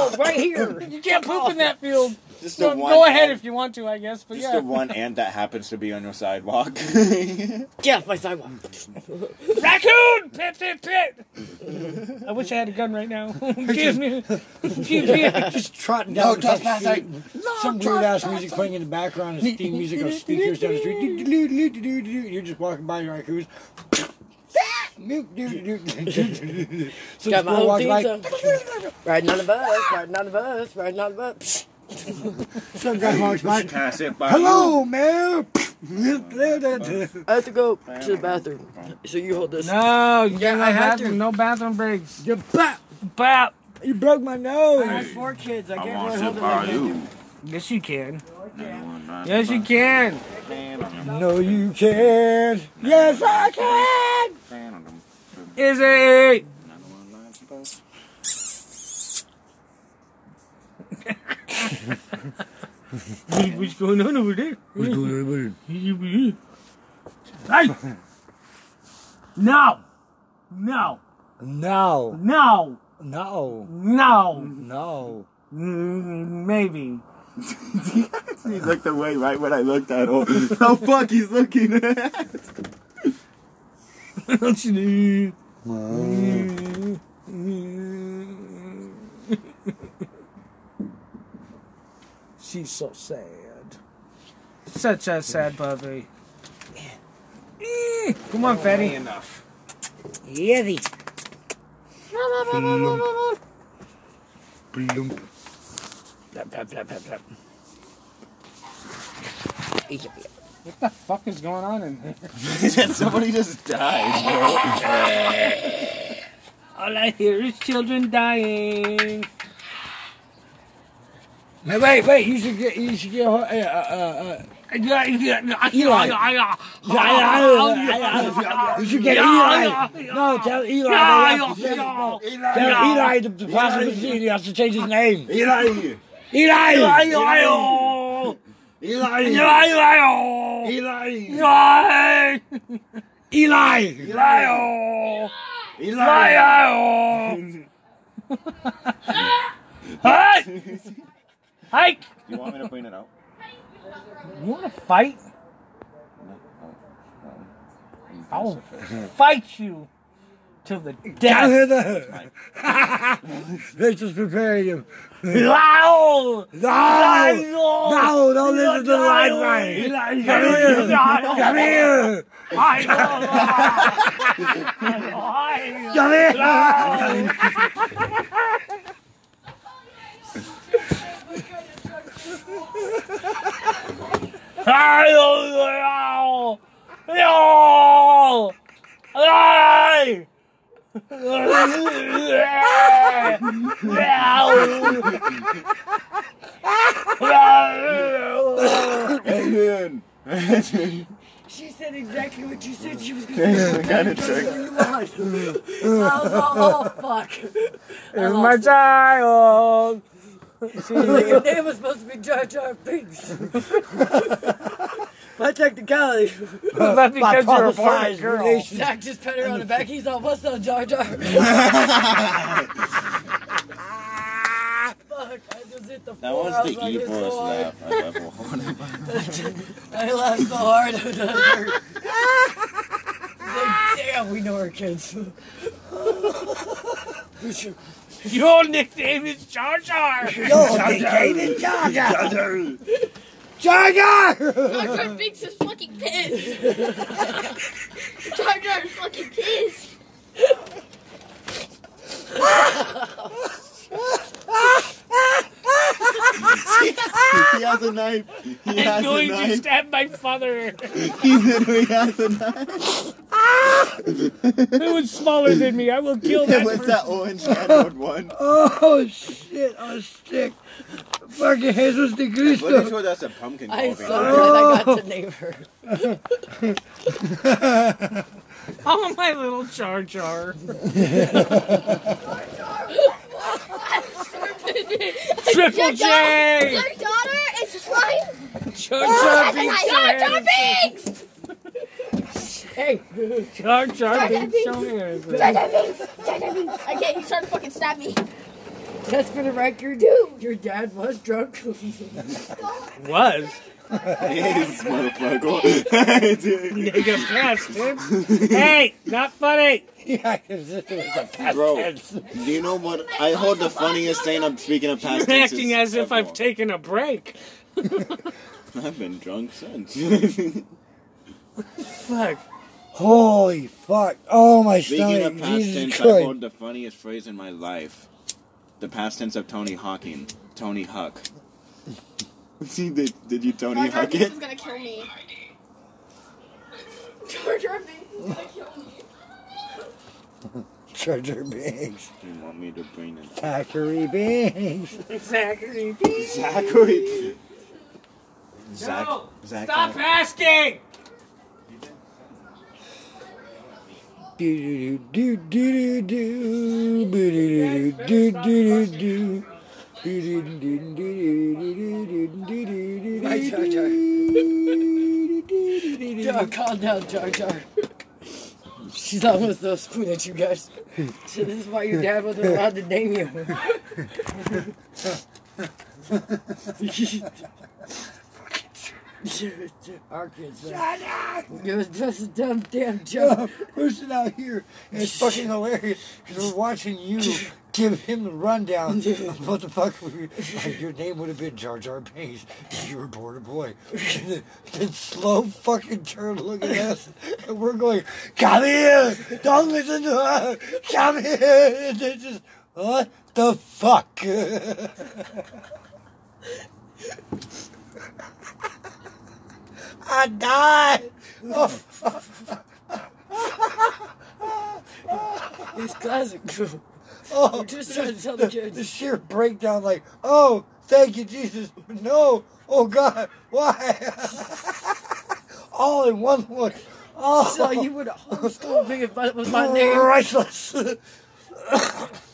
Speaker 2: rule right here.
Speaker 13: You can't poop in that field.
Speaker 8: Just
Speaker 13: So
Speaker 8: the one
Speaker 13: go ahead
Speaker 8: and-
Speaker 13: if you want to, I guess. But
Speaker 8: Just
Speaker 13: yeah.
Speaker 8: the one and that happens to be on your sidewalk.
Speaker 2: Get off my sidewalk.
Speaker 13: Raccoon! Pit, pit, pit! I wish I had a gun right now. Excuse me. Excuse me.
Speaker 3: Just trotting down the fucking street. Some weird ass music playing in the background and theme music on speakers down the street. Do-do-do-do-do-do-do. You're just walking by your raccoons. Do-do-do-do-do-do. so
Speaker 2: Got
Speaker 3: this
Speaker 2: my
Speaker 3: girl
Speaker 2: own
Speaker 3: walks by.
Speaker 2: theme song. Riding on the bus, riding on the bus, riding on the bus.
Speaker 3: Some guy walks by.
Speaker 8: Pass it by.
Speaker 3: Hello, man.
Speaker 2: I have to go to the bathroom. So you hold this.
Speaker 13: No, you
Speaker 2: Yeah,
Speaker 13: no
Speaker 2: I had
Speaker 13: bathroom,
Speaker 2: to.
Speaker 13: no bathroom breaks.
Speaker 3: You bap.
Speaker 13: Bap.
Speaker 3: You broke my nose.
Speaker 2: I have four kids. I can't really
Speaker 8: sit
Speaker 2: hold it
Speaker 8: by
Speaker 2: like that.
Speaker 13: Yes, you can. Yes, you can.
Speaker 3: No, you can't. Yes, I can.
Speaker 13: Is it? What's going on over there? What's going on over there? Hey! No!
Speaker 3: No.
Speaker 13: No! No!
Speaker 3: No.
Speaker 13: No!
Speaker 3: No.
Speaker 13: Mm, Maybe.
Speaker 12: he looked away right when I looked at him. oh fuck, he's looking.
Speaker 13: Don't you She's so sad. Such a sad puppy. Eh, Come on, fatty.
Speaker 8: Enough.
Speaker 13: Yevy.
Speaker 3: Bloomp.
Speaker 13: What the fuck is going on in here?
Speaker 8: Somebody just died,
Speaker 13: All I hear is children dying.
Speaker 3: Now wait, wait. You should get. You should get. Uh, uh, uh, uh, you should get Eli. No, tell Eli. that he has to change- no, Tell Eli the, the possibility he has to change his name.
Speaker 12: Eli!
Speaker 3: Eli.
Speaker 12: Eli!
Speaker 13: Eli!
Speaker 3: Eli.
Speaker 13: Eli!
Speaker 12: Eli!
Speaker 13: Hey! Hike!
Speaker 8: bro. you want me to clean it out?
Speaker 13: You want to fight?
Speaker 8: No. Oh, no.
Speaker 13: I'll fight you.
Speaker 10: till the
Speaker 3: Down here
Speaker 10: death.
Speaker 3: the hood. This is preparing you.
Speaker 10: Lion!
Speaker 3: No! No, don't listen to the light way. Come here! Come here! Come here!
Speaker 10: Lion! Lion! Lion!
Speaker 2: She said exactly what you said she was
Speaker 12: Yeah,
Speaker 2: going to
Speaker 12: I
Speaker 2: do.
Speaker 12: got it,
Speaker 2: I was all, oh, fuck.
Speaker 13: It's my child.
Speaker 2: Your name was supposed to be Jar Jar Binks. My technicality.
Speaker 13: Not because you're a foreign girl.
Speaker 2: Zach just pat her on the back. He's all, what's up, Jar Jar? fuck, I just hit the floor.
Speaker 8: That
Speaker 2: I
Speaker 8: was
Speaker 2: was
Speaker 8: the
Speaker 2: like, it's so
Speaker 8: evilest
Speaker 2: hard.
Speaker 8: laugh I've ever heard.
Speaker 2: I laughed so hard. I was like, damn, we know our kids.
Speaker 13: Your nickname is Jar Jar.
Speaker 3: Your nickname is Jar Jar. Jar
Speaker 22: Jar Jar
Speaker 3: Jar!
Speaker 22: Binks is fucking pissed. Jar Jar is fucking pissed.
Speaker 12: he has a knife. He
Speaker 13: I'm
Speaker 12: has a
Speaker 13: going to
Speaker 12: knife.
Speaker 13: stab my father.
Speaker 12: He literally has a knife.
Speaker 13: It was smaller than me. I will kill that.
Speaker 12: It was that orange shadowed one.
Speaker 3: Oh shit, I was sick. Fucking Jesus de
Speaker 8: Pretty
Speaker 3: Cristo.
Speaker 8: sure that's a pumpkin
Speaker 2: I'm
Speaker 8: carving.
Speaker 2: so glad I got to name her.
Speaker 13: Oh, my little Jar Jar. Triple
Speaker 22: Your daughter-
Speaker 13: J.
Speaker 22: Your daughter is trying.
Speaker 13: Jar Jar
Speaker 22: Jar
Speaker 13: Binks.
Speaker 22: Jar Jar
Speaker 13: Johansson.
Speaker 22: Binks!
Speaker 2: Hey,
Speaker 13: Jar
Speaker 22: Jar
Speaker 13: Jar
Speaker 22: Jar
Speaker 13: Binks.
Speaker 22: Binks.
Speaker 13: Johansson.
Speaker 22: Jar Jar Binks! Jar Jar Binks! I can't. He's trying to fucking stab me.
Speaker 2: Just for the record, dude, your dad was drunk.
Speaker 13: Was.
Speaker 12: Yes, motherfucker.
Speaker 13: Nigga past tense. Hey, not funny.
Speaker 3: Yeah, this is a past
Speaker 12: Bro, do you know what? I hold the funniest thing. I'm speaking of past
Speaker 13: You're
Speaker 12: tenses.
Speaker 13: acting as if I've taken a break.
Speaker 12: I've been drunk since. Speaking
Speaker 13: Fuck.
Speaker 3: Holy fuck. Oh, my stomach.
Speaker 8: of past
Speaker 3: Jesus
Speaker 8: tense, I
Speaker 3: Christ.
Speaker 8: hold the funniest phrase in my life. The past tense of Tony Hawking. Tony Huck.
Speaker 12: See, did, did you Tony
Speaker 22: Jar Jar
Speaker 12: Huck
Speaker 22: Binks
Speaker 12: it?
Speaker 22: is gonna kill me. Jar Jar Binks is gonna kill me.
Speaker 3: Jar Jar Binks.
Speaker 8: You want me to bring it?
Speaker 3: Zachary Binks.
Speaker 13: Zachary.
Speaker 12: Zachary. Zach.
Speaker 13: No,
Speaker 12: Zach.
Speaker 13: Stop asking.
Speaker 3: Do do do do do do do do do do do.
Speaker 2: Right, Jar Jar. Jar, calm down, Jar Jar. She's almost so screwed at you guys. So this is why your dad wasn't allowed to name you. Our kids. Shut up! It was just a dumb damn joke.
Speaker 3: Listen out here. It's fucking hilarious because we're watching you give him the rundown of what the fuck we, like your name would have been Jar Jar Binks. if You were born a boy. And then, then slow fucking turn look at us and we're going, Come here! Don't listen to her! Come here! And they just what the fuck? I died!
Speaker 2: It's classic.
Speaker 3: Oh,
Speaker 2: I'm just trying to tell the kids.
Speaker 3: The sheer breakdown, like, oh, thank you, Jesus. No, oh God, why? All in one look. Oh,
Speaker 2: So you would have always told me if it was my name.
Speaker 3: priceless.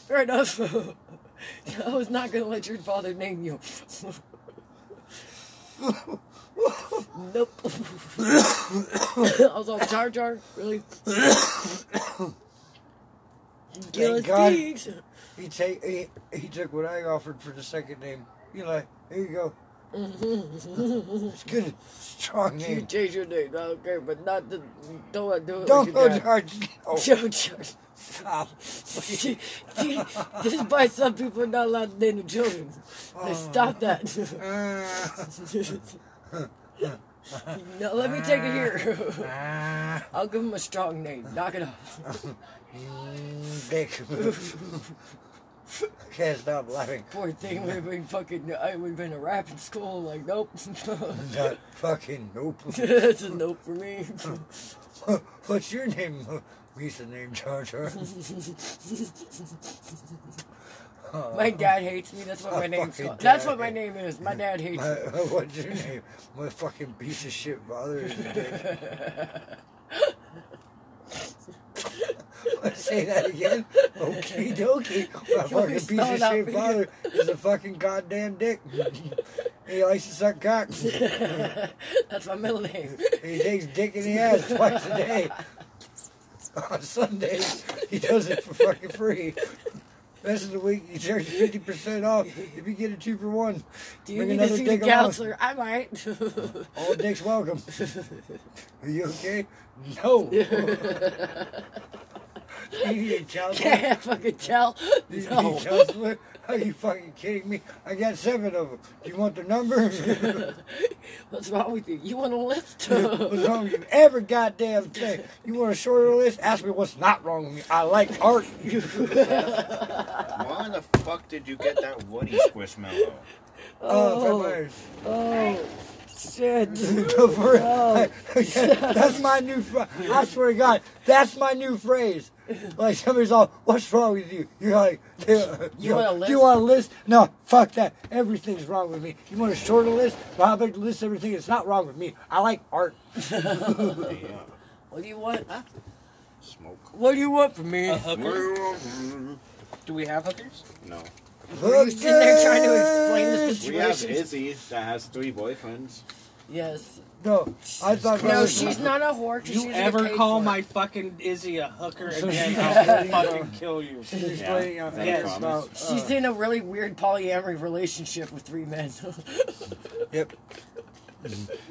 Speaker 2: Fair enough. I was not gonna let your father name you. nope. I was all Jar Jar, really? Gillis
Speaker 3: Thank God.
Speaker 2: Deeks.
Speaker 3: He take he, he took what I offered for the second name. You know, here you go.
Speaker 2: it's
Speaker 3: good, strong
Speaker 2: You
Speaker 3: name.
Speaker 2: change your name, I don't care, but not the. Don't do it.
Speaker 3: Don't
Speaker 2: with your
Speaker 3: go
Speaker 2: dad.
Speaker 3: George. No.
Speaker 2: Don't George. Stop. See, see, this is why some people are not allowed to name their children. They stop that.
Speaker 3: Uh.
Speaker 2: no, let me take it here. I'll give him a strong name. Knock it off.
Speaker 3: Dick. Can't stop laughing.
Speaker 2: Poor thing would have been fucking. I would have been a rap in school. Like, nope.
Speaker 3: Not fucking nope.
Speaker 2: That's a nope for me.
Speaker 3: What's your name? We used to name Jar Jar.
Speaker 2: My dad hates me. That's what my name's
Speaker 3: Uh, fucking
Speaker 2: called. That's
Speaker 3: dad.
Speaker 2: what my name is. My dad hates
Speaker 3: My,
Speaker 2: me.
Speaker 3: what's your name? My fucking piece of shit father is a dick. Say that again. Okie dokie. My
Speaker 2: You always
Speaker 3: fucking piece
Speaker 2: spell
Speaker 3: of
Speaker 2: it out
Speaker 3: shit
Speaker 2: for
Speaker 3: father is a fucking goddamn dick. he likes to suck cock.
Speaker 2: That's my middle name.
Speaker 3: He takes dick in the ass twice a day. On Sundays, he does it for fucking free. Rest of the week, he charges fifty percent off if you get a two for one.
Speaker 2: Do you need to see the counselor? I might.
Speaker 3: All dicks welcome. Are you okay? No. you need a counselor?
Speaker 2: Can't I fucking tell.
Speaker 3: You need
Speaker 2: No.
Speaker 3: a counselor? Are you fucking kidding me? I got seven of them. Do you want the number?
Speaker 2: What's wrong with you? You want a list?
Speaker 3: what's wrong with you? Every goddamn thing. You want a shorter list? Ask me what's not wrong with me. I like art.
Speaker 8: Why the fuck did you get that Woody squishmallow?
Speaker 3: Oh, Fred
Speaker 2: Oh, shit. Oh.
Speaker 3: No, for real. that's my new. Fr- I swear to God, that's my new phrase. Like somebody's all, "What's wrong with you?" You're like, "Do
Speaker 2: You want a
Speaker 3: do
Speaker 2: list?
Speaker 3: you want a list? No, fuck that. Everything's wrong with me. You want a shorter list? Well, how about list everything that's not wrong with me? I like art.
Speaker 2: What do you want? Huh?
Speaker 8: Smoke.
Speaker 2: What do you want from me?
Speaker 10: Do we have hookers?
Speaker 8: No.
Speaker 2: Were you sitting there trying to explain the
Speaker 8: We have
Speaker 2: situation?
Speaker 8: Izzy that has three boyfriends.
Speaker 2: Yes.
Speaker 3: No, I thought.
Speaker 2: No, she's not a whore. 'cause she
Speaker 10: You
Speaker 2: doesn't get
Speaker 10: ever
Speaker 2: paid
Speaker 10: call
Speaker 2: for it.
Speaker 10: my fucking Izzy a hooker
Speaker 3: So
Speaker 10: again?
Speaker 3: she's
Speaker 10: I'll
Speaker 3: explaining,
Speaker 10: fucking
Speaker 3: uh,
Speaker 10: kill you.
Speaker 3: she's explaining, uh,
Speaker 10: Yes.
Speaker 3: things about, uh,
Speaker 2: She's in a really weird polyamory relationship with three men.
Speaker 3: Yep.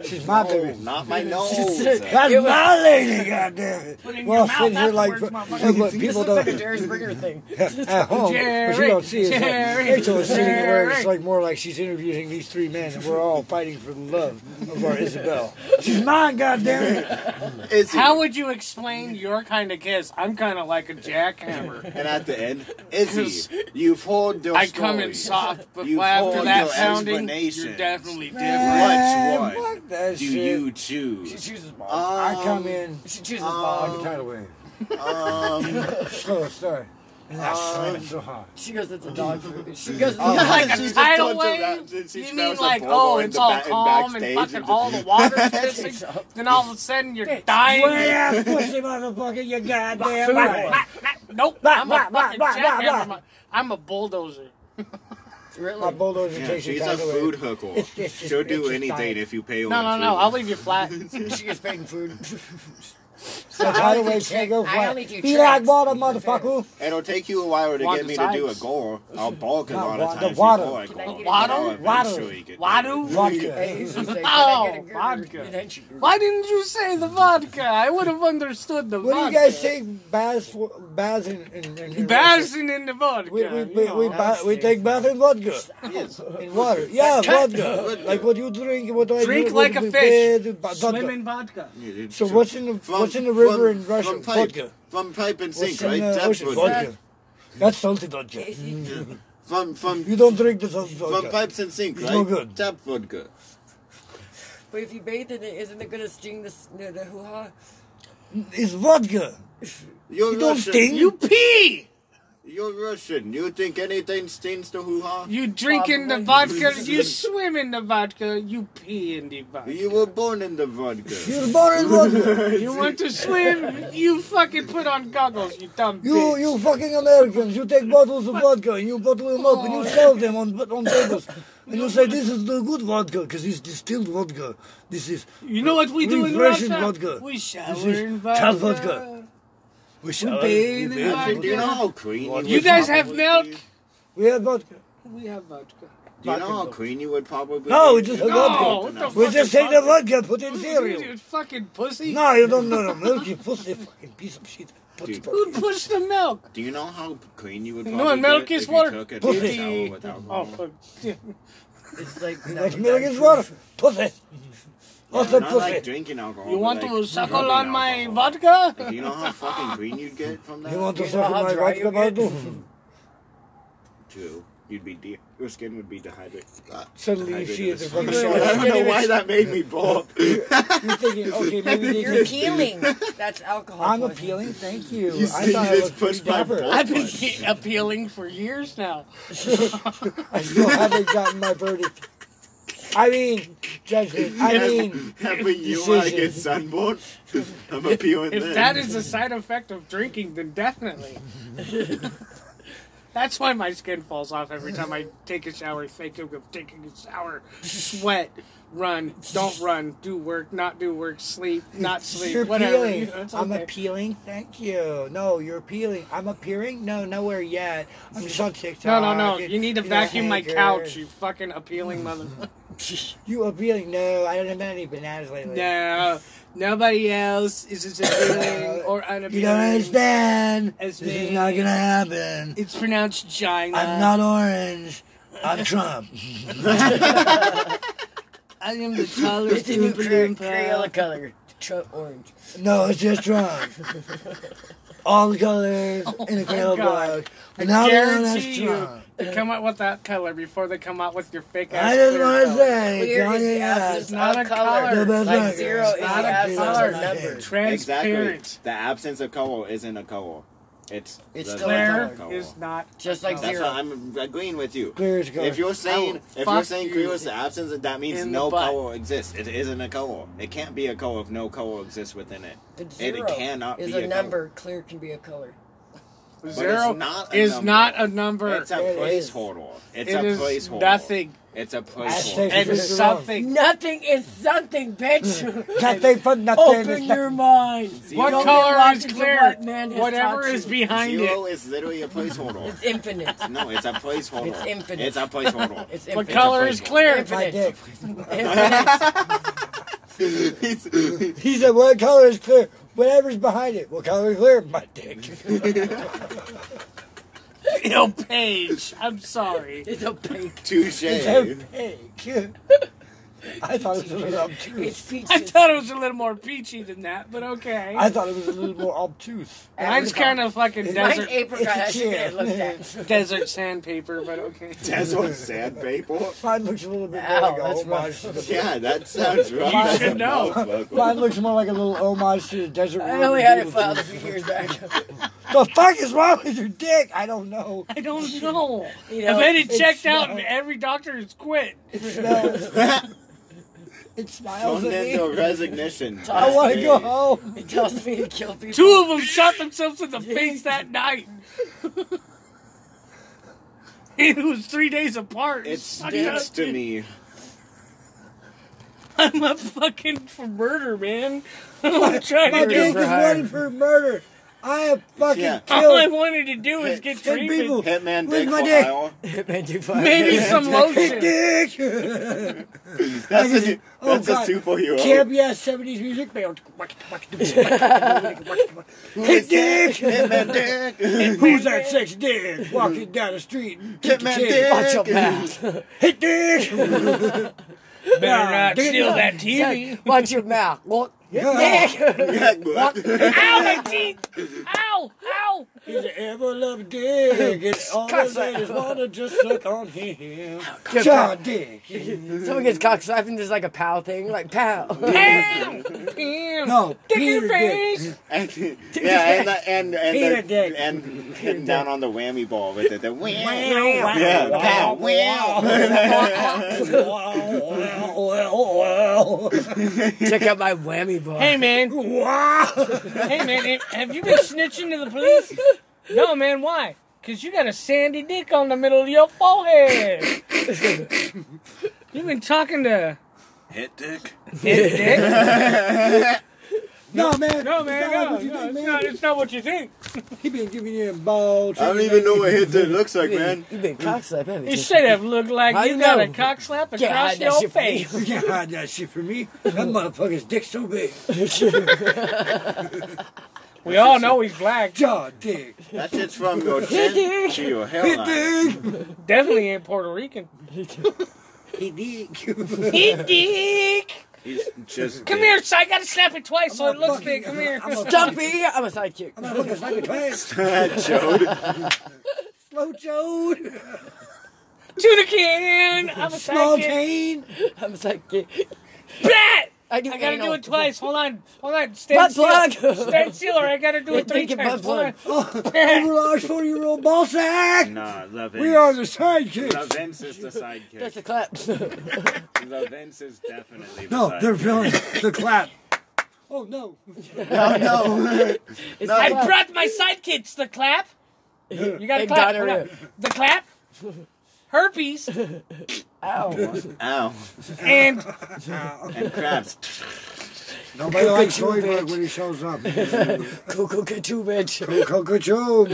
Speaker 3: She's my
Speaker 8: No,
Speaker 3: baby.
Speaker 8: not my nose.
Speaker 3: That's
Speaker 2: Oh. It was-
Speaker 3: my lady, goddamn it.
Speaker 2: Put it in
Speaker 3: We're
Speaker 2: your
Speaker 3: all
Speaker 2: mouth
Speaker 3: sitting here like,
Speaker 2: afterwards,
Speaker 3: look,
Speaker 2: motherfucker.
Speaker 3: what
Speaker 2: This
Speaker 3: people
Speaker 2: looks like
Speaker 3: don't
Speaker 2: a Jerry Springer thing.
Speaker 3: at home, but you don't see it. It's
Speaker 2: Jerry,
Speaker 3: like, Rachel is sitting there. It's
Speaker 2: Jerry.
Speaker 3: like more like she's interviewing these three men, and we're all fighting for the love of our Isabel. She's mine, goddamn it.
Speaker 10: How would you explain your kind of kiss? I'm kind of like a jackhammer.
Speaker 8: And at the end, Izzy, you've heard your
Speaker 10: I
Speaker 8: story.
Speaker 10: come in soft, but
Speaker 8: You've
Speaker 10: after
Speaker 8: heard
Speaker 10: that
Speaker 8: your
Speaker 10: sounding, you're
Speaker 8: explanations.
Speaker 10: definitely
Speaker 8: Man,
Speaker 10: different.
Speaker 8: Which one
Speaker 3: fuck that
Speaker 8: do
Speaker 3: shit.
Speaker 8: you um, choose? Oh.
Speaker 2: She chooses mom.
Speaker 3: I come in.
Speaker 2: she chooses
Speaker 3: I'm
Speaker 2: mom.
Speaker 3: tired away.
Speaker 8: Um,
Speaker 3: Slow start. And I slam it so hard.
Speaker 2: She goes, it's a dog. She goes, it's a
Speaker 3: Oh,
Speaker 2: dog.
Speaker 10: Like a tidal wave? You mean like, oh, it's all calm and fucking all the water's missing? Then all of a sudden you're dying.
Speaker 3: Wet ass pussy motherfucker, you goddamn
Speaker 10: Bah,
Speaker 3: right.
Speaker 10: bah, bah. Nope,
Speaker 3: Bah,
Speaker 10: I'm
Speaker 3: bah,
Speaker 10: a
Speaker 3: bah,
Speaker 10: fucking
Speaker 3: bah, bah,
Speaker 10: jackhammer.
Speaker 3: bah.
Speaker 10: I'm a- I'm a bulldozer.
Speaker 3: My bulldozer
Speaker 8: Yeah,
Speaker 3: takes your
Speaker 8: she's a
Speaker 3: time away.
Speaker 8: food hooker.
Speaker 3: It's just-
Speaker 8: She'll
Speaker 3: it's
Speaker 8: do
Speaker 3: just
Speaker 8: anything
Speaker 3: diet.
Speaker 8: if you pay her.
Speaker 10: No,
Speaker 8: in
Speaker 10: no,
Speaker 8: food.
Speaker 10: no, I'll leave you flat.
Speaker 2: She gets paid in food.
Speaker 3: So
Speaker 2: I
Speaker 3: tidal
Speaker 2: only
Speaker 3: wave
Speaker 2: do
Speaker 3: can't
Speaker 2: tra-
Speaker 3: go
Speaker 2: I
Speaker 3: flat.
Speaker 2: only do
Speaker 3: Be like
Speaker 2: tracks.
Speaker 3: water, motherfucker.
Speaker 8: It'll take you a while to
Speaker 10: Want
Speaker 8: get
Speaker 10: the
Speaker 8: me to do a
Speaker 10: sides?
Speaker 8: gore. I'll balk a
Speaker 3: Not
Speaker 8: lot
Speaker 3: wa-
Speaker 8: of
Speaker 3: the
Speaker 8: times
Speaker 3: water.
Speaker 8: before I
Speaker 3: Can
Speaker 2: I
Speaker 8: gore.
Speaker 2: get it?
Speaker 8: I'll
Speaker 10: Wado?
Speaker 8: eventually get
Speaker 10: Wado?
Speaker 2: I
Speaker 3: Vodka.
Speaker 2: usually say,
Speaker 10: Oh,
Speaker 2: oh,
Speaker 10: vodka.
Speaker 2: And then she grew.
Speaker 10: Why didn't you say the vodka? I would have understood the
Speaker 3: What do
Speaker 10: vodka.
Speaker 3: you guys take baths for? Baths and, and, and
Speaker 10: Bashing in the vodka.
Speaker 3: We, we,
Speaker 10: you
Speaker 3: we, we,
Speaker 10: know.
Speaker 3: ba- we take bath in vodka.
Speaker 8: Yes.
Speaker 3: In water. Yeah, vodka. like what you drink, what I
Speaker 10: Drink
Speaker 3: do,
Speaker 10: like
Speaker 3: what
Speaker 10: a
Speaker 3: we
Speaker 10: fish.
Speaker 3: do, ba-
Speaker 10: Swim
Speaker 3: vodka.
Speaker 10: in vodka.
Speaker 8: Yeah, dude,
Speaker 3: So what's in the
Speaker 8: from-
Speaker 3: what's in the river
Speaker 8: from-
Speaker 3: in Russia?
Speaker 8: From pipe,
Speaker 3: Vodka.
Speaker 8: from pipe and
Speaker 3: What's
Speaker 8: sink,
Speaker 3: in
Speaker 8: right?
Speaker 3: the
Speaker 8: That's
Speaker 3: ocean?
Speaker 8: what
Speaker 3: Vodka. That's salty vodka.
Speaker 8: From from
Speaker 3: You don't drink the salty
Speaker 8: from
Speaker 3: vodka.
Speaker 8: pipes and sink,
Speaker 3: It's
Speaker 8: right?
Speaker 3: no good.
Speaker 8: Tap vodka.
Speaker 2: But if you bathe in it, isn't it going to sting the, s- the, the hoo ha?
Speaker 3: It's vodka.
Speaker 8: You're
Speaker 3: You don't
Speaker 8: Russian.
Speaker 3: stink.
Speaker 10: You pee!
Speaker 8: You're Russian. You think anything stings the hoo ha?
Speaker 10: You drink in the vodka, you swim in the vodka, you pee in the vodka.
Speaker 8: You were born in the vodka.
Speaker 3: You're born in vodka.
Speaker 10: You want to swim, you fucking put on goggles, you dumb
Speaker 3: You
Speaker 10: bitch.
Speaker 3: you fucking Americans, you take bottles of vodka and you bottle them up and you sell them on on tables. And you say this is the good vodka because it's distilled vodka. This is
Speaker 10: You know what we do in
Speaker 3: refreshing
Speaker 10: Russia?
Speaker 3: vodka.
Speaker 10: We
Speaker 3: This
Speaker 10: shower
Speaker 3: is
Speaker 10: in
Speaker 3: tap
Speaker 10: vodka.
Speaker 3: vodka. We shower.
Speaker 10: bathe
Speaker 3: we
Speaker 10: in
Speaker 3: bathe
Speaker 8: Do you know how clean
Speaker 10: You guys have milk?
Speaker 3: We have vodka.
Speaker 10: We have vodka.
Speaker 8: Do you know how clean you would probably?
Speaker 3: No, we
Speaker 8: be?
Speaker 3: just
Speaker 8: You're
Speaker 3: hook
Speaker 8: not
Speaker 3: up.
Speaker 8: old
Speaker 3: to it.
Speaker 8: enough.
Speaker 3: We just take the vodka and put it in cereal.
Speaker 13: You fucking pussy.
Speaker 3: No, you don't know the milk, you pussy fucking piece of shit.
Speaker 8: Dude,
Speaker 13: Who pushed the milk?
Speaker 8: do you know how clean you would
Speaker 13: No,
Speaker 8: probably?
Speaker 13: and milk
Speaker 8: get
Speaker 13: is
Speaker 8: if you
Speaker 13: water. Oh,
Speaker 8: took a
Speaker 13: Pussy.
Speaker 8: shower with alcohol?
Speaker 2: It's like
Speaker 3: Like milk is water. Pussy.
Speaker 8: Yeah,
Speaker 3: What's that
Speaker 8: not
Speaker 3: pussy?
Speaker 8: like drinking alcohol.
Speaker 13: You
Speaker 8: but
Speaker 13: want
Speaker 8: like
Speaker 13: to suckle
Speaker 8: rubbing
Speaker 13: on
Speaker 8: alcohol.
Speaker 13: my vodka?
Speaker 8: Do you know how fucking green you'd get from that?
Speaker 3: You want to
Speaker 8: You know
Speaker 3: suck
Speaker 8: how
Speaker 3: my
Speaker 8: dry
Speaker 3: vodka
Speaker 8: you
Speaker 3: bottle?
Speaker 8: Too. You'd be de- your skin would be dehydrated.
Speaker 3: Suddenly you see it in front of
Speaker 8: dehydrated
Speaker 3: you.
Speaker 8: as fuck. I don't know why that made me bald.
Speaker 3: You're thinking, okay, maybe they
Speaker 2: You're
Speaker 3: drink-
Speaker 2: appealing. That's alcohol.
Speaker 3: I'm appealing, thank you.
Speaker 2: You
Speaker 3: I
Speaker 2: see,
Speaker 3: thought
Speaker 2: you
Speaker 3: I
Speaker 2: just
Speaker 3: was pretty
Speaker 2: pushed my
Speaker 3: dapper.
Speaker 2: butt.
Speaker 13: I've been ke- appealing for years now.
Speaker 3: I still haven't gotten my verdict. I mean, judgment. I mean,
Speaker 8: Every you want to get
Speaker 3: decision.
Speaker 8: sunburned, I'm appealing
Speaker 13: If
Speaker 8: then.
Speaker 13: that is a side effect of drinking, then definitely. That's why my skin falls off every time I take a shower. Think of taking a shower, sweat, run, don't run, do work, not do work, sleep, not sleep,
Speaker 3: You're
Speaker 13: whatever.
Speaker 3: appealing.
Speaker 13: You know, it's
Speaker 3: I'm
Speaker 13: okay.
Speaker 3: appealing. Thank you. No, you're appealing. I'm appealing. No, nowhere yet. I'm just on TikTok.
Speaker 13: No, no, no. You need to
Speaker 3: know,
Speaker 13: vacuum my
Speaker 3: Anchor.
Speaker 13: couch, you fucking appealing motherfucker.
Speaker 3: You appealing? No, I haven't had any bananas lately.
Speaker 13: No, nobody else is as appealing or unappealing.
Speaker 3: You don't understand.
Speaker 13: As
Speaker 3: This
Speaker 13: me. Uh,
Speaker 3: is not gonna happen.
Speaker 13: It's pronounced Gina.
Speaker 3: I'm not orange. I'm Trump.
Speaker 13: I am the tallest
Speaker 2: It's the new
Speaker 13: Oompa
Speaker 2: Cray-
Speaker 13: Loompa.
Speaker 2: Crayola color. Trump orange.
Speaker 3: No, it's just Trump. All the colors
Speaker 2: Oh
Speaker 3: in the
Speaker 13: my
Speaker 3: Crayola
Speaker 13: God.
Speaker 3: block.
Speaker 13: I
Speaker 3: Now they don't have
Speaker 13: guarantee you
Speaker 3: Trump.
Speaker 13: they come out with that color before they come out with your fake ass.
Speaker 3: I just
Speaker 13: clear
Speaker 3: want to
Speaker 13: color.
Speaker 3: say,
Speaker 2: Clear is
Speaker 3: Kanye
Speaker 2: the absence
Speaker 3: West.
Speaker 13: It's not a color.
Speaker 3: The best
Speaker 2: Like
Speaker 3: record.
Speaker 2: zero
Speaker 13: It's
Speaker 2: is
Speaker 13: not
Speaker 2: the
Speaker 13: a
Speaker 2: absence
Speaker 13: color.
Speaker 2: of number.
Speaker 8: exactly.
Speaker 13: Transparent.
Speaker 8: The absence of color isn't a color. It's
Speaker 2: It's
Speaker 8: the
Speaker 2: still a
Speaker 8: lack of
Speaker 13: color. Is not
Speaker 2: Just like
Speaker 8: That's
Speaker 2: zero.
Speaker 8: what I'm agreeing with you.
Speaker 3: Clear is color.
Speaker 8: If you're saying
Speaker 3: I will
Speaker 8: if
Speaker 3: fuck
Speaker 8: you're saying
Speaker 3: you
Speaker 8: clear is the absence, that means
Speaker 3: in
Speaker 8: no
Speaker 3: the butt.
Speaker 8: color exists. It isn't a color. It can't be a color if no color exists within it.
Speaker 2: But
Speaker 8: It
Speaker 2: zero
Speaker 8: cannot
Speaker 2: is
Speaker 8: be
Speaker 2: a,
Speaker 8: a
Speaker 2: number. Clear can be a color.
Speaker 8: Color.
Speaker 13: Zero
Speaker 8: but it's not a
Speaker 13: is
Speaker 8: number.
Speaker 13: not a number.
Speaker 8: It's a
Speaker 13: It is.
Speaker 8: placeholder. It's
Speaker 13: It
Speaker 8: a
Speaker 13: is
Speaker 8: placeholder.
Speaker 13: nothing.
Speaker 8: It's a
Speaker 3: take
Speaker 8: placeholder.
Speaker 3: it.
Speaker 13: It is something.
Speaker 2: Nothing is something, bitch.
Speaker 3: Nothing for nothing.
Speaker 2: Open your mind.
Speaker 13: What
Speaker 2: Don't get
Speaker 13: color
Speaker 2: locked
Speaker 13: is
Speaker 2: into
Speaker 13: clear?
Speaker 2: what man has
Speaker 13: Whatever
Speaker 2: taught
Speaker 13: is
Speaker 2: you.
Speaker 13: behind
Speaker 8: Zero
Speaker 13: it.
Speaker 8: is literally a placeholder.
Speaker 2: It's infinite.
Speaker 8: No, it's a placeholder.
Speaker 2: It's infinite.
Speaker 8: It's a placeholder.
Speaker 2: It's
Speaker 13: What
Speaker 2: infinite.
Speaker 13: color is clear?
Speaker 3: My dick.
Speaker 2: Infinite.
Speaker 3: He said, what color is clear? Whatever's behind it. What color is clear? My dick.
Speaker 13: Ew, Paige. I'm sorry.
Speaker 2: It's a pink.
Speaker 8: Touche.
Speaker 3: It's opaque. I thought it was a little
Speaker 2: It's
Speaker 3: obtuse.
Speaker 2: peaches.
Speaker 13: I thought it was a little more peachy than that, but okay.
Speaker 3: I thought it was a little more obtuse.
Speaker 13: Mine's kind of fucking
Speaker 2: Mine's
Speaker 13: desert,
Speaker 2: apricot. I should get it looked at.
Speaker 13: desert sandpaper, but okay.
Speaker 8: Desert sandpaper.
Speaker 3: Mine looks a little bit more
Speaker 2: Ow,
Speaker 3: like
Speaker 2: that's
Speaker 3: a homage to the
Speaker 8: Yeah, that sounds right.
Speaker 13: You should know.
Speaker 3: Mine looks more like a little homage to the desert.
Speaker 2: I
Speaker 3: Ruby
Speaker 2: only had it
Speaker 3: Beetlejuice.
Speaker 2: filed a few years back.
Speaker 3: The fuck is wrong with your dick? I don't know.
Speaker 13: I don't know.
Speaker 2: You know,
Speaker 13: I've had it
Speaker 3: it
Speaker 13: checked out, and
Speaker 3: smells-
Speaker 13: every doctor has quit.
Speaker 3: It smells. it smiles
Speaker 8: Thrown
Speaker 3: at
Speaker 8: into
Speaker 3: me.
Speaker 8: resignation.
Speaker 3: I want to go home.
Speaker 2: It tells me to kill people.
Speaker 13: Two of them shot themselves in the face that night. it was three days apart.
Speaker 8: It
Speaker 13: I got-
Speaker 8: speaks to me.
Speaker 13: I'm up fucking for murder, man. I'm trying
Speaker 3: My
Speaker 13: to
Speaker 3: dick is
Speaker 13: do.
Speaker 3: wanted for murder. I have fucking
Speaker 8: Yeah.
Speaker 13: All I
Speaker 3: killed
Speaker 13: wanted to do is get
Speaker 3: ten people
Speaker 13: treatment.
Speaker 8: Hitman
Speaker 3: with
Speaker 8: Dick
Speaker 3: my dick.
Speaker 8: File.
Speaker 13: Maybe some
Speaker 3: Dick,
Speaker 13: lotion.
Speaker 3: dick.
Speaker 8: That's a,
Speaker 3: Oh,
Speaker 8: that's a
Speaker 3: God.
Speaker 8: superhero.
Speaker 3: Camp, yeah, 70s music. Hey, dick.
Speaker 8: Hitman Dick.
Speaker 3: Who's that sex dick walking down the street?
Speaker 8: Hitman Dick.
Speaker 2: Watch your mouth.
Speaker 3: Hit dick.
Speaker 13: Better not
Speaker 3: Dick,
Speaker 13: steal
Speaker 3: no.
Speaker 13: that TV.
Speaker 2: Watch your mouth. Look.
Speaker 3: Yeah.
Speaker 13: Ow, my teeth! Ow! Ow!
Speaker 3: He's an ever love dick. And all the ladies want to just suck on him. John Dick.
Speaker 2: Someone gets cocksucking. There's like a pow thing. Like pow.
Speaker 13: Ow! Pam!
Speaker 3: No,
Speaker 13: Dick
Speaker 3: Peter
Speaker 13: in your
Speaker 3: Dick.
Speaker 13: face!
Speaker 8: And, yeah, and the, and
Speaker 3: Peter
Speaker 8: and
Speaker 3: Dick.
Speaker 8: the, and hitting down on the whammy ball with it. The wham.
Speaker 3: Wow,
Speaker 8: Yeah,
Speaker 3: wow,
Speaker 8: pow,
Speaker 3: wow, wow, wow, wow,
Speaker 2: Check out my whammy bar.
Speaker 13: Hey, man.
Speaker 3: wow.
Speaker 13: Hey, man. eh, Have you been snitching to the police? No, man. Why? Because you got a sandy dick on the middle of your forehead. You've been talking to
Speaker 8: Hit Dick.
Speaker 13: Hit Dick?
Speaker 3: No, man.
Speaker 13: No, man. No, no, it's, not, it's not what you think.
Speaker 3: He been giving you a ball.
Speaker 8: I don't even know what hit that looks like, man.
Speaker 2: You been cockslapped, haven't
Speaker 13: It should have looked like
Speaker 3: How
Speaker 13: you,
Speaker 3: you
Speaker 13: got
Speaker 3: know?
Speaker 13: a cock slap
Speaker 3: Yeah,
Speaker 13: across
Speaker 3: that
Speaker 13: your
Speaker 3: shit for me.
Speaker 13: face.
Speaker 3: Yeah, hide that shit from me. That motherfucker's dick so big.
Speaker 13: we all know he's black.
Speaker 3: Jaw dick.
Speaker 8: That shit's from your chin to your hairline.
Speaker 13: Definitely ain't Puerto Rican.
Speaker 3: He dick.
Speaker 13: He dick.
Speaker 8: He's just.
Speaker 13: Come here, so I gotta slap it twice so it looks big. Come here.
Speaker 2: Stumpy, I'm a sidekick.
Speaker 3: I'm not looking like a twist.
Speaker 8: Jode.
Speaker 3: Slow Jode.
Speaker 13: Tuna can. I'm a
Speaker 3: Small
Speaker 13: sidekick.
Speaker 3: cane.
Speaker 2: I'm a sidekick.
Speaker 13: Bet.
Speaker 2: I
Speaker 13: I,
Speaker 2: do
Speaker 13: gotta do
Speaker 2: anal.
Speaker 13: it twice. Hold on. Hold on. Stand
Speaker 2: Butt
Speaker 13: still.
Speaker 2: plug.
Speaker 13: Stand still or I gotta do it three
Speaker 2: Thinking
Speaker 13: times.
Speaker 2: butt
Speaker 13: Hold on.
Speaker 3: Overlarge 40 year old ball sack.
Speaker 1: Nah, love
Speaker 3: We are the sidekicks.
Speaker 1: La Vince is the sidekick.
Speaker 2: That's a clap.
Speaker 1: La Vince is definitely the
Speaker 3: No,
Speaker 1: sidekick.
Speaker 3: they're villains. The clap. Oh, no.
Speaker 8: No, no.
Speaker 2: It's
Speaker 13: I
Speaker 2: clap.
Speaker 13: brought my sidekicks. The clap. You gotta
Speaker 2: And
Speaker 13: clap.
Speaker 2: gonorrhea.
Speaker 13: Hold on. The clap. Herpes
Speaker 2: Ow.
Speaker 8: Ow.
Speaker 13: and
Speaker 8: And crabs.
Speaker 3: Nobody
Speaker 2: Go
Speaker 3: likes
Speaker 2: get you,
Speaker 3: Zoidberg
Speaker 2: bitch.
Speaker 3: when he shows up.
Speaker 2: Go, go get you, bitch.
Speaker 3: Coco Joe.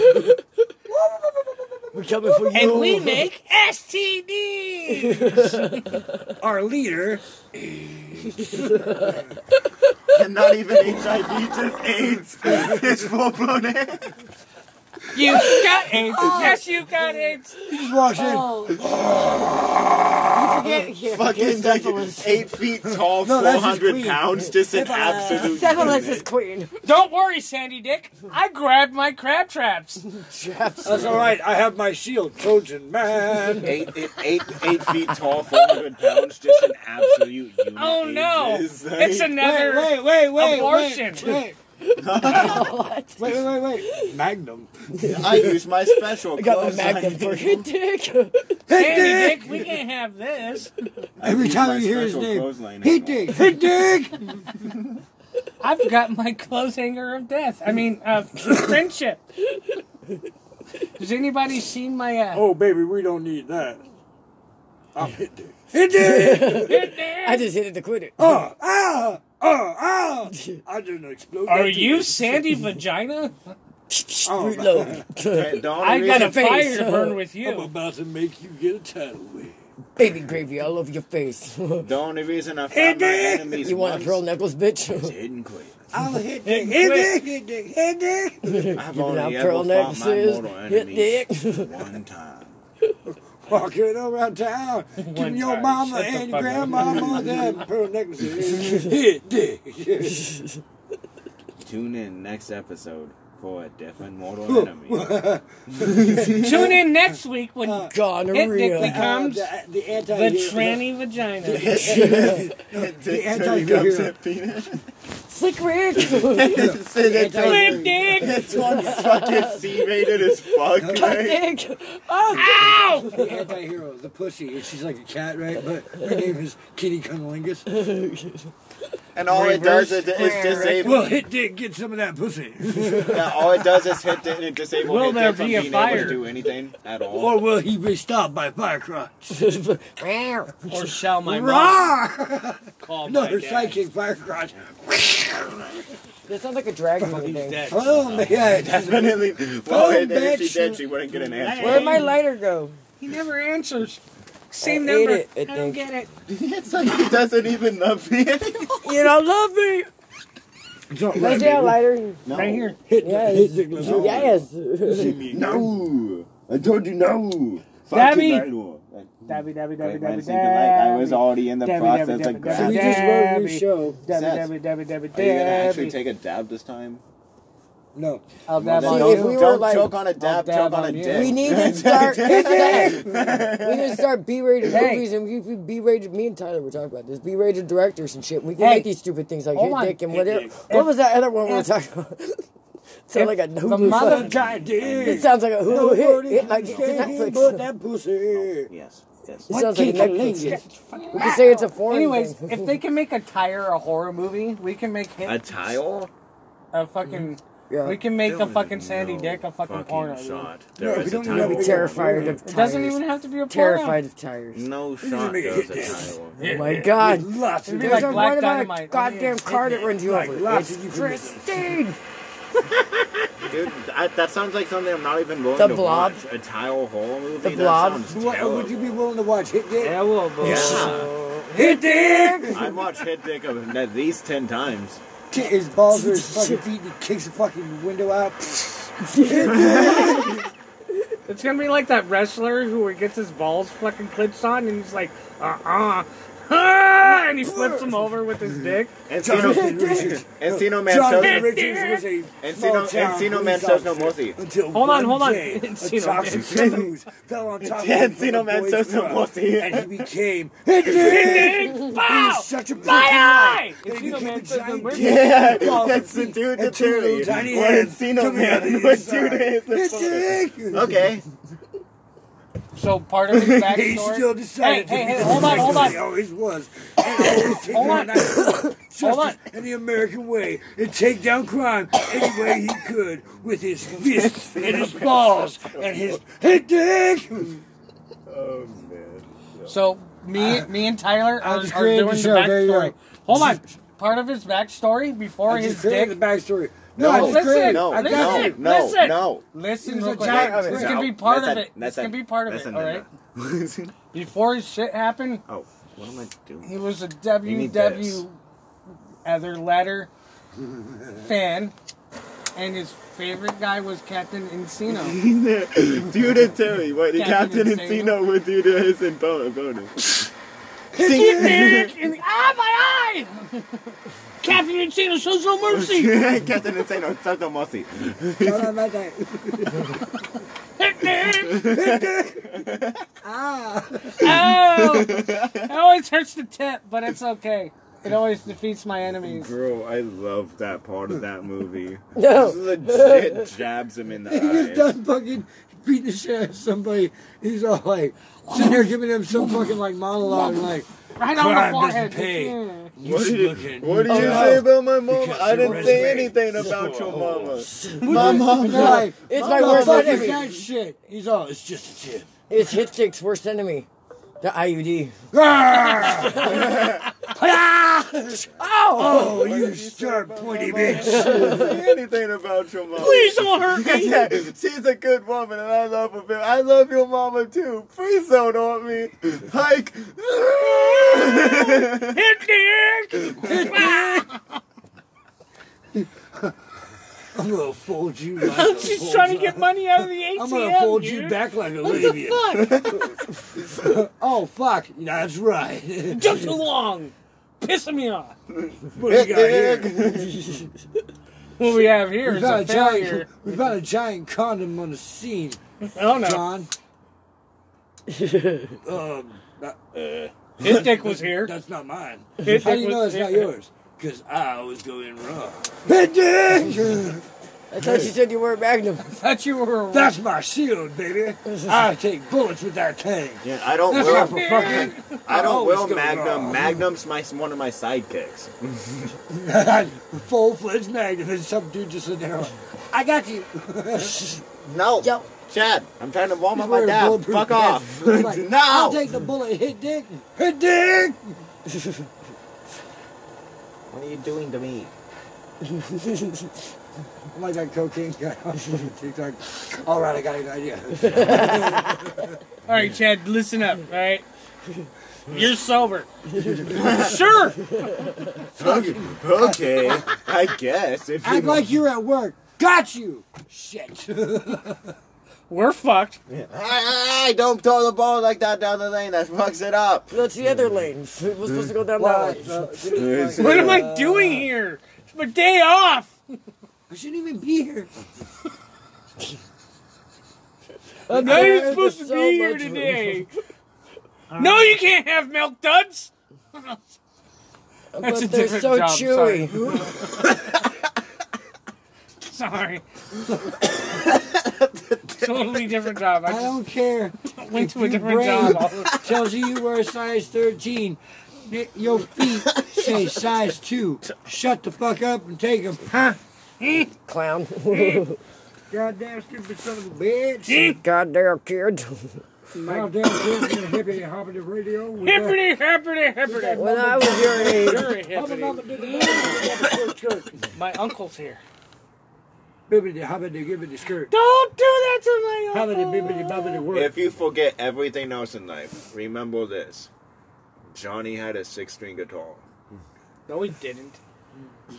Speaker 2: We're coming for you.
Speaker 13: and we make STDs.
Speaker 3: Our leader.
Speaker 8: And not even HIV, just AIDS. It's full blown AIDS.
Speaker 13: You got AIDS. Yes, you got AIDS.
Speaker 3: He just walks in.
Speaker 2: You forget. Yeah,
Speaker 8: Fucking
Speaker 2: forget
Speaker 8: like
Speaker 2: syphilis.
Speaker 8: eight feet tall,
Speaker 3: No, that's his
Speaker 8: 400
Speaker 3: queen.
Speaker 8: pounds, just an
Speaker 3: If I-
Speaker 8: absolute.
Speaker 2: Syphilis
Speaker 8: unit.
Speaker 2: is queen.
Speaker 13: Don't worry, Sandy Dick. I grabbed my crab traps.
Speaker 2: Chaps.
Speaker 3: That's all right. I have my shield, Trojan man.
Speaker 1: Eight, eight, eight, eight feet tall, 400 pounds, just an absolute unit.
Speaker 13: Oh no!
Speaker 8: Jesus.
Speaker 13: It's another.
Speaker 3: wait, wait, wait, wait,
Speaker 13: Abortion.
Speaker 3: Wait, wait, wait, wait, wait. Magnum.
Speaker 8: I use my special.
Speaker 2: I got my
Speaker 8: clothes
Speaker 2: magnum
Speaker 8: line.
Speaker 2: for your dick.
Speaker 13: Sandy Dick, we can't have this.
Speaker 1: I
Speaker 3: Every
Speaker 1: use my
Speaker 3: time you hear his
Speaker 1: special
Speaker 3: name,
Speaker 1: clothesline
Speaker 3: he
Speaker 1: anymore.
Speaker 3: dig, he dig.
Speaker 13: I've got my clothes hanger of death. I mean, of friendship. Has anybody seen my uh,
Speaker 3: Oh, baby, we don't need that. I'm hit dig. Hit dig.
Speaker 2: I just hit it to quit it.
Speaker 3: Oh, ah, oh, ah. I didn't explode.
Speaker 13: Are
Speaker 3: that
Speaker 13: you
Speaker 3: too.
Speaker 13: Sandy Vagina?
Speaker 3: Oh,
Speaker 2: Root load.
Speaker 1: Hey, the only
Speaker 13: I got
Speaker 1: reason-
Speaker 13: a fire
Speaker 2: face.
Speaker 13: to burn with
Speaker 3: I'm
Speaker 13: you.
Speaker 3: about to make you get a tidal wave.
Speaker 2: Baby gravy all over your face. you
Speaker 1: The only reason I found my
Speaker 3: Andy!
Speaker 1: enemies
Speaker 2: want a
Speaker 1: once
Speaker 2: pearl necklace, bitch?
Speaker 1: is hidden quick.
Speaker 3: I'll hit dig, hit dig, hit dig, hit dig.
Speaker 1: I've
Speaker 2: Giving out
Speaker 1: only
Speaker 2: pearl
Speaker 1: ever fought my
Speaker 2: necklaces,
Speaker 1: mortal
Speaker 2: hit
Speaker 1: enemies one time.
Speaker 3: Walking around town, giving your
Speaker 13: time.
Speaker 3: mama
Speaker 13: Shut the
Speaker 3: and
Speaker 13: fuck up.
Speaker 3: grandmama them pearl necklaces. Hit dig.
Speaker 1: Tune in next episode for a different mortal enemy.
Speaker 13: Tune in next week when Hit Dick
Speaker 2: Gonorrhea.
Speaker 13: becomes
Speaker 3: Uh, the, the
Speaker 13: the
Speaker 3: anti
Speaker 13: tranny vagina.
Speaker 3: the
Speaker 8: Turn up
Speaker 3: anti-hero.
Speaker 8: that penis.
Speaker 2: Slick Rick.
Speaker 8: Say that
Speaker 3: Anti-
Speaker 8: thing.
Speaker 13: Flip Dick!
Speaker 8: It's one fucking C-rated as fuck, right?
Speaker 2: dick. Oh,
Speaker 13: Ow!
Speaker 3: The anti-hero, the pussy, and she's like a cat, right? But her name is Kitty Cunnilingus.
Speaker 1: And
Speaker 8: All it does is it's disabled.
Speaker 3: Well, it did get some of that pussy.
Speaker 1: Yeah, all it does is hit the, it disable
Speaker 13: Will
Speaker 1: hit
Speaker 13: there
Speaker 1: them from
Speaker 13: be a
Speaker 1: being
Speaker 13: fire?
Speaker 1: able to do anything at all.
Speaker 3: or will he be stopped by fire crotch?
Speaker 13: Or shall my mom
Speaker 3: Rawr!
Speaker 13: call my
Speaker 3: Another
Speaker 13: dad?
Speaker 3: psychic fire crotch.
Speaker 2: that sounds like a dragon ball
Speaker 13: He's
Speaker 2: thing.
Speaker 13: dead.
Speaker 3: Oh, man.
Speaker 8: Definitely. Well,
Speaker 3: Oh,
Speaker 8: it, if she
Speaker 3: bitch.
Speaker 8: did, she wouldn't get an answer.
Speaker 2: Where'd my lighter go?
Speaker 13: He never answers. Same
Speaker 2: I ate
Speaker 13: number.
Speaker 2: it, I
Speaker 13: I don't
Speaker 2: think.
Speaker 13: get it.
Speaker 8: It's like he doesn't even love me anymore.
Speaker 2: You don't love me.
Speaker 3: Don't
Speaker 2: Where's
Speaker 3: let
Speaker 2: that
Speaker 3: me
Speaker 2: lighter?
Speaker 8: No.
Speaker 13: Right here.
Speaker 2: Yes.
Speaker 3: hit the-
Speaker 2: Yes.
Speaker 3: see me.
Speaker 8: No. I told you no.
Speaker 13: Dabby.
Speaker 8: Fucking Lidl. Like,
Speaker 13: Dabby, dabby, dabby,
Speaker 8: like,
Speaker 13: dabby,
Speaker 8: like, I was
Speaker 13: dabby.
Speaker 8: already in the
Speaker 13: Dabby, dabby,
Speaker 8: process
Speaker 13: dabby,
Speaker 3: So
Speaker 8: of grabbing.
Speaker 3: we
Speaker 8: Are you
Speaker 3: just wrote a new show.
Speaker 13: Dabby,
Speaker 8: Seth,
Speaker 13: dabby, dabby, dabby,
Speaker 8: gonna actually
Speaker 13: dabby.
Speaker 1: take a dab this time?
Speaker 3: No.
Speaker 13: I'll
Speaker 1: Well, then
Speaker 13: dab
Speaker 2: See,
Speaker 13: on
Speaker 1: don't
Speaker 2: if we
Speaker 1: don't
Speaker 2: were like-
Speaker 1: choke on a dab,
Speaker 13: dab
Speaker 1: choke on a
Speaker 13: on you.
Speaker 1: dick.
Speaker 2: We need to start. we need to start B-rated
Speaker 13: Hey.
Speaker 2: movies, and we we B-rated. Me and Tyler were talking about this. B-rated directors and shit. We can
Speaker 13: Hey.
Speaker 2: make these stupid things like
Speaker 13: Hold
Speaker 2: your
Speaker 13: on.
Speaker 2: dick and
Speaker 13: Hey,
Speaker 2: whatever.
Speaker 13: Dick.
Speaker 2: What
Speaker 13: If-
Speaker 2: was that other one we were
Speaker 13: if-
Speaker 2: talking about? Sounds like a
Speaker 13: the
Speaker 2: Hulu.
Speaker 13: mother-
Speaker 2: fucking-
Speaker 3: Giant
Speaker 2: It
Speaker 3: dick.
Speaker 2: sounds like a Hulu hit.
Speaker 3: Nobody
Speaker 2: It,
Speaker 3: can
Speaker 2: like, it's
Speaker 3: stand him
Speaker 2: Netflix.
Speaker 3: but that pussy.
Speaker 1: Yes, yes.
Speaker 2: It sounds like a
Speaker 3: Kitty
Speaker 2: Netflix.
Speaker 3: Cunnilingus.
Speaker 2: We can say it's a foreign
Speaker 13: Anyways,
Speaker 2: thing.
Speaker 13: if they can make a tire a horror movie, we can make hit
Speaker 1: A tile?
Speaker 13: a fucking
Speaker 2: Yeah.
Speaker 13: We can make a
Speaker 2: Dylan
Speaker 13: fucking Sandy Dick a fucking, porno. dude.
Speaker 2: no, we don't even be terrified of tires.
Speaker 13: It doesn't even have to be a porno.
Speaker 2: Terrified of tires.
Speaker 8: No
Speaker 13: shot make
Speaker 8: does a tire
Speaker 2: Oh
Speaker 8: one.
Speaker 2: my god.
Speaker 13: Lots of- Mm. It'd be
Speaker 2: There's
Speaker 13: like
Speaker 2: a
Speaker 13: Black
Speaker 2: one in my
Speaker 13: Dynamite.
Speaker 2: goddamn car that runs you
Speaker 8: Like
Speaker 2: over.
Speaker 8: lots
Speaker 2: It's
Speaker 8: of you can make this.
Speaker 2: Christine.
Speaker 8: Dude, I, that sounds like something I'm not even willing
Speaker 2: The
Speaker 8: to
Speaker 2: Blob.
Speaker 8: watch. A tile hole movie.
Speaker 2: The
Speaker 8: that
Speaker 2: Blob.
Speaker 8: sounds
Speaker 2: What-
Speaker 8: terrible.
Speaker 3: Would you be willing to watch Hit Dick?
Speaker 8: Yeah, well, but-
Speaker 3: Hit Dick!
Speaker 8: I'd watch Hit Dick of- at least ten times.
Speaker 3: Kick his balls through his fucking feet and he kicks the fucking window out.
Speaker 13: It's gonna be like that wrestler who gets his balls fucking clipped on and he's like, uh uh and he flips him over with his dick.
Speaker 8: Encino, Encino Man
Speaker 13: John
Speaker 8: shows
Speaker 13: Richards was a
Speaker 8: Encino,
Speaker 13: small-town
Speaker 8: Encino Man
Speaker 13: police
Speaker 8: shows no
Speaker 13: officer
Speaker 8: mercy.
Speaker 13: until Hold on, one hold on. day, a Encino Man. toxic
Speaker 3: booze fell on top of
Speaker 8: Yeah,
Speaker 3: him
Speaker 8: Encino
Speaker 3: from a
Speaker 8: Man
Speaker 3: boy's
Speaker 8: says no
Speaker 3: truck,
Speaker 8: pussy.
Speaker 3: And he became
Speaker 8: Hit
Speaker 3: Hit
Speaker 8: Dick!
Speaker 3: Dick! He
Speaker 8: Wow!
Speaker 3: was such a
Speaker 8: My
Speaker 3: big guy.
Speaker 8: eye!
Speaker 3: that he
Speaker 8: Encino
Speaker 3: became
Speaker 8: Man
Speaker 3: a
Speaker 8: says no
Speaker 3: giant dick.
Speaker 8: mercy. Yeah,
Speaker 3: Balls
Speaker 8: that's
Speaker 3: and
Speaker 8: the
Speaker 3: feet
Speaker 8: dude
Speaker 3: and
Speaker 8: that
Speaker 3: two little
Speaker 8: Terry-
Speaker 3: tiny
Speaker 8: what
Speaker 3: hands
Speaker 8: Encino
Speaker 3: coming out
Speaker 8: Man
Speaker 3: of
Speaker 8: would
Speaker 3: his
Speaker 8: do to
Speaker 3: eye.
Speaker 8: his
Speaker 3: Hit
Speaker 8: opponent.
Speaker 3: Dick!
Speaker 8: Okay.
Speaker 13: So part of his backstory.
Speaker 3: He still decided
Speaker 13: Hey,
Speaker 3: to be
Speaker 13: hey, hey, hold on, hold
Speaker 3: like
Speaker 13: on.
Speaker 3: He always was. And always take
Speaker 13: Hold on.
Speaker 3: down that- justice in the American way and take down crime any way he could with his fists and his balls and his hit dick.
Speaker 8: Oh man.
Speaker 13: So me, me and Tyler
Speaker 3: I
Speaker 13: are,
Speaker 3: just
Speaker 13: are
Speaker 3: created
Speaker 13: doing
Speaker 3: the
Speaker 13: the
Speaker 3: show, there you
Speaker 13: backstory.
Speaker 3: go.
Speaker 13: Hold on. Part of his backstory before
Speaker 3: I
Speaker 13: his
Speaker 3: just
Speaker 13: dick.
Speaker 3: created the backstory.
Speaker 13: No,
Speaker 3: I just
Speaker 13: listen,
Speaker 3: created-
Speaker 13: no,
Speaker 3: I got
Speaker 13: listen,
Speaker 3: it.
Speaker 8: no,
Speaker 13: listen,
Speaker 8: no.
Speaker 13: listen
Speaker 3: This
Speaker 13: to
Speaker 3: is a
Speaker 13: what
Speaker 3: giant
Speaker 13: I-
Speaker 3: of it.
Speaker 13: this can
Speaker 3: No,
Speaker 13: be part
Speaker 8: listen,
Speaker 13: of it. This
Speaker 8: listen,
Speaker 13: can be part of it.
Speaker 8: listen,
Speaker 13: All right. Before his shit happened,
Speaker 8: Oh, what am I doing?
Speaker 13: he was a
Speaker 8: You need
Speaker 13: WW
Speaker 8: this.
Speaker 13: other letter fan, and his favorite guy was Captain Encino.
Speaker 23: Dude and Terry, what the
Speaker 13: Captain
Speaker 23: Captain
Speaker 13: Encino.
Speaker 23: Encino would do to his impo- opponent.
Speaker 13: Dick in the- ah, my eye! Captain Encino shows no mercy.
Speaker 8: Captain Insano shows no mercy.
Speaker 3: Hold on, my guy.
Speaker 13: ah. Oh! It always hurts the tip, but it's okay. It always defeats my enemies.
Speaker 8: Bro, I love that part of that movie.
Speaker 3: No.
Speaker 8: This legit jabs him in the
Speaker 3: He gets
Speaker 8: eye.
Speaker 3: done fucking beating the shit out of somebody. He's all like sitting there giving them some fucking like monologue like
Speaker 13: Right on the
Speaker 3: "Crime
Speaker 13: forehead.
Speaker 3: doesn't pay.
Speaker 13: Mm.
Speaker 3: You
Speaker 23: What
Speaker 3: should
Speaker 23: do you-
Speaker 3: look at
Speaker 23: what do
Speaker 3: me."
Speaker 23: you
Speaker 3: Oh,
Speaker 23: say
Speaker 3: no.
Speaker 23: about my mama? I
Speaker 3: Because your
Speaker 23: didn't say
Speaker 3: resume
Speaker 23: anything
Speaker 3: is
Speaker 23: about your mama.
Speaker 3: full. My
Speaker 23: My
Speaker 3: mom,
Speaker 23: mama.
Speaker 3: like,
Speaker 2: It's
Speaker 3: my
Speaker 2: my worst
Speaker 3: worst
Speaker 2: enemy.
Speaker 3: That shit. He's all, it's just a tip.
Speaker 2: It's Hit Dick's worst enemy. The IUD.
Speaker 3: Ah! Oh, you start pointy bitch.
Speaker 23: say anything about your mama.
Speaker 3: Please don't hurt me.
Speaker 23: yeah, she's a good woman, and I love her. very- I love your mama too. Please don't hurt me. Hike.
Speaker 3: I'm gonna fold you. Like a
Speaker 13: She's
Speaker 3: full
Speaker 13: trying to
Speaker 3: time.
Speaker 13: get money out of the ATM.
Speaker 3: I'm gonna fold you
Speaker 13: dude.
Speaker 3: back like a
Speaker 13: What
Speaker 3: lady.
Speaker 13: the
Speaker 3: oh fuck, that's right.
Speaker 13: fuck? Took too long. Pissing me off.
Speaker 3: What do you got here?
Speaker 13: What we have here
Speaker 3: we
Speaker 13: is
Speaker 3: found
Speaker 13: a failure.
Speaker 3: giant. We found a giant condom on the scene.
Speaker 13: Oh, no.
Speaker 3: John. um, that-
Speaker 13: His dick was here.
Speaker 3: That's not mine.
Speaker 13: His
Speaker 3: How do
Speaker 13: dick
Speaker 3: you
Speaker 13: was-
Speaker 3: know it's not
Speaker 13: his-
Speaker 3: yours? Because I always go in raw.
Speaker 2: I thought you said you were a magnum.
Speaker 13: thought you were.
Speaker 3: That's my shield, baby. I take bullets with that thing.
Speaker 8: Yeah, I don't
Speaker 3: That's
Speaker 8: will.
Speaker 3: not for fucking-
Speaker 8: I don't
Speaker 3: always
Speaker 8: will
Speaker 3: go
Speaker 8: Magnum.
Speaker 3: raw.
Speaker 8: Magnum's my one of my sidekicks.
Speaker 3: Full fledged magnum, and some dude just in there. Like, I got you.
Speaker 8: no, Chad, I'm trying to warm up my
Speaker 3: Wearing
Speaker 8: dad.
Speaker 3: bulletproof
Speaker 8: Fuck off.
Speaker 3: vests. It's like,
Speaker 8: no.
Speaker 3: I'll take the bullet. Hit dick. Hit dick.
Speaker 8: What are you doing to me?
Speaker 3: I'm like that cocaine guy on fucking TikTok. All right, I got an idea.
Speaker 13: All right, Chad, listen up. All right, you're sober. sure.
Speaker 8: Okay, okay, I guess. If you
Speaker 3: Act like you're at work. Got you. Shit.
Speaker 13: We're fucked.
Speaker 8: Hey, hey, don't throw the ball like that down the lane. That fucks it up.
Speaker 2: That's the other lane. We're supposed to go down
Speaker 3: Well,
Speaker 2: that lane.
Speaker 13: What am I doing here? It's my day off.
Speaker 3: I shouldn't even be here.
Speaker 13: I'm not even supposed to be here today. no, you can't have milk duds. That's a
Speaker 2: But they're
Speaker 13: different
Speaker 2: so
Speaker 13: job,
Speaker 2: chewy.
Speaker 13: Sorry. totally different job. I,
Speaker 3: I
Speaker 13: just
Speaker 3: don't care.
Speaker 13: went
Speaker 3: If
Speaker 13: to a
Speaker 3: your
Speaker 13: different
Speaker 3: brain
Speaker 13: job.
Speaker 3: tells you you were a size 13. Your feet say size 2. Shut the fuck up and take them. Huh?
Speaker 2: Clown.
Speaker 3: Goddamn stupid son of a bitch.
Speaker 2: Goddamn kid.
Speaker 3: Goddamn kid's gonna hippity hop the radio. with that-
Speaker 24: Hippity, hippity, hippity.
Speaker 2: When I was your age.
Speaker 24: Very hippity. My uncle's here.
Speaker 3: Bibbity hobbity gibbity skirt.
Speaker 24: Don't do that to my
Speaker 3: Hobbity bibbity bobbity work.
Speaker 8: If you forget everything else in life, remember this: Johnny had a six-string guitar.
Speaker 13: No, he didn't.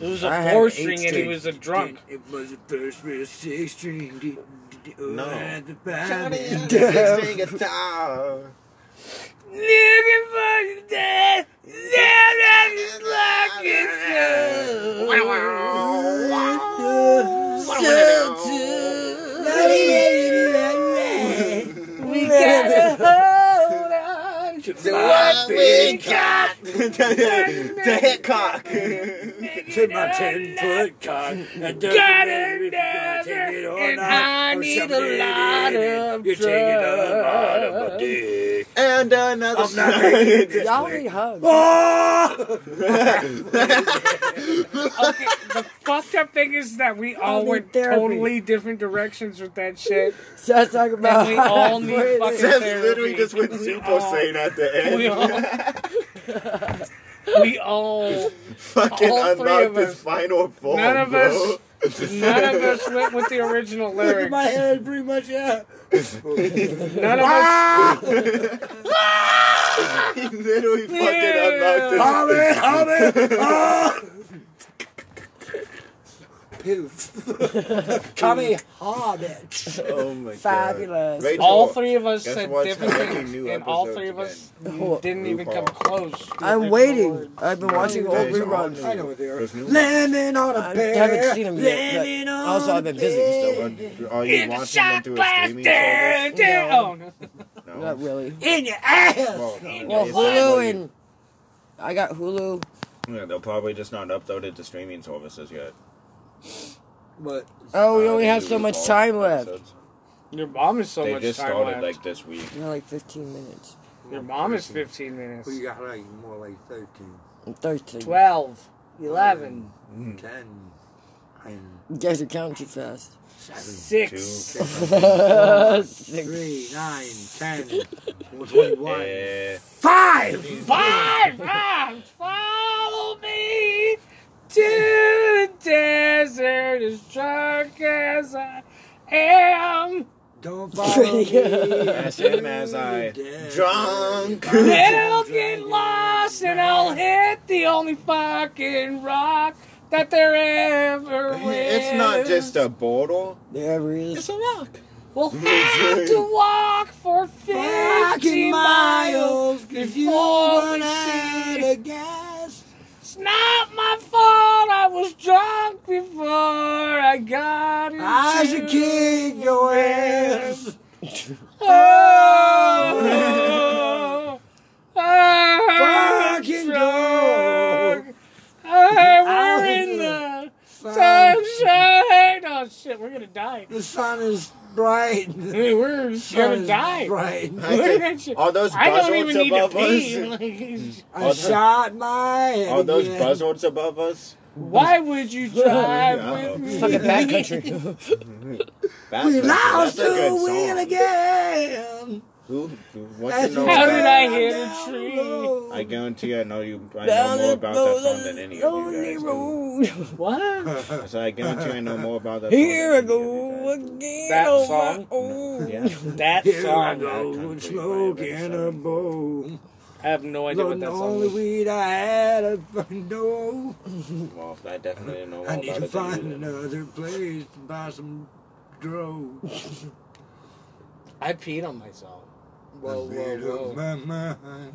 Speaker 13: It was
Speaker 8: I
Speaker 13: a
Speaker 8: had
Speaker 13: four
Speaker 8: eight
Speaker 13: string, and he
Speaker 8: string.
Speaker 13: was a drunk.
Speaker 3: It was a first real six string. d- d- d- oh,
Speaker 8: No.
Speaker 3: I had the band.
Speaker 8: Johnny had a
Speaker 3: Damn.
Speaker 8: six-string guitar.
Speaker 24: Looking for death.
Speaker 2: We gotta hold on
Speaker 24: to
Speaker 8: what we got.
Speaker 24: the
Speaker 8: Hickok.
Speaker 3: to my ten foot cock. And doesn't
Speaker 24: Got
Speaker 3: matter if
Speaker 24: another,
Speaker 3: you take it or
Speaker 24: and
Speaker 3: not,
Speaker 24: I
Speaker 3: or
Speaker 24: need a
Speaker 3: someday
Speaker 24: lot
Speaker 3: it is,
Speaker 24: of
Speaker 3: You're taking a lot of
Speaker 24: drugs.
Speaker 3: my dick.
Speaker 8: And another.
Speaker 3: I'm not making it this
Speaker 2: Y'all
Speaker 3: way. Ah,
Speaker 2: need hugs.
Speaker 13: fucked up thing is that we all
Speaker 2: need
Speaker 13: went
Speaker 2: therapy.
Speaker 13: totally different directions with that shit.
Speaker 2: Seth's talking about.
Speaker 13: And we all need
Speaker 2: Wait a
Speaker 13: fucking
Speaker 8: Seth
Speaker 13: therapy.
Speaker 8: literally just went Super
Speaker 3: Oh.
Speaker 8: Saiyan at the end.
Speaker 13: We all, we all
Speaker 8: Fucking
Speaker 13: all three
Speaker 8: unlocked
Speaker 13: of
Speaker 8: his
Speaker 13: us.
Speaker 8: final form,
Speaker 13: None of
Speaker 8: bro.
Speaker 13: us, none of us went with the original
Speaker 3: Look at
Speaker 13: lyrics.
Speaker 3: my head, pretty much, yeah.
Speaker 13: None of us.
Speaker 8: he literally fucking unlocked his.
Speaker 3: Hobbit, hobbit, ah! Poof. Tommy Hobbit.
Speaker 8: Oh my
Speaker 2: Fabulous.
Speaker 8: god. Rachel,
Speaker 13: all three of us
Speaker 8: guess
Speaker 13: said
Speaker 8: what's
Speaker 13: different
Speaker 8: making
Speaker 13: things,
Speaker 8: new
Speaker 13: and all
Speaker 8: episodes
Speaker 13: three of us
Speaker 2: again?
Speaker 13: didn't even come close.
Speaker 2: I'm waiting. I've been watching old
Speaker 8: There's
Speaker 2: reruns.
Speaker 8: all
Speaker 3: I
Speaker 8: new-
Speaker 3: know what they are.
Speaker 8: there's new
Speaker 3: Lemon on a
Speaker 2: I
Speaker 3: pear.
Speaker 2: haven't seen them yet.
Speaker 3: Lemon
Speaker 2: But
Speaker 3: on
Speaker 2: also,
Speaker 3: a
Speaker 2: I've been busy, so
Speaker 8: ones. Are you watching them through a streaming
Speaker 13: Dan,
Speaker 8: service?
Speaker 13: Dan. Oh no!
Speaker 8: No.
Speaker 2: not really.
Speaker 3: In your ass.
Speaker 8: Well,
Speaker 2: Well,
Speaker 8: it's
Speaker 2: Hulu
Speaker 8: probably-
Speaker 2: and I got Hulu.
Speaker 8: Yeah, they'll probably just not upload it to streaming services yet.
Speaker 3: But
Speaker 2: Oh, we
Speaker 8: Uh,
Speaker 2: only
Speaker 8: the
Speaker 2: have
Speaker 8: new
Speaker 2: so much
Speaker 8: RuPaul
Speaker 2: time left.
Speaker 8: episodes.
Speaker 13: Your mom is so
Speaker 8: they
Speaker 13: much
Speaker 8: just
Speaker 13: time
Speaker 8: started
Speaker 13: left.
Speaker 8: like this week.
Speaker 2: You know, like 15 minutes.
Speaker 13: Your mom is 15 minutes.
Speaker 3: we got like more like 13,
Speaker 2: I'm 13.
Speaker 13: 12, 11,
Speaker 3: Hmm. 10, and
Speaker 2: You guys are counting too fast.
Speaker 13: 6.
Speaker 2: Six.
Speaker 3: 3, 9, 10, 21.
Speaker 8: Yeah.
Speaker 3: Five!
Speaker 13: Five, five, follow me to the desert as drunk as I am.
Speaker 3: Don't follow me.
Speaker 8: As him as I drunk.
Speaker 13: Then I'll get lost and I'll hit the only fucking rock that there ever was.
Speaker 8: It's not just a bottle.
Speaker 2: There he is.
Speaker 8: a rock.
Speaker 13: We'll have to walk for 50
Speaker 3: Fucking
Speaker 13: miles
Speaker 3: miles,
Speaker 13: before
Speaker 3: cause you run
Speaker 13: we
Speaker 3: out
Speaker 13: see.
Speaker 3: of gas.
Speaker 13: It's not my fault. I was drunk before I got into
Speaker 3: I should kick your ass.
Speaker 13: Oh, I'm
Speaker 3: Fucking
Speaker 13: drunk. Hey,
Speaker 3: Ow.
Speaker 13: we're in the
Speaker 3: Sun.
Speaker 13: sunshine. Oh shit, we're gonna die.
Speaker 3: The sun is bright.
Speaker 13: Hey, we're
Speaker 3: Sun
Speaker 13: gonna
Speaker 3: is
Speaker 13: die.
Speaker 3: Bright.
Speaker 13: Look at you.
Speaker 8: All those
Speaker 13: I don't
Speaker 8: buzzards
Speaker 13: even need to
Speaker 8: above
Speaker 13: pee.
Speaker 8: us.
Speaker 13: Like,
Speaker 3: I
Speaker 8: All the-
Speaker 3: shot my head.
Speaker 8: All those
Speaker 3: again.
Speaker 8: buzzards above us.
Speaker 13: why would you drive with
Speaker 2: Fucking
Speaker 13: me?
Speaker 2: backcountry.
Speaker 8: That's
Speaker 3: We
Speaker 8: a-
Speaker 3: lost
Speaker 8: that's a
Speaker 3: the
Speaker 8: good
Speaker 3: wheel
Speaker 8: song.
Speaker 3: again.
Speaker 8: Who? who- What
Speaker 3: That's
Speaker 8: you know
Speaker 13: How
Speaker 8: about?
Speaker 13: did I hit a
Speaker 3: Down the
Speaker 13: tree?
Speaker 3: road.
Speaker 8: I guarantee I know you. I know
Speaker 2: Down
Speaker 8: more
Speaker 2: the
Speaker 8: about that song than any of
Speaker 2: lonely
Speaker 8: you guys. do.
Speaker 2: road.
Speaker 8: I
Speaker 13: What?
Speaker 8: said I guarantee I know more about that. song
Speaker 2: Here I
Speaker 8: than
Speaker 2: go again
Speaker 13: That
Speaker 2: on
Speaker 13: song?
Speaker 2: my own.
Speaker 8: any of you guys do.
Speaker 13: That
Speaker 3: Here I
Speaker 13: song.
Speaker 3: go,
Speaker 8: country
Speaker 3: smoking
Speaker 8: by
Speaker 3: a
Speaker 8: Evan
Speaker 3: bowl.
Speaker 13: I have no idea what
Speaker 3: Loading
Speaker 13: that
Speaker 3: all
Speaker 13: song
Speaker 3: the
Speaker 13: is.
Speaker 3: weed I had up and know.
Speaker 8: Yeah. Well, I definitely didn't know more
Speaker 3: I
Speaker 8: about
Speaker 3: need to
Speaker 8: it than you
Speaker 3: find
Speaker 8: did.
Speaker 3: another place to buy some drugs.
Speaker 13: I peed on myself. Whoa,
Speaker 3: The beat
Speaker 13: whoa,
Speaker 3: of
Speaker 13: whoa.
Speaker 3: my mind.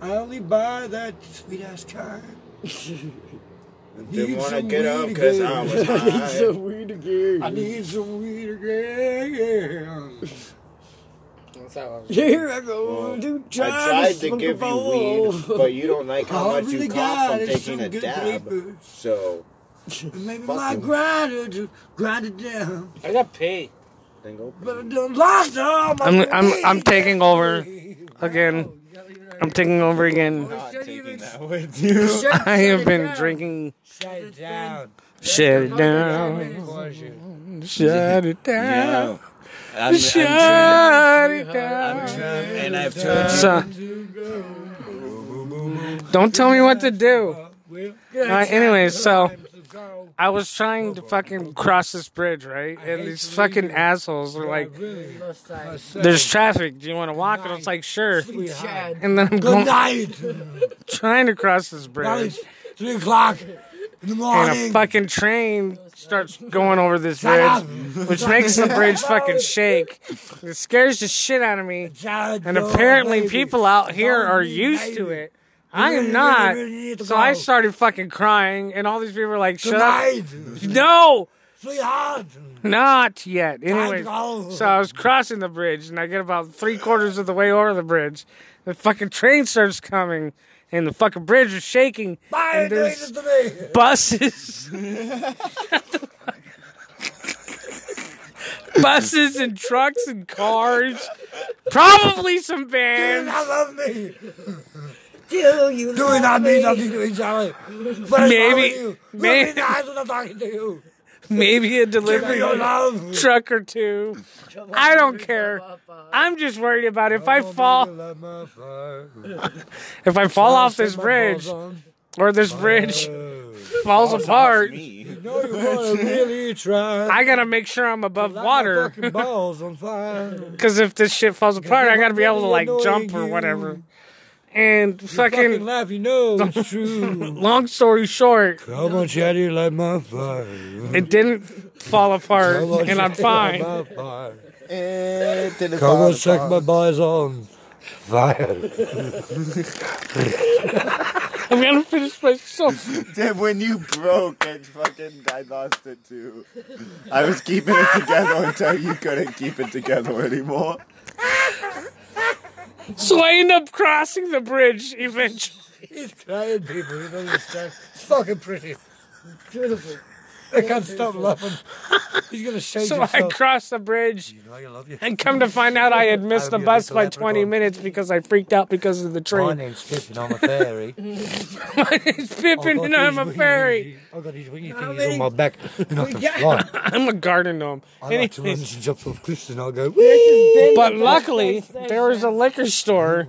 Speaker 3: I only buy that sweet ass kind.
Speaker 8: Didn't
Speaker 3: Need
Speaker 8: want to
Speaker 3: some
Speaker 8: get up
Speaker 3: weed
Speaker 8: because I
Speaker 3: again.
Speaker 8: was high.
Speaker 2: Some weed
Speaker 3: I
Speaker 2: again.
Speaker 3: need some weed again.
Speaker 13: That's how I was.
Speaker 2: Here I go
Speaker 8: Well,
Speaker 2: to try
Speaker 8: I tried to
Speaker 2: smoke a
Speaker 8: give you
Speaker 2: bowl.
Speaker 8: weed, but you don't like how
Speaker 3: All
Speaker 8: much you
Speaker 3: really
Speaker 8: cough
Speaker 3: got
Speaker 8: from
Speaker 3: is
Speaker 8: taking
Speaker 3: some
Speaker 8: a
Speaker 3: good
Speaker 8: dab.
Speaker 3: papers.
Speaker 8: So
Speaker 3: And Maybe
Speaker 8: Fuck
Speaker 3: my
Speaker 8: you.
Speaker 3: grinder just grind it down.
Speaker 13: I got paid.
Speaker 8: then go.
Speaker 3: But I done lost all my
Speaker 24: I'm I'm I'm
Speaker 3: weed.
Speaker 13: Oh,
Speaker 24: taking over again. I'm taking over again.
Speaker 8: Not taking that
Speaker 13: that would do. I have been drinking.
Speaker 3: Shut it down.
Speaker 13: Shut it
Speaker 3: down.
Speaker 13: down. Shut it
Speaker 8: Yeah.
Speaker 13: down.
Speaker 8: I'm- I'm
Speaker 13: Shut
Speaker 8: trying.
Speaker 13: it down.
Speaker 8: I'm trying, and I've told
Speaker 13: So- don't tell me what to do. All right, anyway, so I was trying to fucking cross this bridge, right? And these fucking assholes were like, "There's traffic. Do you want to walk?" And I was like, "Sure." And then I'm
Speaker 3: Good
Speaker 13: going,
Speaker 3: night.
Speaker 13: trying to cross this bridge,
Speaker 3: Three o'clock in the
Speaker 13: and a
Speaker 3: morning.
Speaker 13: fucking train starts going over this
Speaker 3: Shut
Speaker 13: bridge,
Speaker 3: up.
Speaker 13: which makes the bridge fucking shake. It scares the shit out of me. And
Speaker 3: your
Speaker 13: apparently,
Speaker 3: baby.
Speaker 13: people out here
Speaker 3: Don't
Speaker 13: are
Speaker 3: be
Speaker 13: used to
Speaker 3: baby.
Speaker 13: it. I am
Speaker 3: You
Speaker 13: not.
Speaker 3: really need to
Speaker 13: So I
Speaker 3: go.
Speaker 13: started fucking crying, and all these people were like, "Shut
Speaker 3: Tonight.
Speaker 13: up!" No,
Speaker 3: Sweetheart.
Speaker 13: not yet. Anyway,
Speaker 3: go.
Speaker 13: so I was crossing the bridge, and I get about three quarters of the way over the bridge. The fucking train starts coming, and the fucking bridge is shaking.
Speaker 3: Why are you
Speaker 13: and
Speaker 3: doing
Speaker 13: there's
Speaker 3: this to me?
Speaker 13: buses, buses, and trucks and cars, probably some
Speaker 3: Do you
Speaker 13: vans.
Speaker 3: not love me?
Speaker 2: Do you
Speaker 3: Do we not mean something to each other? What is wrong
Speaker 13: Maybe-
Speaker 3: with you? Look me in the eyes when I'm talking to you.
Speaker 13: maybe a
Speaker 3: me
Speaker 13: delivery
Speaker 3: your love.
Speaker 13: truck or two. I don't care. I'm just worried about if I fall, if I fall off this bridge, or this bridge falls apart.
Speaker 3: No, you want to really try.
Speaker 13: I gotta make sure I'm above
Speaker 3: Light my
Speaker 13: water.
Speaker 3: fucking balls on fire.
Speaker 13: Because if this shit falls apart, I gotta be able to like
Speaker 3: Annoying
Speaker 13: jump or
Speaker 3: you.
Speaker 13: whatever. And
Speaker 3: Fucking,
Speaker 13: fucking,
Speaker 3: laugh, you know it's true.
Speaker 13: long story short,
Speaker 3: Come on, Chatty, light my fire.
Speaker 13: it didn't fall apart,
Speaker 3: Come on,
Speaker 13: and I'm
Speaker 3: Chatty,
Speaker 13: fine.
Speaker 3: light my fire.
Speaker 9: It didn't
Speaker 3: Come
Speaker 9: fall
Speaker 3: on, check my
Speaker 9: apart.
Speaker 3: balls on fire.
Speaker 13: I'm gonna finish my soap.
Speaker 9: Then when you broke and fucking, I lost it too. I was keeping it together until you couldn't keep it together anymore.
Speaker 13: So I end up crossing the bridge eventually.
Speaker 3: He's crying, people. You don't understand. It's fucking pretty. Beautiful. I can't stop laughing. He's gonna shake
Speaker 13: So I
Speaker 3: himself.
Speaker 13: cross the bridge
Speaker 3: love you.
Speaker 13: and come to find out I had missed the
Speaker 3: be a
Speaker 13: bus
Speaker 3: little
Speaker 13: by 20
Speaker 3: leprechaun.
Speaker 13: minutes because I freaked out because of the
Speaker 3: My
Speaker 13: train.
Speaker 3: name's Pippin. I'm a fairy. Oh,
Speaker 13: it's Pippin
Speaker 3: I've
Speaker 13: and
Speaker 3: got
Speaker 13: I'm a
Speaker 3: these
Speaker 13: fairy.
Speaker 3: wings. I've got these wingy
Speaker 13: How
Speaker 3: thingies
Speaker 13: many-
Speaker 3: on my back. And I can fly.
Speaker 13: I'm a garden gnome.
Speaker 3: I like to run
Speaker 13: Anyways,
Speaker 3: and jump off cliffs and I'll go,
Speaker 13: but luckily, there was a liquor store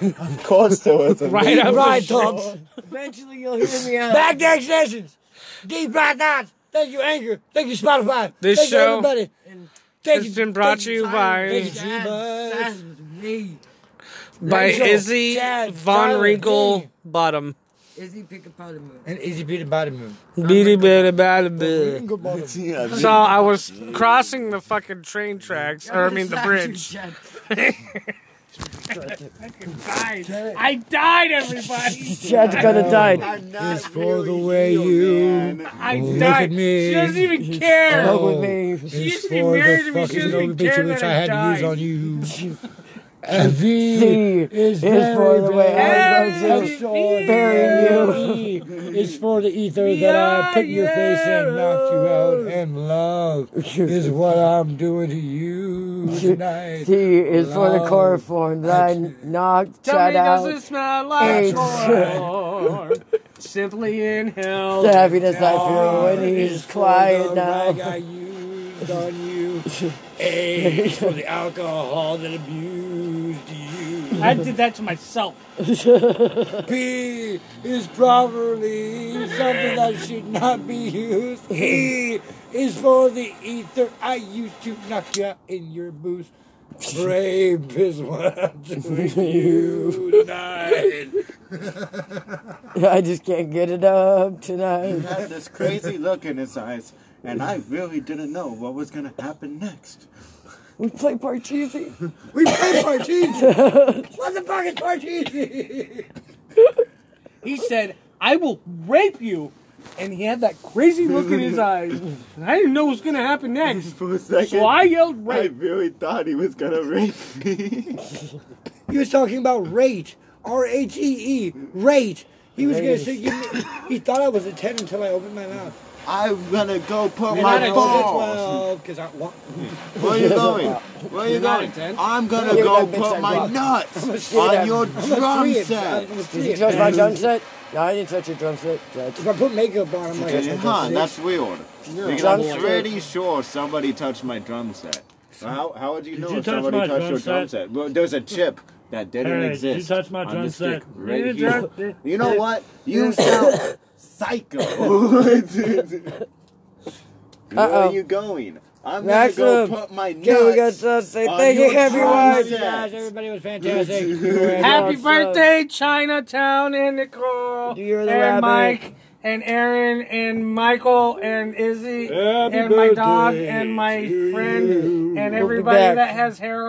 Speaker 9: Of course there was a
Speaker 13: right up the
Speaker 3: Right,
Speaker 13: street.
Speaker 3: dogs.
Speaker 2: Eventually you'll hear me out.
Speaker 3: Back deck sessions. Deep right now. Thank you, Anchor. Thank you, Spotify.
Speaker 13: This
Speaker 3: Thank
Speaker 13: show
Speaker 3: you, everybody. Thank
Speaker 13: has
Speaker 3: you.
Speaker 13: been brought
Speaker 3: thank
Speaker 13: to you by-
Speaker 3: Thank you, G-Buds.
Speaker 2: Me.
Speaker 13: by
Speaker 3: Rachel,
Speaker 13: Izzy
Speaker 3: Chad,
Speaker 13: Von
Speaker 3: Tyler,
Speaker 13: Wrinkle
Speaker 3: Dean.
Speaker 13: Bottom.
Speaker 2: Izzy pick a pot of moon.
Speaker 3: And Easy Beat and Body Moon.
Speaker 13: Bitty bitty bitty bitty.
Speaker 3: Good bottom.
Speaker 13: So I was crossing the fucking train tracks, or I mean the
Speaker 2: Slap
Speaker 13: bridge.
Speaker 2: your chest.
Speaker 13: I died, everybody.
Speaker 2: Chad's gonna die.
Speaker 9: I'm not
Speaker 3: It's for the way you
Speaker 13: I
Speaker 3: look
Speaker 13: died.
Speaker 3: at me.
Speaker 13: She doesn't even care.
Speaker 3: Oh,
Speaker 2: with me.
Speaker 13: She used
Speaker 3: It's
Speaker 13: to be
Speaker 3: for
Speaker 13: married
Speaker 3: the
Speaker 13: to me. She
Speaker 3: fucking
Speaker 13: doesn't even care
Speaker 3: obituary
Speaker 13: that
Speaker 3: I
Speaker 13: I
Speaker 3: had to use on
Speaker 13: died.
Speaker 3: you. And V
Speaker 2: Z
Speaker 3: is
Speaker 2: is for the way I
Speaker 3: very,
Speaker 13: love
Speaker 3: very
Speaker 13: you.
Speaker 3: short.
Speaker 2: Burying
Speaker 3: E is for the ether that I put in your face and knocked you out. And love is what I'm doing to you tonight.
Speaker 2: T is for the
Speaker 3: Love.
Speaker 2: chloroform that I knocked
Speaker 13: Tell
Speaker 2: Chad
Speaker 13: me, does
Speaker 2: out.
Speaker 13: it smell like
Speaker 2: Hey.
Speaker 13: chlorine? Simply inhale.
Speaker 2: The happiness I feel when he's
Speaker 3: for
Speaker 2: quiet
Speaker 3: the rag I
Speaker 2: now.
Speaker 3: used on you. A is for the alcohol that abused you.
Speaker 25: I did that to myself.
Speaker 3: P is probably something that should not be used. E is for the ether I used to knock you out in your booth. Brave is what I'm doing to you tonight.
Speaker 2: I just can't get it up tonight.
Speaker 9: He had this crazy look in his eyes, and I really didn't know what was gonna happen next.
Speaker 2: We play Parcheesi.
Speaker 3: We play Parcheesi. What the fuck is Parcheesi?
Speaker 25: He said, I will rape you. And he had that crazy look in his eyes. And I didn't know what was going to happen next.
Speaker 9: For a second,
Speaker 25: So I yelled
Speaker 9: I
Speaker 25: rape.
Speaker 9: really thought he was gonna rape me.
Speaker 3: He was talking about rate, R A T E, rate. He was gonna say, give me, he thought I was a ten until I opened my mouth.
Speaker 8: I'm gonna go put
Speaker 3: Midnight
Speaker 8: my
Speaker 3: at
Speaker 8: balls.
Speaker 3: 12, 'cause I want-
Speaker 8: Where are you going? Where are you
Speaker 3: Midnight
Speaker 8: going?
Speaker 3: at 10.
Speaker 8: I'm gonna
Speaker 3: Yeah,
Speaker 8: go
Speaker 3: that bitch I
Speaker 8: put my
Speaker 3: rock.
Speaker 2: I'm
Speaker 8: nuts
Speaker 2: scared
Speaker 8: on
Speaker 2: I'm-
Speaker 8: your
Speaker 2: I'm
Speaker 8: drum
Speaker 2: afraid.
Speaker 8: set.
Speaker 3: uh,
Speaker 2: Did you touch my drum set? No, I didn't touch your drum set, Judge.
Speaker 3: If I put makeup on, I'm
Speaker 8: Okay, huh, that's weird.
Speaker 2: You're
Speaker 8: Because
Speaker 2: a
Speaker 8: I'm
Speaker 2: boy.
Speaker 8: pretty sure somebody touched my drum set. So how, how would you
Speaker 26: Did
Speaker 8: know
Speaker 26: you
Speaker 8: if
Speaker 26: touch
Speaker 8: somebody
Speaker 26: my
Speaker 8: touched
Speaker 26: drum
Speaker 8: your drum
Speaker 26: set?
Speaker 8: set? Well, there's a chip that didn't
Speaker 26: Hey, did you
Speaker 8: exist.
Speaker 26: touch my
Speaker 8: on
Speaker 26: drum
Speaker 8: the
Speaker 26: set?
Speaker 8: stick Right
Speaker 26: Did you
Speaker 8: here.
Speaker 26: touch- did-
Speaker 8: you know
Speaker 26: did-
Speaker 8: what? You sound psycho. Where
Speaker 2: Uh-oh.
Speaker 8: are you going? I'm gonna
Speaker 2: Maximum.
Speaker 8: go put my nuts.
Speaker 2: Okay, we got to say
Speaker 8: on
Speaker 2: thank you,
Speaker 8: your drum
Speaker 2: everyone.
Speaker 8: set.
Speaker 3: Guys, everybody was fantastic.
Speaker 13: Happy birthday, Chinatown and Nicole
Speaker 3: the
Speaker 13: and
Speaker 3: rabbit.
Speaker 13: Mike and Aaron and Michael and Izzy
Speaker 3: Happy
Speaker 13: and my dog
Speaker 3: birthday
Speaker 13: and my friend and
Speaker 3: We'll be
Speaker 13: everybody
Speaker 3: back.
Speaker 13: that has hair